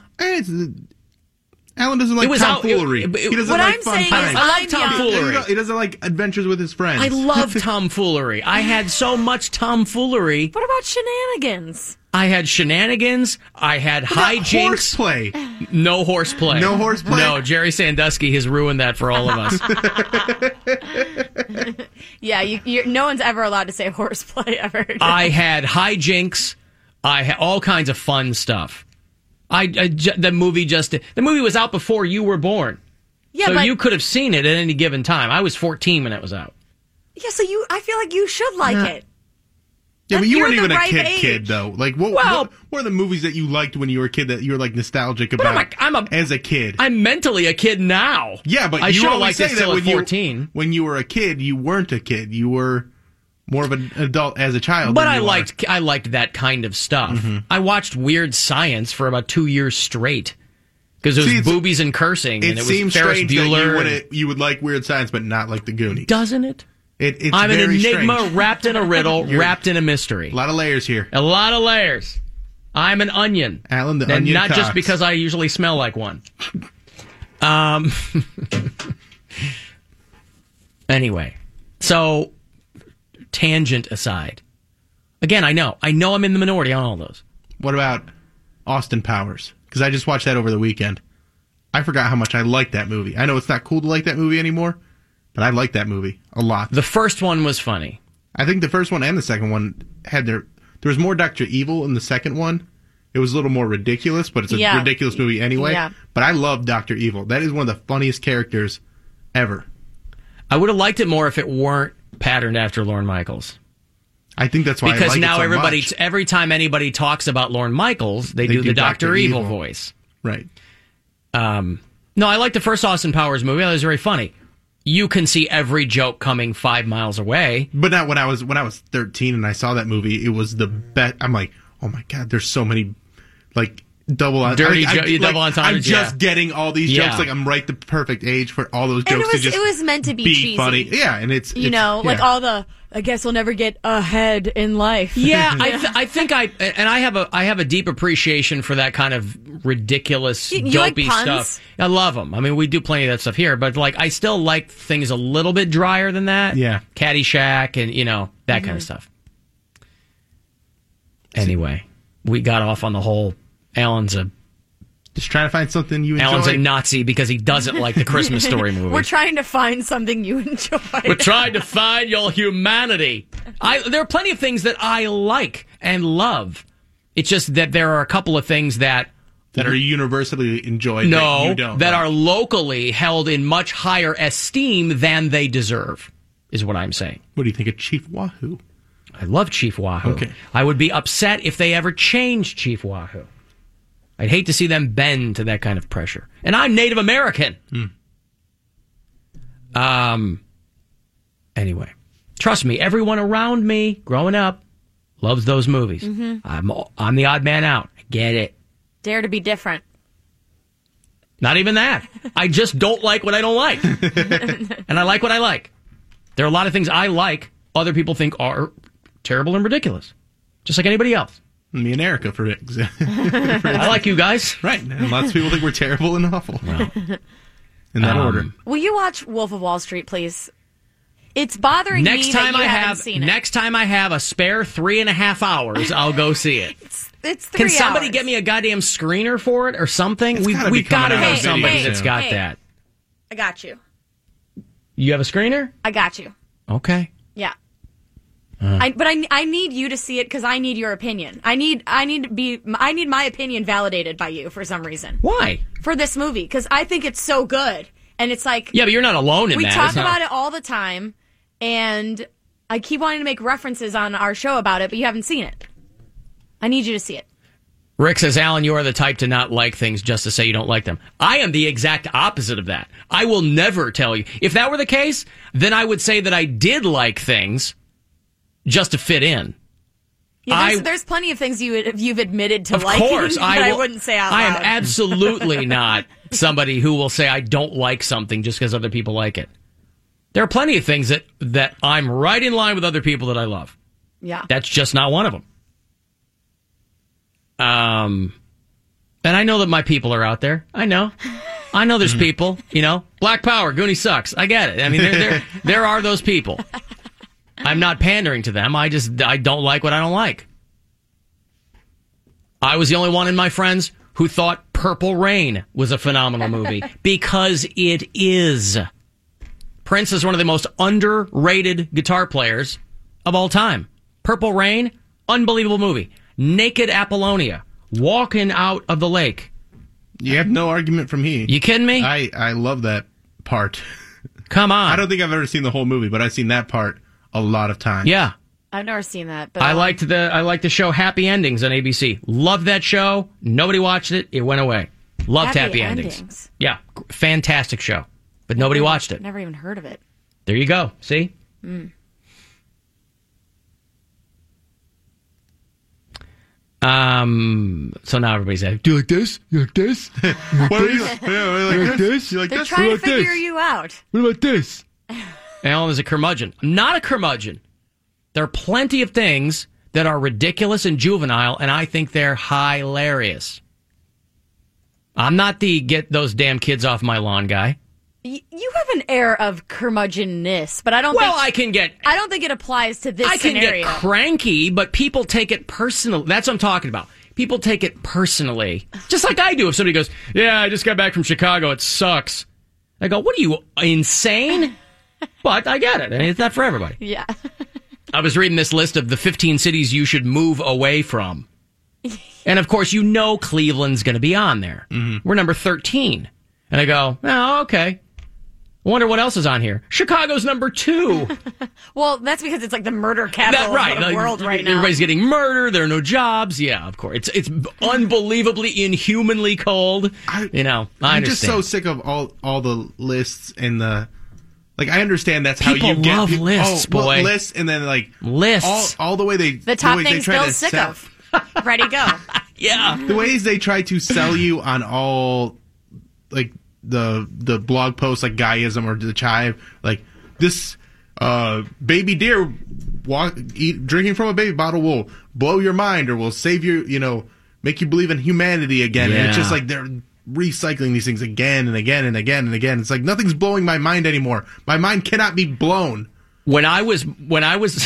Speaker 7: Alan doesn't like
Speaker 1: It was out-
Speaker 7: tomfoolery.
Speaker 1: it-
Speaker 7: he
Speaker 1: it-
Speaker 7: doesn't
Speaker 1: what
Speaker 7: like
Speaker 1: I'm
Speaker 7: fun
Speaker 1: saying is
Speaker 7: times.
Speaker 1: I love I'm young. tomfoolery.
Speaker 7: He doesn't like adventures with his friends.
Speaker 1: I love tomfoolery. I had so much tomfoolery.
Speaker 8: What about shenanigans?
Speaker 1: I had shenanigans. I had hijinks.
Speaker 7: Horseplay.
Speaker 1: No horseplay.
Speaker 7: No horseplay?
Speaker 1: No, Jerry Sandusky has ruined that for all of us.
Speaker 8: Yeah, you, you're, no one's ever allowed to say horseplay ever.
Speaker 1: I had hijinks. I had all kinds of fun stuff. I, I ju- the movie just the movie was out before you were born,
Speaker 8: yeah,
Speaker 1: so
Speaker 8: but
Speaker 1: you could have seen it at any given time. I was 14 when it was out.
Speaker 8: yeah, so you I feel like you should like
Speaker 7: Yeah.
Speaker 8: it.
Speaker 7: Yeah, but you
Speaker 8: You're
Speaker 7: weren't
Speaker 8: the
Speaker 7: even a
Speaker 8: right
Speaker 7: kid
Speaker 8: age.
Speaker 7: kid though. Like what,
Speaker 1: Well-
Speaker 7: what what are the movies that you liked when you were a kid that you were like nostalgic about
Speaker 1: I'm a
Speaker 7: as a kid?
Speaker 1: I'm mentally a kid now.
Speaker 7: yeah, but
Speaker 1: I
Speaker 7: you
Speaker 1: should have
Speaker 7: always
Speaker 1: liked
Speaker 7: say
Speaker 1: it
Speaker 7: that
Speaker 1: still
Speaker 7: when
Speaker 1: at 14.
Speaker 7: you when you were a kid, you weren't a kid. You were more of an adult as a child.
Speaker 1: But
Speaker 7: than
Speaker 1: I
Speaker 7: you are. Mm-hmm.
Speaker 1: liked I liked that kind of stuff. I watched Weird Science for about two years straight because it was
Speaker 7: See, it's-
Speaker 1: boobies and cursing,
Speaker 7: It
Speaker 1: and it was
Speaker 7: seems
Speaker 1: Ferris
Speaker 7: strange that you
Speaker 1: Bueller.
Speaker 7: would
Speaker 1: and-
Speaker 7: you would like Weird Science, but not like the Goonies.
Speaker 1: Doesn't it?
Speaker 7: It, it's
Speaker 1: I'm an
Speaker 7: very
Speaker 1: enigma
Speaker 7: strange.
Speaker 1: wrapped in a riddle, wrapped in a mystery. A
Speaker 7: lot of layers here.
Speaker 1: A lot of layers. I'm an onion,
Speaker 7: Alan. The
Speaker 1: and
Speaker 7: onion
Speaker 1: not
Speaker 7: Cox.
Speaker 1: just because I usually smell like one. Um. anyway, so tangent aside, again, I know, I know, I'm in the minority on all those.
Speaker 7: What about Austin Powers? Because I just watched that over the weekend. I forgot how much I liked that movie. I know it's not cool to like that movie anymore, but I like that movie a lot.
Speaker 1: The first one was funny.
Speaker 7: I think the first one and the second one had their. There was more Doctor Evil in the second one. It was a little more ridiculous, but it's a
Speaker 8: Yeah.
Speaker 7: ridiculous movie anyway.
Speaker 8: Yeah.
Speaker 7: But I love Doctor Evil. That is one of the funniest characters ever.
Speaker 1: I would have liked it more if it weren't patterned after Lorne Michaels.
Speaker 7: I think that's why I
Speaker 1: because
Speaker 7: like it
Speaker 1: now
Speaker 7: so
Speaker 1: everybody,
Speaker 7: much.
Speaker 1: every time anybody talks about Lorne Michaels, they,
Speaker 7: They
Speaker 1: do,
Speaker 7: do
Speaker 1: the Doctor,
Speaker 7: Dr.
Speaker 1: Evil,
Speaker 7: Evil.
Speaker 1: voice.
Speaker 7: Right.
Speaker 1: Um, no, I like the first Austin Powers movie. That was very funny. You can see every joke coming five miles away.
Speaker 7: But not when I was when I was 13 and I saw that movie. It was the best. I'm like, oh my god, there's so many like double on-
Speaker 1: Dirty
Speaker 7: I, I,
Speaker 1: jo- double
Speaker 7: I'm
Speaker 1: entendres,
Speaker 7: just
Speaker 1: yeah.
Speaker 7: getting all these
Speaker 1: Yeah.
Speaker 7: jokes. Like I'm right the perfect age for all those jokes
Speaker 12: And it
Speaker 7: to
Speaker 12: was
Speaker 7: just
Speaker 12: it was meant to be,
Speaker 7: be
Speaker 12: cheesy.
Speaker 7: funny. Yeah, and it's
Speaker 12: you
Speaker 7: it's-
Speaker 12: know like
Speaker 7: yeah.
Speaker 12: all the I guess we'll never get ahead in life.
Speaker 1: Yeah, I, th- I think I and I have a I have a deep appreciation for that kind of ridiculous
Speaker 12: You- you like
Speaker 1: dopey
Speaker 12: puns?
Speaker 1: stuff. I love them. I mean, we do plenty of that stuff here, but like I still like things a little bit drier than that.
Speaker 7: Yeah.
Speaker 1: Caddyshack and you know that kind
Speaker 12: Mm-hmm.
Speaker 1: of
Speaker 7: Mhm.
Speaker 1: stuff. Anyway, we got off on the whole. Alan's a
Speaker 7: just trying to find something you
Speaker 1: Alan's a
Speaker 7: enjoy.
Speaker 1: Nazi because he doesn't like the Christmas Story movie.
Speaker 12: We're trying to find something you enjoy.
Speaker 1: We're trying to find your humanity. I there are plenty of things that I like and love. It's just that there are a couple of things that
Speaker 7: that are universally enjoyed.
Speaker 1: no
Speaker 7: that, you don't,
Speaker 1: that are locally held in much higher esteem than they deserve. Is what I'm saying.
Speaker 7: What do you think of Chief Wahoo?
Speaker 1: I love Chief Wahoo.
Speaker 7: Okay.
Speaker 1: I would be upset if they ever changed Chief Wahoo. I'd hate to see them bend to that kind of pressure. And I'm Native American. Um. Anyway, trust me. Everyone around me, growing up, loves those movies.
Speaker 12: Mhm.
Speaker 1: I'm I'm the odd man out. I get it.
Speaker 12: Dare to be different.
Speaker 1: Not even that. I just don't like what I don't like, and I like what I like. There are a lot of things I like. Other people think are terrible and ridiculous, just like anybody else.
Speaker 7: Me and Erica, for example.
Speaker 1: I like you guys.
Speaker 7: Right. And lots of people think we're terrible and awful. In that
Speaker 1: Um,
Speaker 7: order.
Speaker 12: Will you watch Wolf of Wall Street, please? It's bothering
Speaker 1: next
Speaker 12: me
Speaker 1: time
Speaker 12: that you
Speaker 1: I
Speaker 12: haven't
Speaker 1: have
Speaker 12: seen it.
Speaker 1: next time I have a spare three and a half hours, I'll go see it.
Speaker 12: it's three
Speaker 1: Can somebody
Speaker 12: hours.
Speaker 1: get me a goddamn screener for it or something? we
Speaker 12: gotta be
Speaker 1: we
Speaker 12: coming
Speaker 1: gotta
Speaker 12: out
Speaker 1: know
Speaker 12: soon.
Speaker 1: somebody
Speaker 12: Hey,
Speaker 1: that's
Speaker 12: hey,
Speaker 1: got
Speaker 12: hey.
Speaker 1: that.
Speaker 12: I got you.
Speaker 1: You have a screener?
Speaker 12: I got you.
Speaker 1: Okay.
Speaker 12: Yeah.
Speaker 1: Uh.
Speaker 12: I, but I, I need you to see it because I need your opinion. I need I need to be I need my opinion validated by you for some reason
Speaker 1: Why?
Speaker 12: for this movie because I think it's so good and it's like
Speaker 1: Yeah, but you're not alone in
Speaker 12: we
Speaker 1: that.
Speaker 12: talk
Speaker 1: It's not-
Speaker 12: about it all the time and I keep wanting to make references on our show about it but you haven't seen it. I need you to see it.
Speaker 1: Rick says, Alan, you are the type to not like things just to say you don't like them. I am the exact opposite of that. I will never tell you. If that were the case, then I would say that I did like things just to fit in.
Speaker 12: Yeah, there's,
Speaker 1: I-
Speaker 12: there's plenty of things you would- you've admitted to
Speaker 1: of
Speaker 12: liking,
Speaker 1: course,
Speaker 12: but
Speaker 1: I,
Speaker 12: I,
Speaker 1: will-
Speaker 12: wouldn't say out
Speaker 1: I am
Speaker 12: loud.
Speaker 1: absolutely not somebody who will say I don't like something just because other people like it. There are plenty of things that that I'm right in line with other people that I love.
Speaker 12: yeah.
Speaker 1: That's just not one of them. Um, and I know that my people are out there. I know. I know there's people. You know, Black Power, Goonie sucks. I get it. I mean, there there, there are those people. I'm not pandering to them. I just I don't like what I don't like. I was the only one in my friends who thought Purple Rain was a phenomenal movie because it is. Prince is one of the most underrated guitar players of all time. Purple Rain, unbelievable movie. Naked Apollonia, walking out of the lake.
Speaker 7: You have no argument from me. You
Speaker 1: kidding me?
Speaker 7: I, I love that part.
Speaker 1: Come on.
Speaker 7: I don't think I've ever seen the whole movie, but I've seen that part a lot of times.
Speaker 1: Yeah.
Speaker 12: I've never seen that, but
Speaker 1: I liked the I liked the show Happy Endings on ABC. Loved that show. Nobody watched it. It went away. Loved
Speaker 12: Happy
Speaker 1: Happy, endings.
Speaker 12: Endings.
Speaker 1: Yeah, g- fantastic show. But nobody watched it.
Speaker 12: Never even heard of it.
Speaker 1: There you go. See?
Speaker 12: Mm.
Speaker 1: Um so now everybody's like, "Do you like this? You like this? You like
Speaker 7: What are you-
Speaker 1: this?
Speaker 7: yeah, what are you like this? You like
Speaker 12: They're
Speaker 7: this?
Speaker 12: trying
Speaker 7: You
Speaker 12: to
Speaker 7: like this?
Speaker 12: figure you out.
Speaker 1: What about this? Alan is a curmudgeon. I'm not a curmudgeon. There are plenty of things that are ridiculous and juvenile, and I think they're hilarious. I'm not the get those damn kids off my lawn guy.
Speaker 12: Y- you have an air of curmudgeonness, but I don't.
Speaker 1: Well,
Speaker 12: think,
Speaker 1: I can get
Speaker 12: I don't think it applies to this
Speaker 1: I can
Speaker 12: scenario.
Speaker 1: get cranky, but people take it personal. That's what I'm talking about. People take it personally, just like I do. If somebody goes, "Yeah, I just got back from Chicago. It sucks," I go, "What are you insane?" but I get it. I mean, it's not for everybody.
Speaker 12: yeah,
Speaker 1: I was reading this list of the 15 cities you should move away from. And of course, you know Cleveland's going to be on there. We're number 13. And I go, oh, okay. Wonder what else is on here. Chicago's number two.
Speaker 12: Well, that's because it's like the murder capital
Speaker 1: That- right,
Speaker 12: of the
Speaker 1: like,
Speaker 12: world right now.
Speaker 1: Everybody's getting murdered. There are no jobs. Yeah, of course. It's it's unbelievably inhumanly cold. you know, I
Speaker 7: I'm just
Speaker 1: understand.
Speaker 7: so sick of all all the lists and the like. I understand that's how
Speaker 1: People
Speaker 7: you get
Speaker 1: love
Speaker 7: peop-
Speaker 1: lists,
Speaker 7: oh, well,
Speaker 1: boy.
Speaker 7: lists and then like
Speaker 1: Lists.
Speaker 7: All, all the way they
Speaker 12: the top
Speaker 7: way they
Speaker 12: things
Speaker 7: try to
Speaker 12: Bill's sick
Speaker 7: sell-
Speaker 12: of. Ready, go.
Speaker 1: yeah.
Speaker 7: the ways they try to sell you on all like the the blog posts like guyism or the chive like this uh baby deer walk eat drinking from a baby bottle will blow your mind or will save you you know make you believe in humanity again and it's
Speaker 1: Yeah.
Speaker 7: just like they're recycling these things again and again and again and again it's like nothing's blowing my mind anymore my mind cannot be blown
Speaker 1: when I was when I was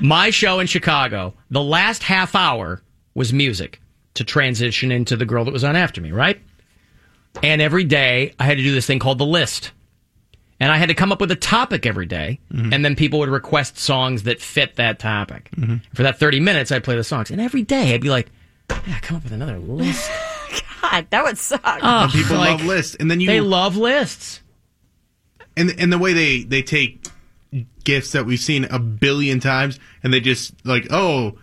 Speaker 1: my show in Chicago, the last half hour was music to transition into the girl that was on after me, right? And every day I had to do this thing called the list. And I had to come up with a topic every day,
Speaker 12: Mm-hmm.
Speaker 1: and then people would request songs that fit that topic.
Speaker 7: Mm-hmm.
Speaker 1: For that 30 minutes, I'd play the songs. And every day I'd be like, "Yeah, come up with another list.
Speaker 12: God, that would suck.
Speaker 1: Ugh,
Speaker 7: And people
Speaker 1: like,
Speaker 7: love lists, and then you
Speaker 1: they love lists.
Speaker 7: And and the way they they take gifts that we've seen a billion times, and they just like oh.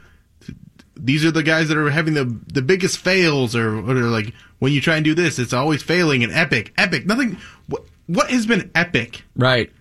Speaker 7: These are the guys that are having the the biggest fails, or, or they're like when you try and do this, it's always failing. And epic, epic, nothing. What, what has been epic,
Speaker 1: right,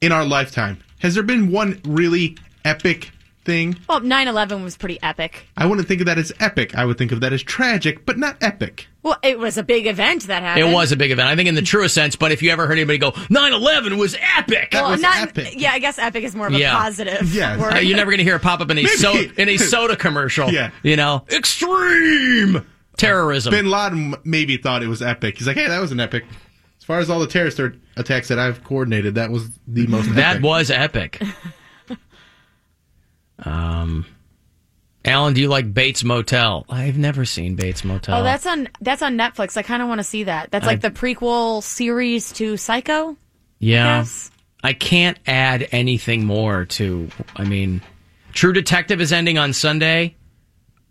Speaker 7: in our lifetime? Has there been one really epic thing?
Speaker 12: Well, 9-11 was pretty epic.
Speaker 7: I wouldn't think of that as epic. I would think of that as tragic, but not epic.
Speaker 12: Well, it was a big event that happened.
Speaker 1: It was a big event, I think, in the truest sense. But if you ever heard anybody go, 9 11 was epic.
Speaker 12: well, not, Yeah, I guess epic is more of a
Speaker 1: Yeah.
Speaker 12: positive word.
Speaker 1: Uh, you're never going to hear it pop up in a,
Speaker 12: Maybe.
Speaker 1: so, in a soda commercial.
Speaker 7: Yeah.
Speaker 1: You know, extreme terrorism.
Speaker 7: Bin Laden maybe thought it was epic. He's like, hey, that was an epic. As far as all the terrorist attacks that I've coordinated, that was the most.
Speaker 1: that
Speaker 7: epic.
Speaker 1: was epic. um, Alan, do you like Bates Motel? I've never seen Bates Motel.
Speaker 12: Oh, that's on that's on Netflix. I kind of want to see that. That's like
Speaker 1: I-
Speaker 12: the prequel series to Psycho.
Speaker 1: Yeah.
Speaker 12: Yes.
Speaker 1: I can't add anything more to, I mean, True Detective is ending on Sunday.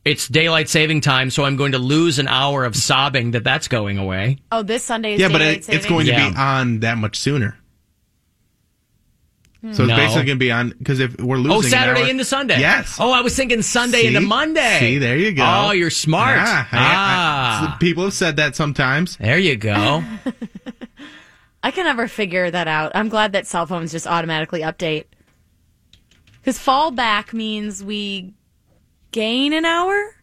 Speaker 1: It's daylight saving time, so I'm going to lose an hour of sobbing that that's going away.
Speaker 12: Oh, this Sunday is
Speaker 7: yeah, but
Speaker 12: daylight
Speaker 7: it, it's
Speaker 12: saving.
Speaker 7: going
Speaker 1: Yeah.
Speaker 7: to be on that much sooner. So it's
Speaker 1: No.
Speaker 7: basically going to be on because if we're losing,
Speaker 1: Oh,
Speaker 7: an
Speaker 1: Saturday
Speaker 7: hour-
Speaker 1: into Sunday.
Speaker 7: Yes.
Speaker 1: Oh, I was thinking Sunday
Speaker 7: See?
Speaker 1: into Monday.
Speaker 7: See, there you go.
Speaker 1: Oh, you're smart.
Speaker 7: Yeah, I- I-
Speaker 1: ah.
Speaker 7: people have said that sometimes.
Speaker 1: There you go.
Speaker 12: I can never figure that out. I'm glad that cell phones just automatically update. Because fall back means we gain an hour.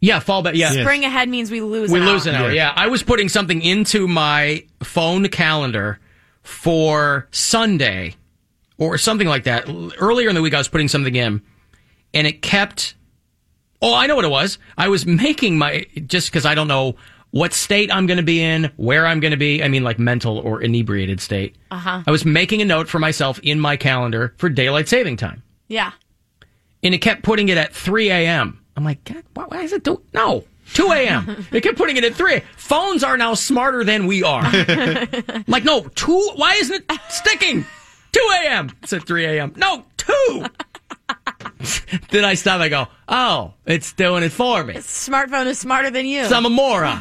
Speaker 1: yeah, fall back. Yeah.
Speaker 12: Spring ahead means we lose.
Speaker 1: we
Speaker 12: an
Speaker 1: lose an
Speaker 12: hour.
Speaker 1: hour. Yeah. I was putting something into my phone calendar for Sunday or something like that. L- Earlier in the week, I was putting something in and it kept. Oh, I know what it was. I was making my, just because I don't know what state I'm going to be in, where I'm going to be. I mean, like mental or inebriated state.
Speaker 12: Uh huh.
Speaker 1: I was making a note for myself in my calendar for daylight saving time.
Speaker 12: Yeah.
Speaker 1: And it kept putting it at 3 a.m. I'm like, God, why, why is it do No, 2 a.m. it kept putting it at 3. Phones are now smarter than we are. I'm like, no, 2. Why isn't it sticking? 2 a.m. It's at 3 a.m. No, 2. then I stop. I go, oh, it's doing it for me.
Speaker 12: Smartphone is smarter than you.
Speaker 1: So I'm a moron.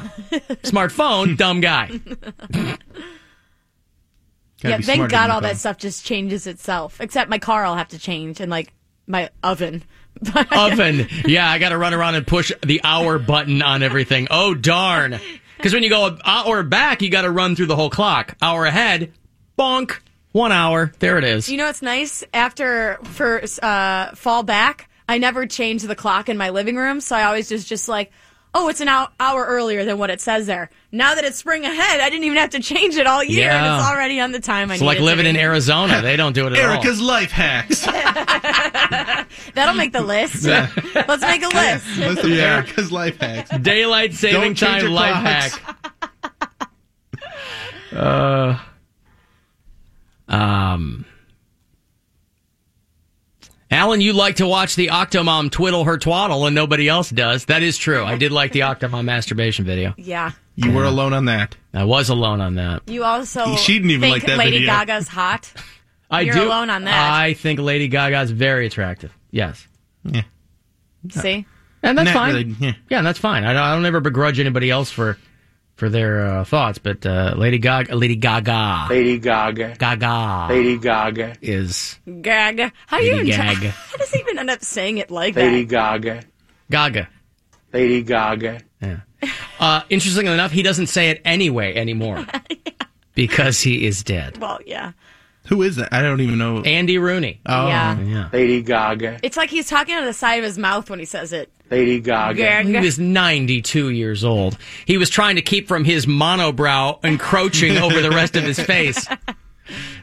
Speaker 1: Smartphone, dumb guy.
Speaker 12: yeah. Thank God all that stuff just changes itself. Except my car, I'll have to change, and like my oven.
Speaker 1: oven. Yeah, I got to run around and push the hour button on everything. Oh darn! Because when you go an hour back, you got to run through the whole clock. Hour ahead, bonk, one hour. There it is.
Speaker 12: You know what's nice? After for uh, fall back, I never change the clock in my living room, so I always just just like, oh, it's an hour, hour earlier than what it says there. Now that it's spring ahead, I didn't even have to change it all year, and it's
Speaker 1: Yeah.
Speaker 12: already on the time. I
Speaker 1: It's like
Speaker 12: need it to
Speaker 1: living
Speaker 12: be.
Speaker 1: in Arizona. They don't do it at
Speaker 7: Erica's life hacks.
Speaker 12: That'll make the list.
Speaker 1: Yeah.
Speaker 12: Let's make a list.
Speaker 7: Listen,
Speaker 1: Yeah.
Speaker 7: Erica's life hacks.
Speaker 1: all. Daylight saving
Speaker 7: Don't change
Speaker 1: time
Speaker 7: your
Speaker 1: life
Speaker 7: clocks.
Speaker 1: hack. Uh, um, Alan, you like to watch the Octomom twiddle her twaddle, and nobody else does. That is true. I did like the Octomom masturbation video.
Speaker 12: Yeah.
Speaker 7: You were alone on that.
Speaker 1: I was alone on that.
Speaker 12: You also
Speaker 1: She didn't even
Speaker 12: think
Speaker 1: like that
Speaker 12: Lady
Speaker 1: video.
Speaker 12: Gaga's hot.
Speaker 1: I
Speaker 12: You're
Speaker 1: do,
Speaker 12: alone on that.
Speaker 1: I think Lady Gaga's very attractive. Yes. Yeah.
Speaker 12: See?
Speaker 1: And that's
Speaker 12: Not
Speaker 1: fine.
Speaker 12: really,
Speaker 1: yeah. that's fine. I don't, I don't ever begrudge anybody else for for their uh, thoughts. But uh, Lady Gaga, Lady Gaga,
Speaker 5: Lady Gaga,
Speaker 1: Gaga,
Speaker 5: Lady Gaga,
Speaker 1: is
Speaker 12: Gag. How do you
Speaker 1: Lady
Speaker 12: even,
Speaker 1: Gag.
Speaker 12: how does he even end up saying it like
Speaker 5: Lady
Speaker 12: that?
Speaker 5: Gaga,
Speaker 1: Gaga.
Speaker 5: Lady Gaga.
Speaker 1: Uh, interestingly enough, he doesn't say it anyway anymore because he is dead.
Speaker 12: Well, yeah.
Speaker 1: Who is that? I don't even know. Andy Rooney.
Speaker 12: Oh. Yeah.
Speaker 5: Lady Gaga,
Speaker 12: It's like he's talking out of the side of his mouth when he says it.
Speaker 5: Lady Gaga.
Speaker 12: Gaga.
Speaker 1: He was 92 years old. He was trying to keep from his monobrow encroaching over the rest of his face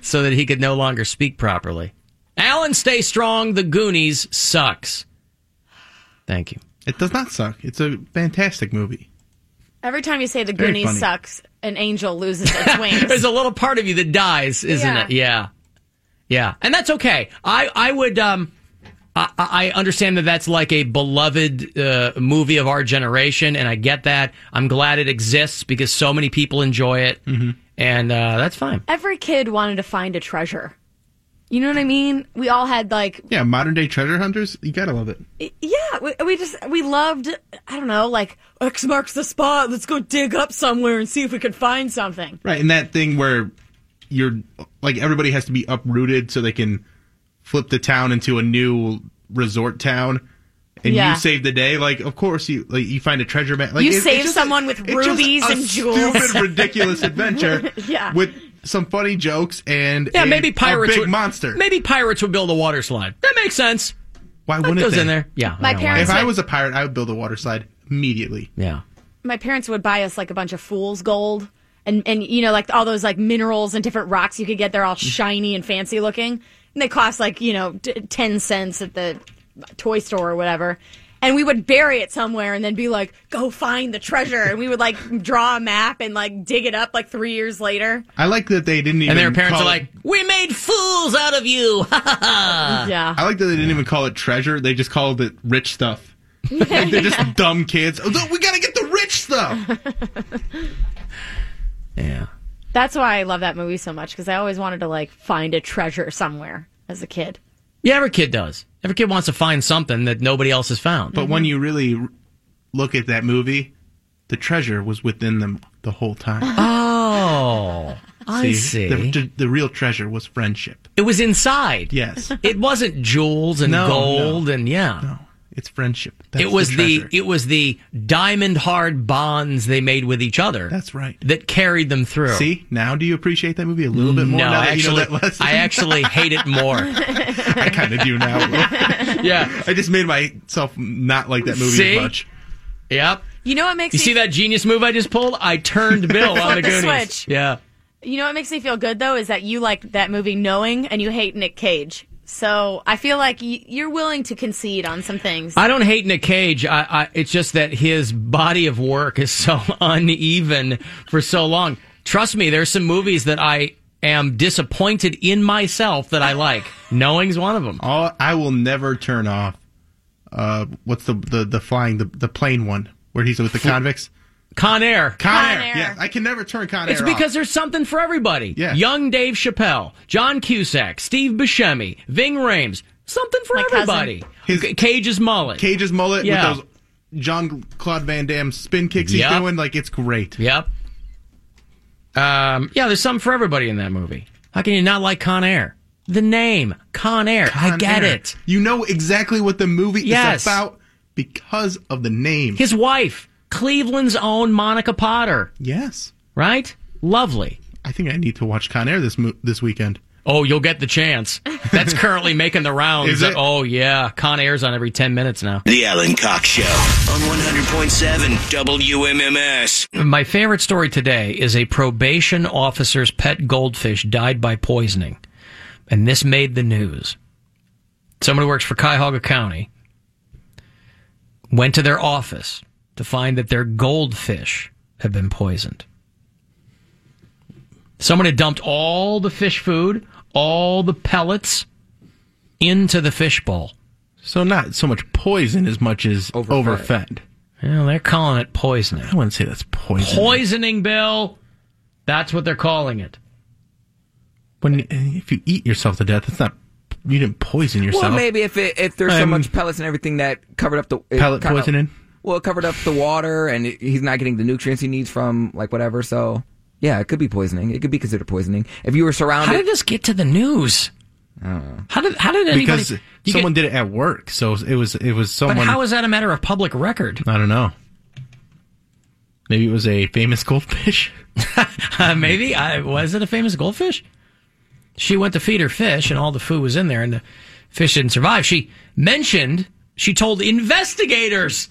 Speaker 1: so that he could no longer speak properly. Alan, stay strong. The Goonies sucks. Thank you.
Speaker 7: It does not suck. It's a fantastic movie.
Speaker 12: Every time you say the
Speaker 7: Very
Speaker 12: Goonies
Speaker 7: funny.
Speaker 12: sucks, an angel loses its wings.
Speaker 1: There's a little part of you that dies, isn't
Speaker 12: Yeah.
Speaker 1: it? Yeah. Yeah. And that's okay. I, I would, um, I, I understand that that's like a beloved uh, movie of our generation, and I get that. I'm glad it exists because so many people enjoy it,
Speaker 7: Mm-hmm.
Speaker 1: and uh, that's fine.
Speaker 12: Every kid wanted to find a treasure. You know what I mean? We all had like
Speaker 7: Yeah, modern day treasure hunters. You gotta love it.
Speaker 12: Yeah, we, we just we loved. I don't know, like X marks the spot. Let's go dig up somewhere and see if we can find something.
Speaker 7: Right, and that thing where you're like everybody has to be uprooted so they can flip the town into a new resort town, and
Speaker 12: Yeah.
Speaker 7: you save the day. Like, of course you like you find a treasure map. Like,
Speaker 12: you
Speaker 7: it- it's
Speaker 12: save
Speaker 7: just a
Speaker 12: someone with
Speaker 7: just
Speaker 12: rubies
Speaker 7: a
Speaker 12: and jewels.
Speaker 7: stupid, ridiculous adventure
Speaker 12: yeah,
Speaker 7: with some funny jokes and
Speaker 1: Yeah,
Speaker 7: a-
Speaker 1: maybe pirates
Speaker 7: a big
Speaker 1: would-
Speaker 7: monster.
Speaker 1: Maybe pirates would build a water slide. That makes sense.
Speaker 7: Why wouldn't
Speaker 1: goes
Speaker 7: they?
Speaker 1: in there. Yeah,
Speaker 12: My yeah, why parents
Speaker 7: If I
Speaker 12: would-
Speaker 7: was a pirate, I would build a water slide immediately.
Speaker 1: Yeah.
Speaker 12: my parents would buy us like a bunch of fool's gold and and you know like all those like minerals and different rocks you could get. They're all shiny and fancy looking, and they cost like you know d- ten cents at the toy store or whatever. And we would bury it somewhere and then be like, go find the treasure. And we would like draw a map and like dig it up like three years later.
Speaker 7: I like that they didn't even.
Speaker 1: And their parents
Speaker 7: call
Speaker 1: are
Speaker 7: it-
Speaker 1: like, "Uh." "We made fools out of you."
Speaker 12: yeah.
Speaker 7: I like that they didn't even call it treasure. They just called it rich stuff. Like, they're just dumb kids. Oh, no, we gotta get the rich stuff.
Speaker 1: Yeah.
Speaker 12: That's why I love that movie so much because I always wanted to like find a treasure somewhere as a kid.
Speaker 1: Yeah, every kid does. Every kid wants to find something that nobody else has found.
Speaker 7: But when you really r- look at that movie, the treasure was within them the whole time.
Speaker 1: Oh, I see.
Speaker 7: The, the- the real treasure was friendship.
Speaker 1: It was inside.
Speaker 7: Yes.
Speaker 1: It wasn't jewels and
Speaker 7: No, no.
Speaker 1: gold and yeah. No.
Speaker 7: It's friendship.
Speaker 1: it was
Speaker 7: the
Speaker 1: the,
Speaker 7: treasure.
Speaker 1: it was the diamond hard bonds they made with each other. That's
Speaker 7: right.
Speaker 1: That carried them through.
Speaker 7: See, now do you appreciate that movie a little bit more?
Speaker 1: No,
Speaker 7: now that
Speaker 1: actually,
Speaker 7: you know that lesson?
Speaker 1: I actually hate it more.
Speaker 7: I kind of do now.
Speaker 1: yeah,
Speaker 7: I just made myself not like that movie
Speaker 1: See?
Speaker 7: as much.
Speaker 1: Yep.
Speaker 12: You know what makes
Speaker 1: You
Speaker 12: me
Speaker 1: see that genius move I just pulled? I turned Bill on the
Speaker 12: Flip the
Speaker 1: Goonies.
Speaker 12: switch.
Speaker 1: Yeah.
Speaker 12: you know what makes me feel good though is that you like that movie knowing and you hate Nick Cage. So I feel like y- you're willing to concede on some things.
Speaker 1: I don't hate Nick Cage. I, I, it's just that his body of work is so uneven for so long. Trust me, there's some movies that I am disappointed in myself that I like. Knowing's one of them.
Speaker 7: All, Oh, I will never turn off. Uh, what's the the the flying the the plane one where he's with the convicts?
Speaker 1: Con Air.
Speaker 7: Con,
Speaker 1: Con
Speaker 7: Air.
Speaker 1: Air.
Speaker 7: Yes, I can never turn Con
Speaker 1: It's
Speaker 7: Air
Speaker 1: because
Speaker 7: off.
Speaker 1: there's something for everybody. Yeah. Young Dave Chappelle, John Cusack, Steve Buscemi, Ving Rhames. Something for everybody. C- Cage's mullet.
Speaker 7: Cage's mullet
Speaker 1: Yeah.
Speaker 7: with those John Claude Van Damme spin kicks he's
Speaker 1: Yep.
Speaker 7: doing. Like it's great.
Speaker 1: Yep. Um, yeah, there's something for everybody in that movie. How can you not like Con Air? The name, Con Air. I
Speaker 7: Con
Speaker 1: get
Speaker 7: Air.
Speaker 1: it.
Speaker 7: You know exactly what the movie
Speaker 1: Yes.
Speaker 7: is about because of the name.
Speaker 1: His wife, Cleveland's own Monica Potter.
Speaker 7: Yes.
Speaker 1: Right? Lovely.
Speaker 7: I think I need to watch Con Air this mo- this weekend.
Speaker 1: Oh, you'll get the chance. That's currently making the rounds.
Speaker 7: Is it?
Speaker 1: Oh, yeah. Con Air's on every 10 minutes now.
Speaker 2: The Alan Cox Show on 100.7 WMMS.
Speaker 1: My favorite story today is a probation officer's pet goldfish died by poisoning. And this made the news. Someone who works for Cuyahoga County went to their office to find that their goldfish had been poisoned. Someone had dumped all the fish food, all the pellets into the fish bowl.
Speaker 7: So not so much poison as much as overfed.
Speaker 1: Well, they're calling it poisoning. I
Speaker 7: wouldn't say that's poison.
Speaker 1: Poisoning, Bill. That's what they're calling it.
Speaker 7: when if you eat yourself to death, it's not you didn't poison yourself.
Speaker 9: Well, maybe if it, if there's so
Speaker 7: Um,
Speaker 9: much pellets and everything that covered up the it
Speaker 7: pellet
Speaker 9: kinda-
Speaker 7: poisoning.
Speaker 9: Well, it covered up the water, and it- he's not getting the nutrients he needs from like whatever. So, yeah, it could be poisoning. It could be considered poisoning if you were surrounded.
Speaker 1: How did this get to the news?
Speaker 9: I don't know.
Speaker 1: How did how did anybody?
Speaker 7: because
Speaker 1: you
Speaker 7: someone
Speaker 1: get-
Speaker 7: did it at work, so it was it was someone.
Speaker 1: but how is that a matter of public record?
Speaker 7: I don't know. Maybe it was a famous goldfish.
Speaker 1: Uh, maybe I was it a famous goldfish? She went to feed her fish, and all the food was in there, and the fish didn't survive. She mentioned she told investigators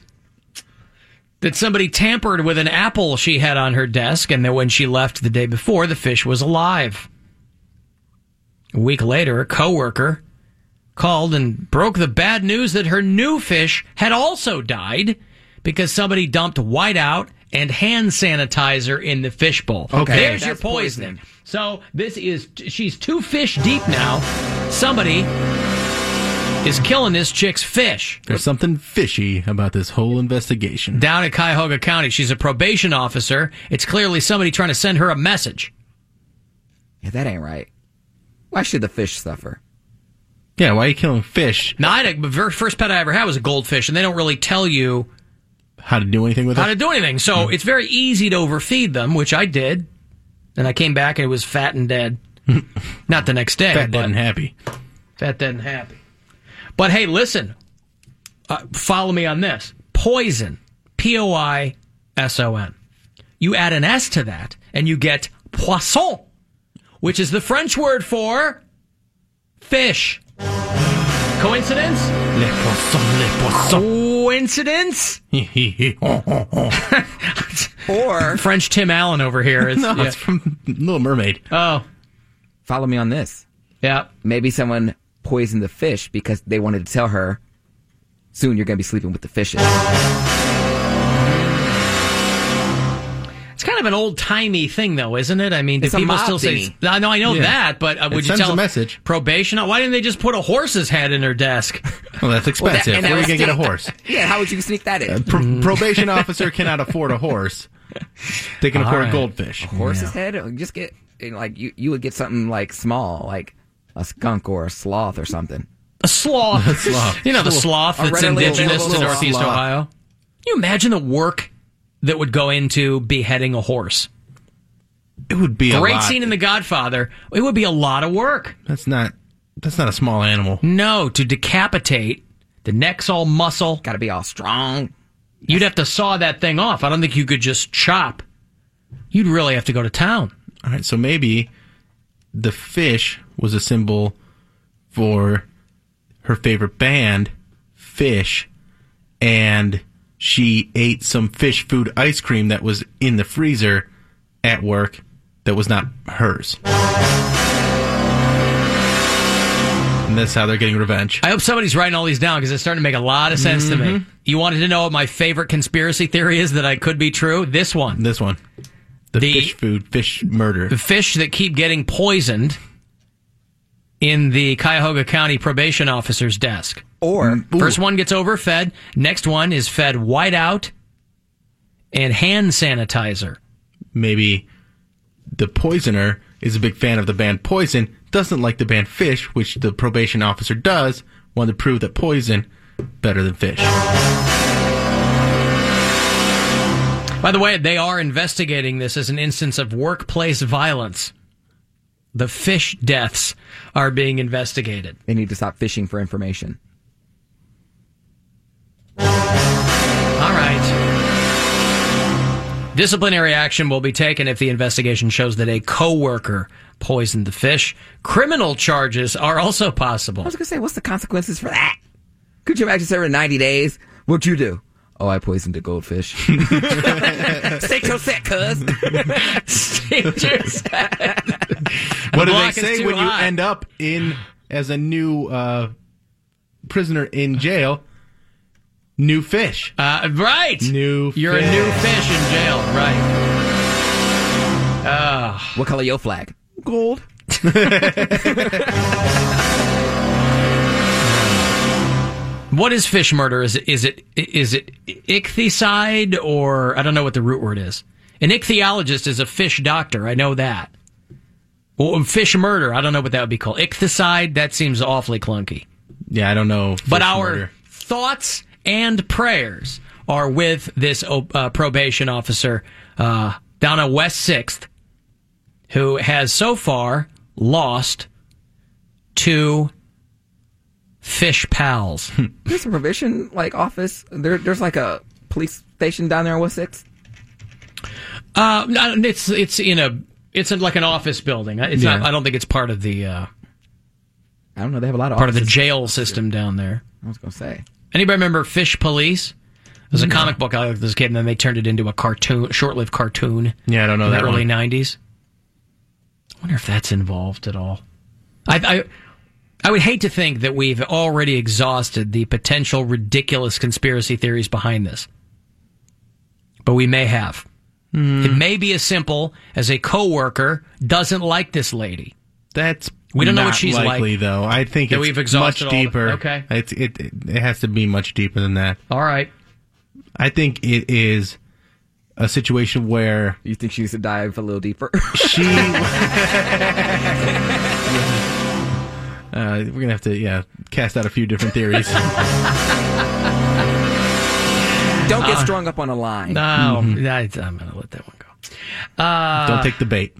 Speaker 1: that somebody tampered with an apple she had on her desk, and that when she left the day before, the fish was alive. A week later, a coworker called and broke the bad news that her new fish had also died because somebody dumped whiteout and hand sanitizer in the fish bowl.
Speaker 5: Okay.
Speaker 1: There's your
Speaker 5: That's
Speaker 1: poisoning. So this is she's two fish deep now. Somebody is killing this chick's fish.
Speaker 7: There's something fishy about this whole investigation.
Speaker 1: Down at Cuyahoga County, she's a probation officer. It's clearly somebody trying to send her a message.
Speaker 9: Yeah, that ain't right. Why should the fish suffer?
Speaker 7: Yeah, why are you killing fish?
Speaker 1: Now, I had a, the ver- first pet I ever had was a goldfish, and they don't really tell you
Speaker 7: How to do anything with
Speaker 1: how
Speaker 7: it? Hmm.
Speaker 1: to do anything. So it's very easy to overfeed them, which I did. And I came back and it was fat and dead. Not the next day.
Speaker 7: Fat, dead,
Speaker 1: but-
Speaker 7: and happy.
Speaker 1: Fat, dead, and happy. But hey, listen, uh, follow me on this. Poison, P O I S O N. You add an S to that, and you get poisson, which is the French word for fish. Coincidence?
Speaker 7: Le
Speaker 1: Oh,
Speaker 7: poisson, le poisson.
Speaker 1: Coincidence?
Speaker 9: or
Speaker 1: French Tim Allen over here is
Speaker 9: No, it's
Speaker 7: from Little Mermaid.
Speaker 1: Oh,
Speaker 9: follow me on this.
Speaker 1: Yeah,
Speaker 9: maybe someone poisoned the fish because they wanted to tell her soon you're going to be sleeping with the fishes.
Speaker 1: It's kind of an old timey thing, though, isn't it? I mean, do
Speaker 9: It's a
Speaker 1: people
Speaker 9: mob
Speaker 1: still
Speaker 9: thingy.
Speaker 1: say? I know, I know
Speaker 9: Yeah.
Speaker 1: that, but uh,
Speaker 9: It
Speaker 1: would you
Speaker 9: sends
Speaker 1: tell
Speaker 9: a
Speaker 1: message? Probation? Why didn't they just put a horse's head in her desk?
Speaker 7: Well, that's expensive.
Speaker 9: and that
Speaker 7: Where are you
Speaker 9: was Mm.
Speaker 7: going to get a
Speaker 9: the-
Speaker 7: horse? Uh,
Speaker 9: yeah, how would you sneak that in?
Speaker 7: Pro- probation officer cannot afford a horse. They can
Speaker 9: All
Speaker 7: afford
Speaker 9: right.
Speaker 7: a goldfish.
Speaker 9: Horse's head? Or Just get, you know, like, you, you would get something like small, like a skunk or a sloth or something.
Speaker 1: A sloth.
Speaker 9: A sloth.
Speaker 1: You know the
Speaker 9: Sloth.
Speaker 1: sloth that's
Speaker 9: A readily
Speaker 1: indigenous to
Speaker 9: available
Speaker 1: northeast
Speaker 9: sloth.
Speaker 1: Ohio. Can you imagine the work that would go into beheading a horse?
Speaker 7: It would be a
Speaker 1: Great
Speaker 7: lot.
Speaker 1: scene in The Godfather. It would be a lot of work.
Speaker 7: That's not. That's not a small animal.
Speaker 1: No, to decapitate. The neck's all muscle.
Speaker 9: Got to be all strong.
Speaker 1: You'd have to saw that thing off. I don't think you could just chop. You'd really have to go to town.
Speaker 7: All right, so maybe the fish was a symbol for her favorite band, Fish, and she ate some fish food ice cream that was in the freezer at work that was not hers. And that's how they're getting revenge.
Speaker 1: I hope somebody's writing all these down because it's starting to make a lot of sense to me.
Speaker 7: Mhm.
Speaker 1: You wanted to know what my favorite conspiracy theory is that I could be true? This one.
Speaker 7: This one. The, fish food, fish murder.
Speaker 1: The fish that keep getting poisoned in the Cuyahoga County probation officer's desk.
Speaker 9: Or
Speaker 1: first one gets overfed, next one is fed whiteout and hand sanitizer.
Speaker 7: Maybe the poisoner is a big fan of the band Poison, doesn't like the band Fish, which the probation officer does, wanted to prove that Poison better than Fish.
Speaker 1: By the way, they are investigating this as an instance of workplace violence. The fish deaths are being investigated.
Speaker 9: They need to stop fishing for information.
Speaker 1: All right. Disciplinary action will be taken if the investigation shows that a coworker poisoned the fish. Criminal charges are also
Speaker 9: I
Speaker 1: possible.
Speaker 9: was going to say, what's the consequences for that? Could you imagine serving 90 days? What'd you do? Oh, I poisoned a goldfish. Stay
Speaker 1: oh
Speaker 9: your set,
Speaker 7: What
Speaker 9: cuz.
Speaker 5: The
Speaker 7: do they
Speaker 5: block is
Speaker 7: say
Speaker 5: too
Speaker 7: when
Speaker 5: high.
Speaker 7: you end up in as a new uh, prisoner in jail? New fish.
Speaker 1: Uh, right.
Speaker 7: New
Speaker 1: You're a new fish in jail. Right. Uh,
Speaker 9: what color your flag?
Speaker 7: Gold.
Speaker 1: What is fish murder? Is it is it is it ichthycide or I don't know what the root word is. An ichthyologist is a fish doctor. I know that. Well, fish murder. I don't know what that would be called. Ichthyside. That seems awfully clunky.
Speaker 7: Yeah, I don't know.
Speaker 1: But
Speaker 7: fish
Speaker 1: our
Speaker 7: murder.
Speaker 1: thoughts and prayers are with this o- uh, probation officer uh, down on West Sixth, who has so far lost two fish pals.
Speaker 7: Hmm.
Speaker 9: There's a provision like office. There, there's like a police station down there on West Sixth.
Speaker 1: Uh, no, it's it's in a it's in like an office building. Uh, It's not.
Speaker 9: Yeah.
Speaker 1: I don't think it's part of the. Uh,
Speaker 9: I don't know. They have a lot of
Speaker 1: part of the
Speaker 9: offices.
Speaker 1: jail system down there.
Speaker 9: I was gonna say.
Speaker 1: Anybody remember Fish Police? It was a comic book I liked as a kid, and then they turned it into a cartoon, short-lived cartoon.
Speaker 20: Yeah, I don't know
Speaker 1: in
Speaker 20: that
Speaker 1: the early
Speaker 20: one.
Speaker 1: '90s. I wonder if that's involved at all. I, I, I would hate to think that we've already exhausted the potential ridiculous conspiracy theories behind this, but we may have.
Speaker 7: Hmm.
Speaker 1: It may be as simple as a coworker doesn't like this lady.
Speaker 7: That's
Speaker 1: we don't know what
Speaker 7: Not
Speaker 1: she's
Speaker 7: likely,
Speaker 1: like.
Speaker 7: though. I think
Speaker 1: that
Speaker 7: it's
Speaker 1: we've exhausted
Speaker 7: much
Speaker 1: all the-
Speaker 7: deeper.
Speaker 1: okay.
Speaker 7: it's, it it has to be much deeper than that.
Speaker 1: All right.
Speaker 7: I think it is a situation where
Speaker 9: you think she needs to dive a little deeper.
Speaker 7: she. Uh, we're gonna have to, yeah, cast out a few different theories.
Speaker 9: Don't get
Speaker 1: Uh,
Speaker 9: strung up on a line.
Speaker 1: No, I, am going to let that one go. Uh,
Speaker 7: Mm-hmm. Don't take the bait.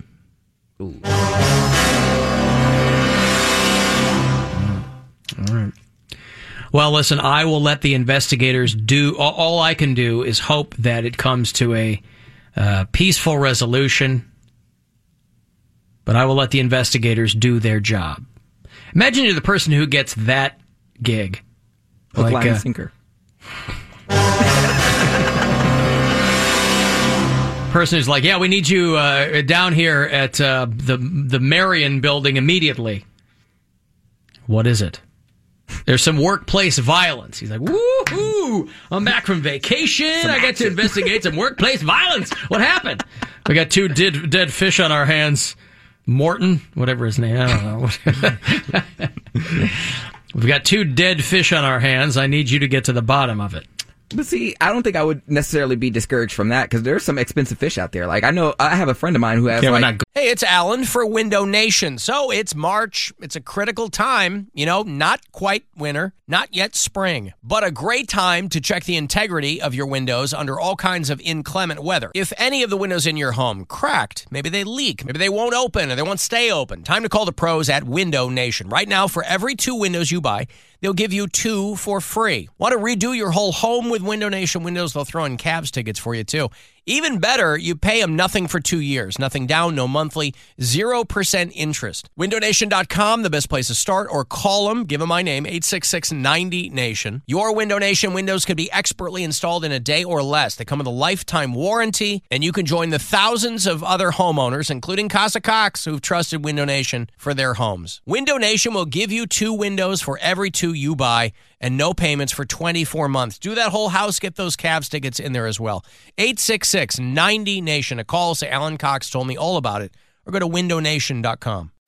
Speaker 1: All right. Well, listen, I will let the investigators do. All, all I can do is hope that it comes to a uh, peaceful resolution. But I will let the investigators do their job. Imagine you're the person who gets that gig.
Speaker 9: Hook, line, and
Speaker 1: uh,
Speaker 9: sinker.
Speaker 1: person who's like, "Yeah, we need you uh, down here at uh, the the Marion Building immediately." What is it? There's some workplace violence. He's like, "Woohoo! I'm back from vacation. I get to investigate some workplace violence. What happened? We got two dead dead fish on our hands. Morton, whatever his name, I don't know. We've got two dead fish on our hands. I need you to get to the bottom of it."
Speaker 9: But see, I don't think I would necessarily be discouraged from that because there's some expensive fish out there. Like I know I have a friend of mine who has like
Speaker 6: Hey, it's Alan for Window Nation. So it's March. It's a critical time, you know, not quite winter, not yet spring, but a great time to check the integrity of your windows under all kinds of inclement weather. If any of the windows in your home cracked, maybe they leak, maybe they won't open or they won't stay open, time to call the pros at Window Nation. Right now, for every two windows you buy, They'll give you two for free. Want to redo your whole home with Window Nation windows? They'll throw in Cavs tickets for you too. Even better, you pay them nothing for two years, nothing down, no monthly, 0% interest. WindowNation.com, the best place to start, or call them, give them my name, 866-90-NATION. Your Window Nation windows could be expertly installed in a day or less. They come with a lifetime warranty, and you can join the thousands of other homeowners, including Casa Cox, who've trusted Window Nation for their homes. Window Nation will give you two windows for every two you buy and no payments for 24 months. Do that whole house, get those Cavs tickets in there as well. 866 90 Nation. A call, say Alan Cox told me all about it, or go to windownation.com.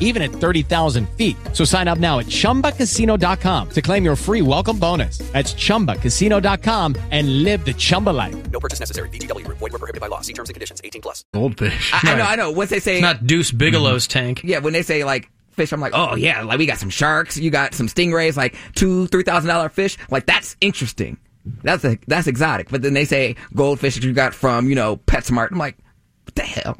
Speaker 17: even at 30,000 feet. So sign up now at chumbacasino.com to claim your free welcome bonus. That's chumbacasino.com and live the Chumba life.
Speaker 11: No purchase necessary. VGW Group. Void where prohibited by law. See terms and conditions. 18 plus.
Speaker 7: Goldfish.
Speaker 9: I, I know, I know. Once they say Mm-hmm.
Speaker 1: not Deuce Bigelow's tank.
Speaker 9: Yeah, when they say like fish, I'm like, oh yeah, like we got some sharks, you got some stingrays, like two, three thousand dollar fish. Like that's interesting. That's a, that's exotic. But then they say goldfish that you got from you know PetSmart. I'm like, what the hell?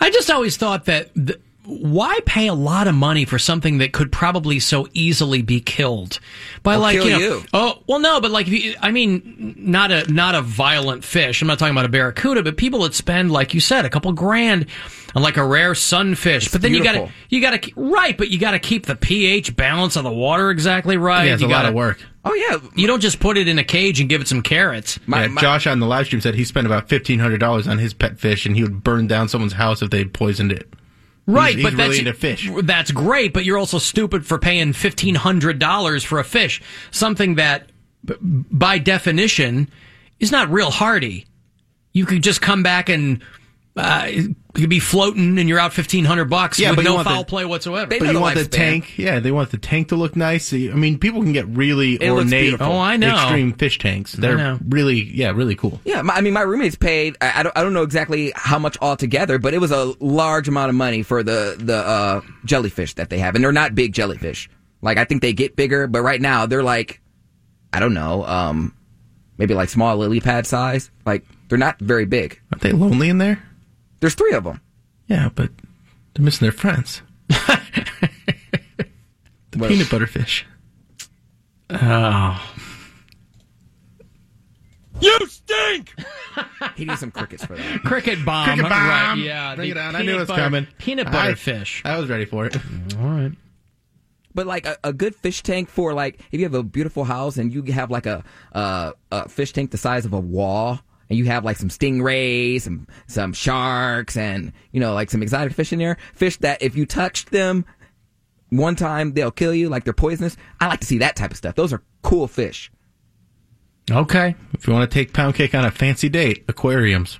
Speaker 1: I just always thought that th- why pay a lot of money for something that could probably so easily be killed by
Speaker 9: Well,
Speaker 1: like
Speaker 9: kill
Speaker 1: you know
Speaker 9: you.
Speaker 1: oh well no but like if you, I mean not a not a violent fish I'm not talking about a barracuda but people that spend like you said a couple grand on like a rare sunfish but then you
Speaker 9: beautiful.
Speaker 1: got to you got to ke- right but you got to keep the pH balance of the water exactly right
Speaker 7: Yeah, it's a
Speaker 1: you
Speaker 7: lot
Speaker 1: gotta-
Speaker 7: of work.
Speaker 9: Oh yeah,
Speaker 1: you don't just put it in a cage and give it some carrots
Speaker 7: yeah, Josh on the live stream said he spent about fifteen hundred dollars on his pet fish, and he would burn down someone's house if they poisoned it. He's-
Speaker 1: Right,
Speaker 7: he's
Speaker 1: but
Speaker 7: really
Speaker 1: that's
Speaker 7: into fish.
Speaker 1: That's great, but you're also stupid for paying fifteen hundred dollars for a fish, something that, b- by definition, is not real hardy. You could just come back and Uh, you could be floating and you're out fifteen hundred bucks
Speaker 7: Yeah,
Speaker 1: with
Speaker 7: but you
Speaker 1: no
Speaker 7: want the-
Speaker 1: foul play whatsoever.
Speaker 7: but you want the tank, yeah. They want the tank to look nice. I mean, people can get really
Speaker 9: It looks
Speaker 7: ornate,
Speaker 9: beautiful. Oh, I know.
Speaker 7: extreme fish tanks. They're
Speaker 9: know.
Speaker 7: really, yeah, really cool.
Speaker 9: Yeah, my, I mean, my roommates paid. I, I don't. I don't know exactly how much altogether, but it was a large amount of money for the the uh, jellyfish that they have, and they're not big jellyfish. Like I think they get bigger, but right now they're like, I don't know, um, maybe like small lily pad size. Like they're not very big.
Speaker 7: Aren't they lonely in there?
Speaker 9: There's three of them.
Speaker 7: Yeah, but they're missing their friends. the peanut butter fish.
Speaker 1: Oh,
Speaker 9: You stink. he needs some crickets for that.
Speaker 1: Cricket bomb.
Speaker 7: Cricket bomb.
Speaker 1: Right, yeah.
Speaker 7: Bring
Speaker 1: the
Speaker 7: it on. I
Speaker 1: peanut
Speaker 7: knew it was
Speaker 1: butter-
Speaker 7: coming.
Speaker 1: Peanut
Speaker 7: I-
Speaker 1: butter fish. Mm,
Speaker 7: I was ready for it.
Speaker 1: All right.
Speaker 9: But like a, a good fish tank for like if you have a beautiful house and you have like a, a a fish tank the size of a wall and you have like some stingrays, some some sharks, and you know like some exotic fish in there, fish that if you touch them one time they'll kill you, like they're poisonous. I like to see that type of stuff. Those are cool fish.
Speaker 1: Okay.
Speaker 7: If you want to take pound cake on a fancy date, aquariums.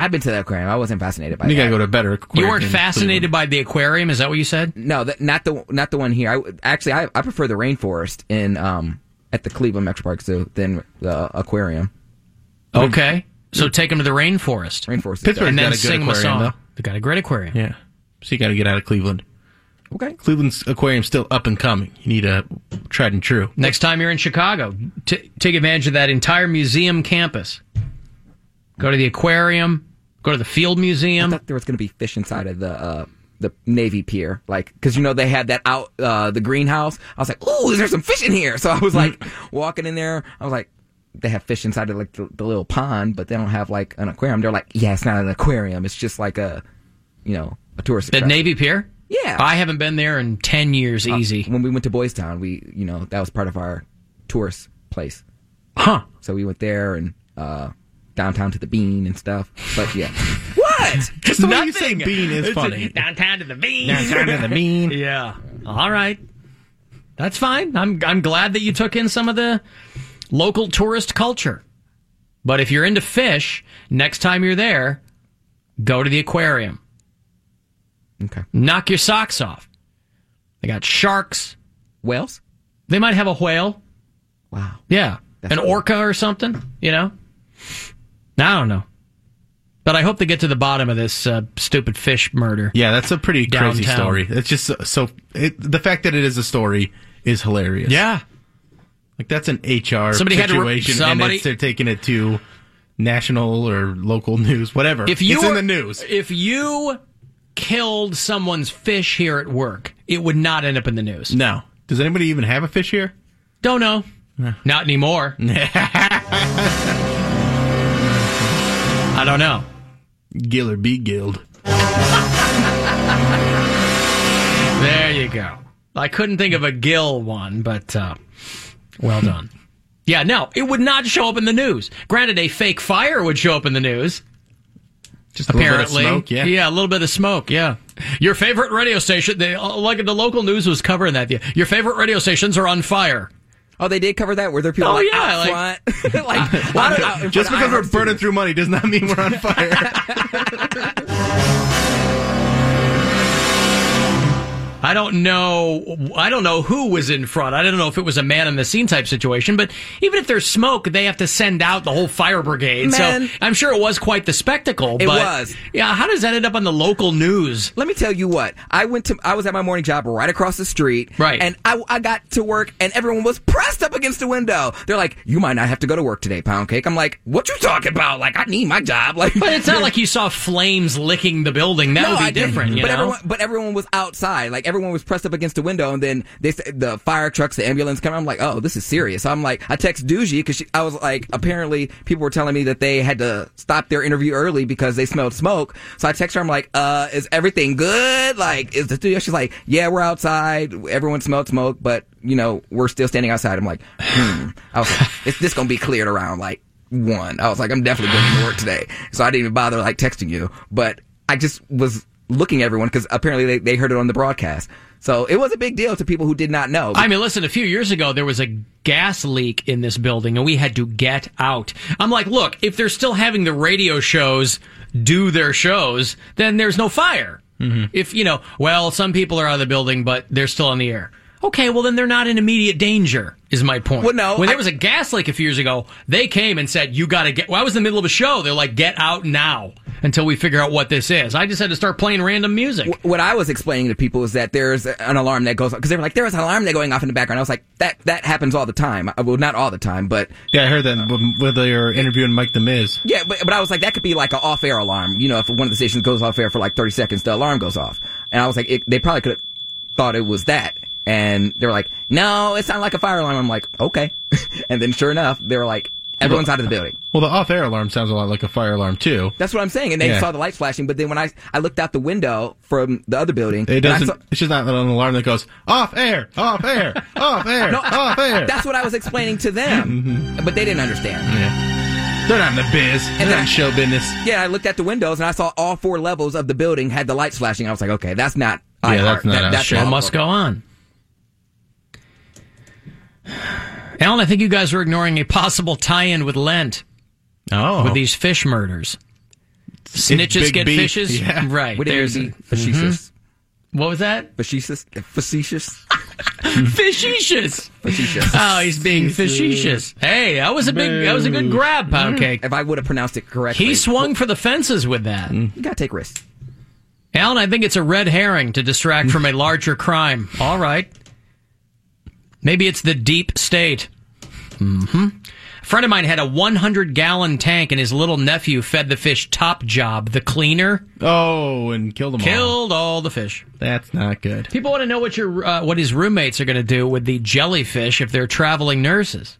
Speaker 9: I've been to the aquarium. I wasn't fascinated by
Speaker 7: You
Speaker 9: that.
Speaker 7: gotta go to a better aquarium.
Speaker 1: You weren't fascinated by the aquarium, is that what you said?
Speaker 9: No, that, not the not the one here. I w- actually I, I prefer the rainforest in um at the Cleveland Metro Park Zoo than the aquarium.
Speaker 1: Okay. So take them to the rainforest.
Speaker 9: Rainforest.
Speaker 7: Pittsburgh's
Speaker 1: and then
Speaker 7: got a good
Speaker 1: sing 'em a
Speaker 7: aquarium,
Speaker 1: song.
Speaker 7: though.
Speaker 1: They got a great aquarium.
Speaker 7: Yeah. So you got to get out of Cleveland.
Speaker 9: Okay.
Speaker 7: Cleveland's aquarium's still up and coming. You need a tried and true.
Speaker 1: Next time you're in Chicago, t- take advantage of that entire museum campus. Go to the aquarium. Go to the Field Museum.
Speaker 9: I thought there was going to be fish inside of the uh, the Navy Pier, like because you know they had that out uh, the greenhouse. I was like, "Ooh, is there some fish in here?" So I was like walking in there. I was like, "They have fish inside of like the, the little pond, but they don't have like an aquarium." They're like, "Yeah, it's not an aquarium. It's just like a, you know, a tourist."
Speaker 1: The
Speaker 9: attraction."
Speaker 1: Navy Pier?
Speaker 9: Yeah.
Speaker 1: I haven't been there in 10 years,
Speaker 9: Uh,
Speaker 1: easy.
Speaker 9: when we went to Boys Town, we you know that was part of our tourist place.
Speaker 1: Huh.
Speaker 9: So we went there and uh, downtown to the Bean and stuff. But yeah, what?
Speaker 7: Just the way you say bean is
Speaker 1: It's
Speaker 7: funny.
Speaker 1: downtown to the bean.
Speaker 7: Downtown to the bean.
Speaker 1: yeah. All right. That's fine. I'm I'm glad that you took in some of the local tourist culture. But if you're into fish, next time you're there, go to the aquarium.
Speaker 9: Okay.
Speaker 1: Knock your socks off. They got sharks,
Speaker 9: whales.
Speaker 1: They might have a whale.
Speaker 9: Wow.
Speaker 1: Yeah. An orca or something, you know? I don't know. But I hope they get to the bottom of this uh, stupid fish murder.
Speaker 7: Yeah, that's a pretty crazy
Speaker 1: Downtown.
Speaker 7: story. It's just so, so it, the fact that it is a story is hilarious.
Speaker 1: Yeah.
Speaker 7: Like that's an HR
Speaker 1: Somebody had to re-
Speaker 7: situation and
Speaker 1: somebody-
Speaker 7: it's, they're taking it to national or local news, whatever.
Speaker 1: If you
Speaker 7: it's in
Speaker 1: were-
Speaker 7: the news.
Speaker 1: If you killed someone's fish here at work, it would not end up in the news.
Speaker 7: No. Does anybody even have a fish here?
Speaker 1: Don't know. Not anymore. I don't know.
Speaker 7: Gill or be gilled.
Speaker 1: There you go. I couldn't think of a gill one, but uh, well done. yeah, no, it would not show up in the news. Granted, a fake fire would show up in the news.
Speaker 7: Just A little bit
Speaker 1: apparently.
Speaker 7: of smoke, yeah.
Speaker 1: a little bit of smoke. Yeah. Your favorite radio station, they, uh, like the local news was covering that. Yeah, Your favorite radio stations are on fire.
Speaker 9: Oh, they did cover that. Were there people?
Speaker 1: Oh,
Speaker 9: like,
Speaker 1: yeah,
Speaker 9: out
Speaker 1: like-
Speaker 9: front? like, I don't know, in front
Speaker 7: Just
Speaker 9: of
Speaker 7: because we're
Speaker 9: iHeart
Speaker 7: burning
Speaker 9: Studios.
Speaker 7: through money does not mean we're on fire.
Speaker 1: I don't know. I don't know who was in front. I don't know if it was a man on the scene type situation, but even if there's smoke, they have to send out the whole fire brigade.
Speaker 9: Man.
Speaker 1: So I'm sure it was quite the spectacle.
Speaker 9: It
Speaker 1: but
Speaker 9: was.
Speaker 1: Yeah. How does that end up on the local news?
Speaker 9: Let me tell you what. I went to. I was at my morning job right across the street.
Speaker 1: Right.
Speaker 9: And I, I got to work, and everyone was pressed up against the window. They're like, "You might not have to go to work today, pound cake." I'm like, "What you talking about? Like, I need my job." Like,
Speaker 1: But it's not like you saw flames licking the building. That
Speaker 9: No,
Speaker 1: would be
Speaker 9: I didn't.
Speaker 1: different. You
Speaker 9: but
Speaker 1: know?
Speaker 9: everyone, but everyone was outside. Like everyone was pressed up against the window, and then they s- the fire trucks, the ambulance come. I'm like, oh, this is serious. So I'm like, I text Doogie because I was like, apparently people were telling me that they had to stop their interview early because they smelled smoke. So I text her. I'm like, uh, is everything good? Like, is the studio? She's like, yeah, we're outside. Everyone smelled smoke, but you know, we're still standing outside. I'm like, hmm. I was like, is this gonna be cleared around? Like. One, I was like, I'm definitely going to work today, so I didn't even bother like texting you. But I just was looking at everyone because apparently they, they heard it on the broadcast. So it was a big deal to people who did not know.
Speaker 1: I mean, listen, a few years ago, there was a gas leak in this building and we had to get out. I'm like, look, if they're still having the radio shows, do their shows, then there's no fire.
Speaker 9: Mm-hmm.
Speaker 1: If, you know, well, some people are out of the building, but they're still on the air. Okay, well, then they're not in immediate danger, is my point.
Speaker 9: Well, no,
Speaker 1: When there
Speaker 9: I-
Speaker 1: was a gas leak a few years ago, they came and said, you got to get. Well, I was in the middle of a show. They're like, get out now until we figure out what this is. I just had to start playing random music.
Speaker 9: what I was explaining to people is that there's an alarm that goes off because they were like, there was an alarm that going off in the background. I was like, that that happens all the time. Uh, Well, not all the time, but
Speaker 7: Yeah, I heard that when- when they were interviewing Mike the Miz.
Speaker 9: yeah, but, but I was like, that could be like an off air alarm. You know, if one of the stations goes off air for like 30 seconds, the alarm goes off. And I was like, it, they probably could have thought it was that. And they were like, no, it sounded like a fire alarm. I'm like, okay. and then sure enough, they were like, everyone's out of the building.
Speaker 7: Well, the off-air alarm sounds a lot like a fire alarm too.
Speaker 9: That's what I'm saying. And they
Speaker 7: Yeah.
Speaker 9: saw the lights flashing, but then when I I looked out the window from the other building,
Speaker 7: It
Speaker 9: and I
Speaker 7: doesn't.
Speaker 9: saw-
Speaker 7: it's just not an alarm that goes "Oh, off air, off air, off air,
Speaker 9: No,
Speaker 7: off air. Mm-hmm.
Speaker 9: That's what I was explaining to them, but they didn't understand.
Speaker 7: Yeah. They're not in the biz. They're
Speaker 9: then
Speaker 7: not in show business.
Speaker 9: Yeah, I looked at the windows and I saw all four levels of the building had the lights flashing. I was like, okay, that's not.
Speaker 1: Yeah,
Speaker 9: iHeart.
Speaker 1: that's not us. Show must go on. Alan, I think you guys are ignoring a possible tie-in with Lent.
Speaker 7: Oh,
Speaker 1: with these fish murders, snitches
Speaker 9: Big
Speaker 1: get
Speaker 9: B-
Speaker 1: fishes.
Speaker 9: yeah.
Speaker 1: Right?
Speaker 9: Would it
Speaker 1: there's Mm-hmm.
Speaker 9: be
Speaker 7: Mm-hmm.
Speaker 9: facetious?
Speaker 1: What was that?
Speaker 9: Facetious. Facetious.
Speaker 1: Facetious.
Speaker 9: Facetious.
Speaker 1: Oh, he's being facetious. Hey, that was a big. That was a good grab, pound cake.
Speaker 9: Mm-hmm. If I would have pronounced it correctly, Mm.
Speaker 1: He swung for the fences with that.
Speaker 9: you gotta take risks.
Speaker 1: Alan, I think it's a red herring to distract from a larger crime. All right. Maybe it's the deep state. hmm A friend of mine had a 100 gallon tank, and his little nephew fed the fish Top Job, the cleaner.
Speaker 7: Oh, and killed them all.
Speaker 1: Killed all the fish.
Speaker 7: That's not good.
Speaker 1: People want to know what your uh, what his roommates are going to do with the jellyfish if they're traveling nurses.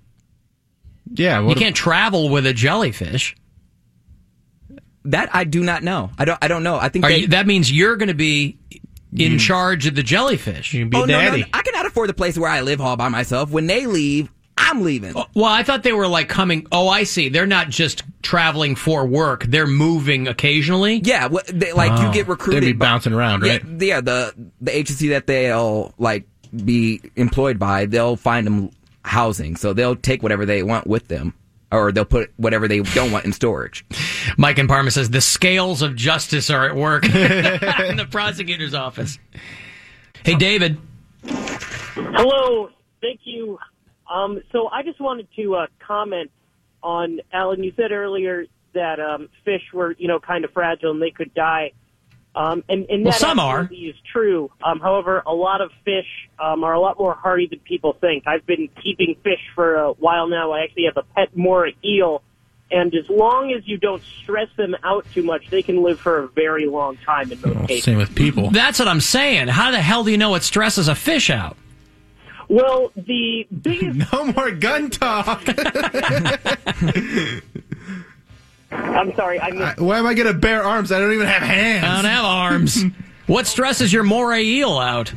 Speaker 7: Yeah,
Speaker 1: you can't travel with a jellyfish.
Speaker 9: That I do not know. I don't. I don't know. I think
Speaker 1: Are
Speaker 9: they-
Speaker 1: you, that means you're going to be in
Speaker 9: Mm.
Speaker 1: charge of the jellyfish. You
Speaker 9: oh, no, no, no. I cannot afford the place where I live all by myself. When they leave, I'm leaving.
Speaker 1: Uh, Well, I thought they were like coming. Oh, I see. They're not just traveling for work. They're moving occasionally.
Speaker 9: Yeah, well, they, like
Speaker 1: Ah.
Speaker 9: you get recruited. by- yeah, Yeah, the the agency that they'll like be employed by, they'll find them housing, so they'll take whatever they want with them, or they'll put whatever they don't want in storage.
Speaker 1: Mike and Parma says the scales of justice are at work in the prosecutor's office. Hey, David.
Speaker 20: Hello, thank you. Um, so I just wanted to uh, comment on Alan. You said earlier that um, fish were, you know, kind of fragile and they could die. Um, and, and
Speaker 1: Well,
Speaker 20: that
Speaker 1: some are.
Speaker 20: absolutely is true. Um, however, a lot of fish um, are a lot more hardy than people think. I've been keeping fish for a while now. I actually have a pet moray eel, and as long as you don't stress them out too much, they can live for a very long time in
Speaker 1: Oh,
Speaker 20: most cases.
Speaker 7: with people.
Speaker 1: That's what I'm saying. How the hell do you know it stresses a fish out?
Speaker 20: Well, the biggest.
Speaker 7: no more gun talk.
Speaker 20: I'm sorry. I missed.
Speaker 7: Why am I gonna bear arms? I don't even have hands.
Speaker 1: I don't have arms. what stresses your moray eel out?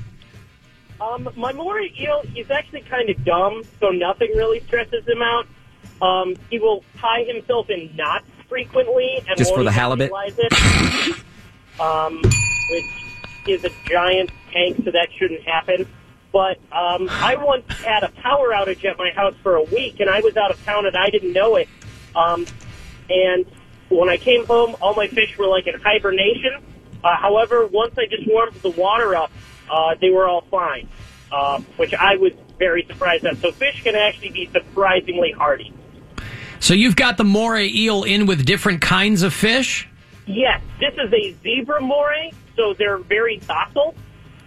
Speaker 20: Um, my moray eel is actually kind of dumb, so nothing really stresses him out. Um, he will tie himself in knots frequently, and
Speaker 9: Just
Speaker 20: won't
Speaker 9: for the
Speaker 20: even
Speaker 9: halibut?
Speaker 20: realize it. um, which is a giant tank, so that shouldn't happen. But um, I once had a power outage at my house for a week, and I was out of town, and I didn't know it. Um, and when I came home, all my fish were like in hibernation. Uh, however, once I just warmed the water up, uh, they were all fine, uh, which I was very surprised at. So fish can actually be surprisingly hardy.
Speaker 1: So you've got the moray eel in with different kinds of fish.
Speaker 20: Yes, this is a zebra moray, so they're very docile.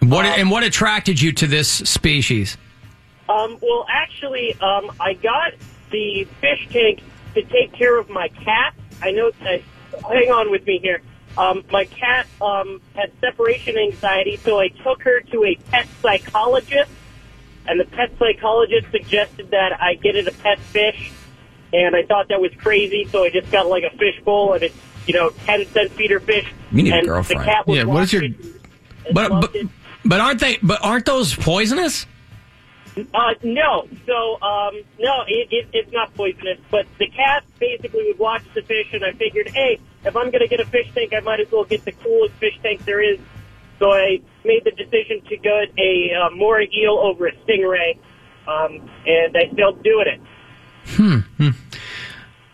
Speaker 1: What and what attracted you to this species?
Speaker 20: Um, well, actually, um, I got the fish tank to take care of my cat. I know. Uh, hang on with me here. Um, my cat um, had separation anxiety, so I took her to a pet psychologist, and the pet psychologist suggested that I get it a pet fish. And I thought that was crazy, so I just got like a fish bowl and it's you know ten cent feeder fish.
Speaker 1: You need a
Speaker 20: and
Speaker 1: girlfriend.
Speaker 20: The cat was
Speaker 1: Yeah, what is your-
Speaker 20: watching and
Speaker 1: But,
Speaker 20: loved
Speaker 1: but but aren't they? But aren't those poisonous?
Speaker 20: Uh, no. So, um, no, it, it, it's not poisonous. But the cat basically would watch the fish, and I figured, hey, if I'm going to get a fish tank, I might as well get the coolest fish tank there is. So I made the decision to get a uh, moray eel over a stingray, um, and I still doing it.
Speaker 1: Hmm.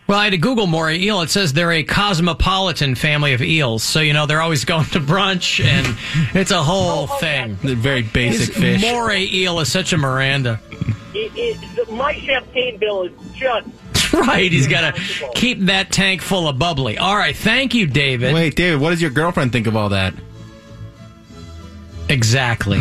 Speaker 1: Well, I had to Google Moray Eel. It says they're a cosmopolitan family of eels. So, you know, they're always going to brunch and it's a whole
Speaker 20: Oh,
Speaker 1: thing.
Speaker 7: They're very basic fish.
Speaker 1: Moray Eel is such a Miranda.
Speaker 20: It, it, the, my champagne bill is just
Speaker 1: Right. He's got to keep that tank full of bubbly. All right. Thank you, David.
Speaker 7: Wait, David, what does your girlfriend think of all that?
Speaker 1: Exactly.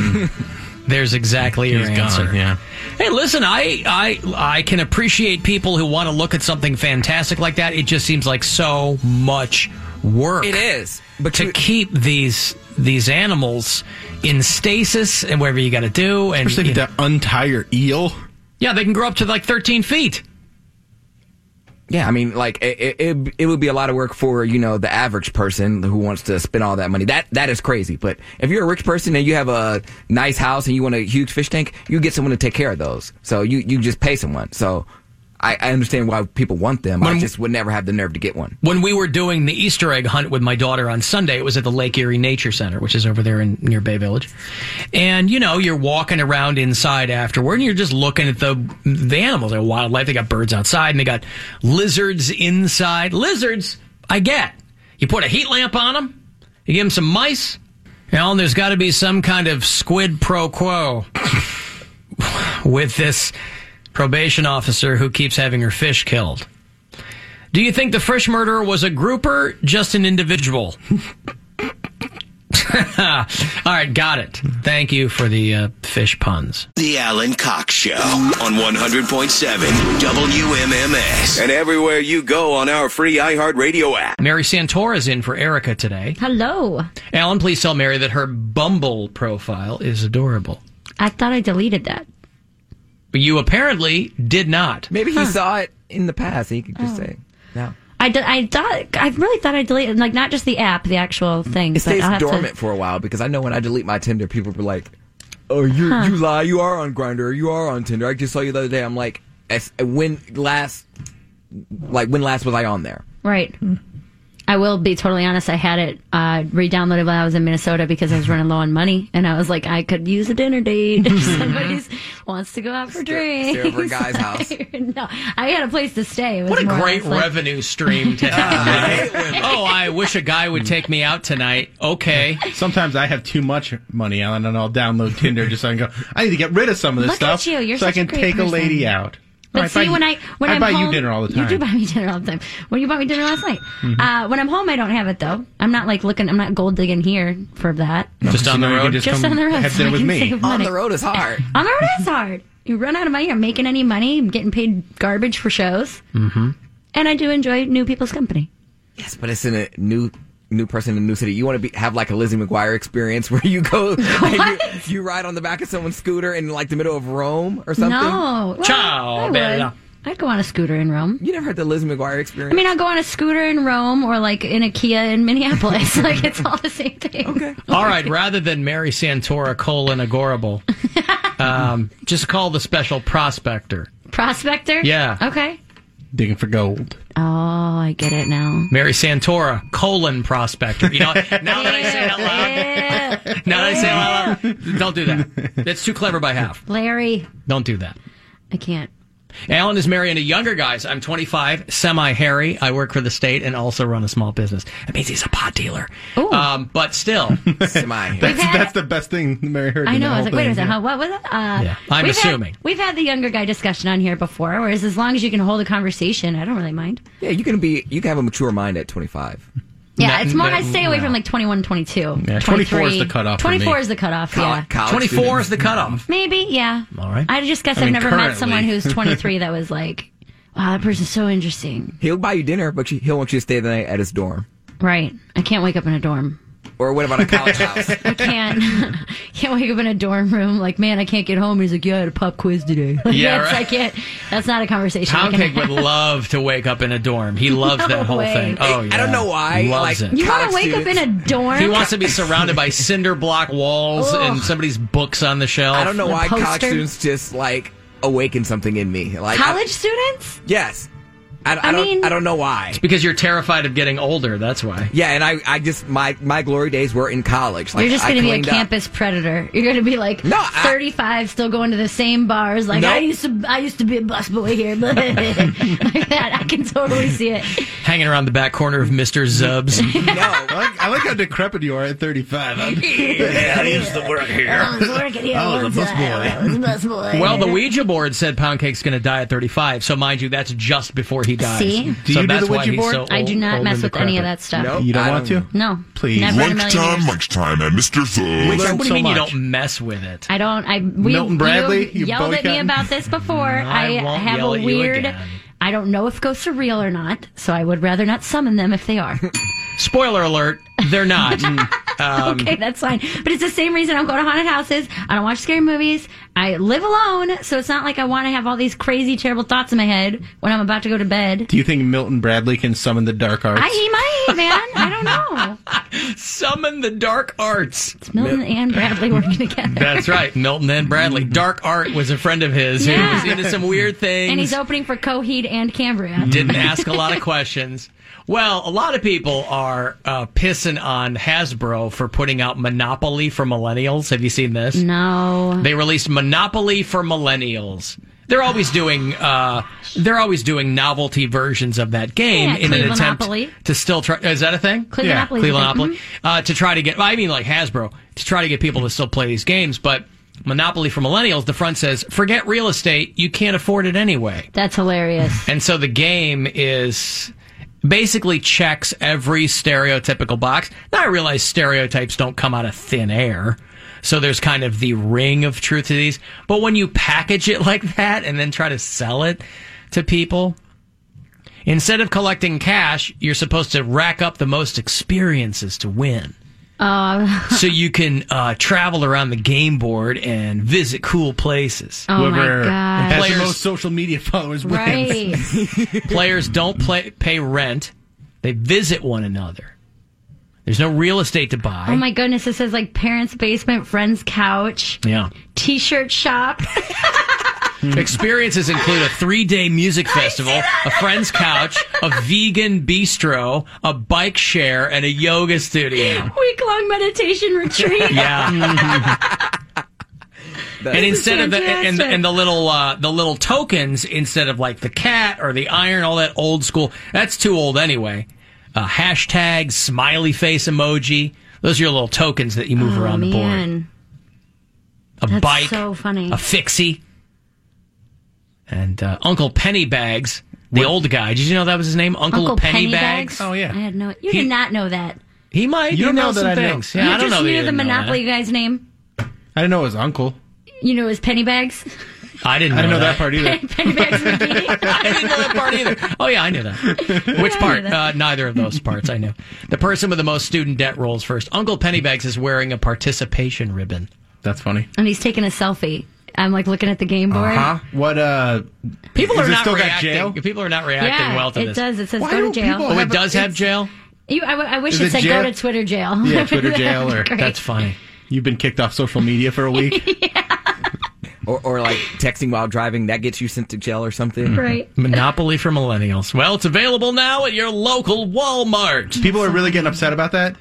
Speaker 1: There's exactly your
Speaker 7: He's gone,
Speaker 1: answer.
Speaker 7: yeah.
Speaker 1: Hey, listen, I, I I can appreciate people who want to look at something fantastic like that. It just seems like so much work.
Speaker 9: It is,
Speaker 1: but to keep these these animals in stasis and whatever you got to do, and
Speaker 7: Especially if you have to untie your eel.
Speaker 1: Yeah, they can grow up to like 13 feet.
Speaker 9: Yeah, I mean, like it, it, it would be a lot of work for you know the average person who wants to spend all that money. That that is crazy. But if you're a rich person and you have a nice house and you want a huge fish tank, you get someone to take care of those. So you you just pay someone. So I, I understand why people want them. I just would never have the nerve to get one.
Speaker 1: When we were doing the Easter egg hunt with my daughter on Sunday, it was at the Lake Erie Nature Center, which is over there in near Bay Village. And you know, you're walking around inside afterward, and you're just looking at the the animals, they're wildlife. They got birds outside, and they got lizards inside. Lizards, I get. You put a heat lamp on them, you give them some mice, you know, and there's got to be some kind of squid pro quo with this probation officer who keeps having her fish killed. Do you think the fish murderer was a grouper, just an individual? All right, got it. Thank you for the uh, fish puns.
Speaker 2: The Alan Cox Show on 100.7 WMMS. And everywhere you go on our free iHeartRadio app.
Speaker 1: Mary Santora's in for Erica today.
Speaker 34: Hello.
Speaker 1: Alan, please tell Mary that her Bumble profile is adorable.
Speaker 34: I thought I deleted that.
Speaker 1: But you apparently did not.
Speaker 9: Maybe he saw it in the past. He could just
Speaker 34: Oh.
Speaker 9: say no.
Speaker 34: I, d- I thought I really thought I deleted like not just the app, the actual thing.
Speaker 9: It stays
Speaker 34: I'll have to-
Speaker 9: dormant for a while because I know when I delete my Tinder, people be like, "Oh, you
Speaker 34: Huh.
Speaker 9: you lie. You are on Grinder. You are on Tinder." I just saw you the other day. I'm like, as, when last, like when last was I on there?
Speaker 34: Right. I will be totally honest. I had it uh, re-downloaded while I was in Minnesota because I was running low on money, and I was like, I could use a dinner date if somebody wants to go out for drinks.
Speaker 9: stay over at guy's house.
Speaker 34: no, I had a place to stay. It was
Speaker 1: What a
Speaker 34: more or
Speaker 1: great
Speaker 34: less like-
Speaker 1: revenue stream to have. right? Oh, I wish a guy would take me out tonight. Okay.
Speaker 7: Sometimes I have too much money, Alan, and I'll download Tinder just so I can go. I need to get rid of some of this
Speaker 34: Look at
Speaker 7: stuff
Speaker 34: you. You're
Speaker 7: so I
Speaker 34: such a
Speaker 7: can
Speaker 34: great
Speaker 7: take a
Speaker 34: person.
Speaker 7: lady out.
Speaker 34: But
Speaker 7: All right,
Speaker 34: see,
Speaker 7: buy-
Speaker 34: when I when
Speaker 7: Oh, I
Speaker 34: am
Speaker 7: buy
Speaker 34: home,
Speaker 7: you dinner all the time.
Speaker 34: You do buy me dinner all the time. When you bought me dinner last night,
Speaker 7: Mhm.
Speaker 34: uh, when I'm home, I don't have it though. I'm not like looking. I'm not gold digging here for that.
Speaker 1: Just on the road.
Speaker 34: Just, on the road. so I can save money.
Speaker 9: is hard.
Speaker 34: on the road is hard. You run out of money. I'm making any money. I'm getting paid garbage for shows,
Speaker 9: Mm-hmm.
Speaker 34: and I do enjoy new people's company.
Speaker 9: Yes, but it's in a new new person in a new city. You want to be have like a Lizzie McGuire experience where you go, and you, you ride on the back of someone's scooter in like the middle of Rome or something.
Speaker 34: No, well, I would. I'd go on a scooter in Rome.
Speaker 9: Hmm? You never heard the Lizzie McGuire experience?
Speaker 34: I mean, I'll go on a scooter in Rome or like in a Kia in Minneapolis. like it's all the same thing. Okay.
Speaker 1: All right, rather than Mary Santora colon agorable, um, just call the special prospector.
Speaker 34: Prospector.
Speaker 1: Yeah.
Speaker 34: Okay.
Speaker 7: Digging for gold.
Speaker 34: Oh, I get it now.
Speaker 1: Mary Santora colon prospector. You know, now that I say it out loud, now that I say it out loud, don't do that. That's too clever by half.
Speaker 34: Larry,
Speaker 1: Don't do that.
Speaker 34: I can't.
Speaker 1: Alan is marrying a younger guys. I'm 25, semi hairy. I work for the state and also run a small business. That means he's a pot dealer. Um, but still,
Speaker 9: semi.
Speaker 7: That's, that's the best thing Mary heard.
Speaker 34: I
Speaker 7: in the
Speaker 34: know. I was
Speaker 7: whole
Speaker 34: like, wait a
Speaker 7: thing.
Speaker 34: minute. Huh, what was that? Uh,
Speaker 1: Yeah, I'm
Speaker 34: we've had-
Speaker 1: assuming.
Speaker 34: we've had the younger guy discussion on here before, whereas as long as you can hold a conversation, I don't really mind.
Speaker 9: yeah, you can be you can have a mature mind at 25.
Speaker 34: Yeah,
Speaker 9: No,
Speaker 34: it's more.
Speaker 9: no,
Speaker 34: I stay away
Speaker 9: no.
Speaker 34: from like 21, 22.
Speaker 9: Yeah, 24 is
Speaker 34: 23.
Speaker 9: the cutoff for
Speaker 34: 24
Speaker 9: me.
Speaker 34: is the cutoff.
Speaker 9: Col-
Speaker 34: yeah.
Speaker 9: college
Speaker 1: 24 is the cutoff.
Speaker 34: Maybe, yeah.
Speaker 1: All right.
Speaker 34: I just guess
Speaker 9: I
Speaker 34: I have
Speaker 9: mean,
Speaker 34: never
Speaker 9: currently.
Speaker 34: met someone who's 23 that was like, wow, that person's so interesting.
Speaker 9: He'll buy you dinner, but you- he'll want you to stay the night at his dorm.
Speaker 34: Right. I can't wake up in a dorm.
Speaker 9: Or what about a college house?
Speaker 34: I can't. can't wake up in a dorm room. Like, man, I can't get home. He's like, yeah, I had a pop quiz today. Like,
Speaker 1: Yeah,
Speaker 34: that's,
Speaker 1: right.
Speaker 34: I can't. That's not a conversation. I
Speaker 1: Tom
Speaker 34: can
Speaker 1: Pig would
Speaker 34: have.
Speaker 1: love to wake up in a dorm. He loves
Speaker 34: No
Speaker 1: that whole
Speaker 34: way.
Speaker 1: thing. Oh, yeah.
Speaker 34: I don't know
Speaker 9: why.
Speaker 1: Loves it.
Speaker 34: You want to wake up in a dorm?
Speaker 1: He wants to be surrounded by cinder block walls
Speaker 34: Ugh.
Speaker 1: and somebody's books on the shelf.
Speaker 9: I don't know why college
Speaker 34: poster.
Speaker 9: students just like awaken something in me. Like I-
Speaker 34: College students?
Speaker 9: yes. I, I, don't, I don't know why.
Speaker 1: because you're terrified of getting older. That's why.
Speaker 9: Yeah, and I, I just my my glory days were in college. Like,
Speaker 34: You're just
Speaker 9: I
Speaker 34: going to be a
Speaker 9: cleaned up.
Speaker 34: campus predator. You're going to be like 35, still going to the same bars. Like I
Speaker 1: Nope.
Speaker 34: used to, I used to be a busboy here, but like that, I can totally see it.
Speaker 1: Hanging around the back corner of Mister Zub's.
Speaker 7: I like, I like how decrepit you are at 35.
Speaker 34: Yeah, I used
Speaker 7: to work
Speaker 34: I was working here
Speaker 7: I
Speaker 34: one
Speaker 7: was a busboy.
Speaker 34: time. I was a busboy.
Speaker 1: Well, the Ouija board said Poundcake's going to die at 35. So, mind you, that's just before he dies.
Speaker 34: See?
Speaker 1: So
Speaker 34: Do you do
Speaker 1: that's
Speaker 34: the
Speaker 1: why
Speaker 34: Ouija
Speaker 1: he's
Speaker 34: board?
Speaker 1: so
Speaker 34: I do
Speaker 1: old-
Speaker 34: not
Speaker 1: old
Speaker 34: mess
Speaker 1: and
Speaker 34: with any of
Speaker 1: decrepit.
Speaker 34: that stuff.
Speaker 1: Nope,
Speaker 34: You don't
Speaker 1: I
Speaker 34: want
Speaker 1: don't.
Speaker 34: to? No.
Speaker 1: Please.
Speaker 34: Never in a million years.
Speaker 13: lunchtime at Mr. Zub's.
Speaker 1: What do you
Speaker 13: so
Speaker 1: mean
Speaker 13: much.
Speaker 1: you don't mess with it?
Speaker 34: I don't. I we
Speaker 1: Milton Bradley,
Speaker 34: you
Speaker 1: you
Speaker 34: yelled at me
Speaker 1: boycott?
Speaker 34: about this before. I,
Speaker 1: won't
Speaker 34: have
Speaker 1: yell
Speaker 34: a
Speaker 1: at you
Speaker 34: weird.
Speaker 1: again.
Speaker 34: I don't know if ghosts are real or not, so I would rather not summon them if they are.
Speaker 1: Spoiler alert, they're not. um,
Speaker 34: okay, that's fine. But it's the same reason I don't go to haunted houses. I don't watch scary movies. I live alone, so it's not like I want to have all these crazy, terrible thoughts in my head when I'm about to go to bed.
Speaker 7: Do you think Milton Bradley can summon the dark arts?
Speaker 34: I he might, man. I don't know.
Speaker 1: Summon the dark arts.
Speaker 34: It's Milton and Bradley working together.
Speaker 1: That's right, Milton and Bradley. Dark Art was a friend of his
Speaker 34: Mm-hmm. Yeah.
Speaker 1: who was into some weird things.
Speaker 34: And he's opening for Coheed and Cambria.
Speaker 1: didn't ask a lot of questions. Well, a lot of people are uh, pissing on Hasbro for putting out Monopoly for millennials. Have you seen this?
Speaker 34: No.
Speaker 1: They released Monopoly for millennials. They're always doing uh, they're always doing novelty versions of that game
Speaker 34: Yeah,
Speaker 1: in an attempt
Speaker 34: Clevenopoly.
Speaker 1: to still try. Is that a thing?
Speaker 34: Clevenopoly's a thing.
Speaker 1: Clevenopoly. Uh, to try to get, I mean, like Hasbro, to try to get people to still play these games. But Monopoly for millennials, the front says, forget real estate. You can't afford it anyway.
Speaker 34: That's hilarious.
Speaker 1: And so the game is basically checks every stereotypical box. Now I realize stereotypes don't come out of thin air. So there's kind of the ring of truth to these. But when you package it like that and then try to sell it to people, instead of collecting cash, you're supposed to rack up the most experiences to win.
Speaker 34: Uh,
Speaker 1: so you can uh, travel around the game board and visit cool places.
Speaker 34: Oh my Whoever gosh.
Speaker 7: Has
Speaker 1: Players-
Speaker 7: the most social media followers wins.
Speaker 34: right.
Speaker 1: players don't play, pay rent. They visit one another. There's no real estate to buy.
Speaker 34: Oh my goodness, this is like parents' basement, friends' couch,
Speaker 1: yeah.
Speaker 34: t shirt shop.
Speaker 7: Hmm.
Speaker 1: Experiences include a three day music festival, a friend's couch, a vegan bistro, a bike share, and a yoga studio.
Speaker 34: Week long meditation retreat.
Speaker 1: Yeah. and
Speaker 34: is
Speaker 1: instead of the and, the
Speaker 34: fantastic.
Speaker 1: and the little uh, the little tokens, instead of like the cat or the iron, all that old school, that's too old anyway. Uh, hashtag smiley face emoji. Those are your little tokens that you move
Speaker 34: Oh,
Speaker 1: around the board.
Speaker 34: man.
Speaker 1: a
Speaker 34: That's
Speaker 1: bike,
Speaker 34: so funny.
Speaker 1: a fixie, and uh, Uncle Pennybags, the old guy. Did you know that was his name, Uncle, Pennybags?
Speaker 34: Oh yeah. I had no. You did not know that.
Speaker 1: He might.
Speaker 7: You don't know that
Speaker 1: some
Speaker 7: I know.
Speaker 1: things. Yeah,
Speaker 34: you
Speaker 1: I don't
Speaker 34: just
Speaker 1: know. that
Speaker 34: knew
Speaker 1: you
Speaker 34: the
Speaker 1: didn't know
Speaker 34: Monopoly guy's name.
Speaker 7: I didn't know it was uncle.
Speaker 34: You knew it was Pennybags.
Speaker 1: that. I didn't. Know
Speaker 7: I didn't know that
Speaker 1: that
Speaker 7: part either.
Speaker 1: Oh yeah, I knew that. Which part? Uh, neither of those parts. I knew. The person with the most student debt rolls first. Uncle Pennybags is wearing a participation ribbon.
Speaker 7: That's funny.
Speaker 34: and he's taking a selfie. I'm like looking at the game board.
Speaker 1: Uh-huh.
Speaker 7: What uh
Speaker 1: People
Speaker 7: is
Speaker 1: are
Speaker 7: it
Speaker 1: not
Speaker 7: still got
Speaker 1: reacting.
Speaker 7: jail?
Speaker 1: People are not reacting
Speaker 34: Yeah,
Speaker 1: well to
Speaker 34: it
Speaker 1: this.
Speaker 34: does. It says
Speaker 1: Why
Speaker 34: go to
Speaker 1: don't
Speaker 34: jail.
Speaker 1: people Oh, it have a- does have jail.
Speaker 34: You, I, w- I wish
Speaker 7: Is
Speaker 34: it,
Speaker 7: it
Speaker 34: said
Speaker 7: jail?
Speaker 34: go to Twitter jail.
Speaker 7: Yeah, Twitter jail or
Speaker 34: Great.
Speaker 1: funny.
Speaker 7: You've been kicked off social media for a week.
Speaker 9: or, or like texting while driving that gets you sent to jail or something.
Speaker 34: Right.
Speaker 1: Monopoly for millennials. Well, it's available now at your local Walmart.
Speaker 7: People are really getting upset about that.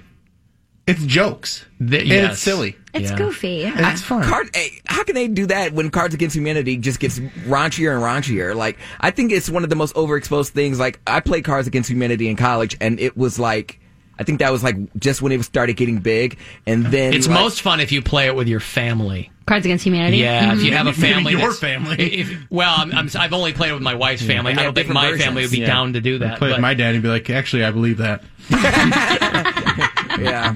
Speaker 7: It's jokes. And
Speaker 9: yes.
Speaker 7: it's silly.
Speaker 34: It's goofy. Yeah.
Speaker 9: That's fun. Card, eh, how can they do that when Cards Against Humanity just gets raunchier and raunchier? Like, I think it's one of the most overexposed things. Like, I played Cards Against Humanity in college, and it was like, I think that was like just when it started getting big, and then
Speaker 1: It's
Speaker 9: like-
Speaker 1: most fun if you play it with your family.
Speaker 34: Cards Against Humanity.
Speaker 1: Yeah, if you
Speaker 34: Mhm.
Speaker 1: have a family,
Speaker 7: your
Speaker 1: that's- If, well, I'm, I'm, I've only played with my wife's family. I don't think my family would be
Speaker 7: Yeah.
Speaker 1: down to do
Speaker 7: I'd
Speaker 1: that.
Speaker 7: play with
Speaker 1: but-
Speaker 7: my dad and be like, actually, I believe that.
Speaker 9: yeah.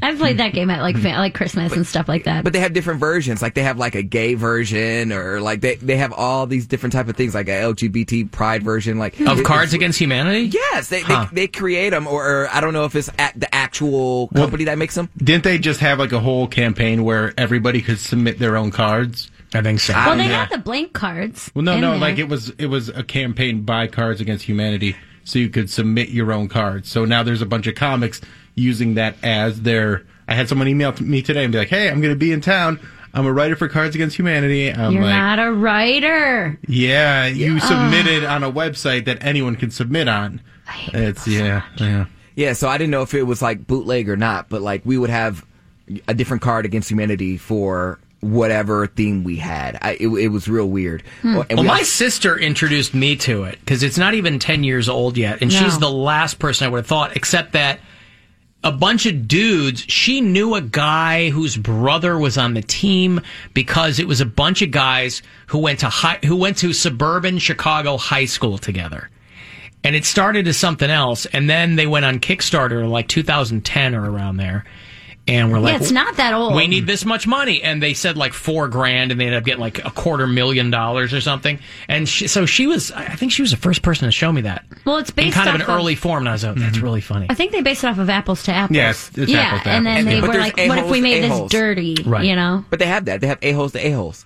Speaker 34: I've played that game at like fa- like Christmas and stuff like that.
Speaker 9: But they have different versions. Like they have like a gay version, or like they they have all these different type of things, like a LGBT pride version, like
Speaker 1: Of
Speaker 9: it-
Speaker 1: Cards Against Humanity.
Speaker 9: Yes, they,
Speaker 1: Huh.
Speaker 9: they they create them, or, or I don't know if it's at the actual company that makes them.
Speaker 7: Didn't they just have like a whole campaign where everybody could submit their own cards?
Speaker 1: I think so.
Speaker 34: well, they had the blank cards.
Speaker 7: Well, no,
Speaker 34: in
Speaker 7: no,
Speaker 34: there.
Speaker 7: like it was it was a campaign by Cards Against Humanity, so you could submit your own cards. So now there's a bunch of comics using that as their. I had someone email me today and be like, "Hey, I'm going to be in town. I'm a writer for Cards Against Humanity. I'm
Speaker 34: You're
Speaker 7: um, like,
Speaker 34: not a writer.
Speaker 7: yeah, you
Speaker 34: Yeah.
Speaker 7: submitted on a website that anyone can submit on. It's yeah, yeah.
Speaker 9: Yeah, so I didn't know if it was like bootleg or not, but like we would have a different card against humanity for whatever theme we had. I, it, it was real weird.
Speaker 15: Hmm.
Speaker 9: Well, and
Speaker 15: well,
Speaker 9: we
Speaker 15: my
Speaker 9: also-
Speaker 15: sister introduced me to it because it's not even 10 years old yet. And
Speaker 9: No.
Speaker 15: she's the last person I would have thought, except that a bunch of dudes, she knew a guy whose brother was on the team because it was a bunch of guys who went to high, who went to suburban Chicago high school together. And it started as something else. And then they went on Kickstarter in, like 2010 or around there. And we're
Speaker 34: Yeah,
Speaker 15: like,
Speaker 34: it's not that old.
Speaker 15: We need this much money, and they said like four grand, and they ended up getting like a quarter million dollars or something. And she, so she was, I think she was the first person to show me that.
Speaker 34: Well, it's
Speaker 15: in
Speaker 34: based
Speaker 15: kind of
Speaker 34: off
Speaker 15: an early form, and I was like, that's really funny.
Speaker 34: I think they based it off of apples to apples.
Speaker 15: Yes, it's
Speaker 34: yeah,
Speaker 15: apples to
Speaker 34: and then
Speaker 15: apples.
Speaker 34: they
Speaker 15: But
Speaker 34: were
Speaker 15: there's
Speaker 34: like, "What if
Speaker 9: a-holes
Speaker 34: we
Speaker 9: to
Speaker 34: made
Speaker 9: a-holes.
Speaker 34: this dirty?"
Speaker 9: Right.
Speaker 34: You know?
Speaker 9: But they have that. They have a-holes to a-holes.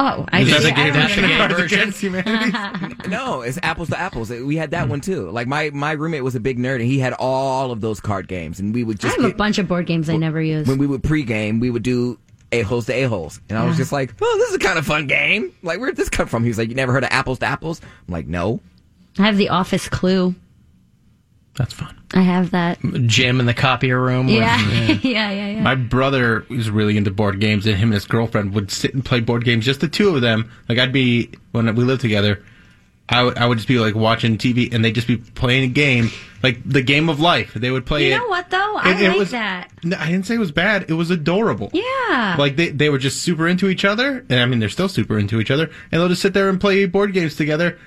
Speaker 34: Oh, I
Speaker 9: Is
Speaker 34: see.
Speaker 9: that the
Speaker 34: I
Speaker 9: gay-
Speaker 34: don't
Speaker 9: that's the
Speaker 34: even
Speaker 9: gay
Speaker 34: know.
Speaker 9: version? no, it's apples to apples. We had that one too. Like my, my roommate was a big nerd and he had all of those card games and we would
Speaker 34: I
Speaker 9: just
Speaker 34: have a
Speaker 9: get-
Speaker 34: bunch of board games I never use.
Speaker 9: when we would pregame, we would do a-holes to a-holes. And I was
Speaker 34: Yeah.
Speaker 9: just like, oh, this is a kind of fun game. Like, where did this come from? He was like, you never heard of apples to apples? I'm like, no.
Speaker 34: I have the office clue.
Speaker 15: That's fun.
Speaker 34: I have that.
Speaker 15: Jim in the copier room.
Speaker 34: Yeah, yeah, yeah, yeah.
Speaker 7: My brother is really into board games, and him and his girlfriend would sit and play board games, just the two of them. Like I'd be when we lived together, I would- I would just be like watching TV, and they'd just be playing a game, like the game of life. They would play
Speaker 34: you
Speaker 7: it.
Speaker 34: know what though? I
Speaker 7: And it
Speaker 34: like
Speaker 7: was-
Speaker 34: that.
Speaker 7: No, I didn't say it was bad. It was adorable.
Speaker 34: Yeah.
Speaker 7: Like they, they were just super into each other, and I mean they're still super into each other, and they'll just sit there and play board games together,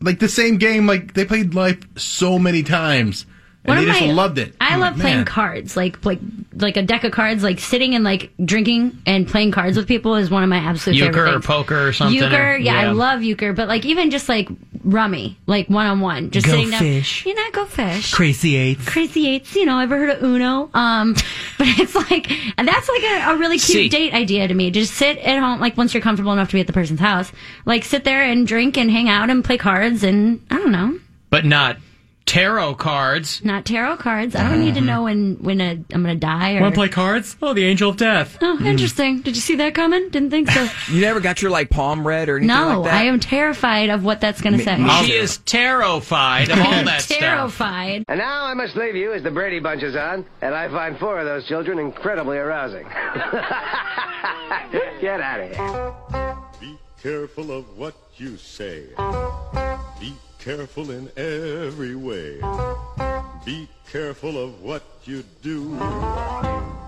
Speaker 7: like the same game. Like they played life so many times, and
Speaker 34: One
Speaker 7: they
Speaker 34: of
Speaker 7: just
Speaker 34: my-
Speaker 7: loved it.
Speaker 34: I
Speaker 7: I'm
Speaker 34: love
Speaker 7: like,
Speaker 34: playing
Speaker 7: "Man."
Speaker 34: cards, like like like a deck of cards, like sitting and like drinking and playing cards with people is one of my absolute
Speaker 15: Euchre
Speaker 34: favorite
Speaker 15: or
Speaker 34: things.
Speaker 15: poker or something.
Speaker 34: Euchre,
Speaker 15: or-
Speaker 34: yeah, I love euchre, but like even just like rummy, like one on one, just
Speaker 15: Go
Speaker 34: sitting
Speaker 15: fish.
Speaker 34: down. You know, go fish.
Speaker 15: Crazy eights.
Speaker 34: Crazy eights, you know, ever heard of Uno? Um, but it's like, and that's like a, a really cute
Speaker 15: See.
Speaker 34: date idea to me. Just sit at home, like once you're comfortable enough to be at the person's house, like sit there and drink and hang out and play cards and I don't know,
Speaker 15: but not tarot cards.
Speaker 34: not tarot cards. I don't need to
Speaker 15: Mhm.
Speaker 34: know when when a, I'm gonna die or
Speaker 15: Want to play Hmm. cards? Oh, the Angel of Death. Mm.
Speaker 34: Oh, interesting. Did you see that coming? Didn't think so.
Speaker 9: You never got your, like, palm read or anything
Speaker 34: no,
Speaker 9: like that?
Speaker 34: I am terrified of what that's going to say.
Speaker 15: She is terrified of all that stuff.
Speaker 34: Terrified.
Speaker 5: And now I must leave you as the Brady Bunch is on, and I find four of those children incredibly arousing. Get out of here.
Speaker 37: Careful of what you say. Be careful in every way. Be careful of what you do.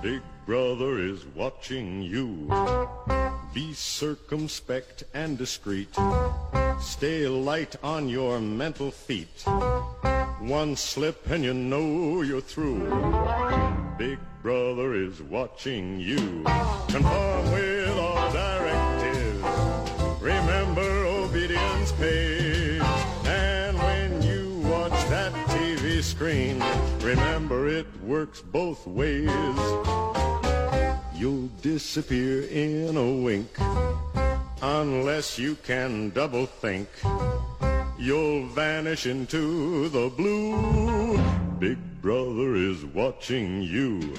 Speaker 37: Big brother is watching you. Be circumspect and discreet. Stay light on your mental feet. One slip and you know you're through. Big brother is watching you. Conform with all directives. Remember obedience pays. And when you watch that TV screen, remember it works both ways. You'll disappear in a wink unless you can double think. You'll vanish into the blue. Big brother is watching you.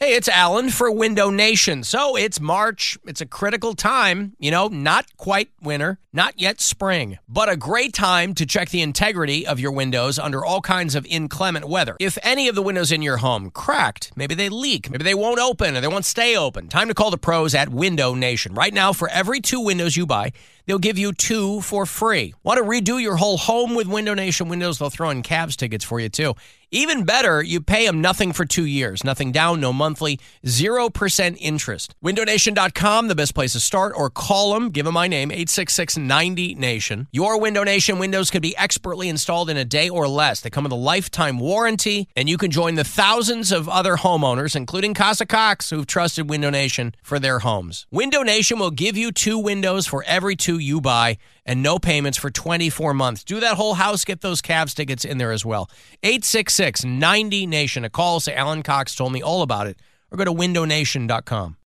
Speaker 1: Hey, it's Alan for Window Nation. So it's March. It's a critical time, you know, not quite winter, not yet spring, but a great time to check the integrity of your windows under all kinds of inclement weather. If any of the windows in your home cracked, maybe they leak, maybe they won't open or they won't stay open, time to call the pros at Window Nation. Right now, for every two windows you buy, they'll give you two for free. Want to redo your whole home with Window Nation windows? They'll throw in cabs tickets for you too. Even better, you pay them nothing for two years, nothing down, no monthly, 0% interest. WindowNation.com, the best place to start, or call them, give them my name, 866-90-NATION. Your Window Nation windows can be expertly installed in a day or less. They come with a lifetime warranty, and you can join the thousands of other homeowners, including Casa Cox, who've trusted Window Nation for their homes. Window Nation will give you two windows for every two you buy and no payments for 24 months. Do that whole house. Get those Cavs tickets in there as well. 866 90 Nation. A call. Say Alan Cox told me all about it. Or go to windownation.com.